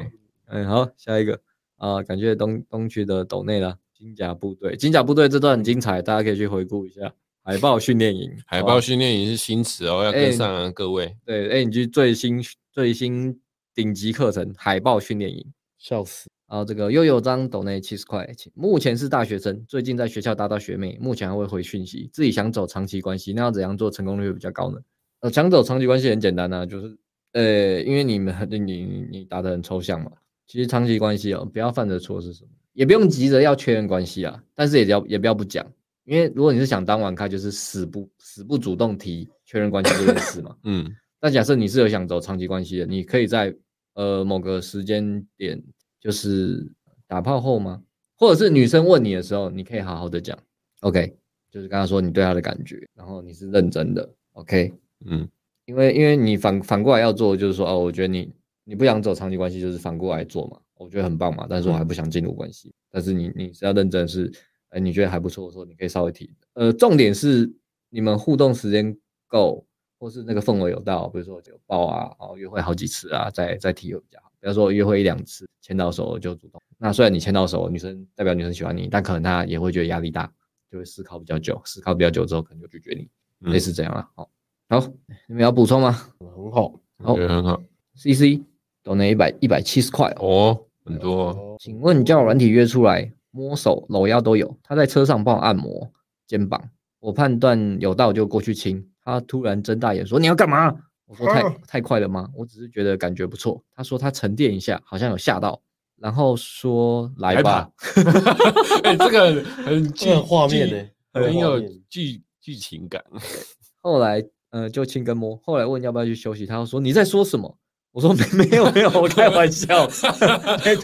[SPEAKER 1] 嗯，好，下一个啊、感谢东东区的斗内啦，金甲部队，金甲部队这段很精彩，大家可以去回顾一下。海豹训练营，
[SPEAKER 3] 海
[SPEAKER 1] 好啊
[SPEAKER 3] 豹训练营是新词哦，要跟上啊，各位。
[SPEAKER 1] 对 A N G 最新最新顶级课程海豹训练营。
[SPEAKER 2] 笑死！
[SPEAKER 1] 然后这个悠悠张抖内七十块，请目前是大学生，最近在学校搭到学妹，目前还会回讯息。自己想走长期关系，那要怎样做成功率会比较高呢？呃，想走长期关系很简单啊，就是呃，因为你们很你你你打的很抽象嘛。其实长期关系哦，不要犯的错是什么，也不用急着要确认关系啊，但是也要也不要不讲，因为如果你是想当玩咖，就是死不死不主动提确认关系这件事嘛。
[SPEAKER 3] 嗯，
[SPEAKER 1] 那假设你是有想走长期关系的，你可以在呃某个时间点，就是打炮后吗？或者是女生问你的时候，你可以好好的讲，OK，就是跟她说你对她的感觉，然后你是认真的，OK，
[SPEAKER 3] 嗯，
[SPEAKER 1] 因为因为你反反过来要做，就是说哦，我觉得你你不想走长期关系，就是反过来做嘛，我觉得很棒嘛，但是我还不想进入关系，但是你你是要认真的是，哎、你觉得还不错的时候，你可以稍微提，呃，重点是你们互动时间够，或是那个氛围有到，比如说有抱啊，哦，约会好几次啊，再再提会比较好，不要说约会一两次牵到手就主动，那虽然你牵到手，女生代表女生喜欢你，但可能她也会觉得压力大，就会思考比较久，思考比较久之后可能就拒绝你，
[SPEAKER 3] 嗯
[SPEAKER 1] 类似这样啦，好、好，你们要补充吗？
[SPEAKER 2] 很好，
[SPEAKER 3] 我觉得很好
[SPEAKER 1] C C 抖那一百一百七十块哦。
[SPEAKER 3] 哦，很多哦。
[SPEAKER 1] 请问交友软体约出来，摸手、搂腰都有。他在车上帮我按摩肩膀，我判断有道就过去亲。他突然睁大眼说：“你要干嘛？”我说太：“太快了吗？”我只是觉得感觉不错。他说他沉淀一下，好像有吓到，然后说：“来吧。
[SPEAKER 3] 哎，这个很
[SPEAKER 2] 这
[SPEAKER 3] 具
[SPEAKER 2] 个画面呢，
[SPEAKER 3] 具很
[SPEAKER 2] 这个画
[SPEAKER 3] 有
[SPEAKER 2] 面
[SPEAKER 3] 剧剧情感。
[SPEAKER 1] 后来呃就亲跟摸，后来问要不要去休息，他又说：“你在说什么？”我说：“没没有没有，我开玩 笑。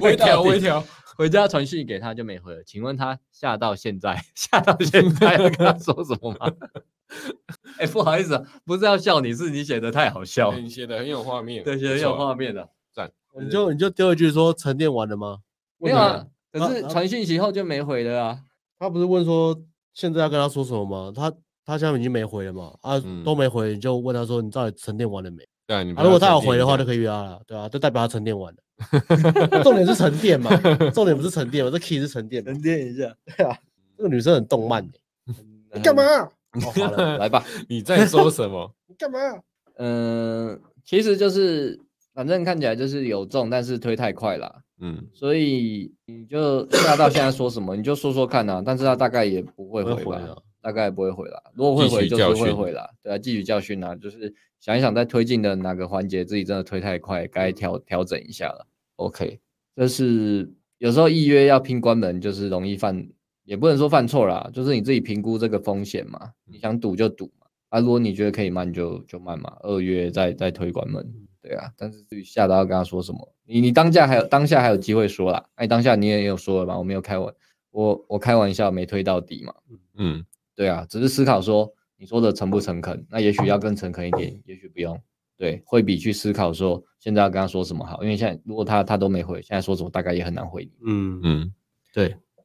[SPEAKER 3] 微调微调，
[SPEAKER 1] 回家传讯给他就没回了。请问他吓到现在， 吓到现在要跟他说什么吗？ 哎、不好意思、啊，不是要笑你，是你写的太好笑，
[SPEAKER 3] 哎你写的很有画面，
[SPEAKER 1] 对，写的
[SPEAKER 3] 不
[SPEAKER 1] 有
[SPEAKER 3] 错
[SPEAKER 1] 画面啊的。
[SPEAKER 2] 你就你就丢一句说沉淀完了吗？
[SPEAKER 1] 没有啊，可是
[SPEAKER 2] 然后
[SPEAKER 1] 传讯息后就没回了啊。
[SPEAKER 2] 他不是问说现在要跟他说什么吗？他他现在已经没回了嘛，啊
[SPEAKER 3] 嗯
[SPEAKER 2] 都没回，你就问他说你到底沉淀完了没？
[SPEAKER 3] 对啊，你
[SPEAKER 2] 啊，如果他有回的话，就
[SPEAKER 3] 可以。
[SPEAKER 2] 可以约他了，对啊，就代表他沉淀完了。重点是沉淀嘛，重点不是沉淀嘛，这 key 是沉淀嘛。
[SPEAKER 6] 淀一下，啊嗯
[SPEAKER 2] 这个女生很动漫欸你干嘛？ 哦好了
[SPEAKER 1] 嗯来吧，
[SPEAKER 3] 你在说什么？
[SPEAKER 2] 你干嘛？啊
[SPEAKER 1] 嗯、其实就是反正看起来就是有中，但是推太快了，
[SPEAKER 3] 嗯，
[SPEAKER 1] 所以你就吓到现在说什么，你就说说看啊。但是他大概也不会
[SPEAKER 2] 不会
[SPEAKER 1] 回
[SPEAKER 2] 回
[SPEAKER 1] 吧
[SPEAKER 2] 啊。
[SPEAKER 1] 大概不会回啦。如果会
[SPEAKER 3] 汲取
[SPEAKER 1] 回，就是
[SPEAKER 3] 教
[SPEAKER 1] 会
[SPEAKER 3] 训
[SPEAKER 1] 回啦。对啊，汲取教训啊，就是想一想在推进的哪个环节自己真的推太快，该调调整一下了。OK，这是有时候预约要拼关门，就是容易犯，也不能说犯错啦，就是你自己评估这个风险
[SPEAKER 3] 嗯
[SPEAKER 1] 嘛，你想赌就赌嘛。啊，如果你觉得可以慢就就慢嘛，二月再再推关门，
[SPEAKER 3] 嗯
[SPEAKER 1] 对啊。但是至于下到要跟他说什么，你你当下还有当下还有机会说啦，哎，当下你也有说了嘛，我没有开玩，我我开玩笑没推到底嘛，
[SPEAKER 3] 嗯，
[SPEAKER 1] 对啊，只是思考说你说的诚不诚恳，那也许要更诚恳一点，也许不用。对，会比去思考说现在要跟他说什么好，因为现在如果他他都没回，现在说什么大概也很难回你。
[SPEAKER 6] 嗯，
[SPEAKER 3] 嗯，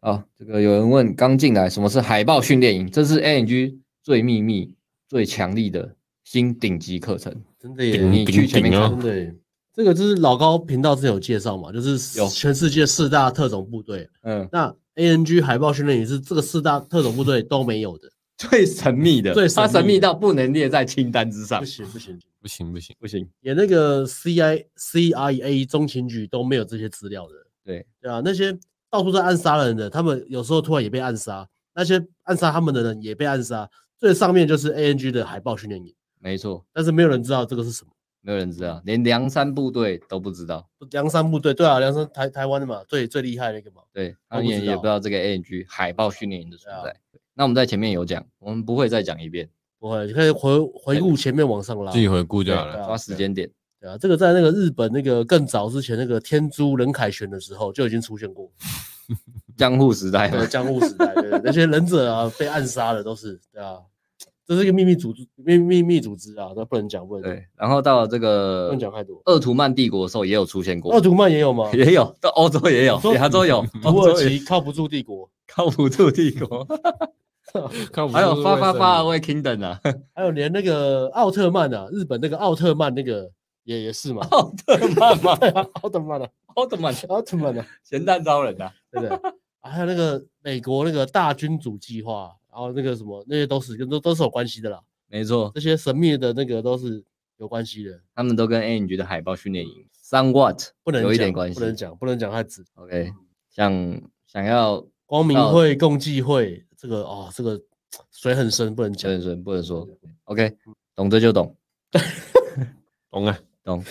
[SPEAKER 1] 啊，这个有人问刚进来什么是海豹训练营，这是 ANG 最秘密、最强力的新顶级课程。
[SPEAKER 2] 真的耶，
[SPEAKER 3] 顶
[SPEAKER 1] 你去前面
[SPEAKER 3] 顶
[SPEAKER 1] 看
[SPEAKER 3] 哦
[SPEAKER 2] 真的耶。这个就是老高频道之前有介绍嘛，就是
[SPEAKER 1] 有
[SPEAKER 2] 全世界四大特种部队，
[SPEAKER 1] 嗯，
[SPEAKER 2] 那 ANG 海豹训练营是这个四大特种部队都没有的，
[SPEAKER 1] 最神秘的，
[SPEAKER 2] 最
[SPEAKER 1] 它
[SPEAKER 2] 神
[SPEAKER 1] 神
[SPEAKER 2] 秘
[SPEAKER 1] 秘
[SPEAKER 2] 的
[SPEAKER 1] 到不能列在清单之上
[SPEAKER 2] 不。行不行，
[SPEAKER 3] 不行不行，
[SPEAKER 1] 不行，
[SPEAKER 2] 连那个 CI CIA 中情局都没有这些资料的，
[SPEAKER 1] 对
[SPEAKER 2] 对啊，那些到处在暗杀人的，他们有时候突然也被暗杀，那些暗杀他们的人也被暗杀，最上面就是 ANG 的海豹训练营，
[SPEAKER 1] 没错，
[SPEAKER 2] 但是没有人知道这个是什么。
[SPEAKER 1] 没有人知道，连梁山部队都不知道。
[SPEAKER 2] 梁山部队，对啊，梁山台台湾的嘛，最最厉害的一个嘛，
[SPEAKER 1] 对，
[SPEAKER 2] 都
[SPEAKER 1] 他们
[SPEAKER 2] 不
[SPEAKER 1] 也
[SPEAKER 2] 知
[SPEAKER 1] 也
[SPEAKER 2] 道
[SPEAKER 1] 不知道这个 ANG 海豹训练营的存
[SPEAKER 2] 对啊
[SPEAKER 1] 在。那我们在前面有讲，我们不会再讲一遍，
[SPEAKER 2] 不会，你可以回回顾前面往上拉
[SPEAKER 3] 自，己回顾就
[SPEAKER 1] 对
[SPEAKER 3] 好
[SPEAKER 2] 对
[SPEAKER 3] 了。
[SPEAKER 2] 啊
[SPEAKER 1] 抓时间点。
[SPEAKER 2] 对啊，这个在那个日本那个更早之前那个天珠人凯旋的时候就已经出现过，
[SPEAKER 1] 江户时代嘛
[SPEAKER 2] 那呃个江户时代，对对那些忍者啊被暗杀的都是，对啊，这是一个秘密组织，秘秘密组织啊，那不能讲，不能讲
[SPEAKER 1] 对，然后到了这
[SPEAKER 2] 不
[SPEAKER 1] 个
[SPEAKER 2] 能讲太多。
[SPEAKER 1] 鄂图曼帝国的时候也有出现过
[SPEAKER 2] 奥，图曼也有吗？
[SPEAKER 1] 也有到欧洲也有，
[SPEAKER 2] 说
[SPEAKER 1] 亚洲有，啊
[SPEAKER 2] 土耳
[SPEAKER 1] 欧洲也
[SPEAKER 2] 其靠不住帝国，
[SPEAKER 1] 靠不住帝国，
[SPEAKER 3] 看不
[SPEAKER 1] 还有
[SPEAKER 3] 出
[SPEAKER 1] 发
[SPEAKER 3] 卫
[SPEAKER 1] 发
[SPEAKER 3] 生
[SPEAKER 1] 发 away kingdom 啊，
[SPEAKER 2] 还有连那个奥特曼啊，日本那个奥特曼那个也也是嘛，
[SPEAKER 1] 奥特曼嘛，
[SPEAKER 2] 对啊 奥特曼啊，
[SPEAKER 1] 奥特 曼
[SPEAKER 2] 奥特曼啊，
[SPEAKER 1] 咸蛋超人啊，
[SPEAKER 2] 对不对？啊还有那个美国那个大君主计划，然后那个什么那些都是跟都都是有关系的啦，
[SPEAKER 1] 没错，
[SPEAKER 2] 这些神秘的那个都是有关系的，
[SPEAKER 1] 他们都跟 A N G 的海豹训练营 somewhat
[SPEAKER 2] 嗯不能
[SPEAKER 1] 有一
[SPEAKER 2] 讲
[SPEAKER 1] 点关系
[SPEAKER 2] 不能讲，不能讲太直。
[SPEAKER 1] OK，想想要
[SPEAKER 2] 光明
[SPEAKER 1] 到
[SPEAKER 3] 哦
[SPEAKER 2] 会、共济会，这个哦，这个水很深，不能
[SPEAKER 1] 不
[SPEAKER 2] 讲。
[SPEAKER 1] 能说不能说 OK，懂得就懂，
[SPEAKER 3] 懂啊，
[SPEAKER 1] 懂，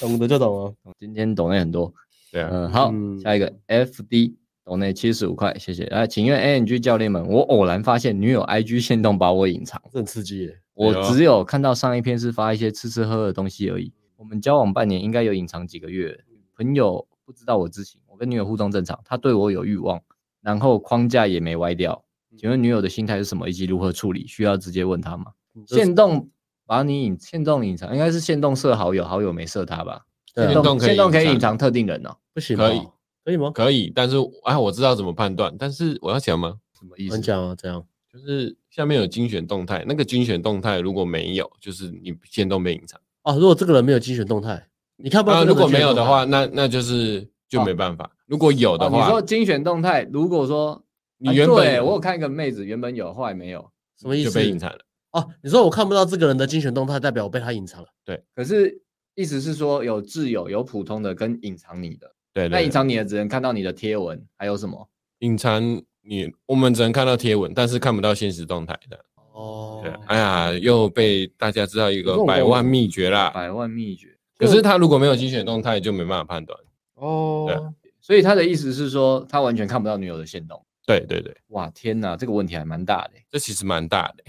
[SPEAKER 2] 懂的就懂啊。
[SPEAKER 1] 今天懂内很多，
[SPEAKER 3] 对啊，
[SPEAKER 1] 嗯，好，
[SPEAKER 2] 嗯
[SPEAKER 1] 下一个 FD 懂内七十五块，谢谢。来，请问 ANG 教练们，我偶然发现女友 IG 限动把我隐藏，
[SPEAKER 2] 这很刺激耶。
[SPEAKER 1] 我
[SPEAKER 3] 哎呦
[SPEAKER 1] 只有看到上一篇是发一些吃吃喝喝的东西而已。我们交往半年，应该有隐藏几个月了。朋友不知道我知情，我跟女友互动正常，她对我有欲望，然后框架也没歪掉。请问女友的心态是什么，以及如何处理？需要直接问她吗？限动把你隐限动隐藏，应该是限动设好友，好友没设她吧？
[SPEAKER 2] 对啊
[SPEAKER 3] 限
[SPEAKER 1] 限
[SPEAKER 3] 动可以
[SPEAKER 1] 限动可以
[SPEAKER 3] 隐藏
[SPEAKER 1] 隐藏特定人哦、
[SPEAKER 2] 不行吧，
[SPEAKER 3] 可以
[SPEAKER 2] 可以吗？
[SPEAKER 3] 可以，但是啊，我知道怎么判断，但是我要讲吗？
[SPEAKER 1] 什么意
[SPEAKER 2] 能
[SPEAKER 1] 思？
[SPEAKER 2] 讲啊，这样
[SPEAKER 3] 就是下面有精选动态，那个精选动态如果没有，就是你先都没隐藏。
[SPEAKER 2] 啊。如果这个人没有精选动态，你看不到
[SPEAKER 3] 啊，
[SPEAKER 2] 这个
[SPEAKER 3] 如
[SPEAKER 2] 人
[SPEAKER 3] 果没
[SPEAKER 2] 精
[SPEAKER 3] 有
[SPEAKER 2] 选动
[SPEAKER 3] 的
[SPEAKER 2] 态哦
[SPEAKER 3] 话，，那那就是就没办法。如果有的
[SPEAKER 1] 哦你
[SPEAKER 3] 话
[SPEAKER 1] 说，精选动态，如果说
[SPEAKER 3] 你
[SPEAKER 1] 啊
[SPEAKER 3] 原本
[SPEAKER 1] 对
[SPEAKER 3] 有
[SPEAKER 1] 我有看一个妹子，原本有，后来没有，
[SPEAKER 2] 什么意
[SPEAKER 3] 就
[SPEAKER 2] 思？
[SPEAKER 3] 被隐藏了。
[SPEAKER 2] 哦，你说我看不到这个人的精选动态，代表我被他隐藏了。
[SPEAKER 1] 可是意思是说有挚友、有普通的跟隐藏你的，
[SPEAKER 3] 对
[SPEAKER 1] 那
[SPEAKER 3] 对
[SPEAKER 1] 隐
[SPEAKER 3] 对，
[SPEAKER 1] 藏你的只能看到你的贴文，还有什么？
[SPEAKER 3] 隐藏你，我们只能看到贴文，但是看不到现实动态的。
[SPEAKER 2] 哦
[SPEAKER 3] 对，哎呀，又被大家知道一
[SPEAKER 2] 有这
[SPEAKER 3] 个
[SPEAKER 2] 种
[SPEAKER 3] 百
[SPEAKER 2] 功
[SPEAKER 3] 万
[SPEAKER 2] 能
[SPEAKER 3] 秘诀啦。
[SPEAKER 1] 百万秘诀。
[SPEAKER 3] 可是他如果没有精选动态，就没办法判断。啊
[SPEAKER 2] 哦，
[SPEAKER 1] 所以他的意思是说，他完全看不到女友的线动。
[SPEAKER 3] 对对对，
[SPEAKER 1] 哇，天哪，这个问题还蛮大的欸、
[SPEAKER 3] 这其实蛮大的。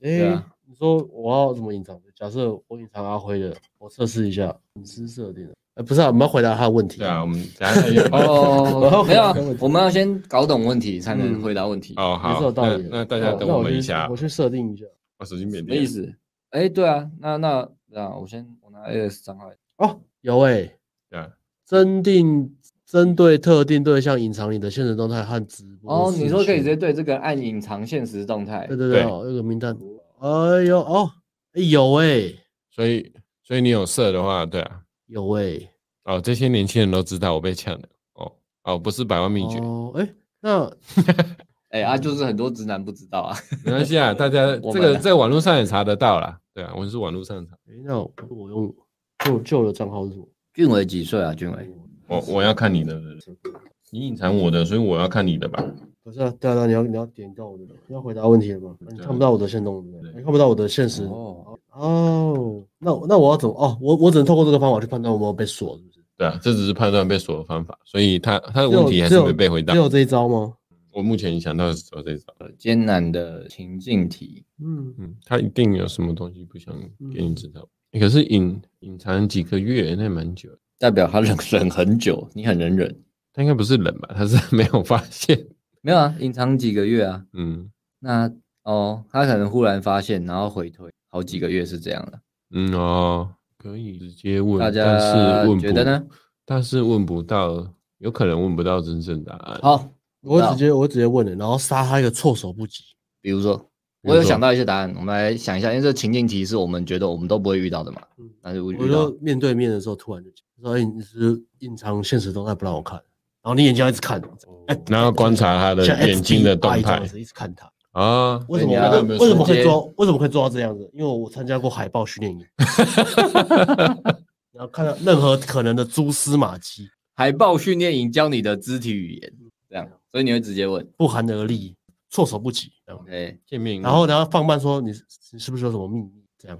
[SPEAKER 1] 对
[SPEAKER 2] 哎
[SPEAKER 1] 啊，
[SPEAKER 2] 你说我要怎么隐藏？假设我隐藏阿辉的，我测试一下隐私设定。哎，不是啊，我们要回答他的问题。
[SPEAKER 3] 对啊，我们等一下再约
[SPEAKER 1] 哦，没有啊
[SPEAKER 2] 我要回答问，题
[SPEAKER 1] 我们要先搞懂问题才能
[SPEAKER 2] 嗯
[SPEAKER 1] 回答问题。
[SPEAKER 3] 哦，
[SPEAKER 2] 也是
[SPEAKER 3] 好
[SPEAKER 2] 有，道
[SPEAKER 3] 那
[SPEAKER 2] 理的。
[SPEAKER 3] 那大家
[SPEAKER 2] 哦
[SPEAKER 3] 等
[SPEAKER 2] 那
[SPEAKER 3] 我
[SPEAKER 2] 去
[SPEAKER 3] 们一下
[SPEAKER 2] 我。去设定一下。
[SPEAKER 3] 我手机没
[SPEAKER 1] 什么
[SPEAKER 3] 电
[SPEAKER 1] 意思？哎、对啊，那那那我先我拿 AS 账号来，
[SPEAKER 2] 哦，有哎，
[SPEAKER 3] 对啊，
[SPEAKER 2] 针定针对特定对象隐藏你的现实动态和直播
[SPEAKER 1] 哦，
[SPEAKER 2] 视讯。
[SPEAKER 1] 你说可以直接对这个按隐藏现实动态
[SPEAKER 2] 对。对对，
[SPEAKER 3] 对
[SPEAKER 2] 哦有个名单。哎呦哦，哎有哎
[SPEAKER 3] 所以所以你有色的话，对啊，
[SPEAKER 2] 有哎，
[SPEAKER 3] 哦，这些年轻人都知道我被呛了。哦哦，不是百万秘诀，
[SPEAKER 2] 哦哎，那
[SPEAKER 1] 哎、啊，就是很多直男不知道啊。
[SPEAKER 3] 没关系啊，大 家
[SPEAKER 1] 我们
[SPEAKER 3] 这个
[SPEAKER 1] 啊
[SPEAKER 3] 在网络上也查得到啦。对啊，我是网络上查。
[SPEAKER 2] 哎那我我用旧旧的账号是什么？
[SPEAKER 1] 俊伟几岁啊？俊伟，
[SPEAKER 3] 哎我我要看你的，你隐藏我的，所以我要看你的吧。
[SPEAKER 2] 不是啊，对啊，对啊你要你要点到我的，你要回答问题了吗？你
[SPEAKER 3] 对啊
[SPEAKER 2] 看不到我的现动，对不对
[SPEAKER 3] 对
[SPEAKER 2] 你看不到我的现实。
[SPEAKER 1] 哦
[SPEAKER 2] 哦，那我那我要怎么？哦，我我只能透过这个方法去判断我有没有被锁，是不是？
[SPEAKER 3] 对啊，这只是判断被锁的方法，所以他他的
[SPEAKER 2] 只有
[SPEAKER 3] 问题还
[SPEAKER 2] 只
[SPEAKER 3] 是
[SPEAKER 2] 有
[SPEAKER 3] 没被回答
[SPEAKER 2] 只。有这一招吗？
[SPEAKER 3] 我目前想到的是只有这一招。
[SPEAKER 1] 呃艰难的情境题，
[SPEAKER 2] 嗯，
[SPEAKER 3] 嗯，他一定有什么东西不想给你知道。欸可是隐隐藏几个月，那也蛮久的。
[SPEAKER 1] 代表他忍 忍很久，你很能忍。
[SPEAKER 3] 他应该不是冷吧？他是 没有发现。
[SPEAKER 1] 没有啊，隐藏几个月啊。
[SPEAKER 3] 嗯
[SPEAKER 1] 那哦，他可能忽然发现，然后回推好几个月是这样的。
[SPEAKER 3] 嗯哦，可以直接问，
[SPEAKER 1] 大
[SPEAKER 3] 但
[SPEAKER 1] 家
[SPEAKER 3] 是问不
[SPEAKER 1] 觉得呢？？
[SPEAKER 3] 但是问不到，有可能问不到真正答案。
[SPEAKER 1] 好，
[SPEAKER 2] 我
[SPEAKER 1] 那
[SPEAKER 2] 会直接我会直接问你，然后杀他一个措手不及。
[SPEAKER 1] 比如说，
[SPEAKER 3] 比如
[SPEAKER 1] 我有
[SPEAKER 3] 说
[SPEAKER 1] 想到一些答案，我们来想一下，因为这情境题是我们觉得我们都不会遇到的嘛
[SPEAKER 2] 嗯，
[SPEAKER 1] 但是我
[SPEAKER 2] 我
[SPEAKER 1] 遇到
[SPEAKER 2] 就。面对面的时候，突然就说：“哎，你是隐藏现实动态不让我看，然后你眼睛要一直看，
[SPEAKER 1] 哦
[SPEAKER 2] 哎，
[SPEAKER 3] 然后观察他的
[SPEAKER 2] 像
[SPEAKER 3] 眼睛的动
[SPEAKER 2] FBI 这
[SPEAKER 3] 态
[SPEAKER 2] 样子一直看他。
[SPEAKER 3] 啊，
[SPEAKER 2] 为什
[SPEAKER 1] 对
[SPEAKER 2] 么我
[SPEAKER 1] 你要
[SPEAKER 2] 会
[SPEAKER 1] 没有
[SPEAKER 2] 为什么
[SPEAKER 1] 时
[SPEAKER 2] 会
[SPEAKER 1] 间
[SPEAKER 2] 做到为什么会做到这样子？因为我参加过海豹训练营， 然后看到任何可能的蛛丝马迹，
[SPEAKER 1] 海豹训练营教你的肢体语言，这样，所以你会直接问
[SPEAKER 2] 不寒而栗，措手不及。这样
[SPEAKER 1] ，OK？
[SPEAKER 3] 见面？
[SPEAKER 2] 然后然后放慢说：你是你是不是有什么秘密？这样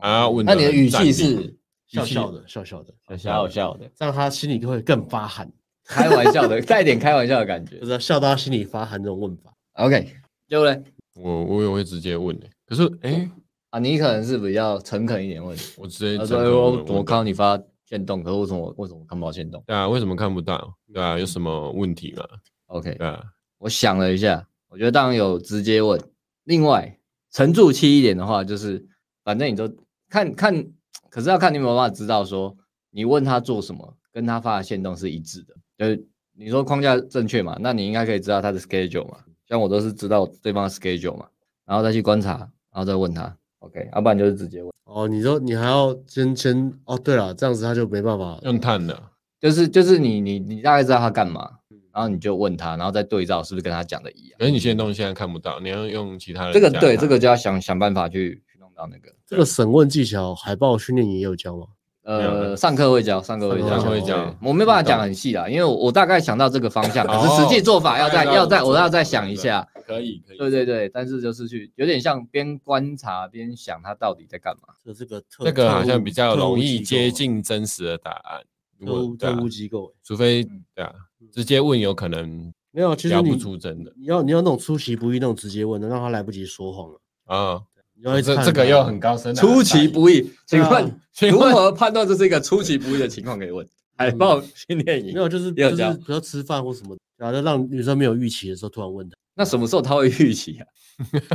[SPEAKER 3] 啊，问
[SPEAKER 1] 哦那你的
[SPEAKER 3] 很
[SPEAKER 1] 语
[SPEAKER 3] 淡
[SPEAKER 1] 气
[SPEAKER 3] 定
[SPEAKER 1] 是
[SPEAKER 2] 笑笑的笑笑的，
[SPEAKER 1] 笑笑的，
[SPEAKER 2] 这样他心里就会更发寒，
[SPEAKER 1] 开玩笑的，带点开玩笑的感觉
[SPEAKER 2] 就。是要笑到他心里发寒这种问法。
[SPEAKER 1] OK，就嘞
[SPEAKER 3] 我我也会直接问的、可是哎、诶
[SPEAKER 1] 啊，你可能是比较诚恳一点问，
[SPEAKER 3] 我直接
[SPEAKER 1] 他
[SPEAKER 3] 整
[SPEAKER 1] 说：“
[SPEAKER 3] 个
[SPEAKER 1] 哎、
[SPEAKER 3] 问
[SPEAKER 1] 我
[SPEAKER 3] 问
[SPEAKER 1] 我
[SPEAKER 3] 到
[SPEAKER 1] 看到你发限动，可是为什么为什么我看不到限动
[SPEAKER 3] 对啊，为什么看不到？对啊，有什么问题吗？
[SPEAKER 1] ？”OK，
[SPEAKER 3] 对啊，
[SPEAKER 1] 我想了一下，我觉得当然有直接问，另外沉住气一点的话，就是反正你都看看，可是要看你有没有办法知道说，你问他做什么，跟他发的线动是一致的。就是你说框架正确嘛，那你应该可以知道他的 schedule 嘛。像我都是知道对方的 schedule 嘛，然后再去观察，然后再问他。OK，要、不啊然就是直接问，
[SPEAKER 2] 哦，你说你还要先先哦，对了，这样子他就没办法。
[SPEAKER 3] 用碳的，
[SPEAKER 1] 就是就是你你你大概知道他干嘛，然后你就问他，然后再对照是不是跟他讲的一样。
[SPEAKER 3] 可是你现在东西现在看不到，你要用其他的。
[SPEAKER 1] 这个对，这个就要想想办法去去弄到那个。
[SPEAKER 2] 这个审问技巧，海报训练营也有教吗？
[SPEAKER 3] 没有没
[SPEAKER 1] 呃，上课会教，上课会教，
[SPEAKER 2] 上课会
[SPEAKER 3] 教
[SPEAKER 1] 对我没办法讲很细啦，因为我我大概想到这个方向，
[SPEAKER 2] 哦
[SPEAKER 1] 可是实际做法要再
[SPEAKER 3] 哦
[SPEAKER 1] 要再我要再想一下。
[SPEAKER 3] 可以可以。
[SPEAKER 1] 对对对，但是就是去有点像边观察边想他到底在干嘛。
[SPEAKER 2] 就这个特
[SPEAKER 3] 这个好像比较容易接近真实的答案。如
[SPEAKER 7] 特
[SPEAKER 3] 果
[SPEAKER 7] 务
[SPEAKER 3] 对啊
[SPEAKER 7] 特务机构欸
[SPEAKER 3] 除非
[SPEAKER 1] 嗯
[SPEAKER 3] 对啊，直接问有可能
[SPEAKER 2] 没有，其实
[SPEAKER 3] 聊
[SPEAKER 2] 你
[SPEAKER 3] 不出真的
[SPEAKER 2] 你要你要那种出其不意、那种直接问的，让他来不及说谎了。
[SPEAKER 3] 啊。
[SPEAKER 2] 你要去
[SPEAKER 3] 这
[SPEAKER 2] 看
[SPEAKER 3] 这个
[SPEAKER 2] 他
[SPEAKER 3] 又很高深，
[SPEAKER 1] 出其不意，请
[SPEAKER 2] 啊
[SPEAKER 1] 问
[SPEAKER 3] 请
[SPEAKER 1] 如
[SPEAKER 3] 问
[SPEAKER 1] 何判断这是一个出其不意的情况？可以问海报训练
[SPEAKER 2] 没
[SPEAKER 1] 营。
[SPEAKER 2] 有，就是
[SPEAKER 1] 也有
[SPEAKER 2] 就是
[SPEAKER 1] 教
[SPEAKER 2] 比如吃饭或什么，然后就让女生没有预期的时候突然问他。
[SPEAKER 1] 那什么时候他会预期啊？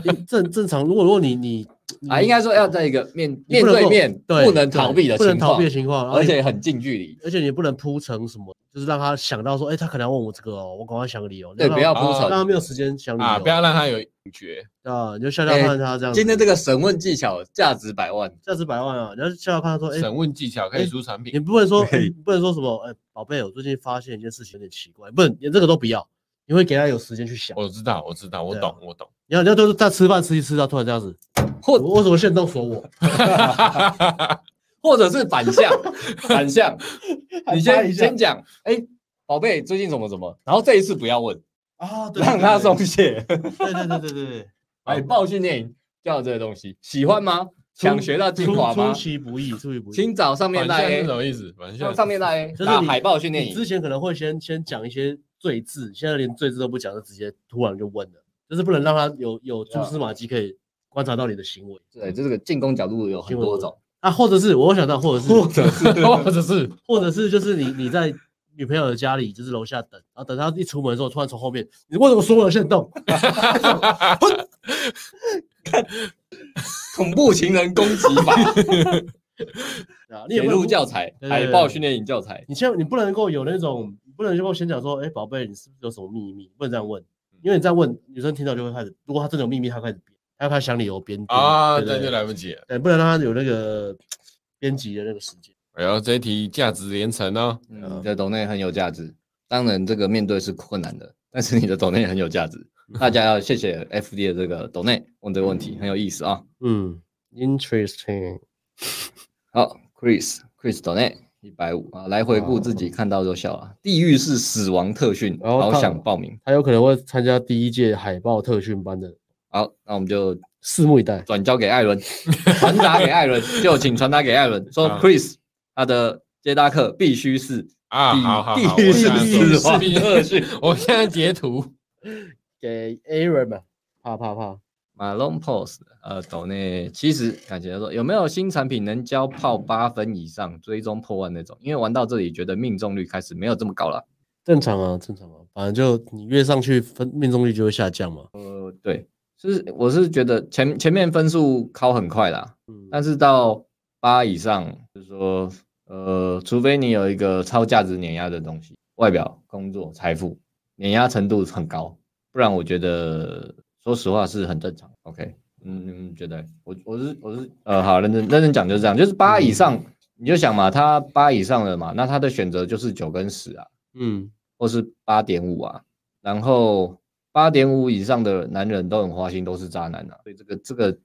[SPEAKER 2] 因正正常，如果如果你你
[SPEAKER 1] 啊，应该说要在一个面
[SPEAKER 2] 嗯你
[SPEAKER 1] 面
[SPEAKER 2] 不能
[SPEAKER 1] 对
[SPEAKER 2] 够
[SPEAKER 1] 面，
[SPEAKER 2] 对
[SPEAKER 1] 不能
[SPEAKER 2] 对
[SPEAKER 1] 逃避的
[SPEAKER 2] 不能
[SPEAKER 1] 情
[SPEAKER 2] 逃
[SPEAKER 1] 况
[SPEAKER 2] 避的，情况，
[SPEAKER 1] 而且
[SPEAKER 2] 然后
[SPEAKER 1] 很近距离
[SPEAKER 2] 你。而且你不能铺成什么，就是让他想到说，哎、他可能要问我这个哦，我赶快想个理由。
[SPEAKER 1] 对，
[SPEAKER 2] 你
[SPEAKER 1] 不要
[SPEAKER 2] 让
[SPEAKER 1] 铺
[SPEAKER 3] 啊
[SPEAKER 1] 陈
[SPEAKER 2] 他让。他没有哦时间想理由
[SPEAKER 3] 啊，不要让他有警觉。
[SPEAKER 2] 啊，你就笑笑看他这样子。
[SPEAKER 1] 今天这个审问技巧价值百万，
[SPEAKER 2] 价值百万啊，你要笑笑看他说，哎、
[SPEAKER 3] 审问技巧可以
[SPEAKER 2] 哎
[SPEAKER 3] 出产
[SPEAKER 2] 你
[SPEAKER 3] 品，
[SPEAKER 2] 不能说，你不能说什么，哎、宝贝，我最近发现一件事情有点奇怪，不能连这个都不要，你会给他有时间去想。
[SPEAKER 3] 我知道，我知道，我
[SPEAKER 2] 对啊
[SPEAKER 3] 懂，我懂。
[SPEAKER 2] 你要你要就是在吃饭吃一吃到突然这样子，
[SPEAKER 1] 或
[SPEAKER 2] 我为什么现动锁我？
[SPEAKER 1] 或者是反向， 反向，
[SPEAKER 7] 拍
[SPEAKER 1] 你先
[SPEAKER 7] 一下
[SPEAKER 1] 先讲，哎、宝贝，最近怎么怎么，然后这一次不要 问，
[SPEAKER 2] 啊，对
[SPEAKER 1] 让他松。懈。
[SPEAKER 2] 对对对对对对，
[SPEAKER 1] 海报训练营叫这个东西，喜欢吗？想学到精华
[SPEAKER 2] 出
[SPEAKER 1] 吗
[SPEAKER 2] 出？其不意，出其不意。
[SPEAKER 1] 请找上面
[SPEAKER 3] 反
[SPEAKER 1] 那
[SPEAKER 3] 向是什
[SPEAKER 1] A，
[SPEAKER 3] 么意思？反向
[SPEAKER 1] 上上面那 A
[SPEAKER 2] 就是
[SPEAKER 1] 打
[SPEAKER 2] 你
[SPEAKER 1] 海报训练
[SPEAKER 2] 你之
[SPEAKER 1] 营。
[SPEAKER 2] 前可能会先先讲一些罪字，现在连罪字都不讲，就直接突然就问了，就是不能让他有有蛛丝马迹可以观察到你的行为。
[SPEAKER 1] 对，这个进攻角度有很多种，
[SPEAKER 2] 啊，或者是我想到，或者是
[SPEAKER 3] 或者是
[SPEAKER 2] 或者是就是你你在女朋友的家里，就是楼下等，然后等她一出门的时候，突然从后面，你为什么说我的线动？
[SPEAKER 1] 恐怖情人攻击 法，
[SPEAKER 2] 对啊，
[SPEAKER 1] 写
[SPEAKER 2] 你也不能
[SPEAKER 1] 入教材，
[SPEAKER 2] 对对
[SPEAKER 1] 海
[SPEAKER 2] 对
[SPEAKER 1] 报训练营教材。
[SPEAKER 2] 你千你不能够有那种，你不能够先讲说，哎、宝贝，你是不是有什么秘密？不能这样问，因为你这样问，女生听到就会开始，如果她真的有秘密，她开始编，她开始想理由编
[SPEAKER 3] 啊，
[SPEAKER 2] 对
[SPEAKER 3] 那就
[SPEAKER 2] 对
[SPEAKER 3] 来不及了。
[SPEAKER 2] 对，不能让她有那个编辑的那个时间。
[SPEAKER 3] 哎呦，这一题价值连城哦。
[SPEAKER 1] 嗯，你的抖内很有价值。当然，这个面对是困难的，但是你的抖内很有 价值。大家要谢谢 FD 的这个抖内问这个问题，很有意思啊。
[SPEAKER 2] 嗯，interesting。
[SPEAKER 1] 好，Chris，Chris 抖内一百五啊，来回顾自己看到就笑啊。地狱是死亡特训，
[SPEAKER 3] 哦
[SPEAKER 2] 然后
[SPEAKER 1] 好
[SPEAKER 2] 他
[SPEAKER 1] 想报名。
[SPEAKER 2] 他有可能会参加第一届海豹特训班的，
[SPEAKER 1] 好，那我们就
[SPEAKER 2] 拭目以待。
[SPEAKER 1] 转交给艾伦，传达给艾伦，就请传达给艾伦，说
[SPEAKER 3] 啊
[SPEAKER 1] Chris 他的接搭课必须是
[SPEAKER 3] 啊，
[SPEAKER 1] 地
[SPEAKER 3] 好好好，
[SPEAKER 1] 地狱
[SPEAKER 3] 我现在
[SPEAKER 1] 是死亡
[SPEAKER 3] 地狱
[SPEAKER 1] 特训。
[SPEAKER 3] 我现在截图。
[SPEAKER 2] 给 Aaron 吧，怕怕怕，
[SPEAKER 1] 马龙 pose 呃，抖内其实感觉说有没有新产品能交泡八分以上，追踪破万那种？因为玩到这里，觉得命中率开始没有这么高了。
[SPEAKER 2] 正常啊，正常啊，反正就你越上去分命中率就会下降嘛。
[SPEAKER 1] 呃，对，就是我是觉得前前面分数考很快啦，
[SPEAKER 2] 嗯，
[SPEAKER 1] 但是到八以上，就是说呃，除非你有一个超价值碾压的东西，外表、工作、财富，碾压程度很高，不然我觉得说实话是很正常。OK，嗯，你们觉得？我我是我是呃，好，认真认真讲就是这样，就是八以上、你就想嘛，他八以上了嘛，那他的选择就是九跟十啊，
[SPEAKER 2] 嗯，
[SPEAKER 1] 或是八点五啊，然后八点五以上的男人都很花心，都是渣男啊。所以这个这个，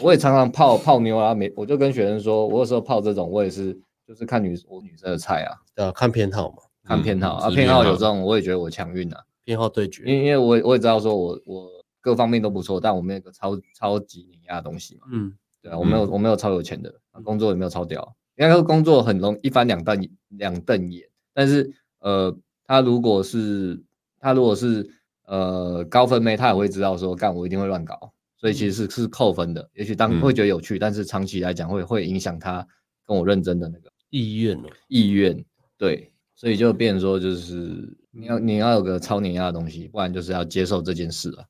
[SPEAKER 1] 我也常常泡泡妞啊，没我就跟学生说，我有时候泡这种，我也是就是看女我女生的菜啊，
[SPEAKER 2] 对啊，看偏好嘛，
[SPEAKER 1] 看偏好、啊，
[SPEAKER 3] 是
[SPEAKER 1] 偏好有这种，我也觉得我强运啊，
[SPEAKER 2] 偏好对决。
[SPEAKER 1] 因因为我也我也知道说我我各方面都不错，但我没有一个超超级碾压的东西嘛，
[SPEAKER 2] 嗯，
[SPEAKER 1] 对啊，我没有、我没有超有钱的，啊工作也没有超屌，应该说工作很容易一翻两瞪两瞪眼，但是呃，他如果是他如果是呃高分妹，他也会知道说干我一定会乱搞，所以其实是是扣分的，也许当
[SPEAKER 3] 嗯
[SPEAKER 1] 会觉得有趣，但是长期来讲会会影响他跟我认真的那个
[SPEAKER 2] 意愿哦，
[SPEAKER 1] 意愿，对，所以就变成说就是你要你要有个超碾压的东西，不然就是要接受这件事了。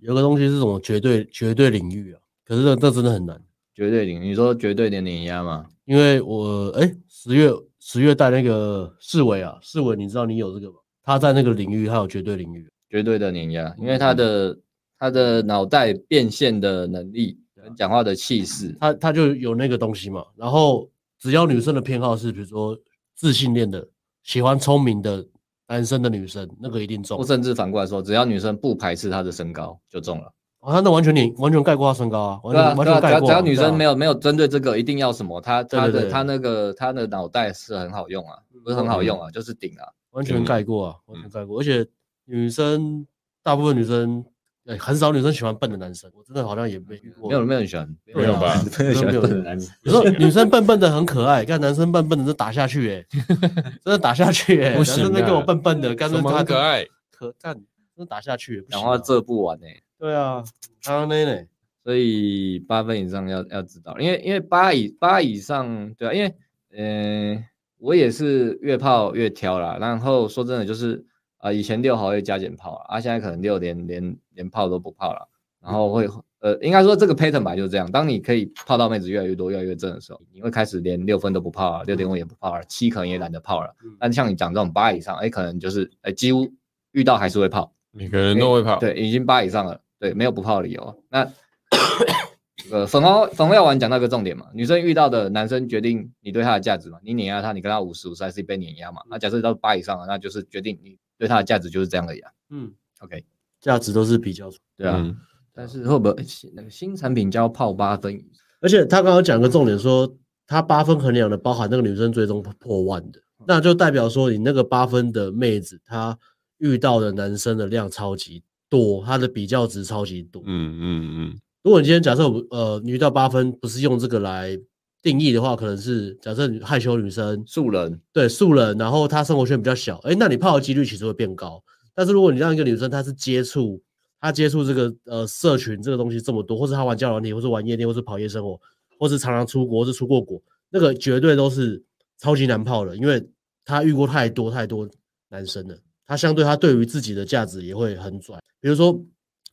[SPEAKER 2] 有个东西是什么绝对绝对领域啊，可是这这真的很难，
[SPEAKER 1] 绝对零，你说绝对零碾压吗？
[SPEAKER 2] 因为我哎十月十月带那个世伟啊，世伟你知道你有这个吗？他在那个领域他有绝对领域，
[SPEAKER 1] 绝对的碾压，
[SPEAKER 2] 嗯
[SPEAKER 1] 因为他的他的脑袋变现的能力
[SPEAKER 2] 啊
[SPEAKER 1] 跟讲话的气势，
[SPEAKER 2] 他他就有那个东西嘛。然后只要女生的偏好是比如说自信恋的，喜欢聪明的男生的女生，那个一定中
[SPEAKER 1] 或。甚至反过来说，只要女生不排斥他的身高就中了。
[SPEAKER 2] 啊，他那完全你完全盖过他身高啊，完
[SPEAKER 1] 对
[SPEAKER 2] 全、
[SPEAKER 1] 啊，
[SPEAKER 2] 完
[SPEAKER 1] 对啊，只
[SPEAKER 2] 全盖
[SPEAKER 1] 要
[SPEAKER 2] 过
[SPEAKER 1] 只
[SPEAKER 2] 啊、
[SPEAKER 1] 要女
[SPEAKER 2] 对啊
[SPEAKER 1] 生没有没有针对这个一定要什么，她她
[SPEAKER 2] 对对
[SPEAKER 1] 的
[SPEAKER 2] 对嗯
[SPEAKER 1] 她那个她的脑袋是很好用啊，不是很好用啊，就是顶啊。
[SPEAKER 2] 完全盖过啊，
[SPEAKER 1] 嗯
[SPEAKER 2] 完全盖过。而且女生大部分女生，哎，很少女生喜欢笨的男生，我真的好像也没遇过。
[SPEAKER 1] 没有没有人喜欢，
[SPEAKER 3] 没有吧
[SPEAKER 1] 没有人喜欢啊
[SPEAKER 2] 没有
[SPEAKER 1] 笨的男生。
[SPEAKER 2] 有时候女生笨笨的很可爱，看男生笨笨的就打下去 哎、真的打下去哎、
[SPEAKER 3] 不
[SPEAKER 2] 男
[SPEAKER 3] 行啊
[SPEAKER 2] 生在给我笨笨的，干脆
[SPEAKER 3] 什么
[SPEAKER 2] 他哎
[SPEAKER 3] 很可爱，
[SPEAKER 2] 可干，真的打下去、不行
[SPEAKER 1] 讲
[SPEAKER 2] 啊
[SPEAKER 1] 话这不完呢、欸
[SPEAKER 2] 对啊，他那呢，
[SPEAKER 1] 所以八分以上要要知道，因为因为八以八以上，对啊，因为嗯、呃我也是越泡越挑啦。然后说真的，就是啊、呃以前六毫会加减泡啊，现在可能六连连连泡都不泡了，然后会呃，应该说这个 pattern 吧就是这样。当你可以泡到妹子越来越多、越来越正的时候，你会开始连六分都不泡了，六点五也不泡了，啊七可能也懒得泡了
[SPEAKER 2] 嗯。
[SPEAKER 1] 但像你讲这种八以上，哎、可能就是哎、几乎遇到还是会泡。
[SPEAKER 3] 每个人都会跑。
[SPEAKER 1] 对，已经八以上了，对，没有不泡的理由啊。那 呃，粉红粉红药丸讲到一个重点嘛，女生遇到的男生决定你对她的价值嘛，你碾压她，你跟她五十五十还是被碾压嘛。那假设到八以上了，那就是决定你对她的价值就是这样而已啊。
[SPEAKER 2] 嗯
[SPEAKER 1] OK，
[SPEAKER 2] 价值都是比较出。
[SPEAKER 1] 对啊。
[SPEAKER 3] 嗯
[SPEAKER 1] 但是会不会新那个新产品叫泡八分以上？
[SPEAKER 2] 而且他刚刚讲个重点说，他八分衡量的包含那个女生最终破万的，那就代表说你那个八分的妹子，她遇到的男生的量超级多，她的比较值超级多。
[SPEAKER 3] 嗯嗯嗯，
[SPEAKER 2] 如果你今天假设我呃你遇到八分，不是用这个来定义的话，可能是假设你害羞女生
[SPEAKER 1] 素人
[SPEAKER 2] 对素人，然后她生活圈比较小，哎，那你泡的几率其实会变高。但是如果你让一个女生她是接触她接触这个呃社群这个东西这么多，或是她玩交友软体，或是玩夜店，或是跑夜生活，或是常常出国，或是出过国，那个绝对都是超级难泡的，因为她遇过太多太多男生了，她相对她对于自己的价值也会很拽。比如说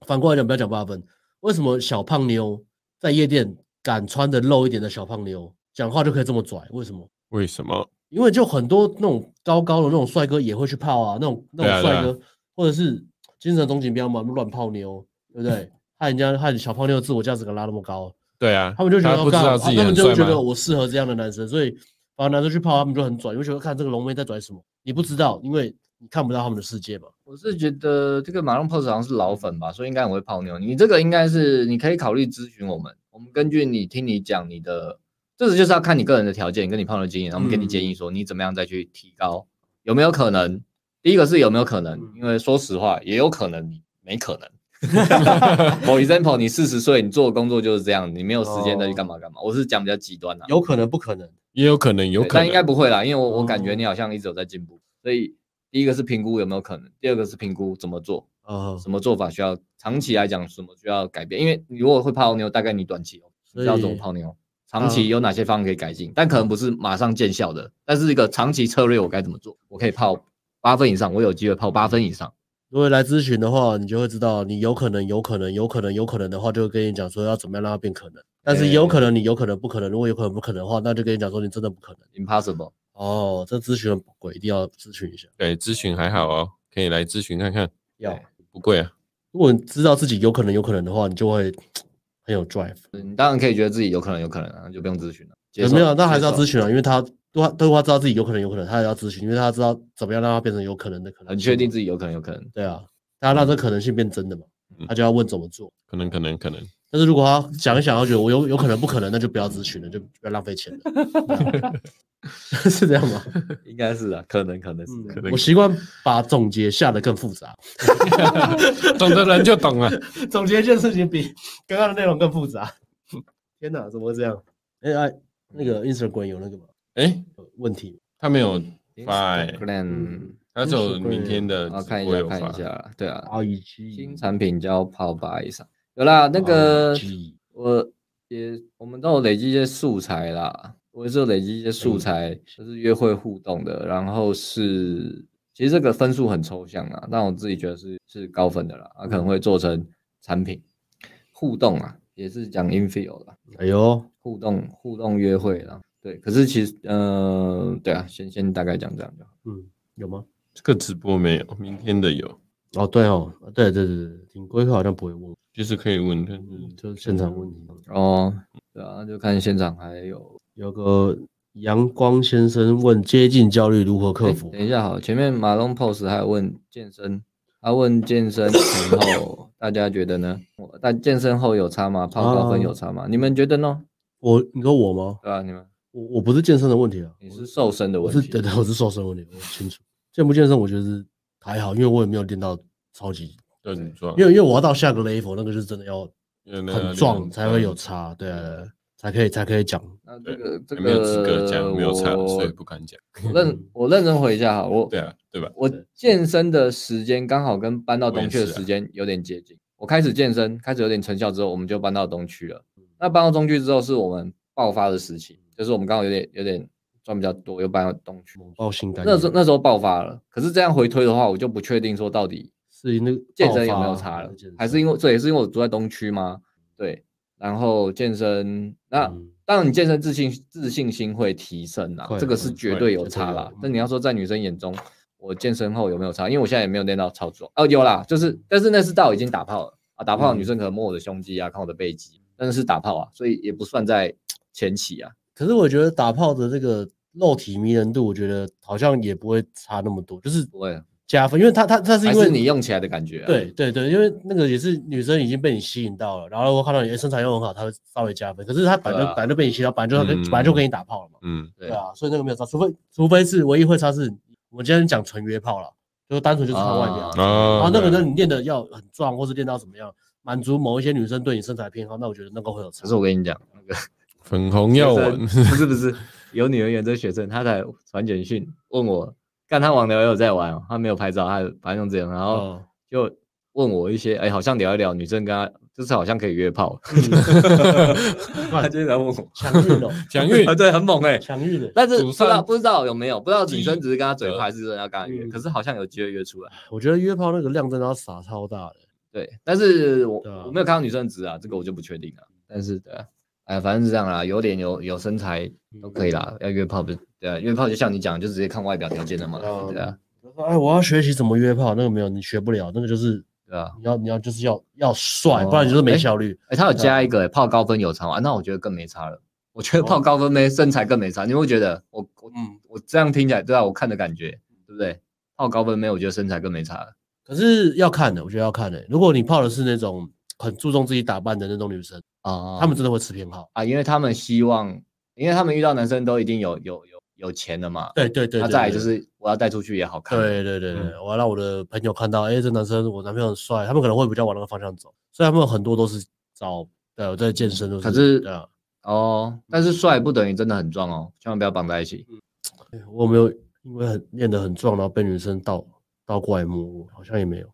[SPEAKER 2] 反过来讲，不要讲八分，为什么小胖妞在夜店敢穿的露一点的小胖妞讲话就可以这么拽？为什么？
[SPEAKER 3] 为什么？
[SPEAKER 2] 因为就很多那种高高的那种帅哥也会去泡啊，那种那
[SPEAKER 3] 对啊
[SPEAKER 2] 种帅
[SPEAKER 3] 对
[SPEAKER 2] 哥、或者是精神中锦标嘛，乱泡妞，对不对？ 害人家害小胖妞的自我价值感拉那么高，
[SPEAKER 3] 对啊，
[SPEAKER 2] 他们就觉得
[SPEAKER 3] 他不知
[SPEAKER 2] 干
[SPEAKER 3] 道
[SPEAKER 2] 啊
[SPEAKER 3] 自己
[SPEAKER 2] 他
[SPEAKER 3] 很
[SPEAKER 2] 们就
[SPEAKER 3] 帅
[SPEAKER 2] 会觉得
[SPEAKER 3] 吗？
[SPEAKER 2] 我适合这样的男生，所以把男生去泡，他们就很拽，因为觉得看这个龙妹在拽什么，你不知道，因为你看不到他们的世界嘛。
[SPEAKER 1] 我是觉得这个马龙 pose 好像是老粉吧，所以应该很会泡妞。你这个应该是你可以考虑咨询我们，我们根据你听你讲你的，这个就是要看你个人的条件跟你泡妞经验，然后我们给你建议说你怎么样再去提高，有没有可能？第一个是有没有可能
[SPEAKER 2] 嗯？
[SPEAKER 1] 因为说实话，也有可能你没可能。For example，你四十岁，你做的工作就是这样，你没有时间再去干嘛干嘛。我是讲比较极端的、
[SPEAKER 2] 有可能不可能，
[SPEAKER 3] 也有可能，有
[SPEAKER 1] 对
[SPEAKER 3] 可能
[SPEAKER 1] 但应该不会啦，因为我我感觉
[SPEAKER 2] 哦
[SPEAKER 1] 你好像一直有在进步，所以第一个是评估有没有可能，第二个是评估怎么做，
[SPEAKER 2] 啊，
[SPEAKER 1] 什么做法需要长期来讲什么需要改变，因为你如果会泡妞，大概你短期哦
[SPEAKER 2] 所
[SPEAKER 1] 知道怎么
[SPEAKER 2] 以
[SPEAKER 1] 泡妞，长期有哪些方案可以改进，但可能不是马上见效的，但是一个长期策略我该怎么做，我可以泡八分以上，我有机会泡八分以上。
[SPEAKER 2] 如果来咨询的话，你就会知道，你有可能、有可能、有可能、有可能的话，就会跟你讲说要怎么样让它变可能。但是有可能你有可能不可能，如果有可能不可能的话，那就跟你讲说你真的不可能。
[SPEAKER 1] Impossible，
[SPEAKER 2] 哦，这咨询很宝贵，一定要咨询一下。
[SPEAKER 3] 对，哎咨询还好哦，可以来咨询看看，
[SPEAKER 2] 要，
[SPEAKER 3] 不贵啊。
[SPEAKER 2] 如果你知道自己有可能、有可能的话，你就会很有 drive。
[SPEAKER 1] 你当然可以觉得自己有可能，有可能、啊，那就不用咨询了。接
[SPEAKER 2] 有
[SPEAKER 1] 受
[SPEAKER 2] 没有？那还是要
[SPEAKER 1] 接受
[SPEAKER 2] 咨询啊，因为他都都他知道自己有可能、有可能，他也要咨询，因为他知道怎么样让它变成有可能的可能。
[SPEAKER 1] 很确定？自己有可能，有可能。
[SPEAKER 2] 对啊，他让这可能性变真的嘛，
[SPEAKER 3] 嗯
[SPEAKER 2] 他就要问怎么做。
[SPEAKER 3] 可能，可能，可能，
[SPEAKER 2] 但是如果他想一想，他觉得我有有可能不可能，那就不要咨询了，就不要浪费钱了， 是这样吗？
[SPEAKER 1] 应该是啊，可能可能是这样。
[SPEAKER 3] 能
[SPEAKER 2] 我习惯把总结下的更复杂，
[SPEAKER 3] 懂的人就懂了。
[SPEAKER 2] 总结一件事情比刚刚的内容更复杂。天哪，怎么会这样？哎、哎，那个 Instagram 有那个吗？
[SPEAKER 3] 哎，
[SPEAKER 2] 有问题吗？
[SPEAKER 3] 他没有发哎，
[SPEAKER 1] Instagram，
[SPEAKER 3] 他只有明天的
[SPEAKER 1] 我
[SPEAKER 3] 直
[SPEAKER 1] 看一
[SPEAKER 3] 播
[SPEAKER 1] 下
[SPEAKER 3] 有
[SPEAKER 1] 看
[SPEAKER 3] 发
[SPEAKER 1] 一。下啦，对啊，
[SPEAKER 2] R E G
[SPEAKER 1] 新产品叫泡八以上，有啦，啊那个
[SPEAKER 2] E G
[SPEAKER 1] 我也我们都有累积一些素材啦，我也是有累积一些素材，就是约会互动的，然后是其实这个分数很抽象啊，但我自己觉得是是高分的啦，啊可能会做成。产品互动啊，也是讲 infield 啦，
[SPEAKER 2] 哎呦，
[SPEAKER 1] 互动互动约会啦。对，可是其实，呃，对啊，先先大概讲这样就好。
[SPEAKER 2] 嗯，有吗？
[SPEAKER 3] 这个直播没有，明天的有，
[SPEAKER 2] 哦，对哦，对对对对，挺规课好像不会问，嗯
[SPEAKER 3] 就是可以问，但是
[SPEAKER 2] 就是现场问题。
[SPEAKER 1] 哦，对啊，就看现场还有。
[SPEAKER 2] 有个阳光先生问接近焦虑如何克服？
[SPEAKER 1] 哎等一下，好，前面马龙 pose 还有问健身，他问健身前 后大家觉得呢？我但健身后有差吗？泡高
[SPEAKER 2] 啊
[SPEAKER 1] 分有差吗？你们觉得呢？
[SPEAKER 2] 我你说我吗？
[SPEAKER 1] 对吧、你们
[SPEAKER 2] 我我不是健身的问题啊，
[SPEAKER 1] 你是瘦身的
[SPEAKER 2] 我
[SPEAKER 1] 问
[SPEAKER 2] 是
[SPEAKER 1] 题，
[SPEAKER 2] 对对，我是瘦身问题，我很清楚。健不健身，我觉得是还好，因为我也没有练到超级，
[SPEAKER 3] 就很
[SPEAKER 1] 啊
[SPEAKER 3] 壮，
[SPEAKER 2] 因为因为我要到下个 level，那个就是真的要
[SPEAKER 3] 因为
[SPEAKER 2] 很壮才
[SPEAKER 1] 嗯
[SPEAKER 2] 会有差，对啊，对啊才可以才可以讲。
[SPEAKER 1] 那这
[SPEAKER 3] 对
[SPEAKER 1] 个这
[SPEAKER 3] 嗯还
[SPEAKER 1] 个
[SPEAKER 3] 没有资格讲，没有差，所以不敢讲。
[SPEAKER 1] 我认我认真回一下哈，我
[SPEAKER 3] 对啊，对吧？
[SPEAKER 1] 我健身的时间刚好跟搬到
[SPEAKER 3] 我也
[SPEAKER 1] 东区的
[SPEAKER 3] 是啊
[SPEAKER 1] 时间有点接近。我开始健身，开始有点成效之后，我们就搬到东区了。
[SPEAKER 3] 嗯
[SPEAKER 1] 那搬到东区之后，是我们爆发的时期，就是我们刚好有点有点赚比较多，又搬到东区。
[SPEAKER 2] 爆性感，
[SPEAKER 1] 那时候那时候爆发了，可是这样回推的话，我就不确定说到底
[SPEAKER 2] 是那个
[SPEAKER 1] 健
[SPEAKER 2] 爆
[SPEAKER 1] 身有
[SPEAKER 2] 发
[SPEAKER 1] 没有
[SPEAKER 2] 啊
[SPEAKER 1] 差了
[SPEAKER 2] 健身，
[SPEAKER 1] 还是因为这也是因为我住在东区吗？对，然后健身，那、
[SPEAKER 2] 嗯
[SPEAKER 1] 当然你健身自信自信心会提升啦
[SPEAKER 2] 会，
[SPEAKER 1] 这个是
[SPEAKER 2] 会
[SPEAKER 1] 绝
[SPEAKER 3] 会
[SPEAKER 1] 对有
[SPEAKER 2] 绝对
[SPEAKER 1] 差
[SPEAKER 2] 有
[SPEAKER 1] 啦
[SPEAKER 2] 嗯。
[SPEAKER 1] 但你要说在女生眼中，我健身后有没有差？因为我现在也没有练到超壮哦，有啦，就是但是那是到已经打炮了啊，打
[SPEAKER 2] 嗯
[SPEAKER 1] 炮的女生可能摸我的胸肌啊，看我的背肌，但是是打炮啊，所以也不算在前期啊。
[SPEAKER 2] 可是我觉得打炮的这个肉体迷人度，我觉得好像也不会差那么多，就是
[SPEAKER 1] 不会啊，
[SPEAKER 2] 加分，因为他他他是
[SPEAKER 1] 还
[SPEAKER 2] 因
[SPEAKER 1] 是
[SPEAKER 2] 为
[SPEAKER 1] 你用起来的感觉、啊。
[SPEAKER 2] 对对对，因为那个也是女生已经被你吸引到了，然后我看到你的哎身材又很好，她会稍微加分。可是她本来就、
[SPEAKER 1] 对啊嗯
[SPEAKER 2] 本来就被你吸到，本来就跟、本来就跟你打炮了嘛，
[SPEAKER 3] 嗯，
[SPEAKER 1] 对
[SPEAKER 2] 对啊，所以那个没有差，除非除非是唯一会差是，我们今天讲纯约炮了，就是单纯就是看外表，
[SPEAKER 1] 啊
[SPEAKER 2] 然
[SPEAKER 3] 啊
[SPEAKER 2] 后那个人你练的要很壮，或是练到怎么样，满足某一些女生对你身材偏好，那我觉得那个会有差
[SPEAKER 1] 可。是我跟你讲，那个
[SPEAKER 3] 粉红药丸
[SPEAKER 1] 不，是不是有女儿园这学生，他才传简讯问我，看他网聊也有在玩、哦，他没有拍照，他反正用这样，然
[SPEAKER 3] 哦
[SPEAKER 1] 后
[SPEAKER 2] 嗯
[SPEAKER 1] 就问我一些，哎、好像聊一聊女生跟他就是好像可以约炮，他就来问 我，
[SPEAKER 2] 嗯强 运哦，
[SPEAKER 3] 蒋玉
[SPEAKER 1] 啊，对，很猛哎、
[SPEAKER 2] 强运的，
[SPEAKER 1] 但是不
[SPEAKER 3] 祖
[SPEAKER 1] 知道
[SPEAKER 3] 上
[SPEAKER 1] 不知道有没有，不知道女生只是跟他嘴
[SPEAKER 3] 记
[SPEAKER 1] 炮，还是真的要跟他约，
[SPEAKER 2] 嗯
[SPEAKER 1] 可是好像有机会约出来。
[SPEAKER 2] 我觉得约炮那个量真的要撒超大的。
[SPEAKER 1] 对，但是我、
[SPEAKER 2] 对啊
[SPEAKER 1] 我没有看到女生的值啊，这个我就不确定了。但是对、啊，哎，反正是这样啦，有脸有有身材
[SPEAKER 2] 嗯
[SPEAKER 1] 都可以啦。要约炮不是？对、啊，约炮就像你讲，就直接看外表条件的嘛。
[SPEAKER 2] 嗯
[SPEAKER 1] 对啊，
[SPEAKER 2] 哎，我要学习怎么约炮，那个没有你学不了，那个就是
[SPEAKER 1] 对啊。
[SPEAKER 2] 你要你要就是要要帅，
[SPEAKER 1] 哦
[SPEAKER 2] 不然你就是没
[SPEAKER 1] 哎
[SPEAKER 2] 效率。
[SPEAKER 1] 哎、他有加一个、哎泡高分有差吗、啊那我觉得更没差了。我觉得
[SPEAKER 2] 哦
[SPEAKER 1] 泡高分没身材更没差，你会觉得我我
[SPEAKER 8] 嗯，
[SPEAKER 1] 我这样听起来，对啊，我看的感觉，对不对？泡高分没有，我觉得身材更没差了。
[SPEAKER 2] 可是要看的，我觉得要看的、如果你泡的是那种很注重自己打扮的那种女生，
[SPEAKER 1] 啊
[SPEAKER 2] 她们真的会吃偏好。
[SPEAKER 1] 啊，因为他们希望，因为他们遇到男生都一定有有有有钱的嘛。
[SPEAKER 2] 对对对，
[SPEAKER 1] 那
[SPEAKER 2] 对
[SPEAKER 1] 再来
[SPEAKER 2] 对
[SPEAKER 1] 就是嗯我要带出去也好看。
[SPEAKER 2] 对对对对，我要让我的朋友看到，哎、这男生我男朋友很帅，他们可能会比较往那个方向走，所以他们很多都是找对在健身都是。
[SPEAKER 1] 可是
[SPEAKER 2] 对啊，
[SPEAKER 1] 哦，但是帅不等于真的很壮哦，千万不要绑在一起。
[SPEAKER 2] 哎我有没有因为很练得很壮，然后被女生倒倒过来摸我，好像也 没有。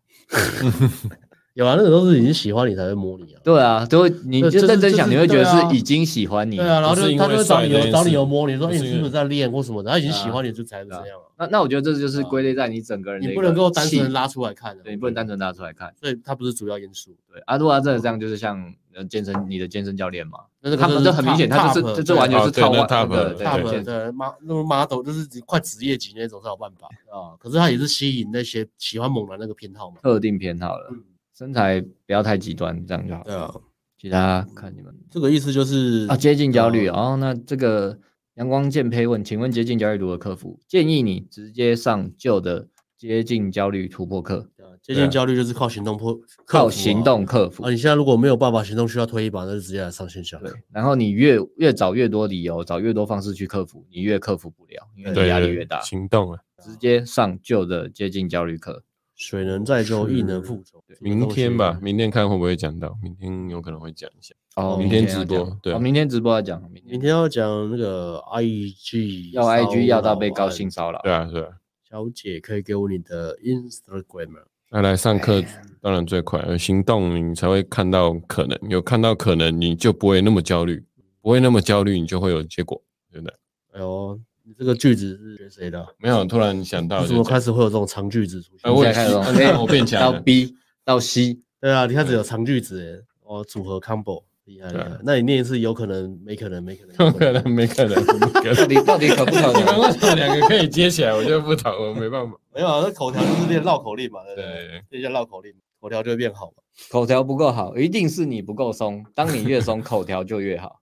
[SPEAKER 2] 有啊，那个都是已经喜欢你才会摸你啊。
[SPEAKER 1] 对啊，就会你
[SPEAKER 2] 对
[SPEAKER 1] 就
[SPEAKER 2] 就是
[SPEAKER 1] 认真想，
[SPEAKER 2] 就
[SPEAKER 1] 你
[SPEAKER 2] 是
[SPEAKER 1] 会觉得
[SPEAKER 2] 对啊
[SPEAKER 1] 是已经喜欢你
[SPEAKER 2] 对
[SPEAKER 1] 了。
[SPEAKER 2] 啊，然后
[SPEAKER 3] 不是
[SPEAKER 2] 就
[SPEAKER 3] 因
[SPEAKER 2] 他
[SPEAKER 3] 为
[SPEAKER 2] 就会找
[SPEAKER 3] 帅
[SPEAKER 2] 你
[SPEAKER 3] 这
[SPEAKER 2] 有
[SPEAKER 3] 件
[SPEAKER 2] 找你
[SPEAKER 3] 事
[SPEAKER 2] 有摸你，说
[SPEAKER 3] 不
[SPEAKER 2] 哎，
[SPEAKER 3] 是
[SPEAKER 2] 你
[SPEAKER 3] 因
[SPEAKER 2] 是不
[SPEAKER 3] 为
[SPEAKER 2] 是在练或什么的？他已经
[SPEAKER 1] 对啊
[SPEAKER 2] 喜欢你就才会这样啊，
[SPEAKER 1] 那那我觉得这就是归类在你整个人的
[SPEAKER 2] 你
[SPEAKER 1] 一
[SPEAKER 2] 不
[SPEAKER 1] 个
[SPEAKER 2] 能够单
[SPEAKER 1] 气
[SPEAKER 2] 纯拉出来看的，啊
[SPEAKER 1] 对，你不能单纯拿出来看。
[SPEAKER 2] 所以它不是主要因素。
[SPEAKER 1] 对啊，如果他真的这样，就是像呃健身你的健身教练嘛，
[SPEAKER 2] 那这个
[SPEAKER 1] 他们
[SPEAKER 2] 就
[SPEAKER 1] 这很明显，他就是这这完全
[SPEAKER 3] 哦
[SPEAKER 1] 是
[SPEAKER 3] 对
[SPEAKER 1] 套
[SPEAKER 3] 那
[SPEAKER 1] 外
[SPEAKER 3] top
[SPEAKER 1] 那个
[SPEAKER 3] 了
[SPEAKER 1] 对
[SPEAKER 2] 大
[SPEAKER 3] 对
[SPEAKER 2] 本
[SPEAKER 1] 健
[SPEAKER 2] 的妈那种 model 就是快职业级那种才有办法啊。可是他也是吸引那些喜欢猛男那个偏好嘛。
[SPEAKER 1] 特定偏好了，身材不要太极端，这样就好了。
[SPEAKER 2] 嗯对啊，
[SPEAKER 1] 其他看你们
[SPEAKER 2] 这个意思就是
[SPEAKER 1] 啊，接近焦虑
[SPEAKER 2] 嗯
[SPEAKER 1] 哦。那这个阳光健胚问，请问接近焦虑如何克服？建议你直接上旧的接近焦虑突破课，
[SPEAKER 2] 对啊接近焦虑就是靠行动破，克服
[SPEAKER 1] 靠
[SPEAKER 2] 啊
[SPEAKER 1] 行动克服
[SPEAKER 2] 啊，。你现在如果没有办法行动，需要推一把，那就直接来上线下。
[SPEAKER 1] 对，然后你越越找越多理由，找越多方式去克服，你越克服不了，因为你
[SPEAKER 3] 对
[SPEAKER 1] 压力越大。
[SPEAKER 3] 行动啊，
[SPEAKER 1] 直接上旧的接近焦虑课。
[SPEAKER 2] 水能载舟，亦能覆舟。这个
[SPEAKER 3] 明
[SPEAKER 2] 东西
[SPEAKER 3] 天吧，，明天看会不会讲到，明天有可能会讲一下。
[SPEAKER 1] 哦
[SPEAKER 3] 明天直播
[SPEAKER 1] 要讲
[SPEAKER 3] 对
[SPEAKER 1] 哦，明天直播要讲，明
[SPEAKER 2] 明天要讲那个 IG，
[SPEAKER 1] 要 IG 要到被高
[SPEAKER 2] 兴
[SPEAKER 1] 性骚扰
[SPEAKER 3] 对。啊，对啊，
[SPEAKER 2] 小姐可以给我你的 Instagram 啊吗？
[SPEAKER 3] 那来上课当然最快，有行动你才会看到可能，有看到可能你就不会那么焦虑，不会那么焦虑，你就会有结果，真的。
[SPEAKER 2] 哎呦，你这个句子是学谁的啊？
[SPEAKER 3] 没有，突然想到
[SPEAKER 2] 你怎
[SPEAKER 3] 就
[SPEAKER 2] 么
[SPEAKER 3] 讲
[SPEAKER 2] 开始会有这种长句子出现
[SPEAKER 3] 哎？我也
[SPEAKER 1] 现在开始
[SPEAKER 3] 是
[SPEAKER 1] 哦
[SPEAKER 3] 哎我变强
[SPEAKER 1] 到
[SPEAKER 3] 了
[SPEAKER 1] B 到 C
[SPEAKER 2] 对啊，你开始有长句子耶，哦，组合 combo 厉害厉
[SPEAKER 3] 对啊
[SPEAKER 2] 害。那你念一次，有可能，没可能，没可能，
[SPEAKER 3] 不
[SPEAKER 2] 有
[SPEAKER 3] 可能，。没可能，不可
[SPEAKER 5] 到
[SPEAKER 3] 能。
[SPEAKER 5] 底到底可不可
[SPEAKER 3] 你们
[SPEAKER 5] 能？
[SPEAKER 3] 为什么两个可以接起来，我就不懂，我没办法。
[SPEAKER 2] 没有啊，那口条就是练绕口令嘛，对不对？
[SPEAKER 3] 对，
[SPEAKER 2] 练一下绕口令，口条就会变好嘛。
[SPEAKER 1] 口条不够好，一定是你不够松。当你越 松，口条就越好。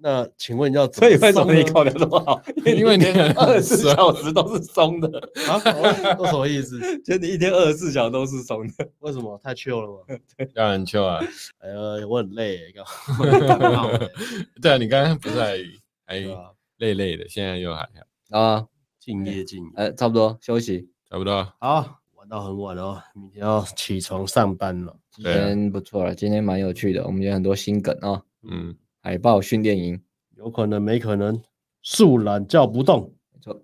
[SPEAKER 2] 那请问要怎
[SPEAKER 1] 所以为什
[SPEAKER 2] 送
[SPEAKER 1] 么你
[SPEAKER 2] 呢
[SPEAKER 1] 口条这么好？
[SPEAKER 3] 因为你很
[SPEAKER 1] 二十四小时都是松的，
[SPEAKER 2] 啊？哦都什么意思？
[SPEAKER 1] 就你一天二十四小时都是松的。
[SPEAKER 2] 为什么太 chill 了吗？
[SPEAKER 3] 要很糗啊。
[SPEAKER 2] 哎呀，我很累耶，干嘛感 冒耶
[SPEAKER 3] 对啊，你刚刚不是还还
[SPEAKER 2] 对吧？
[SPEAKER 3] 累累的，现在又还好，
[SPEAKER 1] 啊，
[SPEAKER 2] 敬业敬业。
[SPEAKER 1] 呃，差不多休息，
[SPEAKER 3] 差不多啊。
[SPEAKER 2] 好，玩到很晚哦，明天要起床上班了。
[SPEAKER 1] 今
[SPEAKER 3] 对啊
[SPEAKER 1] 天不错了，今天蛮有趣的，我们有很多新梗啊、
[SPEAKER 3] 嗯，
[SPEAKER 1] 海豹训练营，
[SPEAKER 2] 有可能，没可能，树懒叫不动
[SPEAKER 1] 没错，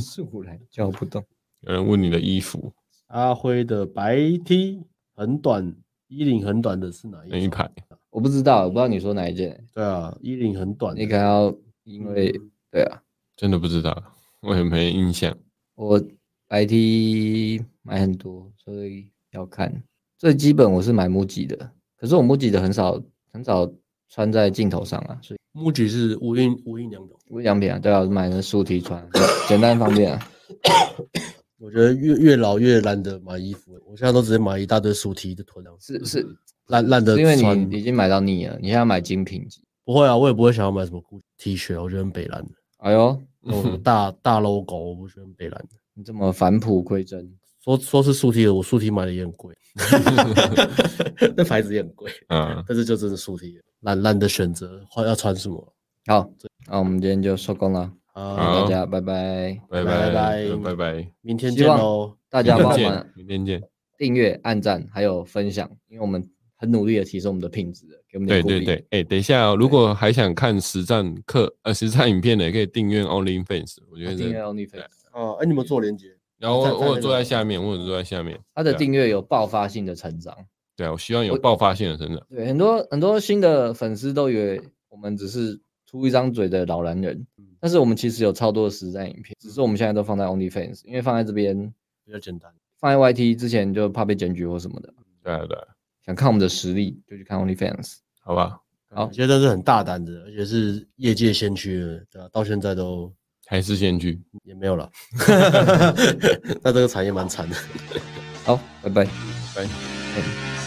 [SPEAKER 1] 素来叫不动。
[SPEAKER 3] 有人问你的衣服
[SPEAKER 2] 阿辉的白 T 很短，衣领很短的是哪
[SPEAKER 3] 那
[SPEAKER 2] 一
[SPEAKER 3] 一
[SPEAKER 2] 种？
[SPEAKER 3] 排，
[SPEAKER 1] 我不知道，我不知道你说哪一件，
[SPEAKER 2] 对啊，衣领很短的。
[SPEAKER 1] 你可能要因为、
[SPEAKER 2] 嗯
[SPEAKER 1] 对啊，
[SPEAKER 3] 真的不知道，我也没印象。
[SPEAKER 1] 我白 T 买很多，所以要看。最基本我是买 MUJI 的，可是我 MUJI 的很少很少穿在镜头上啊，所以
[SPEAKER 2] 木吉是无印无印良品，
[SPEAKER 1] 我良品啊，对啊，我买的竖 T 穿，啊 简单方便啊。
[SPEAKER 2] 我觉得越越老越懒得买衣服，我现在都直接买一大堆竖 T 啊就囤上去，
[SPEAKER 1] 是是，
[SPEAKER 2] 懒懒得
[SPEAKER 1] 是因为
[SPEAKER 2] 穿。
[SPEAKER 1] 你已经买到腻了，你现在买精品级。
[SPEAKER 2] 不会啊，我也不会想要买什么 Gucci T 恤，啊我觉得很北蓝的，
[SPEAKER 1] 哎呦，
[SPEAKER 2] 那种大大 logo 我不觉得很北蓝的。
[SPEAKER 1] 你这么返璞归真，
[SPEAKER 2] 说说是竖 T 的，我竖 T 买的也 很贵，那牌子也很贵，
[SPEAKER 3] 啊，
[SPEAKER 2] 但是就真的竖 T 了懒懒的选择，换要穿什么？
[SPEAKER 1] 好，那我们今天就收工了，
[SPEAKER 2] 啊
[SPEAKER 3] 好，
[SPEAKER 1] 大家拜拜，
[SPEAKER 3] 拜
[SPEAKER 2] 拜拜
[SPEAKER 3] 呃拜拜，
[SPEAKER 2] 明天
[SPEAKER 1] 希
[SPEAKER 2] 见
[SPEAKER 1] 望
[SPEAKER 2] 喽，
[SPEAKER 1] 大家帮我
[SPEAKER 3] 明天
[SPEAKER 1] 们
[SPEAKER 3] 见，明天见。
[SPEAKER 1] 订阅、按赞还有分享，因为我们很努力的提升我们的品质了，给我们点
[SPEAKER 3] 对
[SPEAKER 1] 鼓励。啊
[SPEAKER 3] 对对，哎、等一下哦、如果还想看实战课呃实战影片的，也可以订阅 OnlyFans，我觉得
[SPEAKER 1] 啊
[SPEAKER 3] 啊
[SPEAKER 1] 订阅
[SPEAKER 3] 这。
[SPEAKER 1] OnlyFans。
[SPEAKER 2] 哦，哎，你们做连接，
[SPEAKER 3] 然后
[SPEAKER 2] 在
[SPEAKER 3] 我
[SPEAKER 2] 在
[SPEAKER 3] 我有
[SPEAKER 2] 那
[SPEAKER 3] 坐
[SPEAKER 2] 个
[SPEAKER 3] 在下面，我有坐在下面。
[SPEAKER 1] 它的
[SPEAKER 3] 对啊
[SPEAKER 1] 订阅有爆发性的成长。
[SPEAKER 3] 对啊，我希望有
[SPEAKER 1] 我
[SPEAKER 3] 爆发性的成长。
[SPEAKER 1] 对，很多很多新的粉丝都以为我们只是出一张嘴的老男人，
[SPEAKER 3] 嗯
[SPEAKER 1] 但是我们其实有超多的实战影片，只是我们现在都放在 OnlyFans，因为放在这边，
[SPEAKER 2] 比较简单。
[SPEAKER 1] 放在 YT 之前就怕被检举或什么的。
[SPEAKER 3] 对啊对啊，
[SPEAKER 1] 想看我们的实力，就去看 OnlyFans。
[SPEAKER 3] 好吧，
[SPEAKER 1] 好
[SPEAKER 2] 我觉得是很大胆的，而且是业界先驱了，对啊，到现在都
[SPEAKER 3] 还是先去。
[SPEAKER 2] 也没 有了。 那这个产业蛮惨的。
[SPEAKER 1] 好，拜拜。
[SPEAKER 3] 拜
[SPEAKER 1] 哎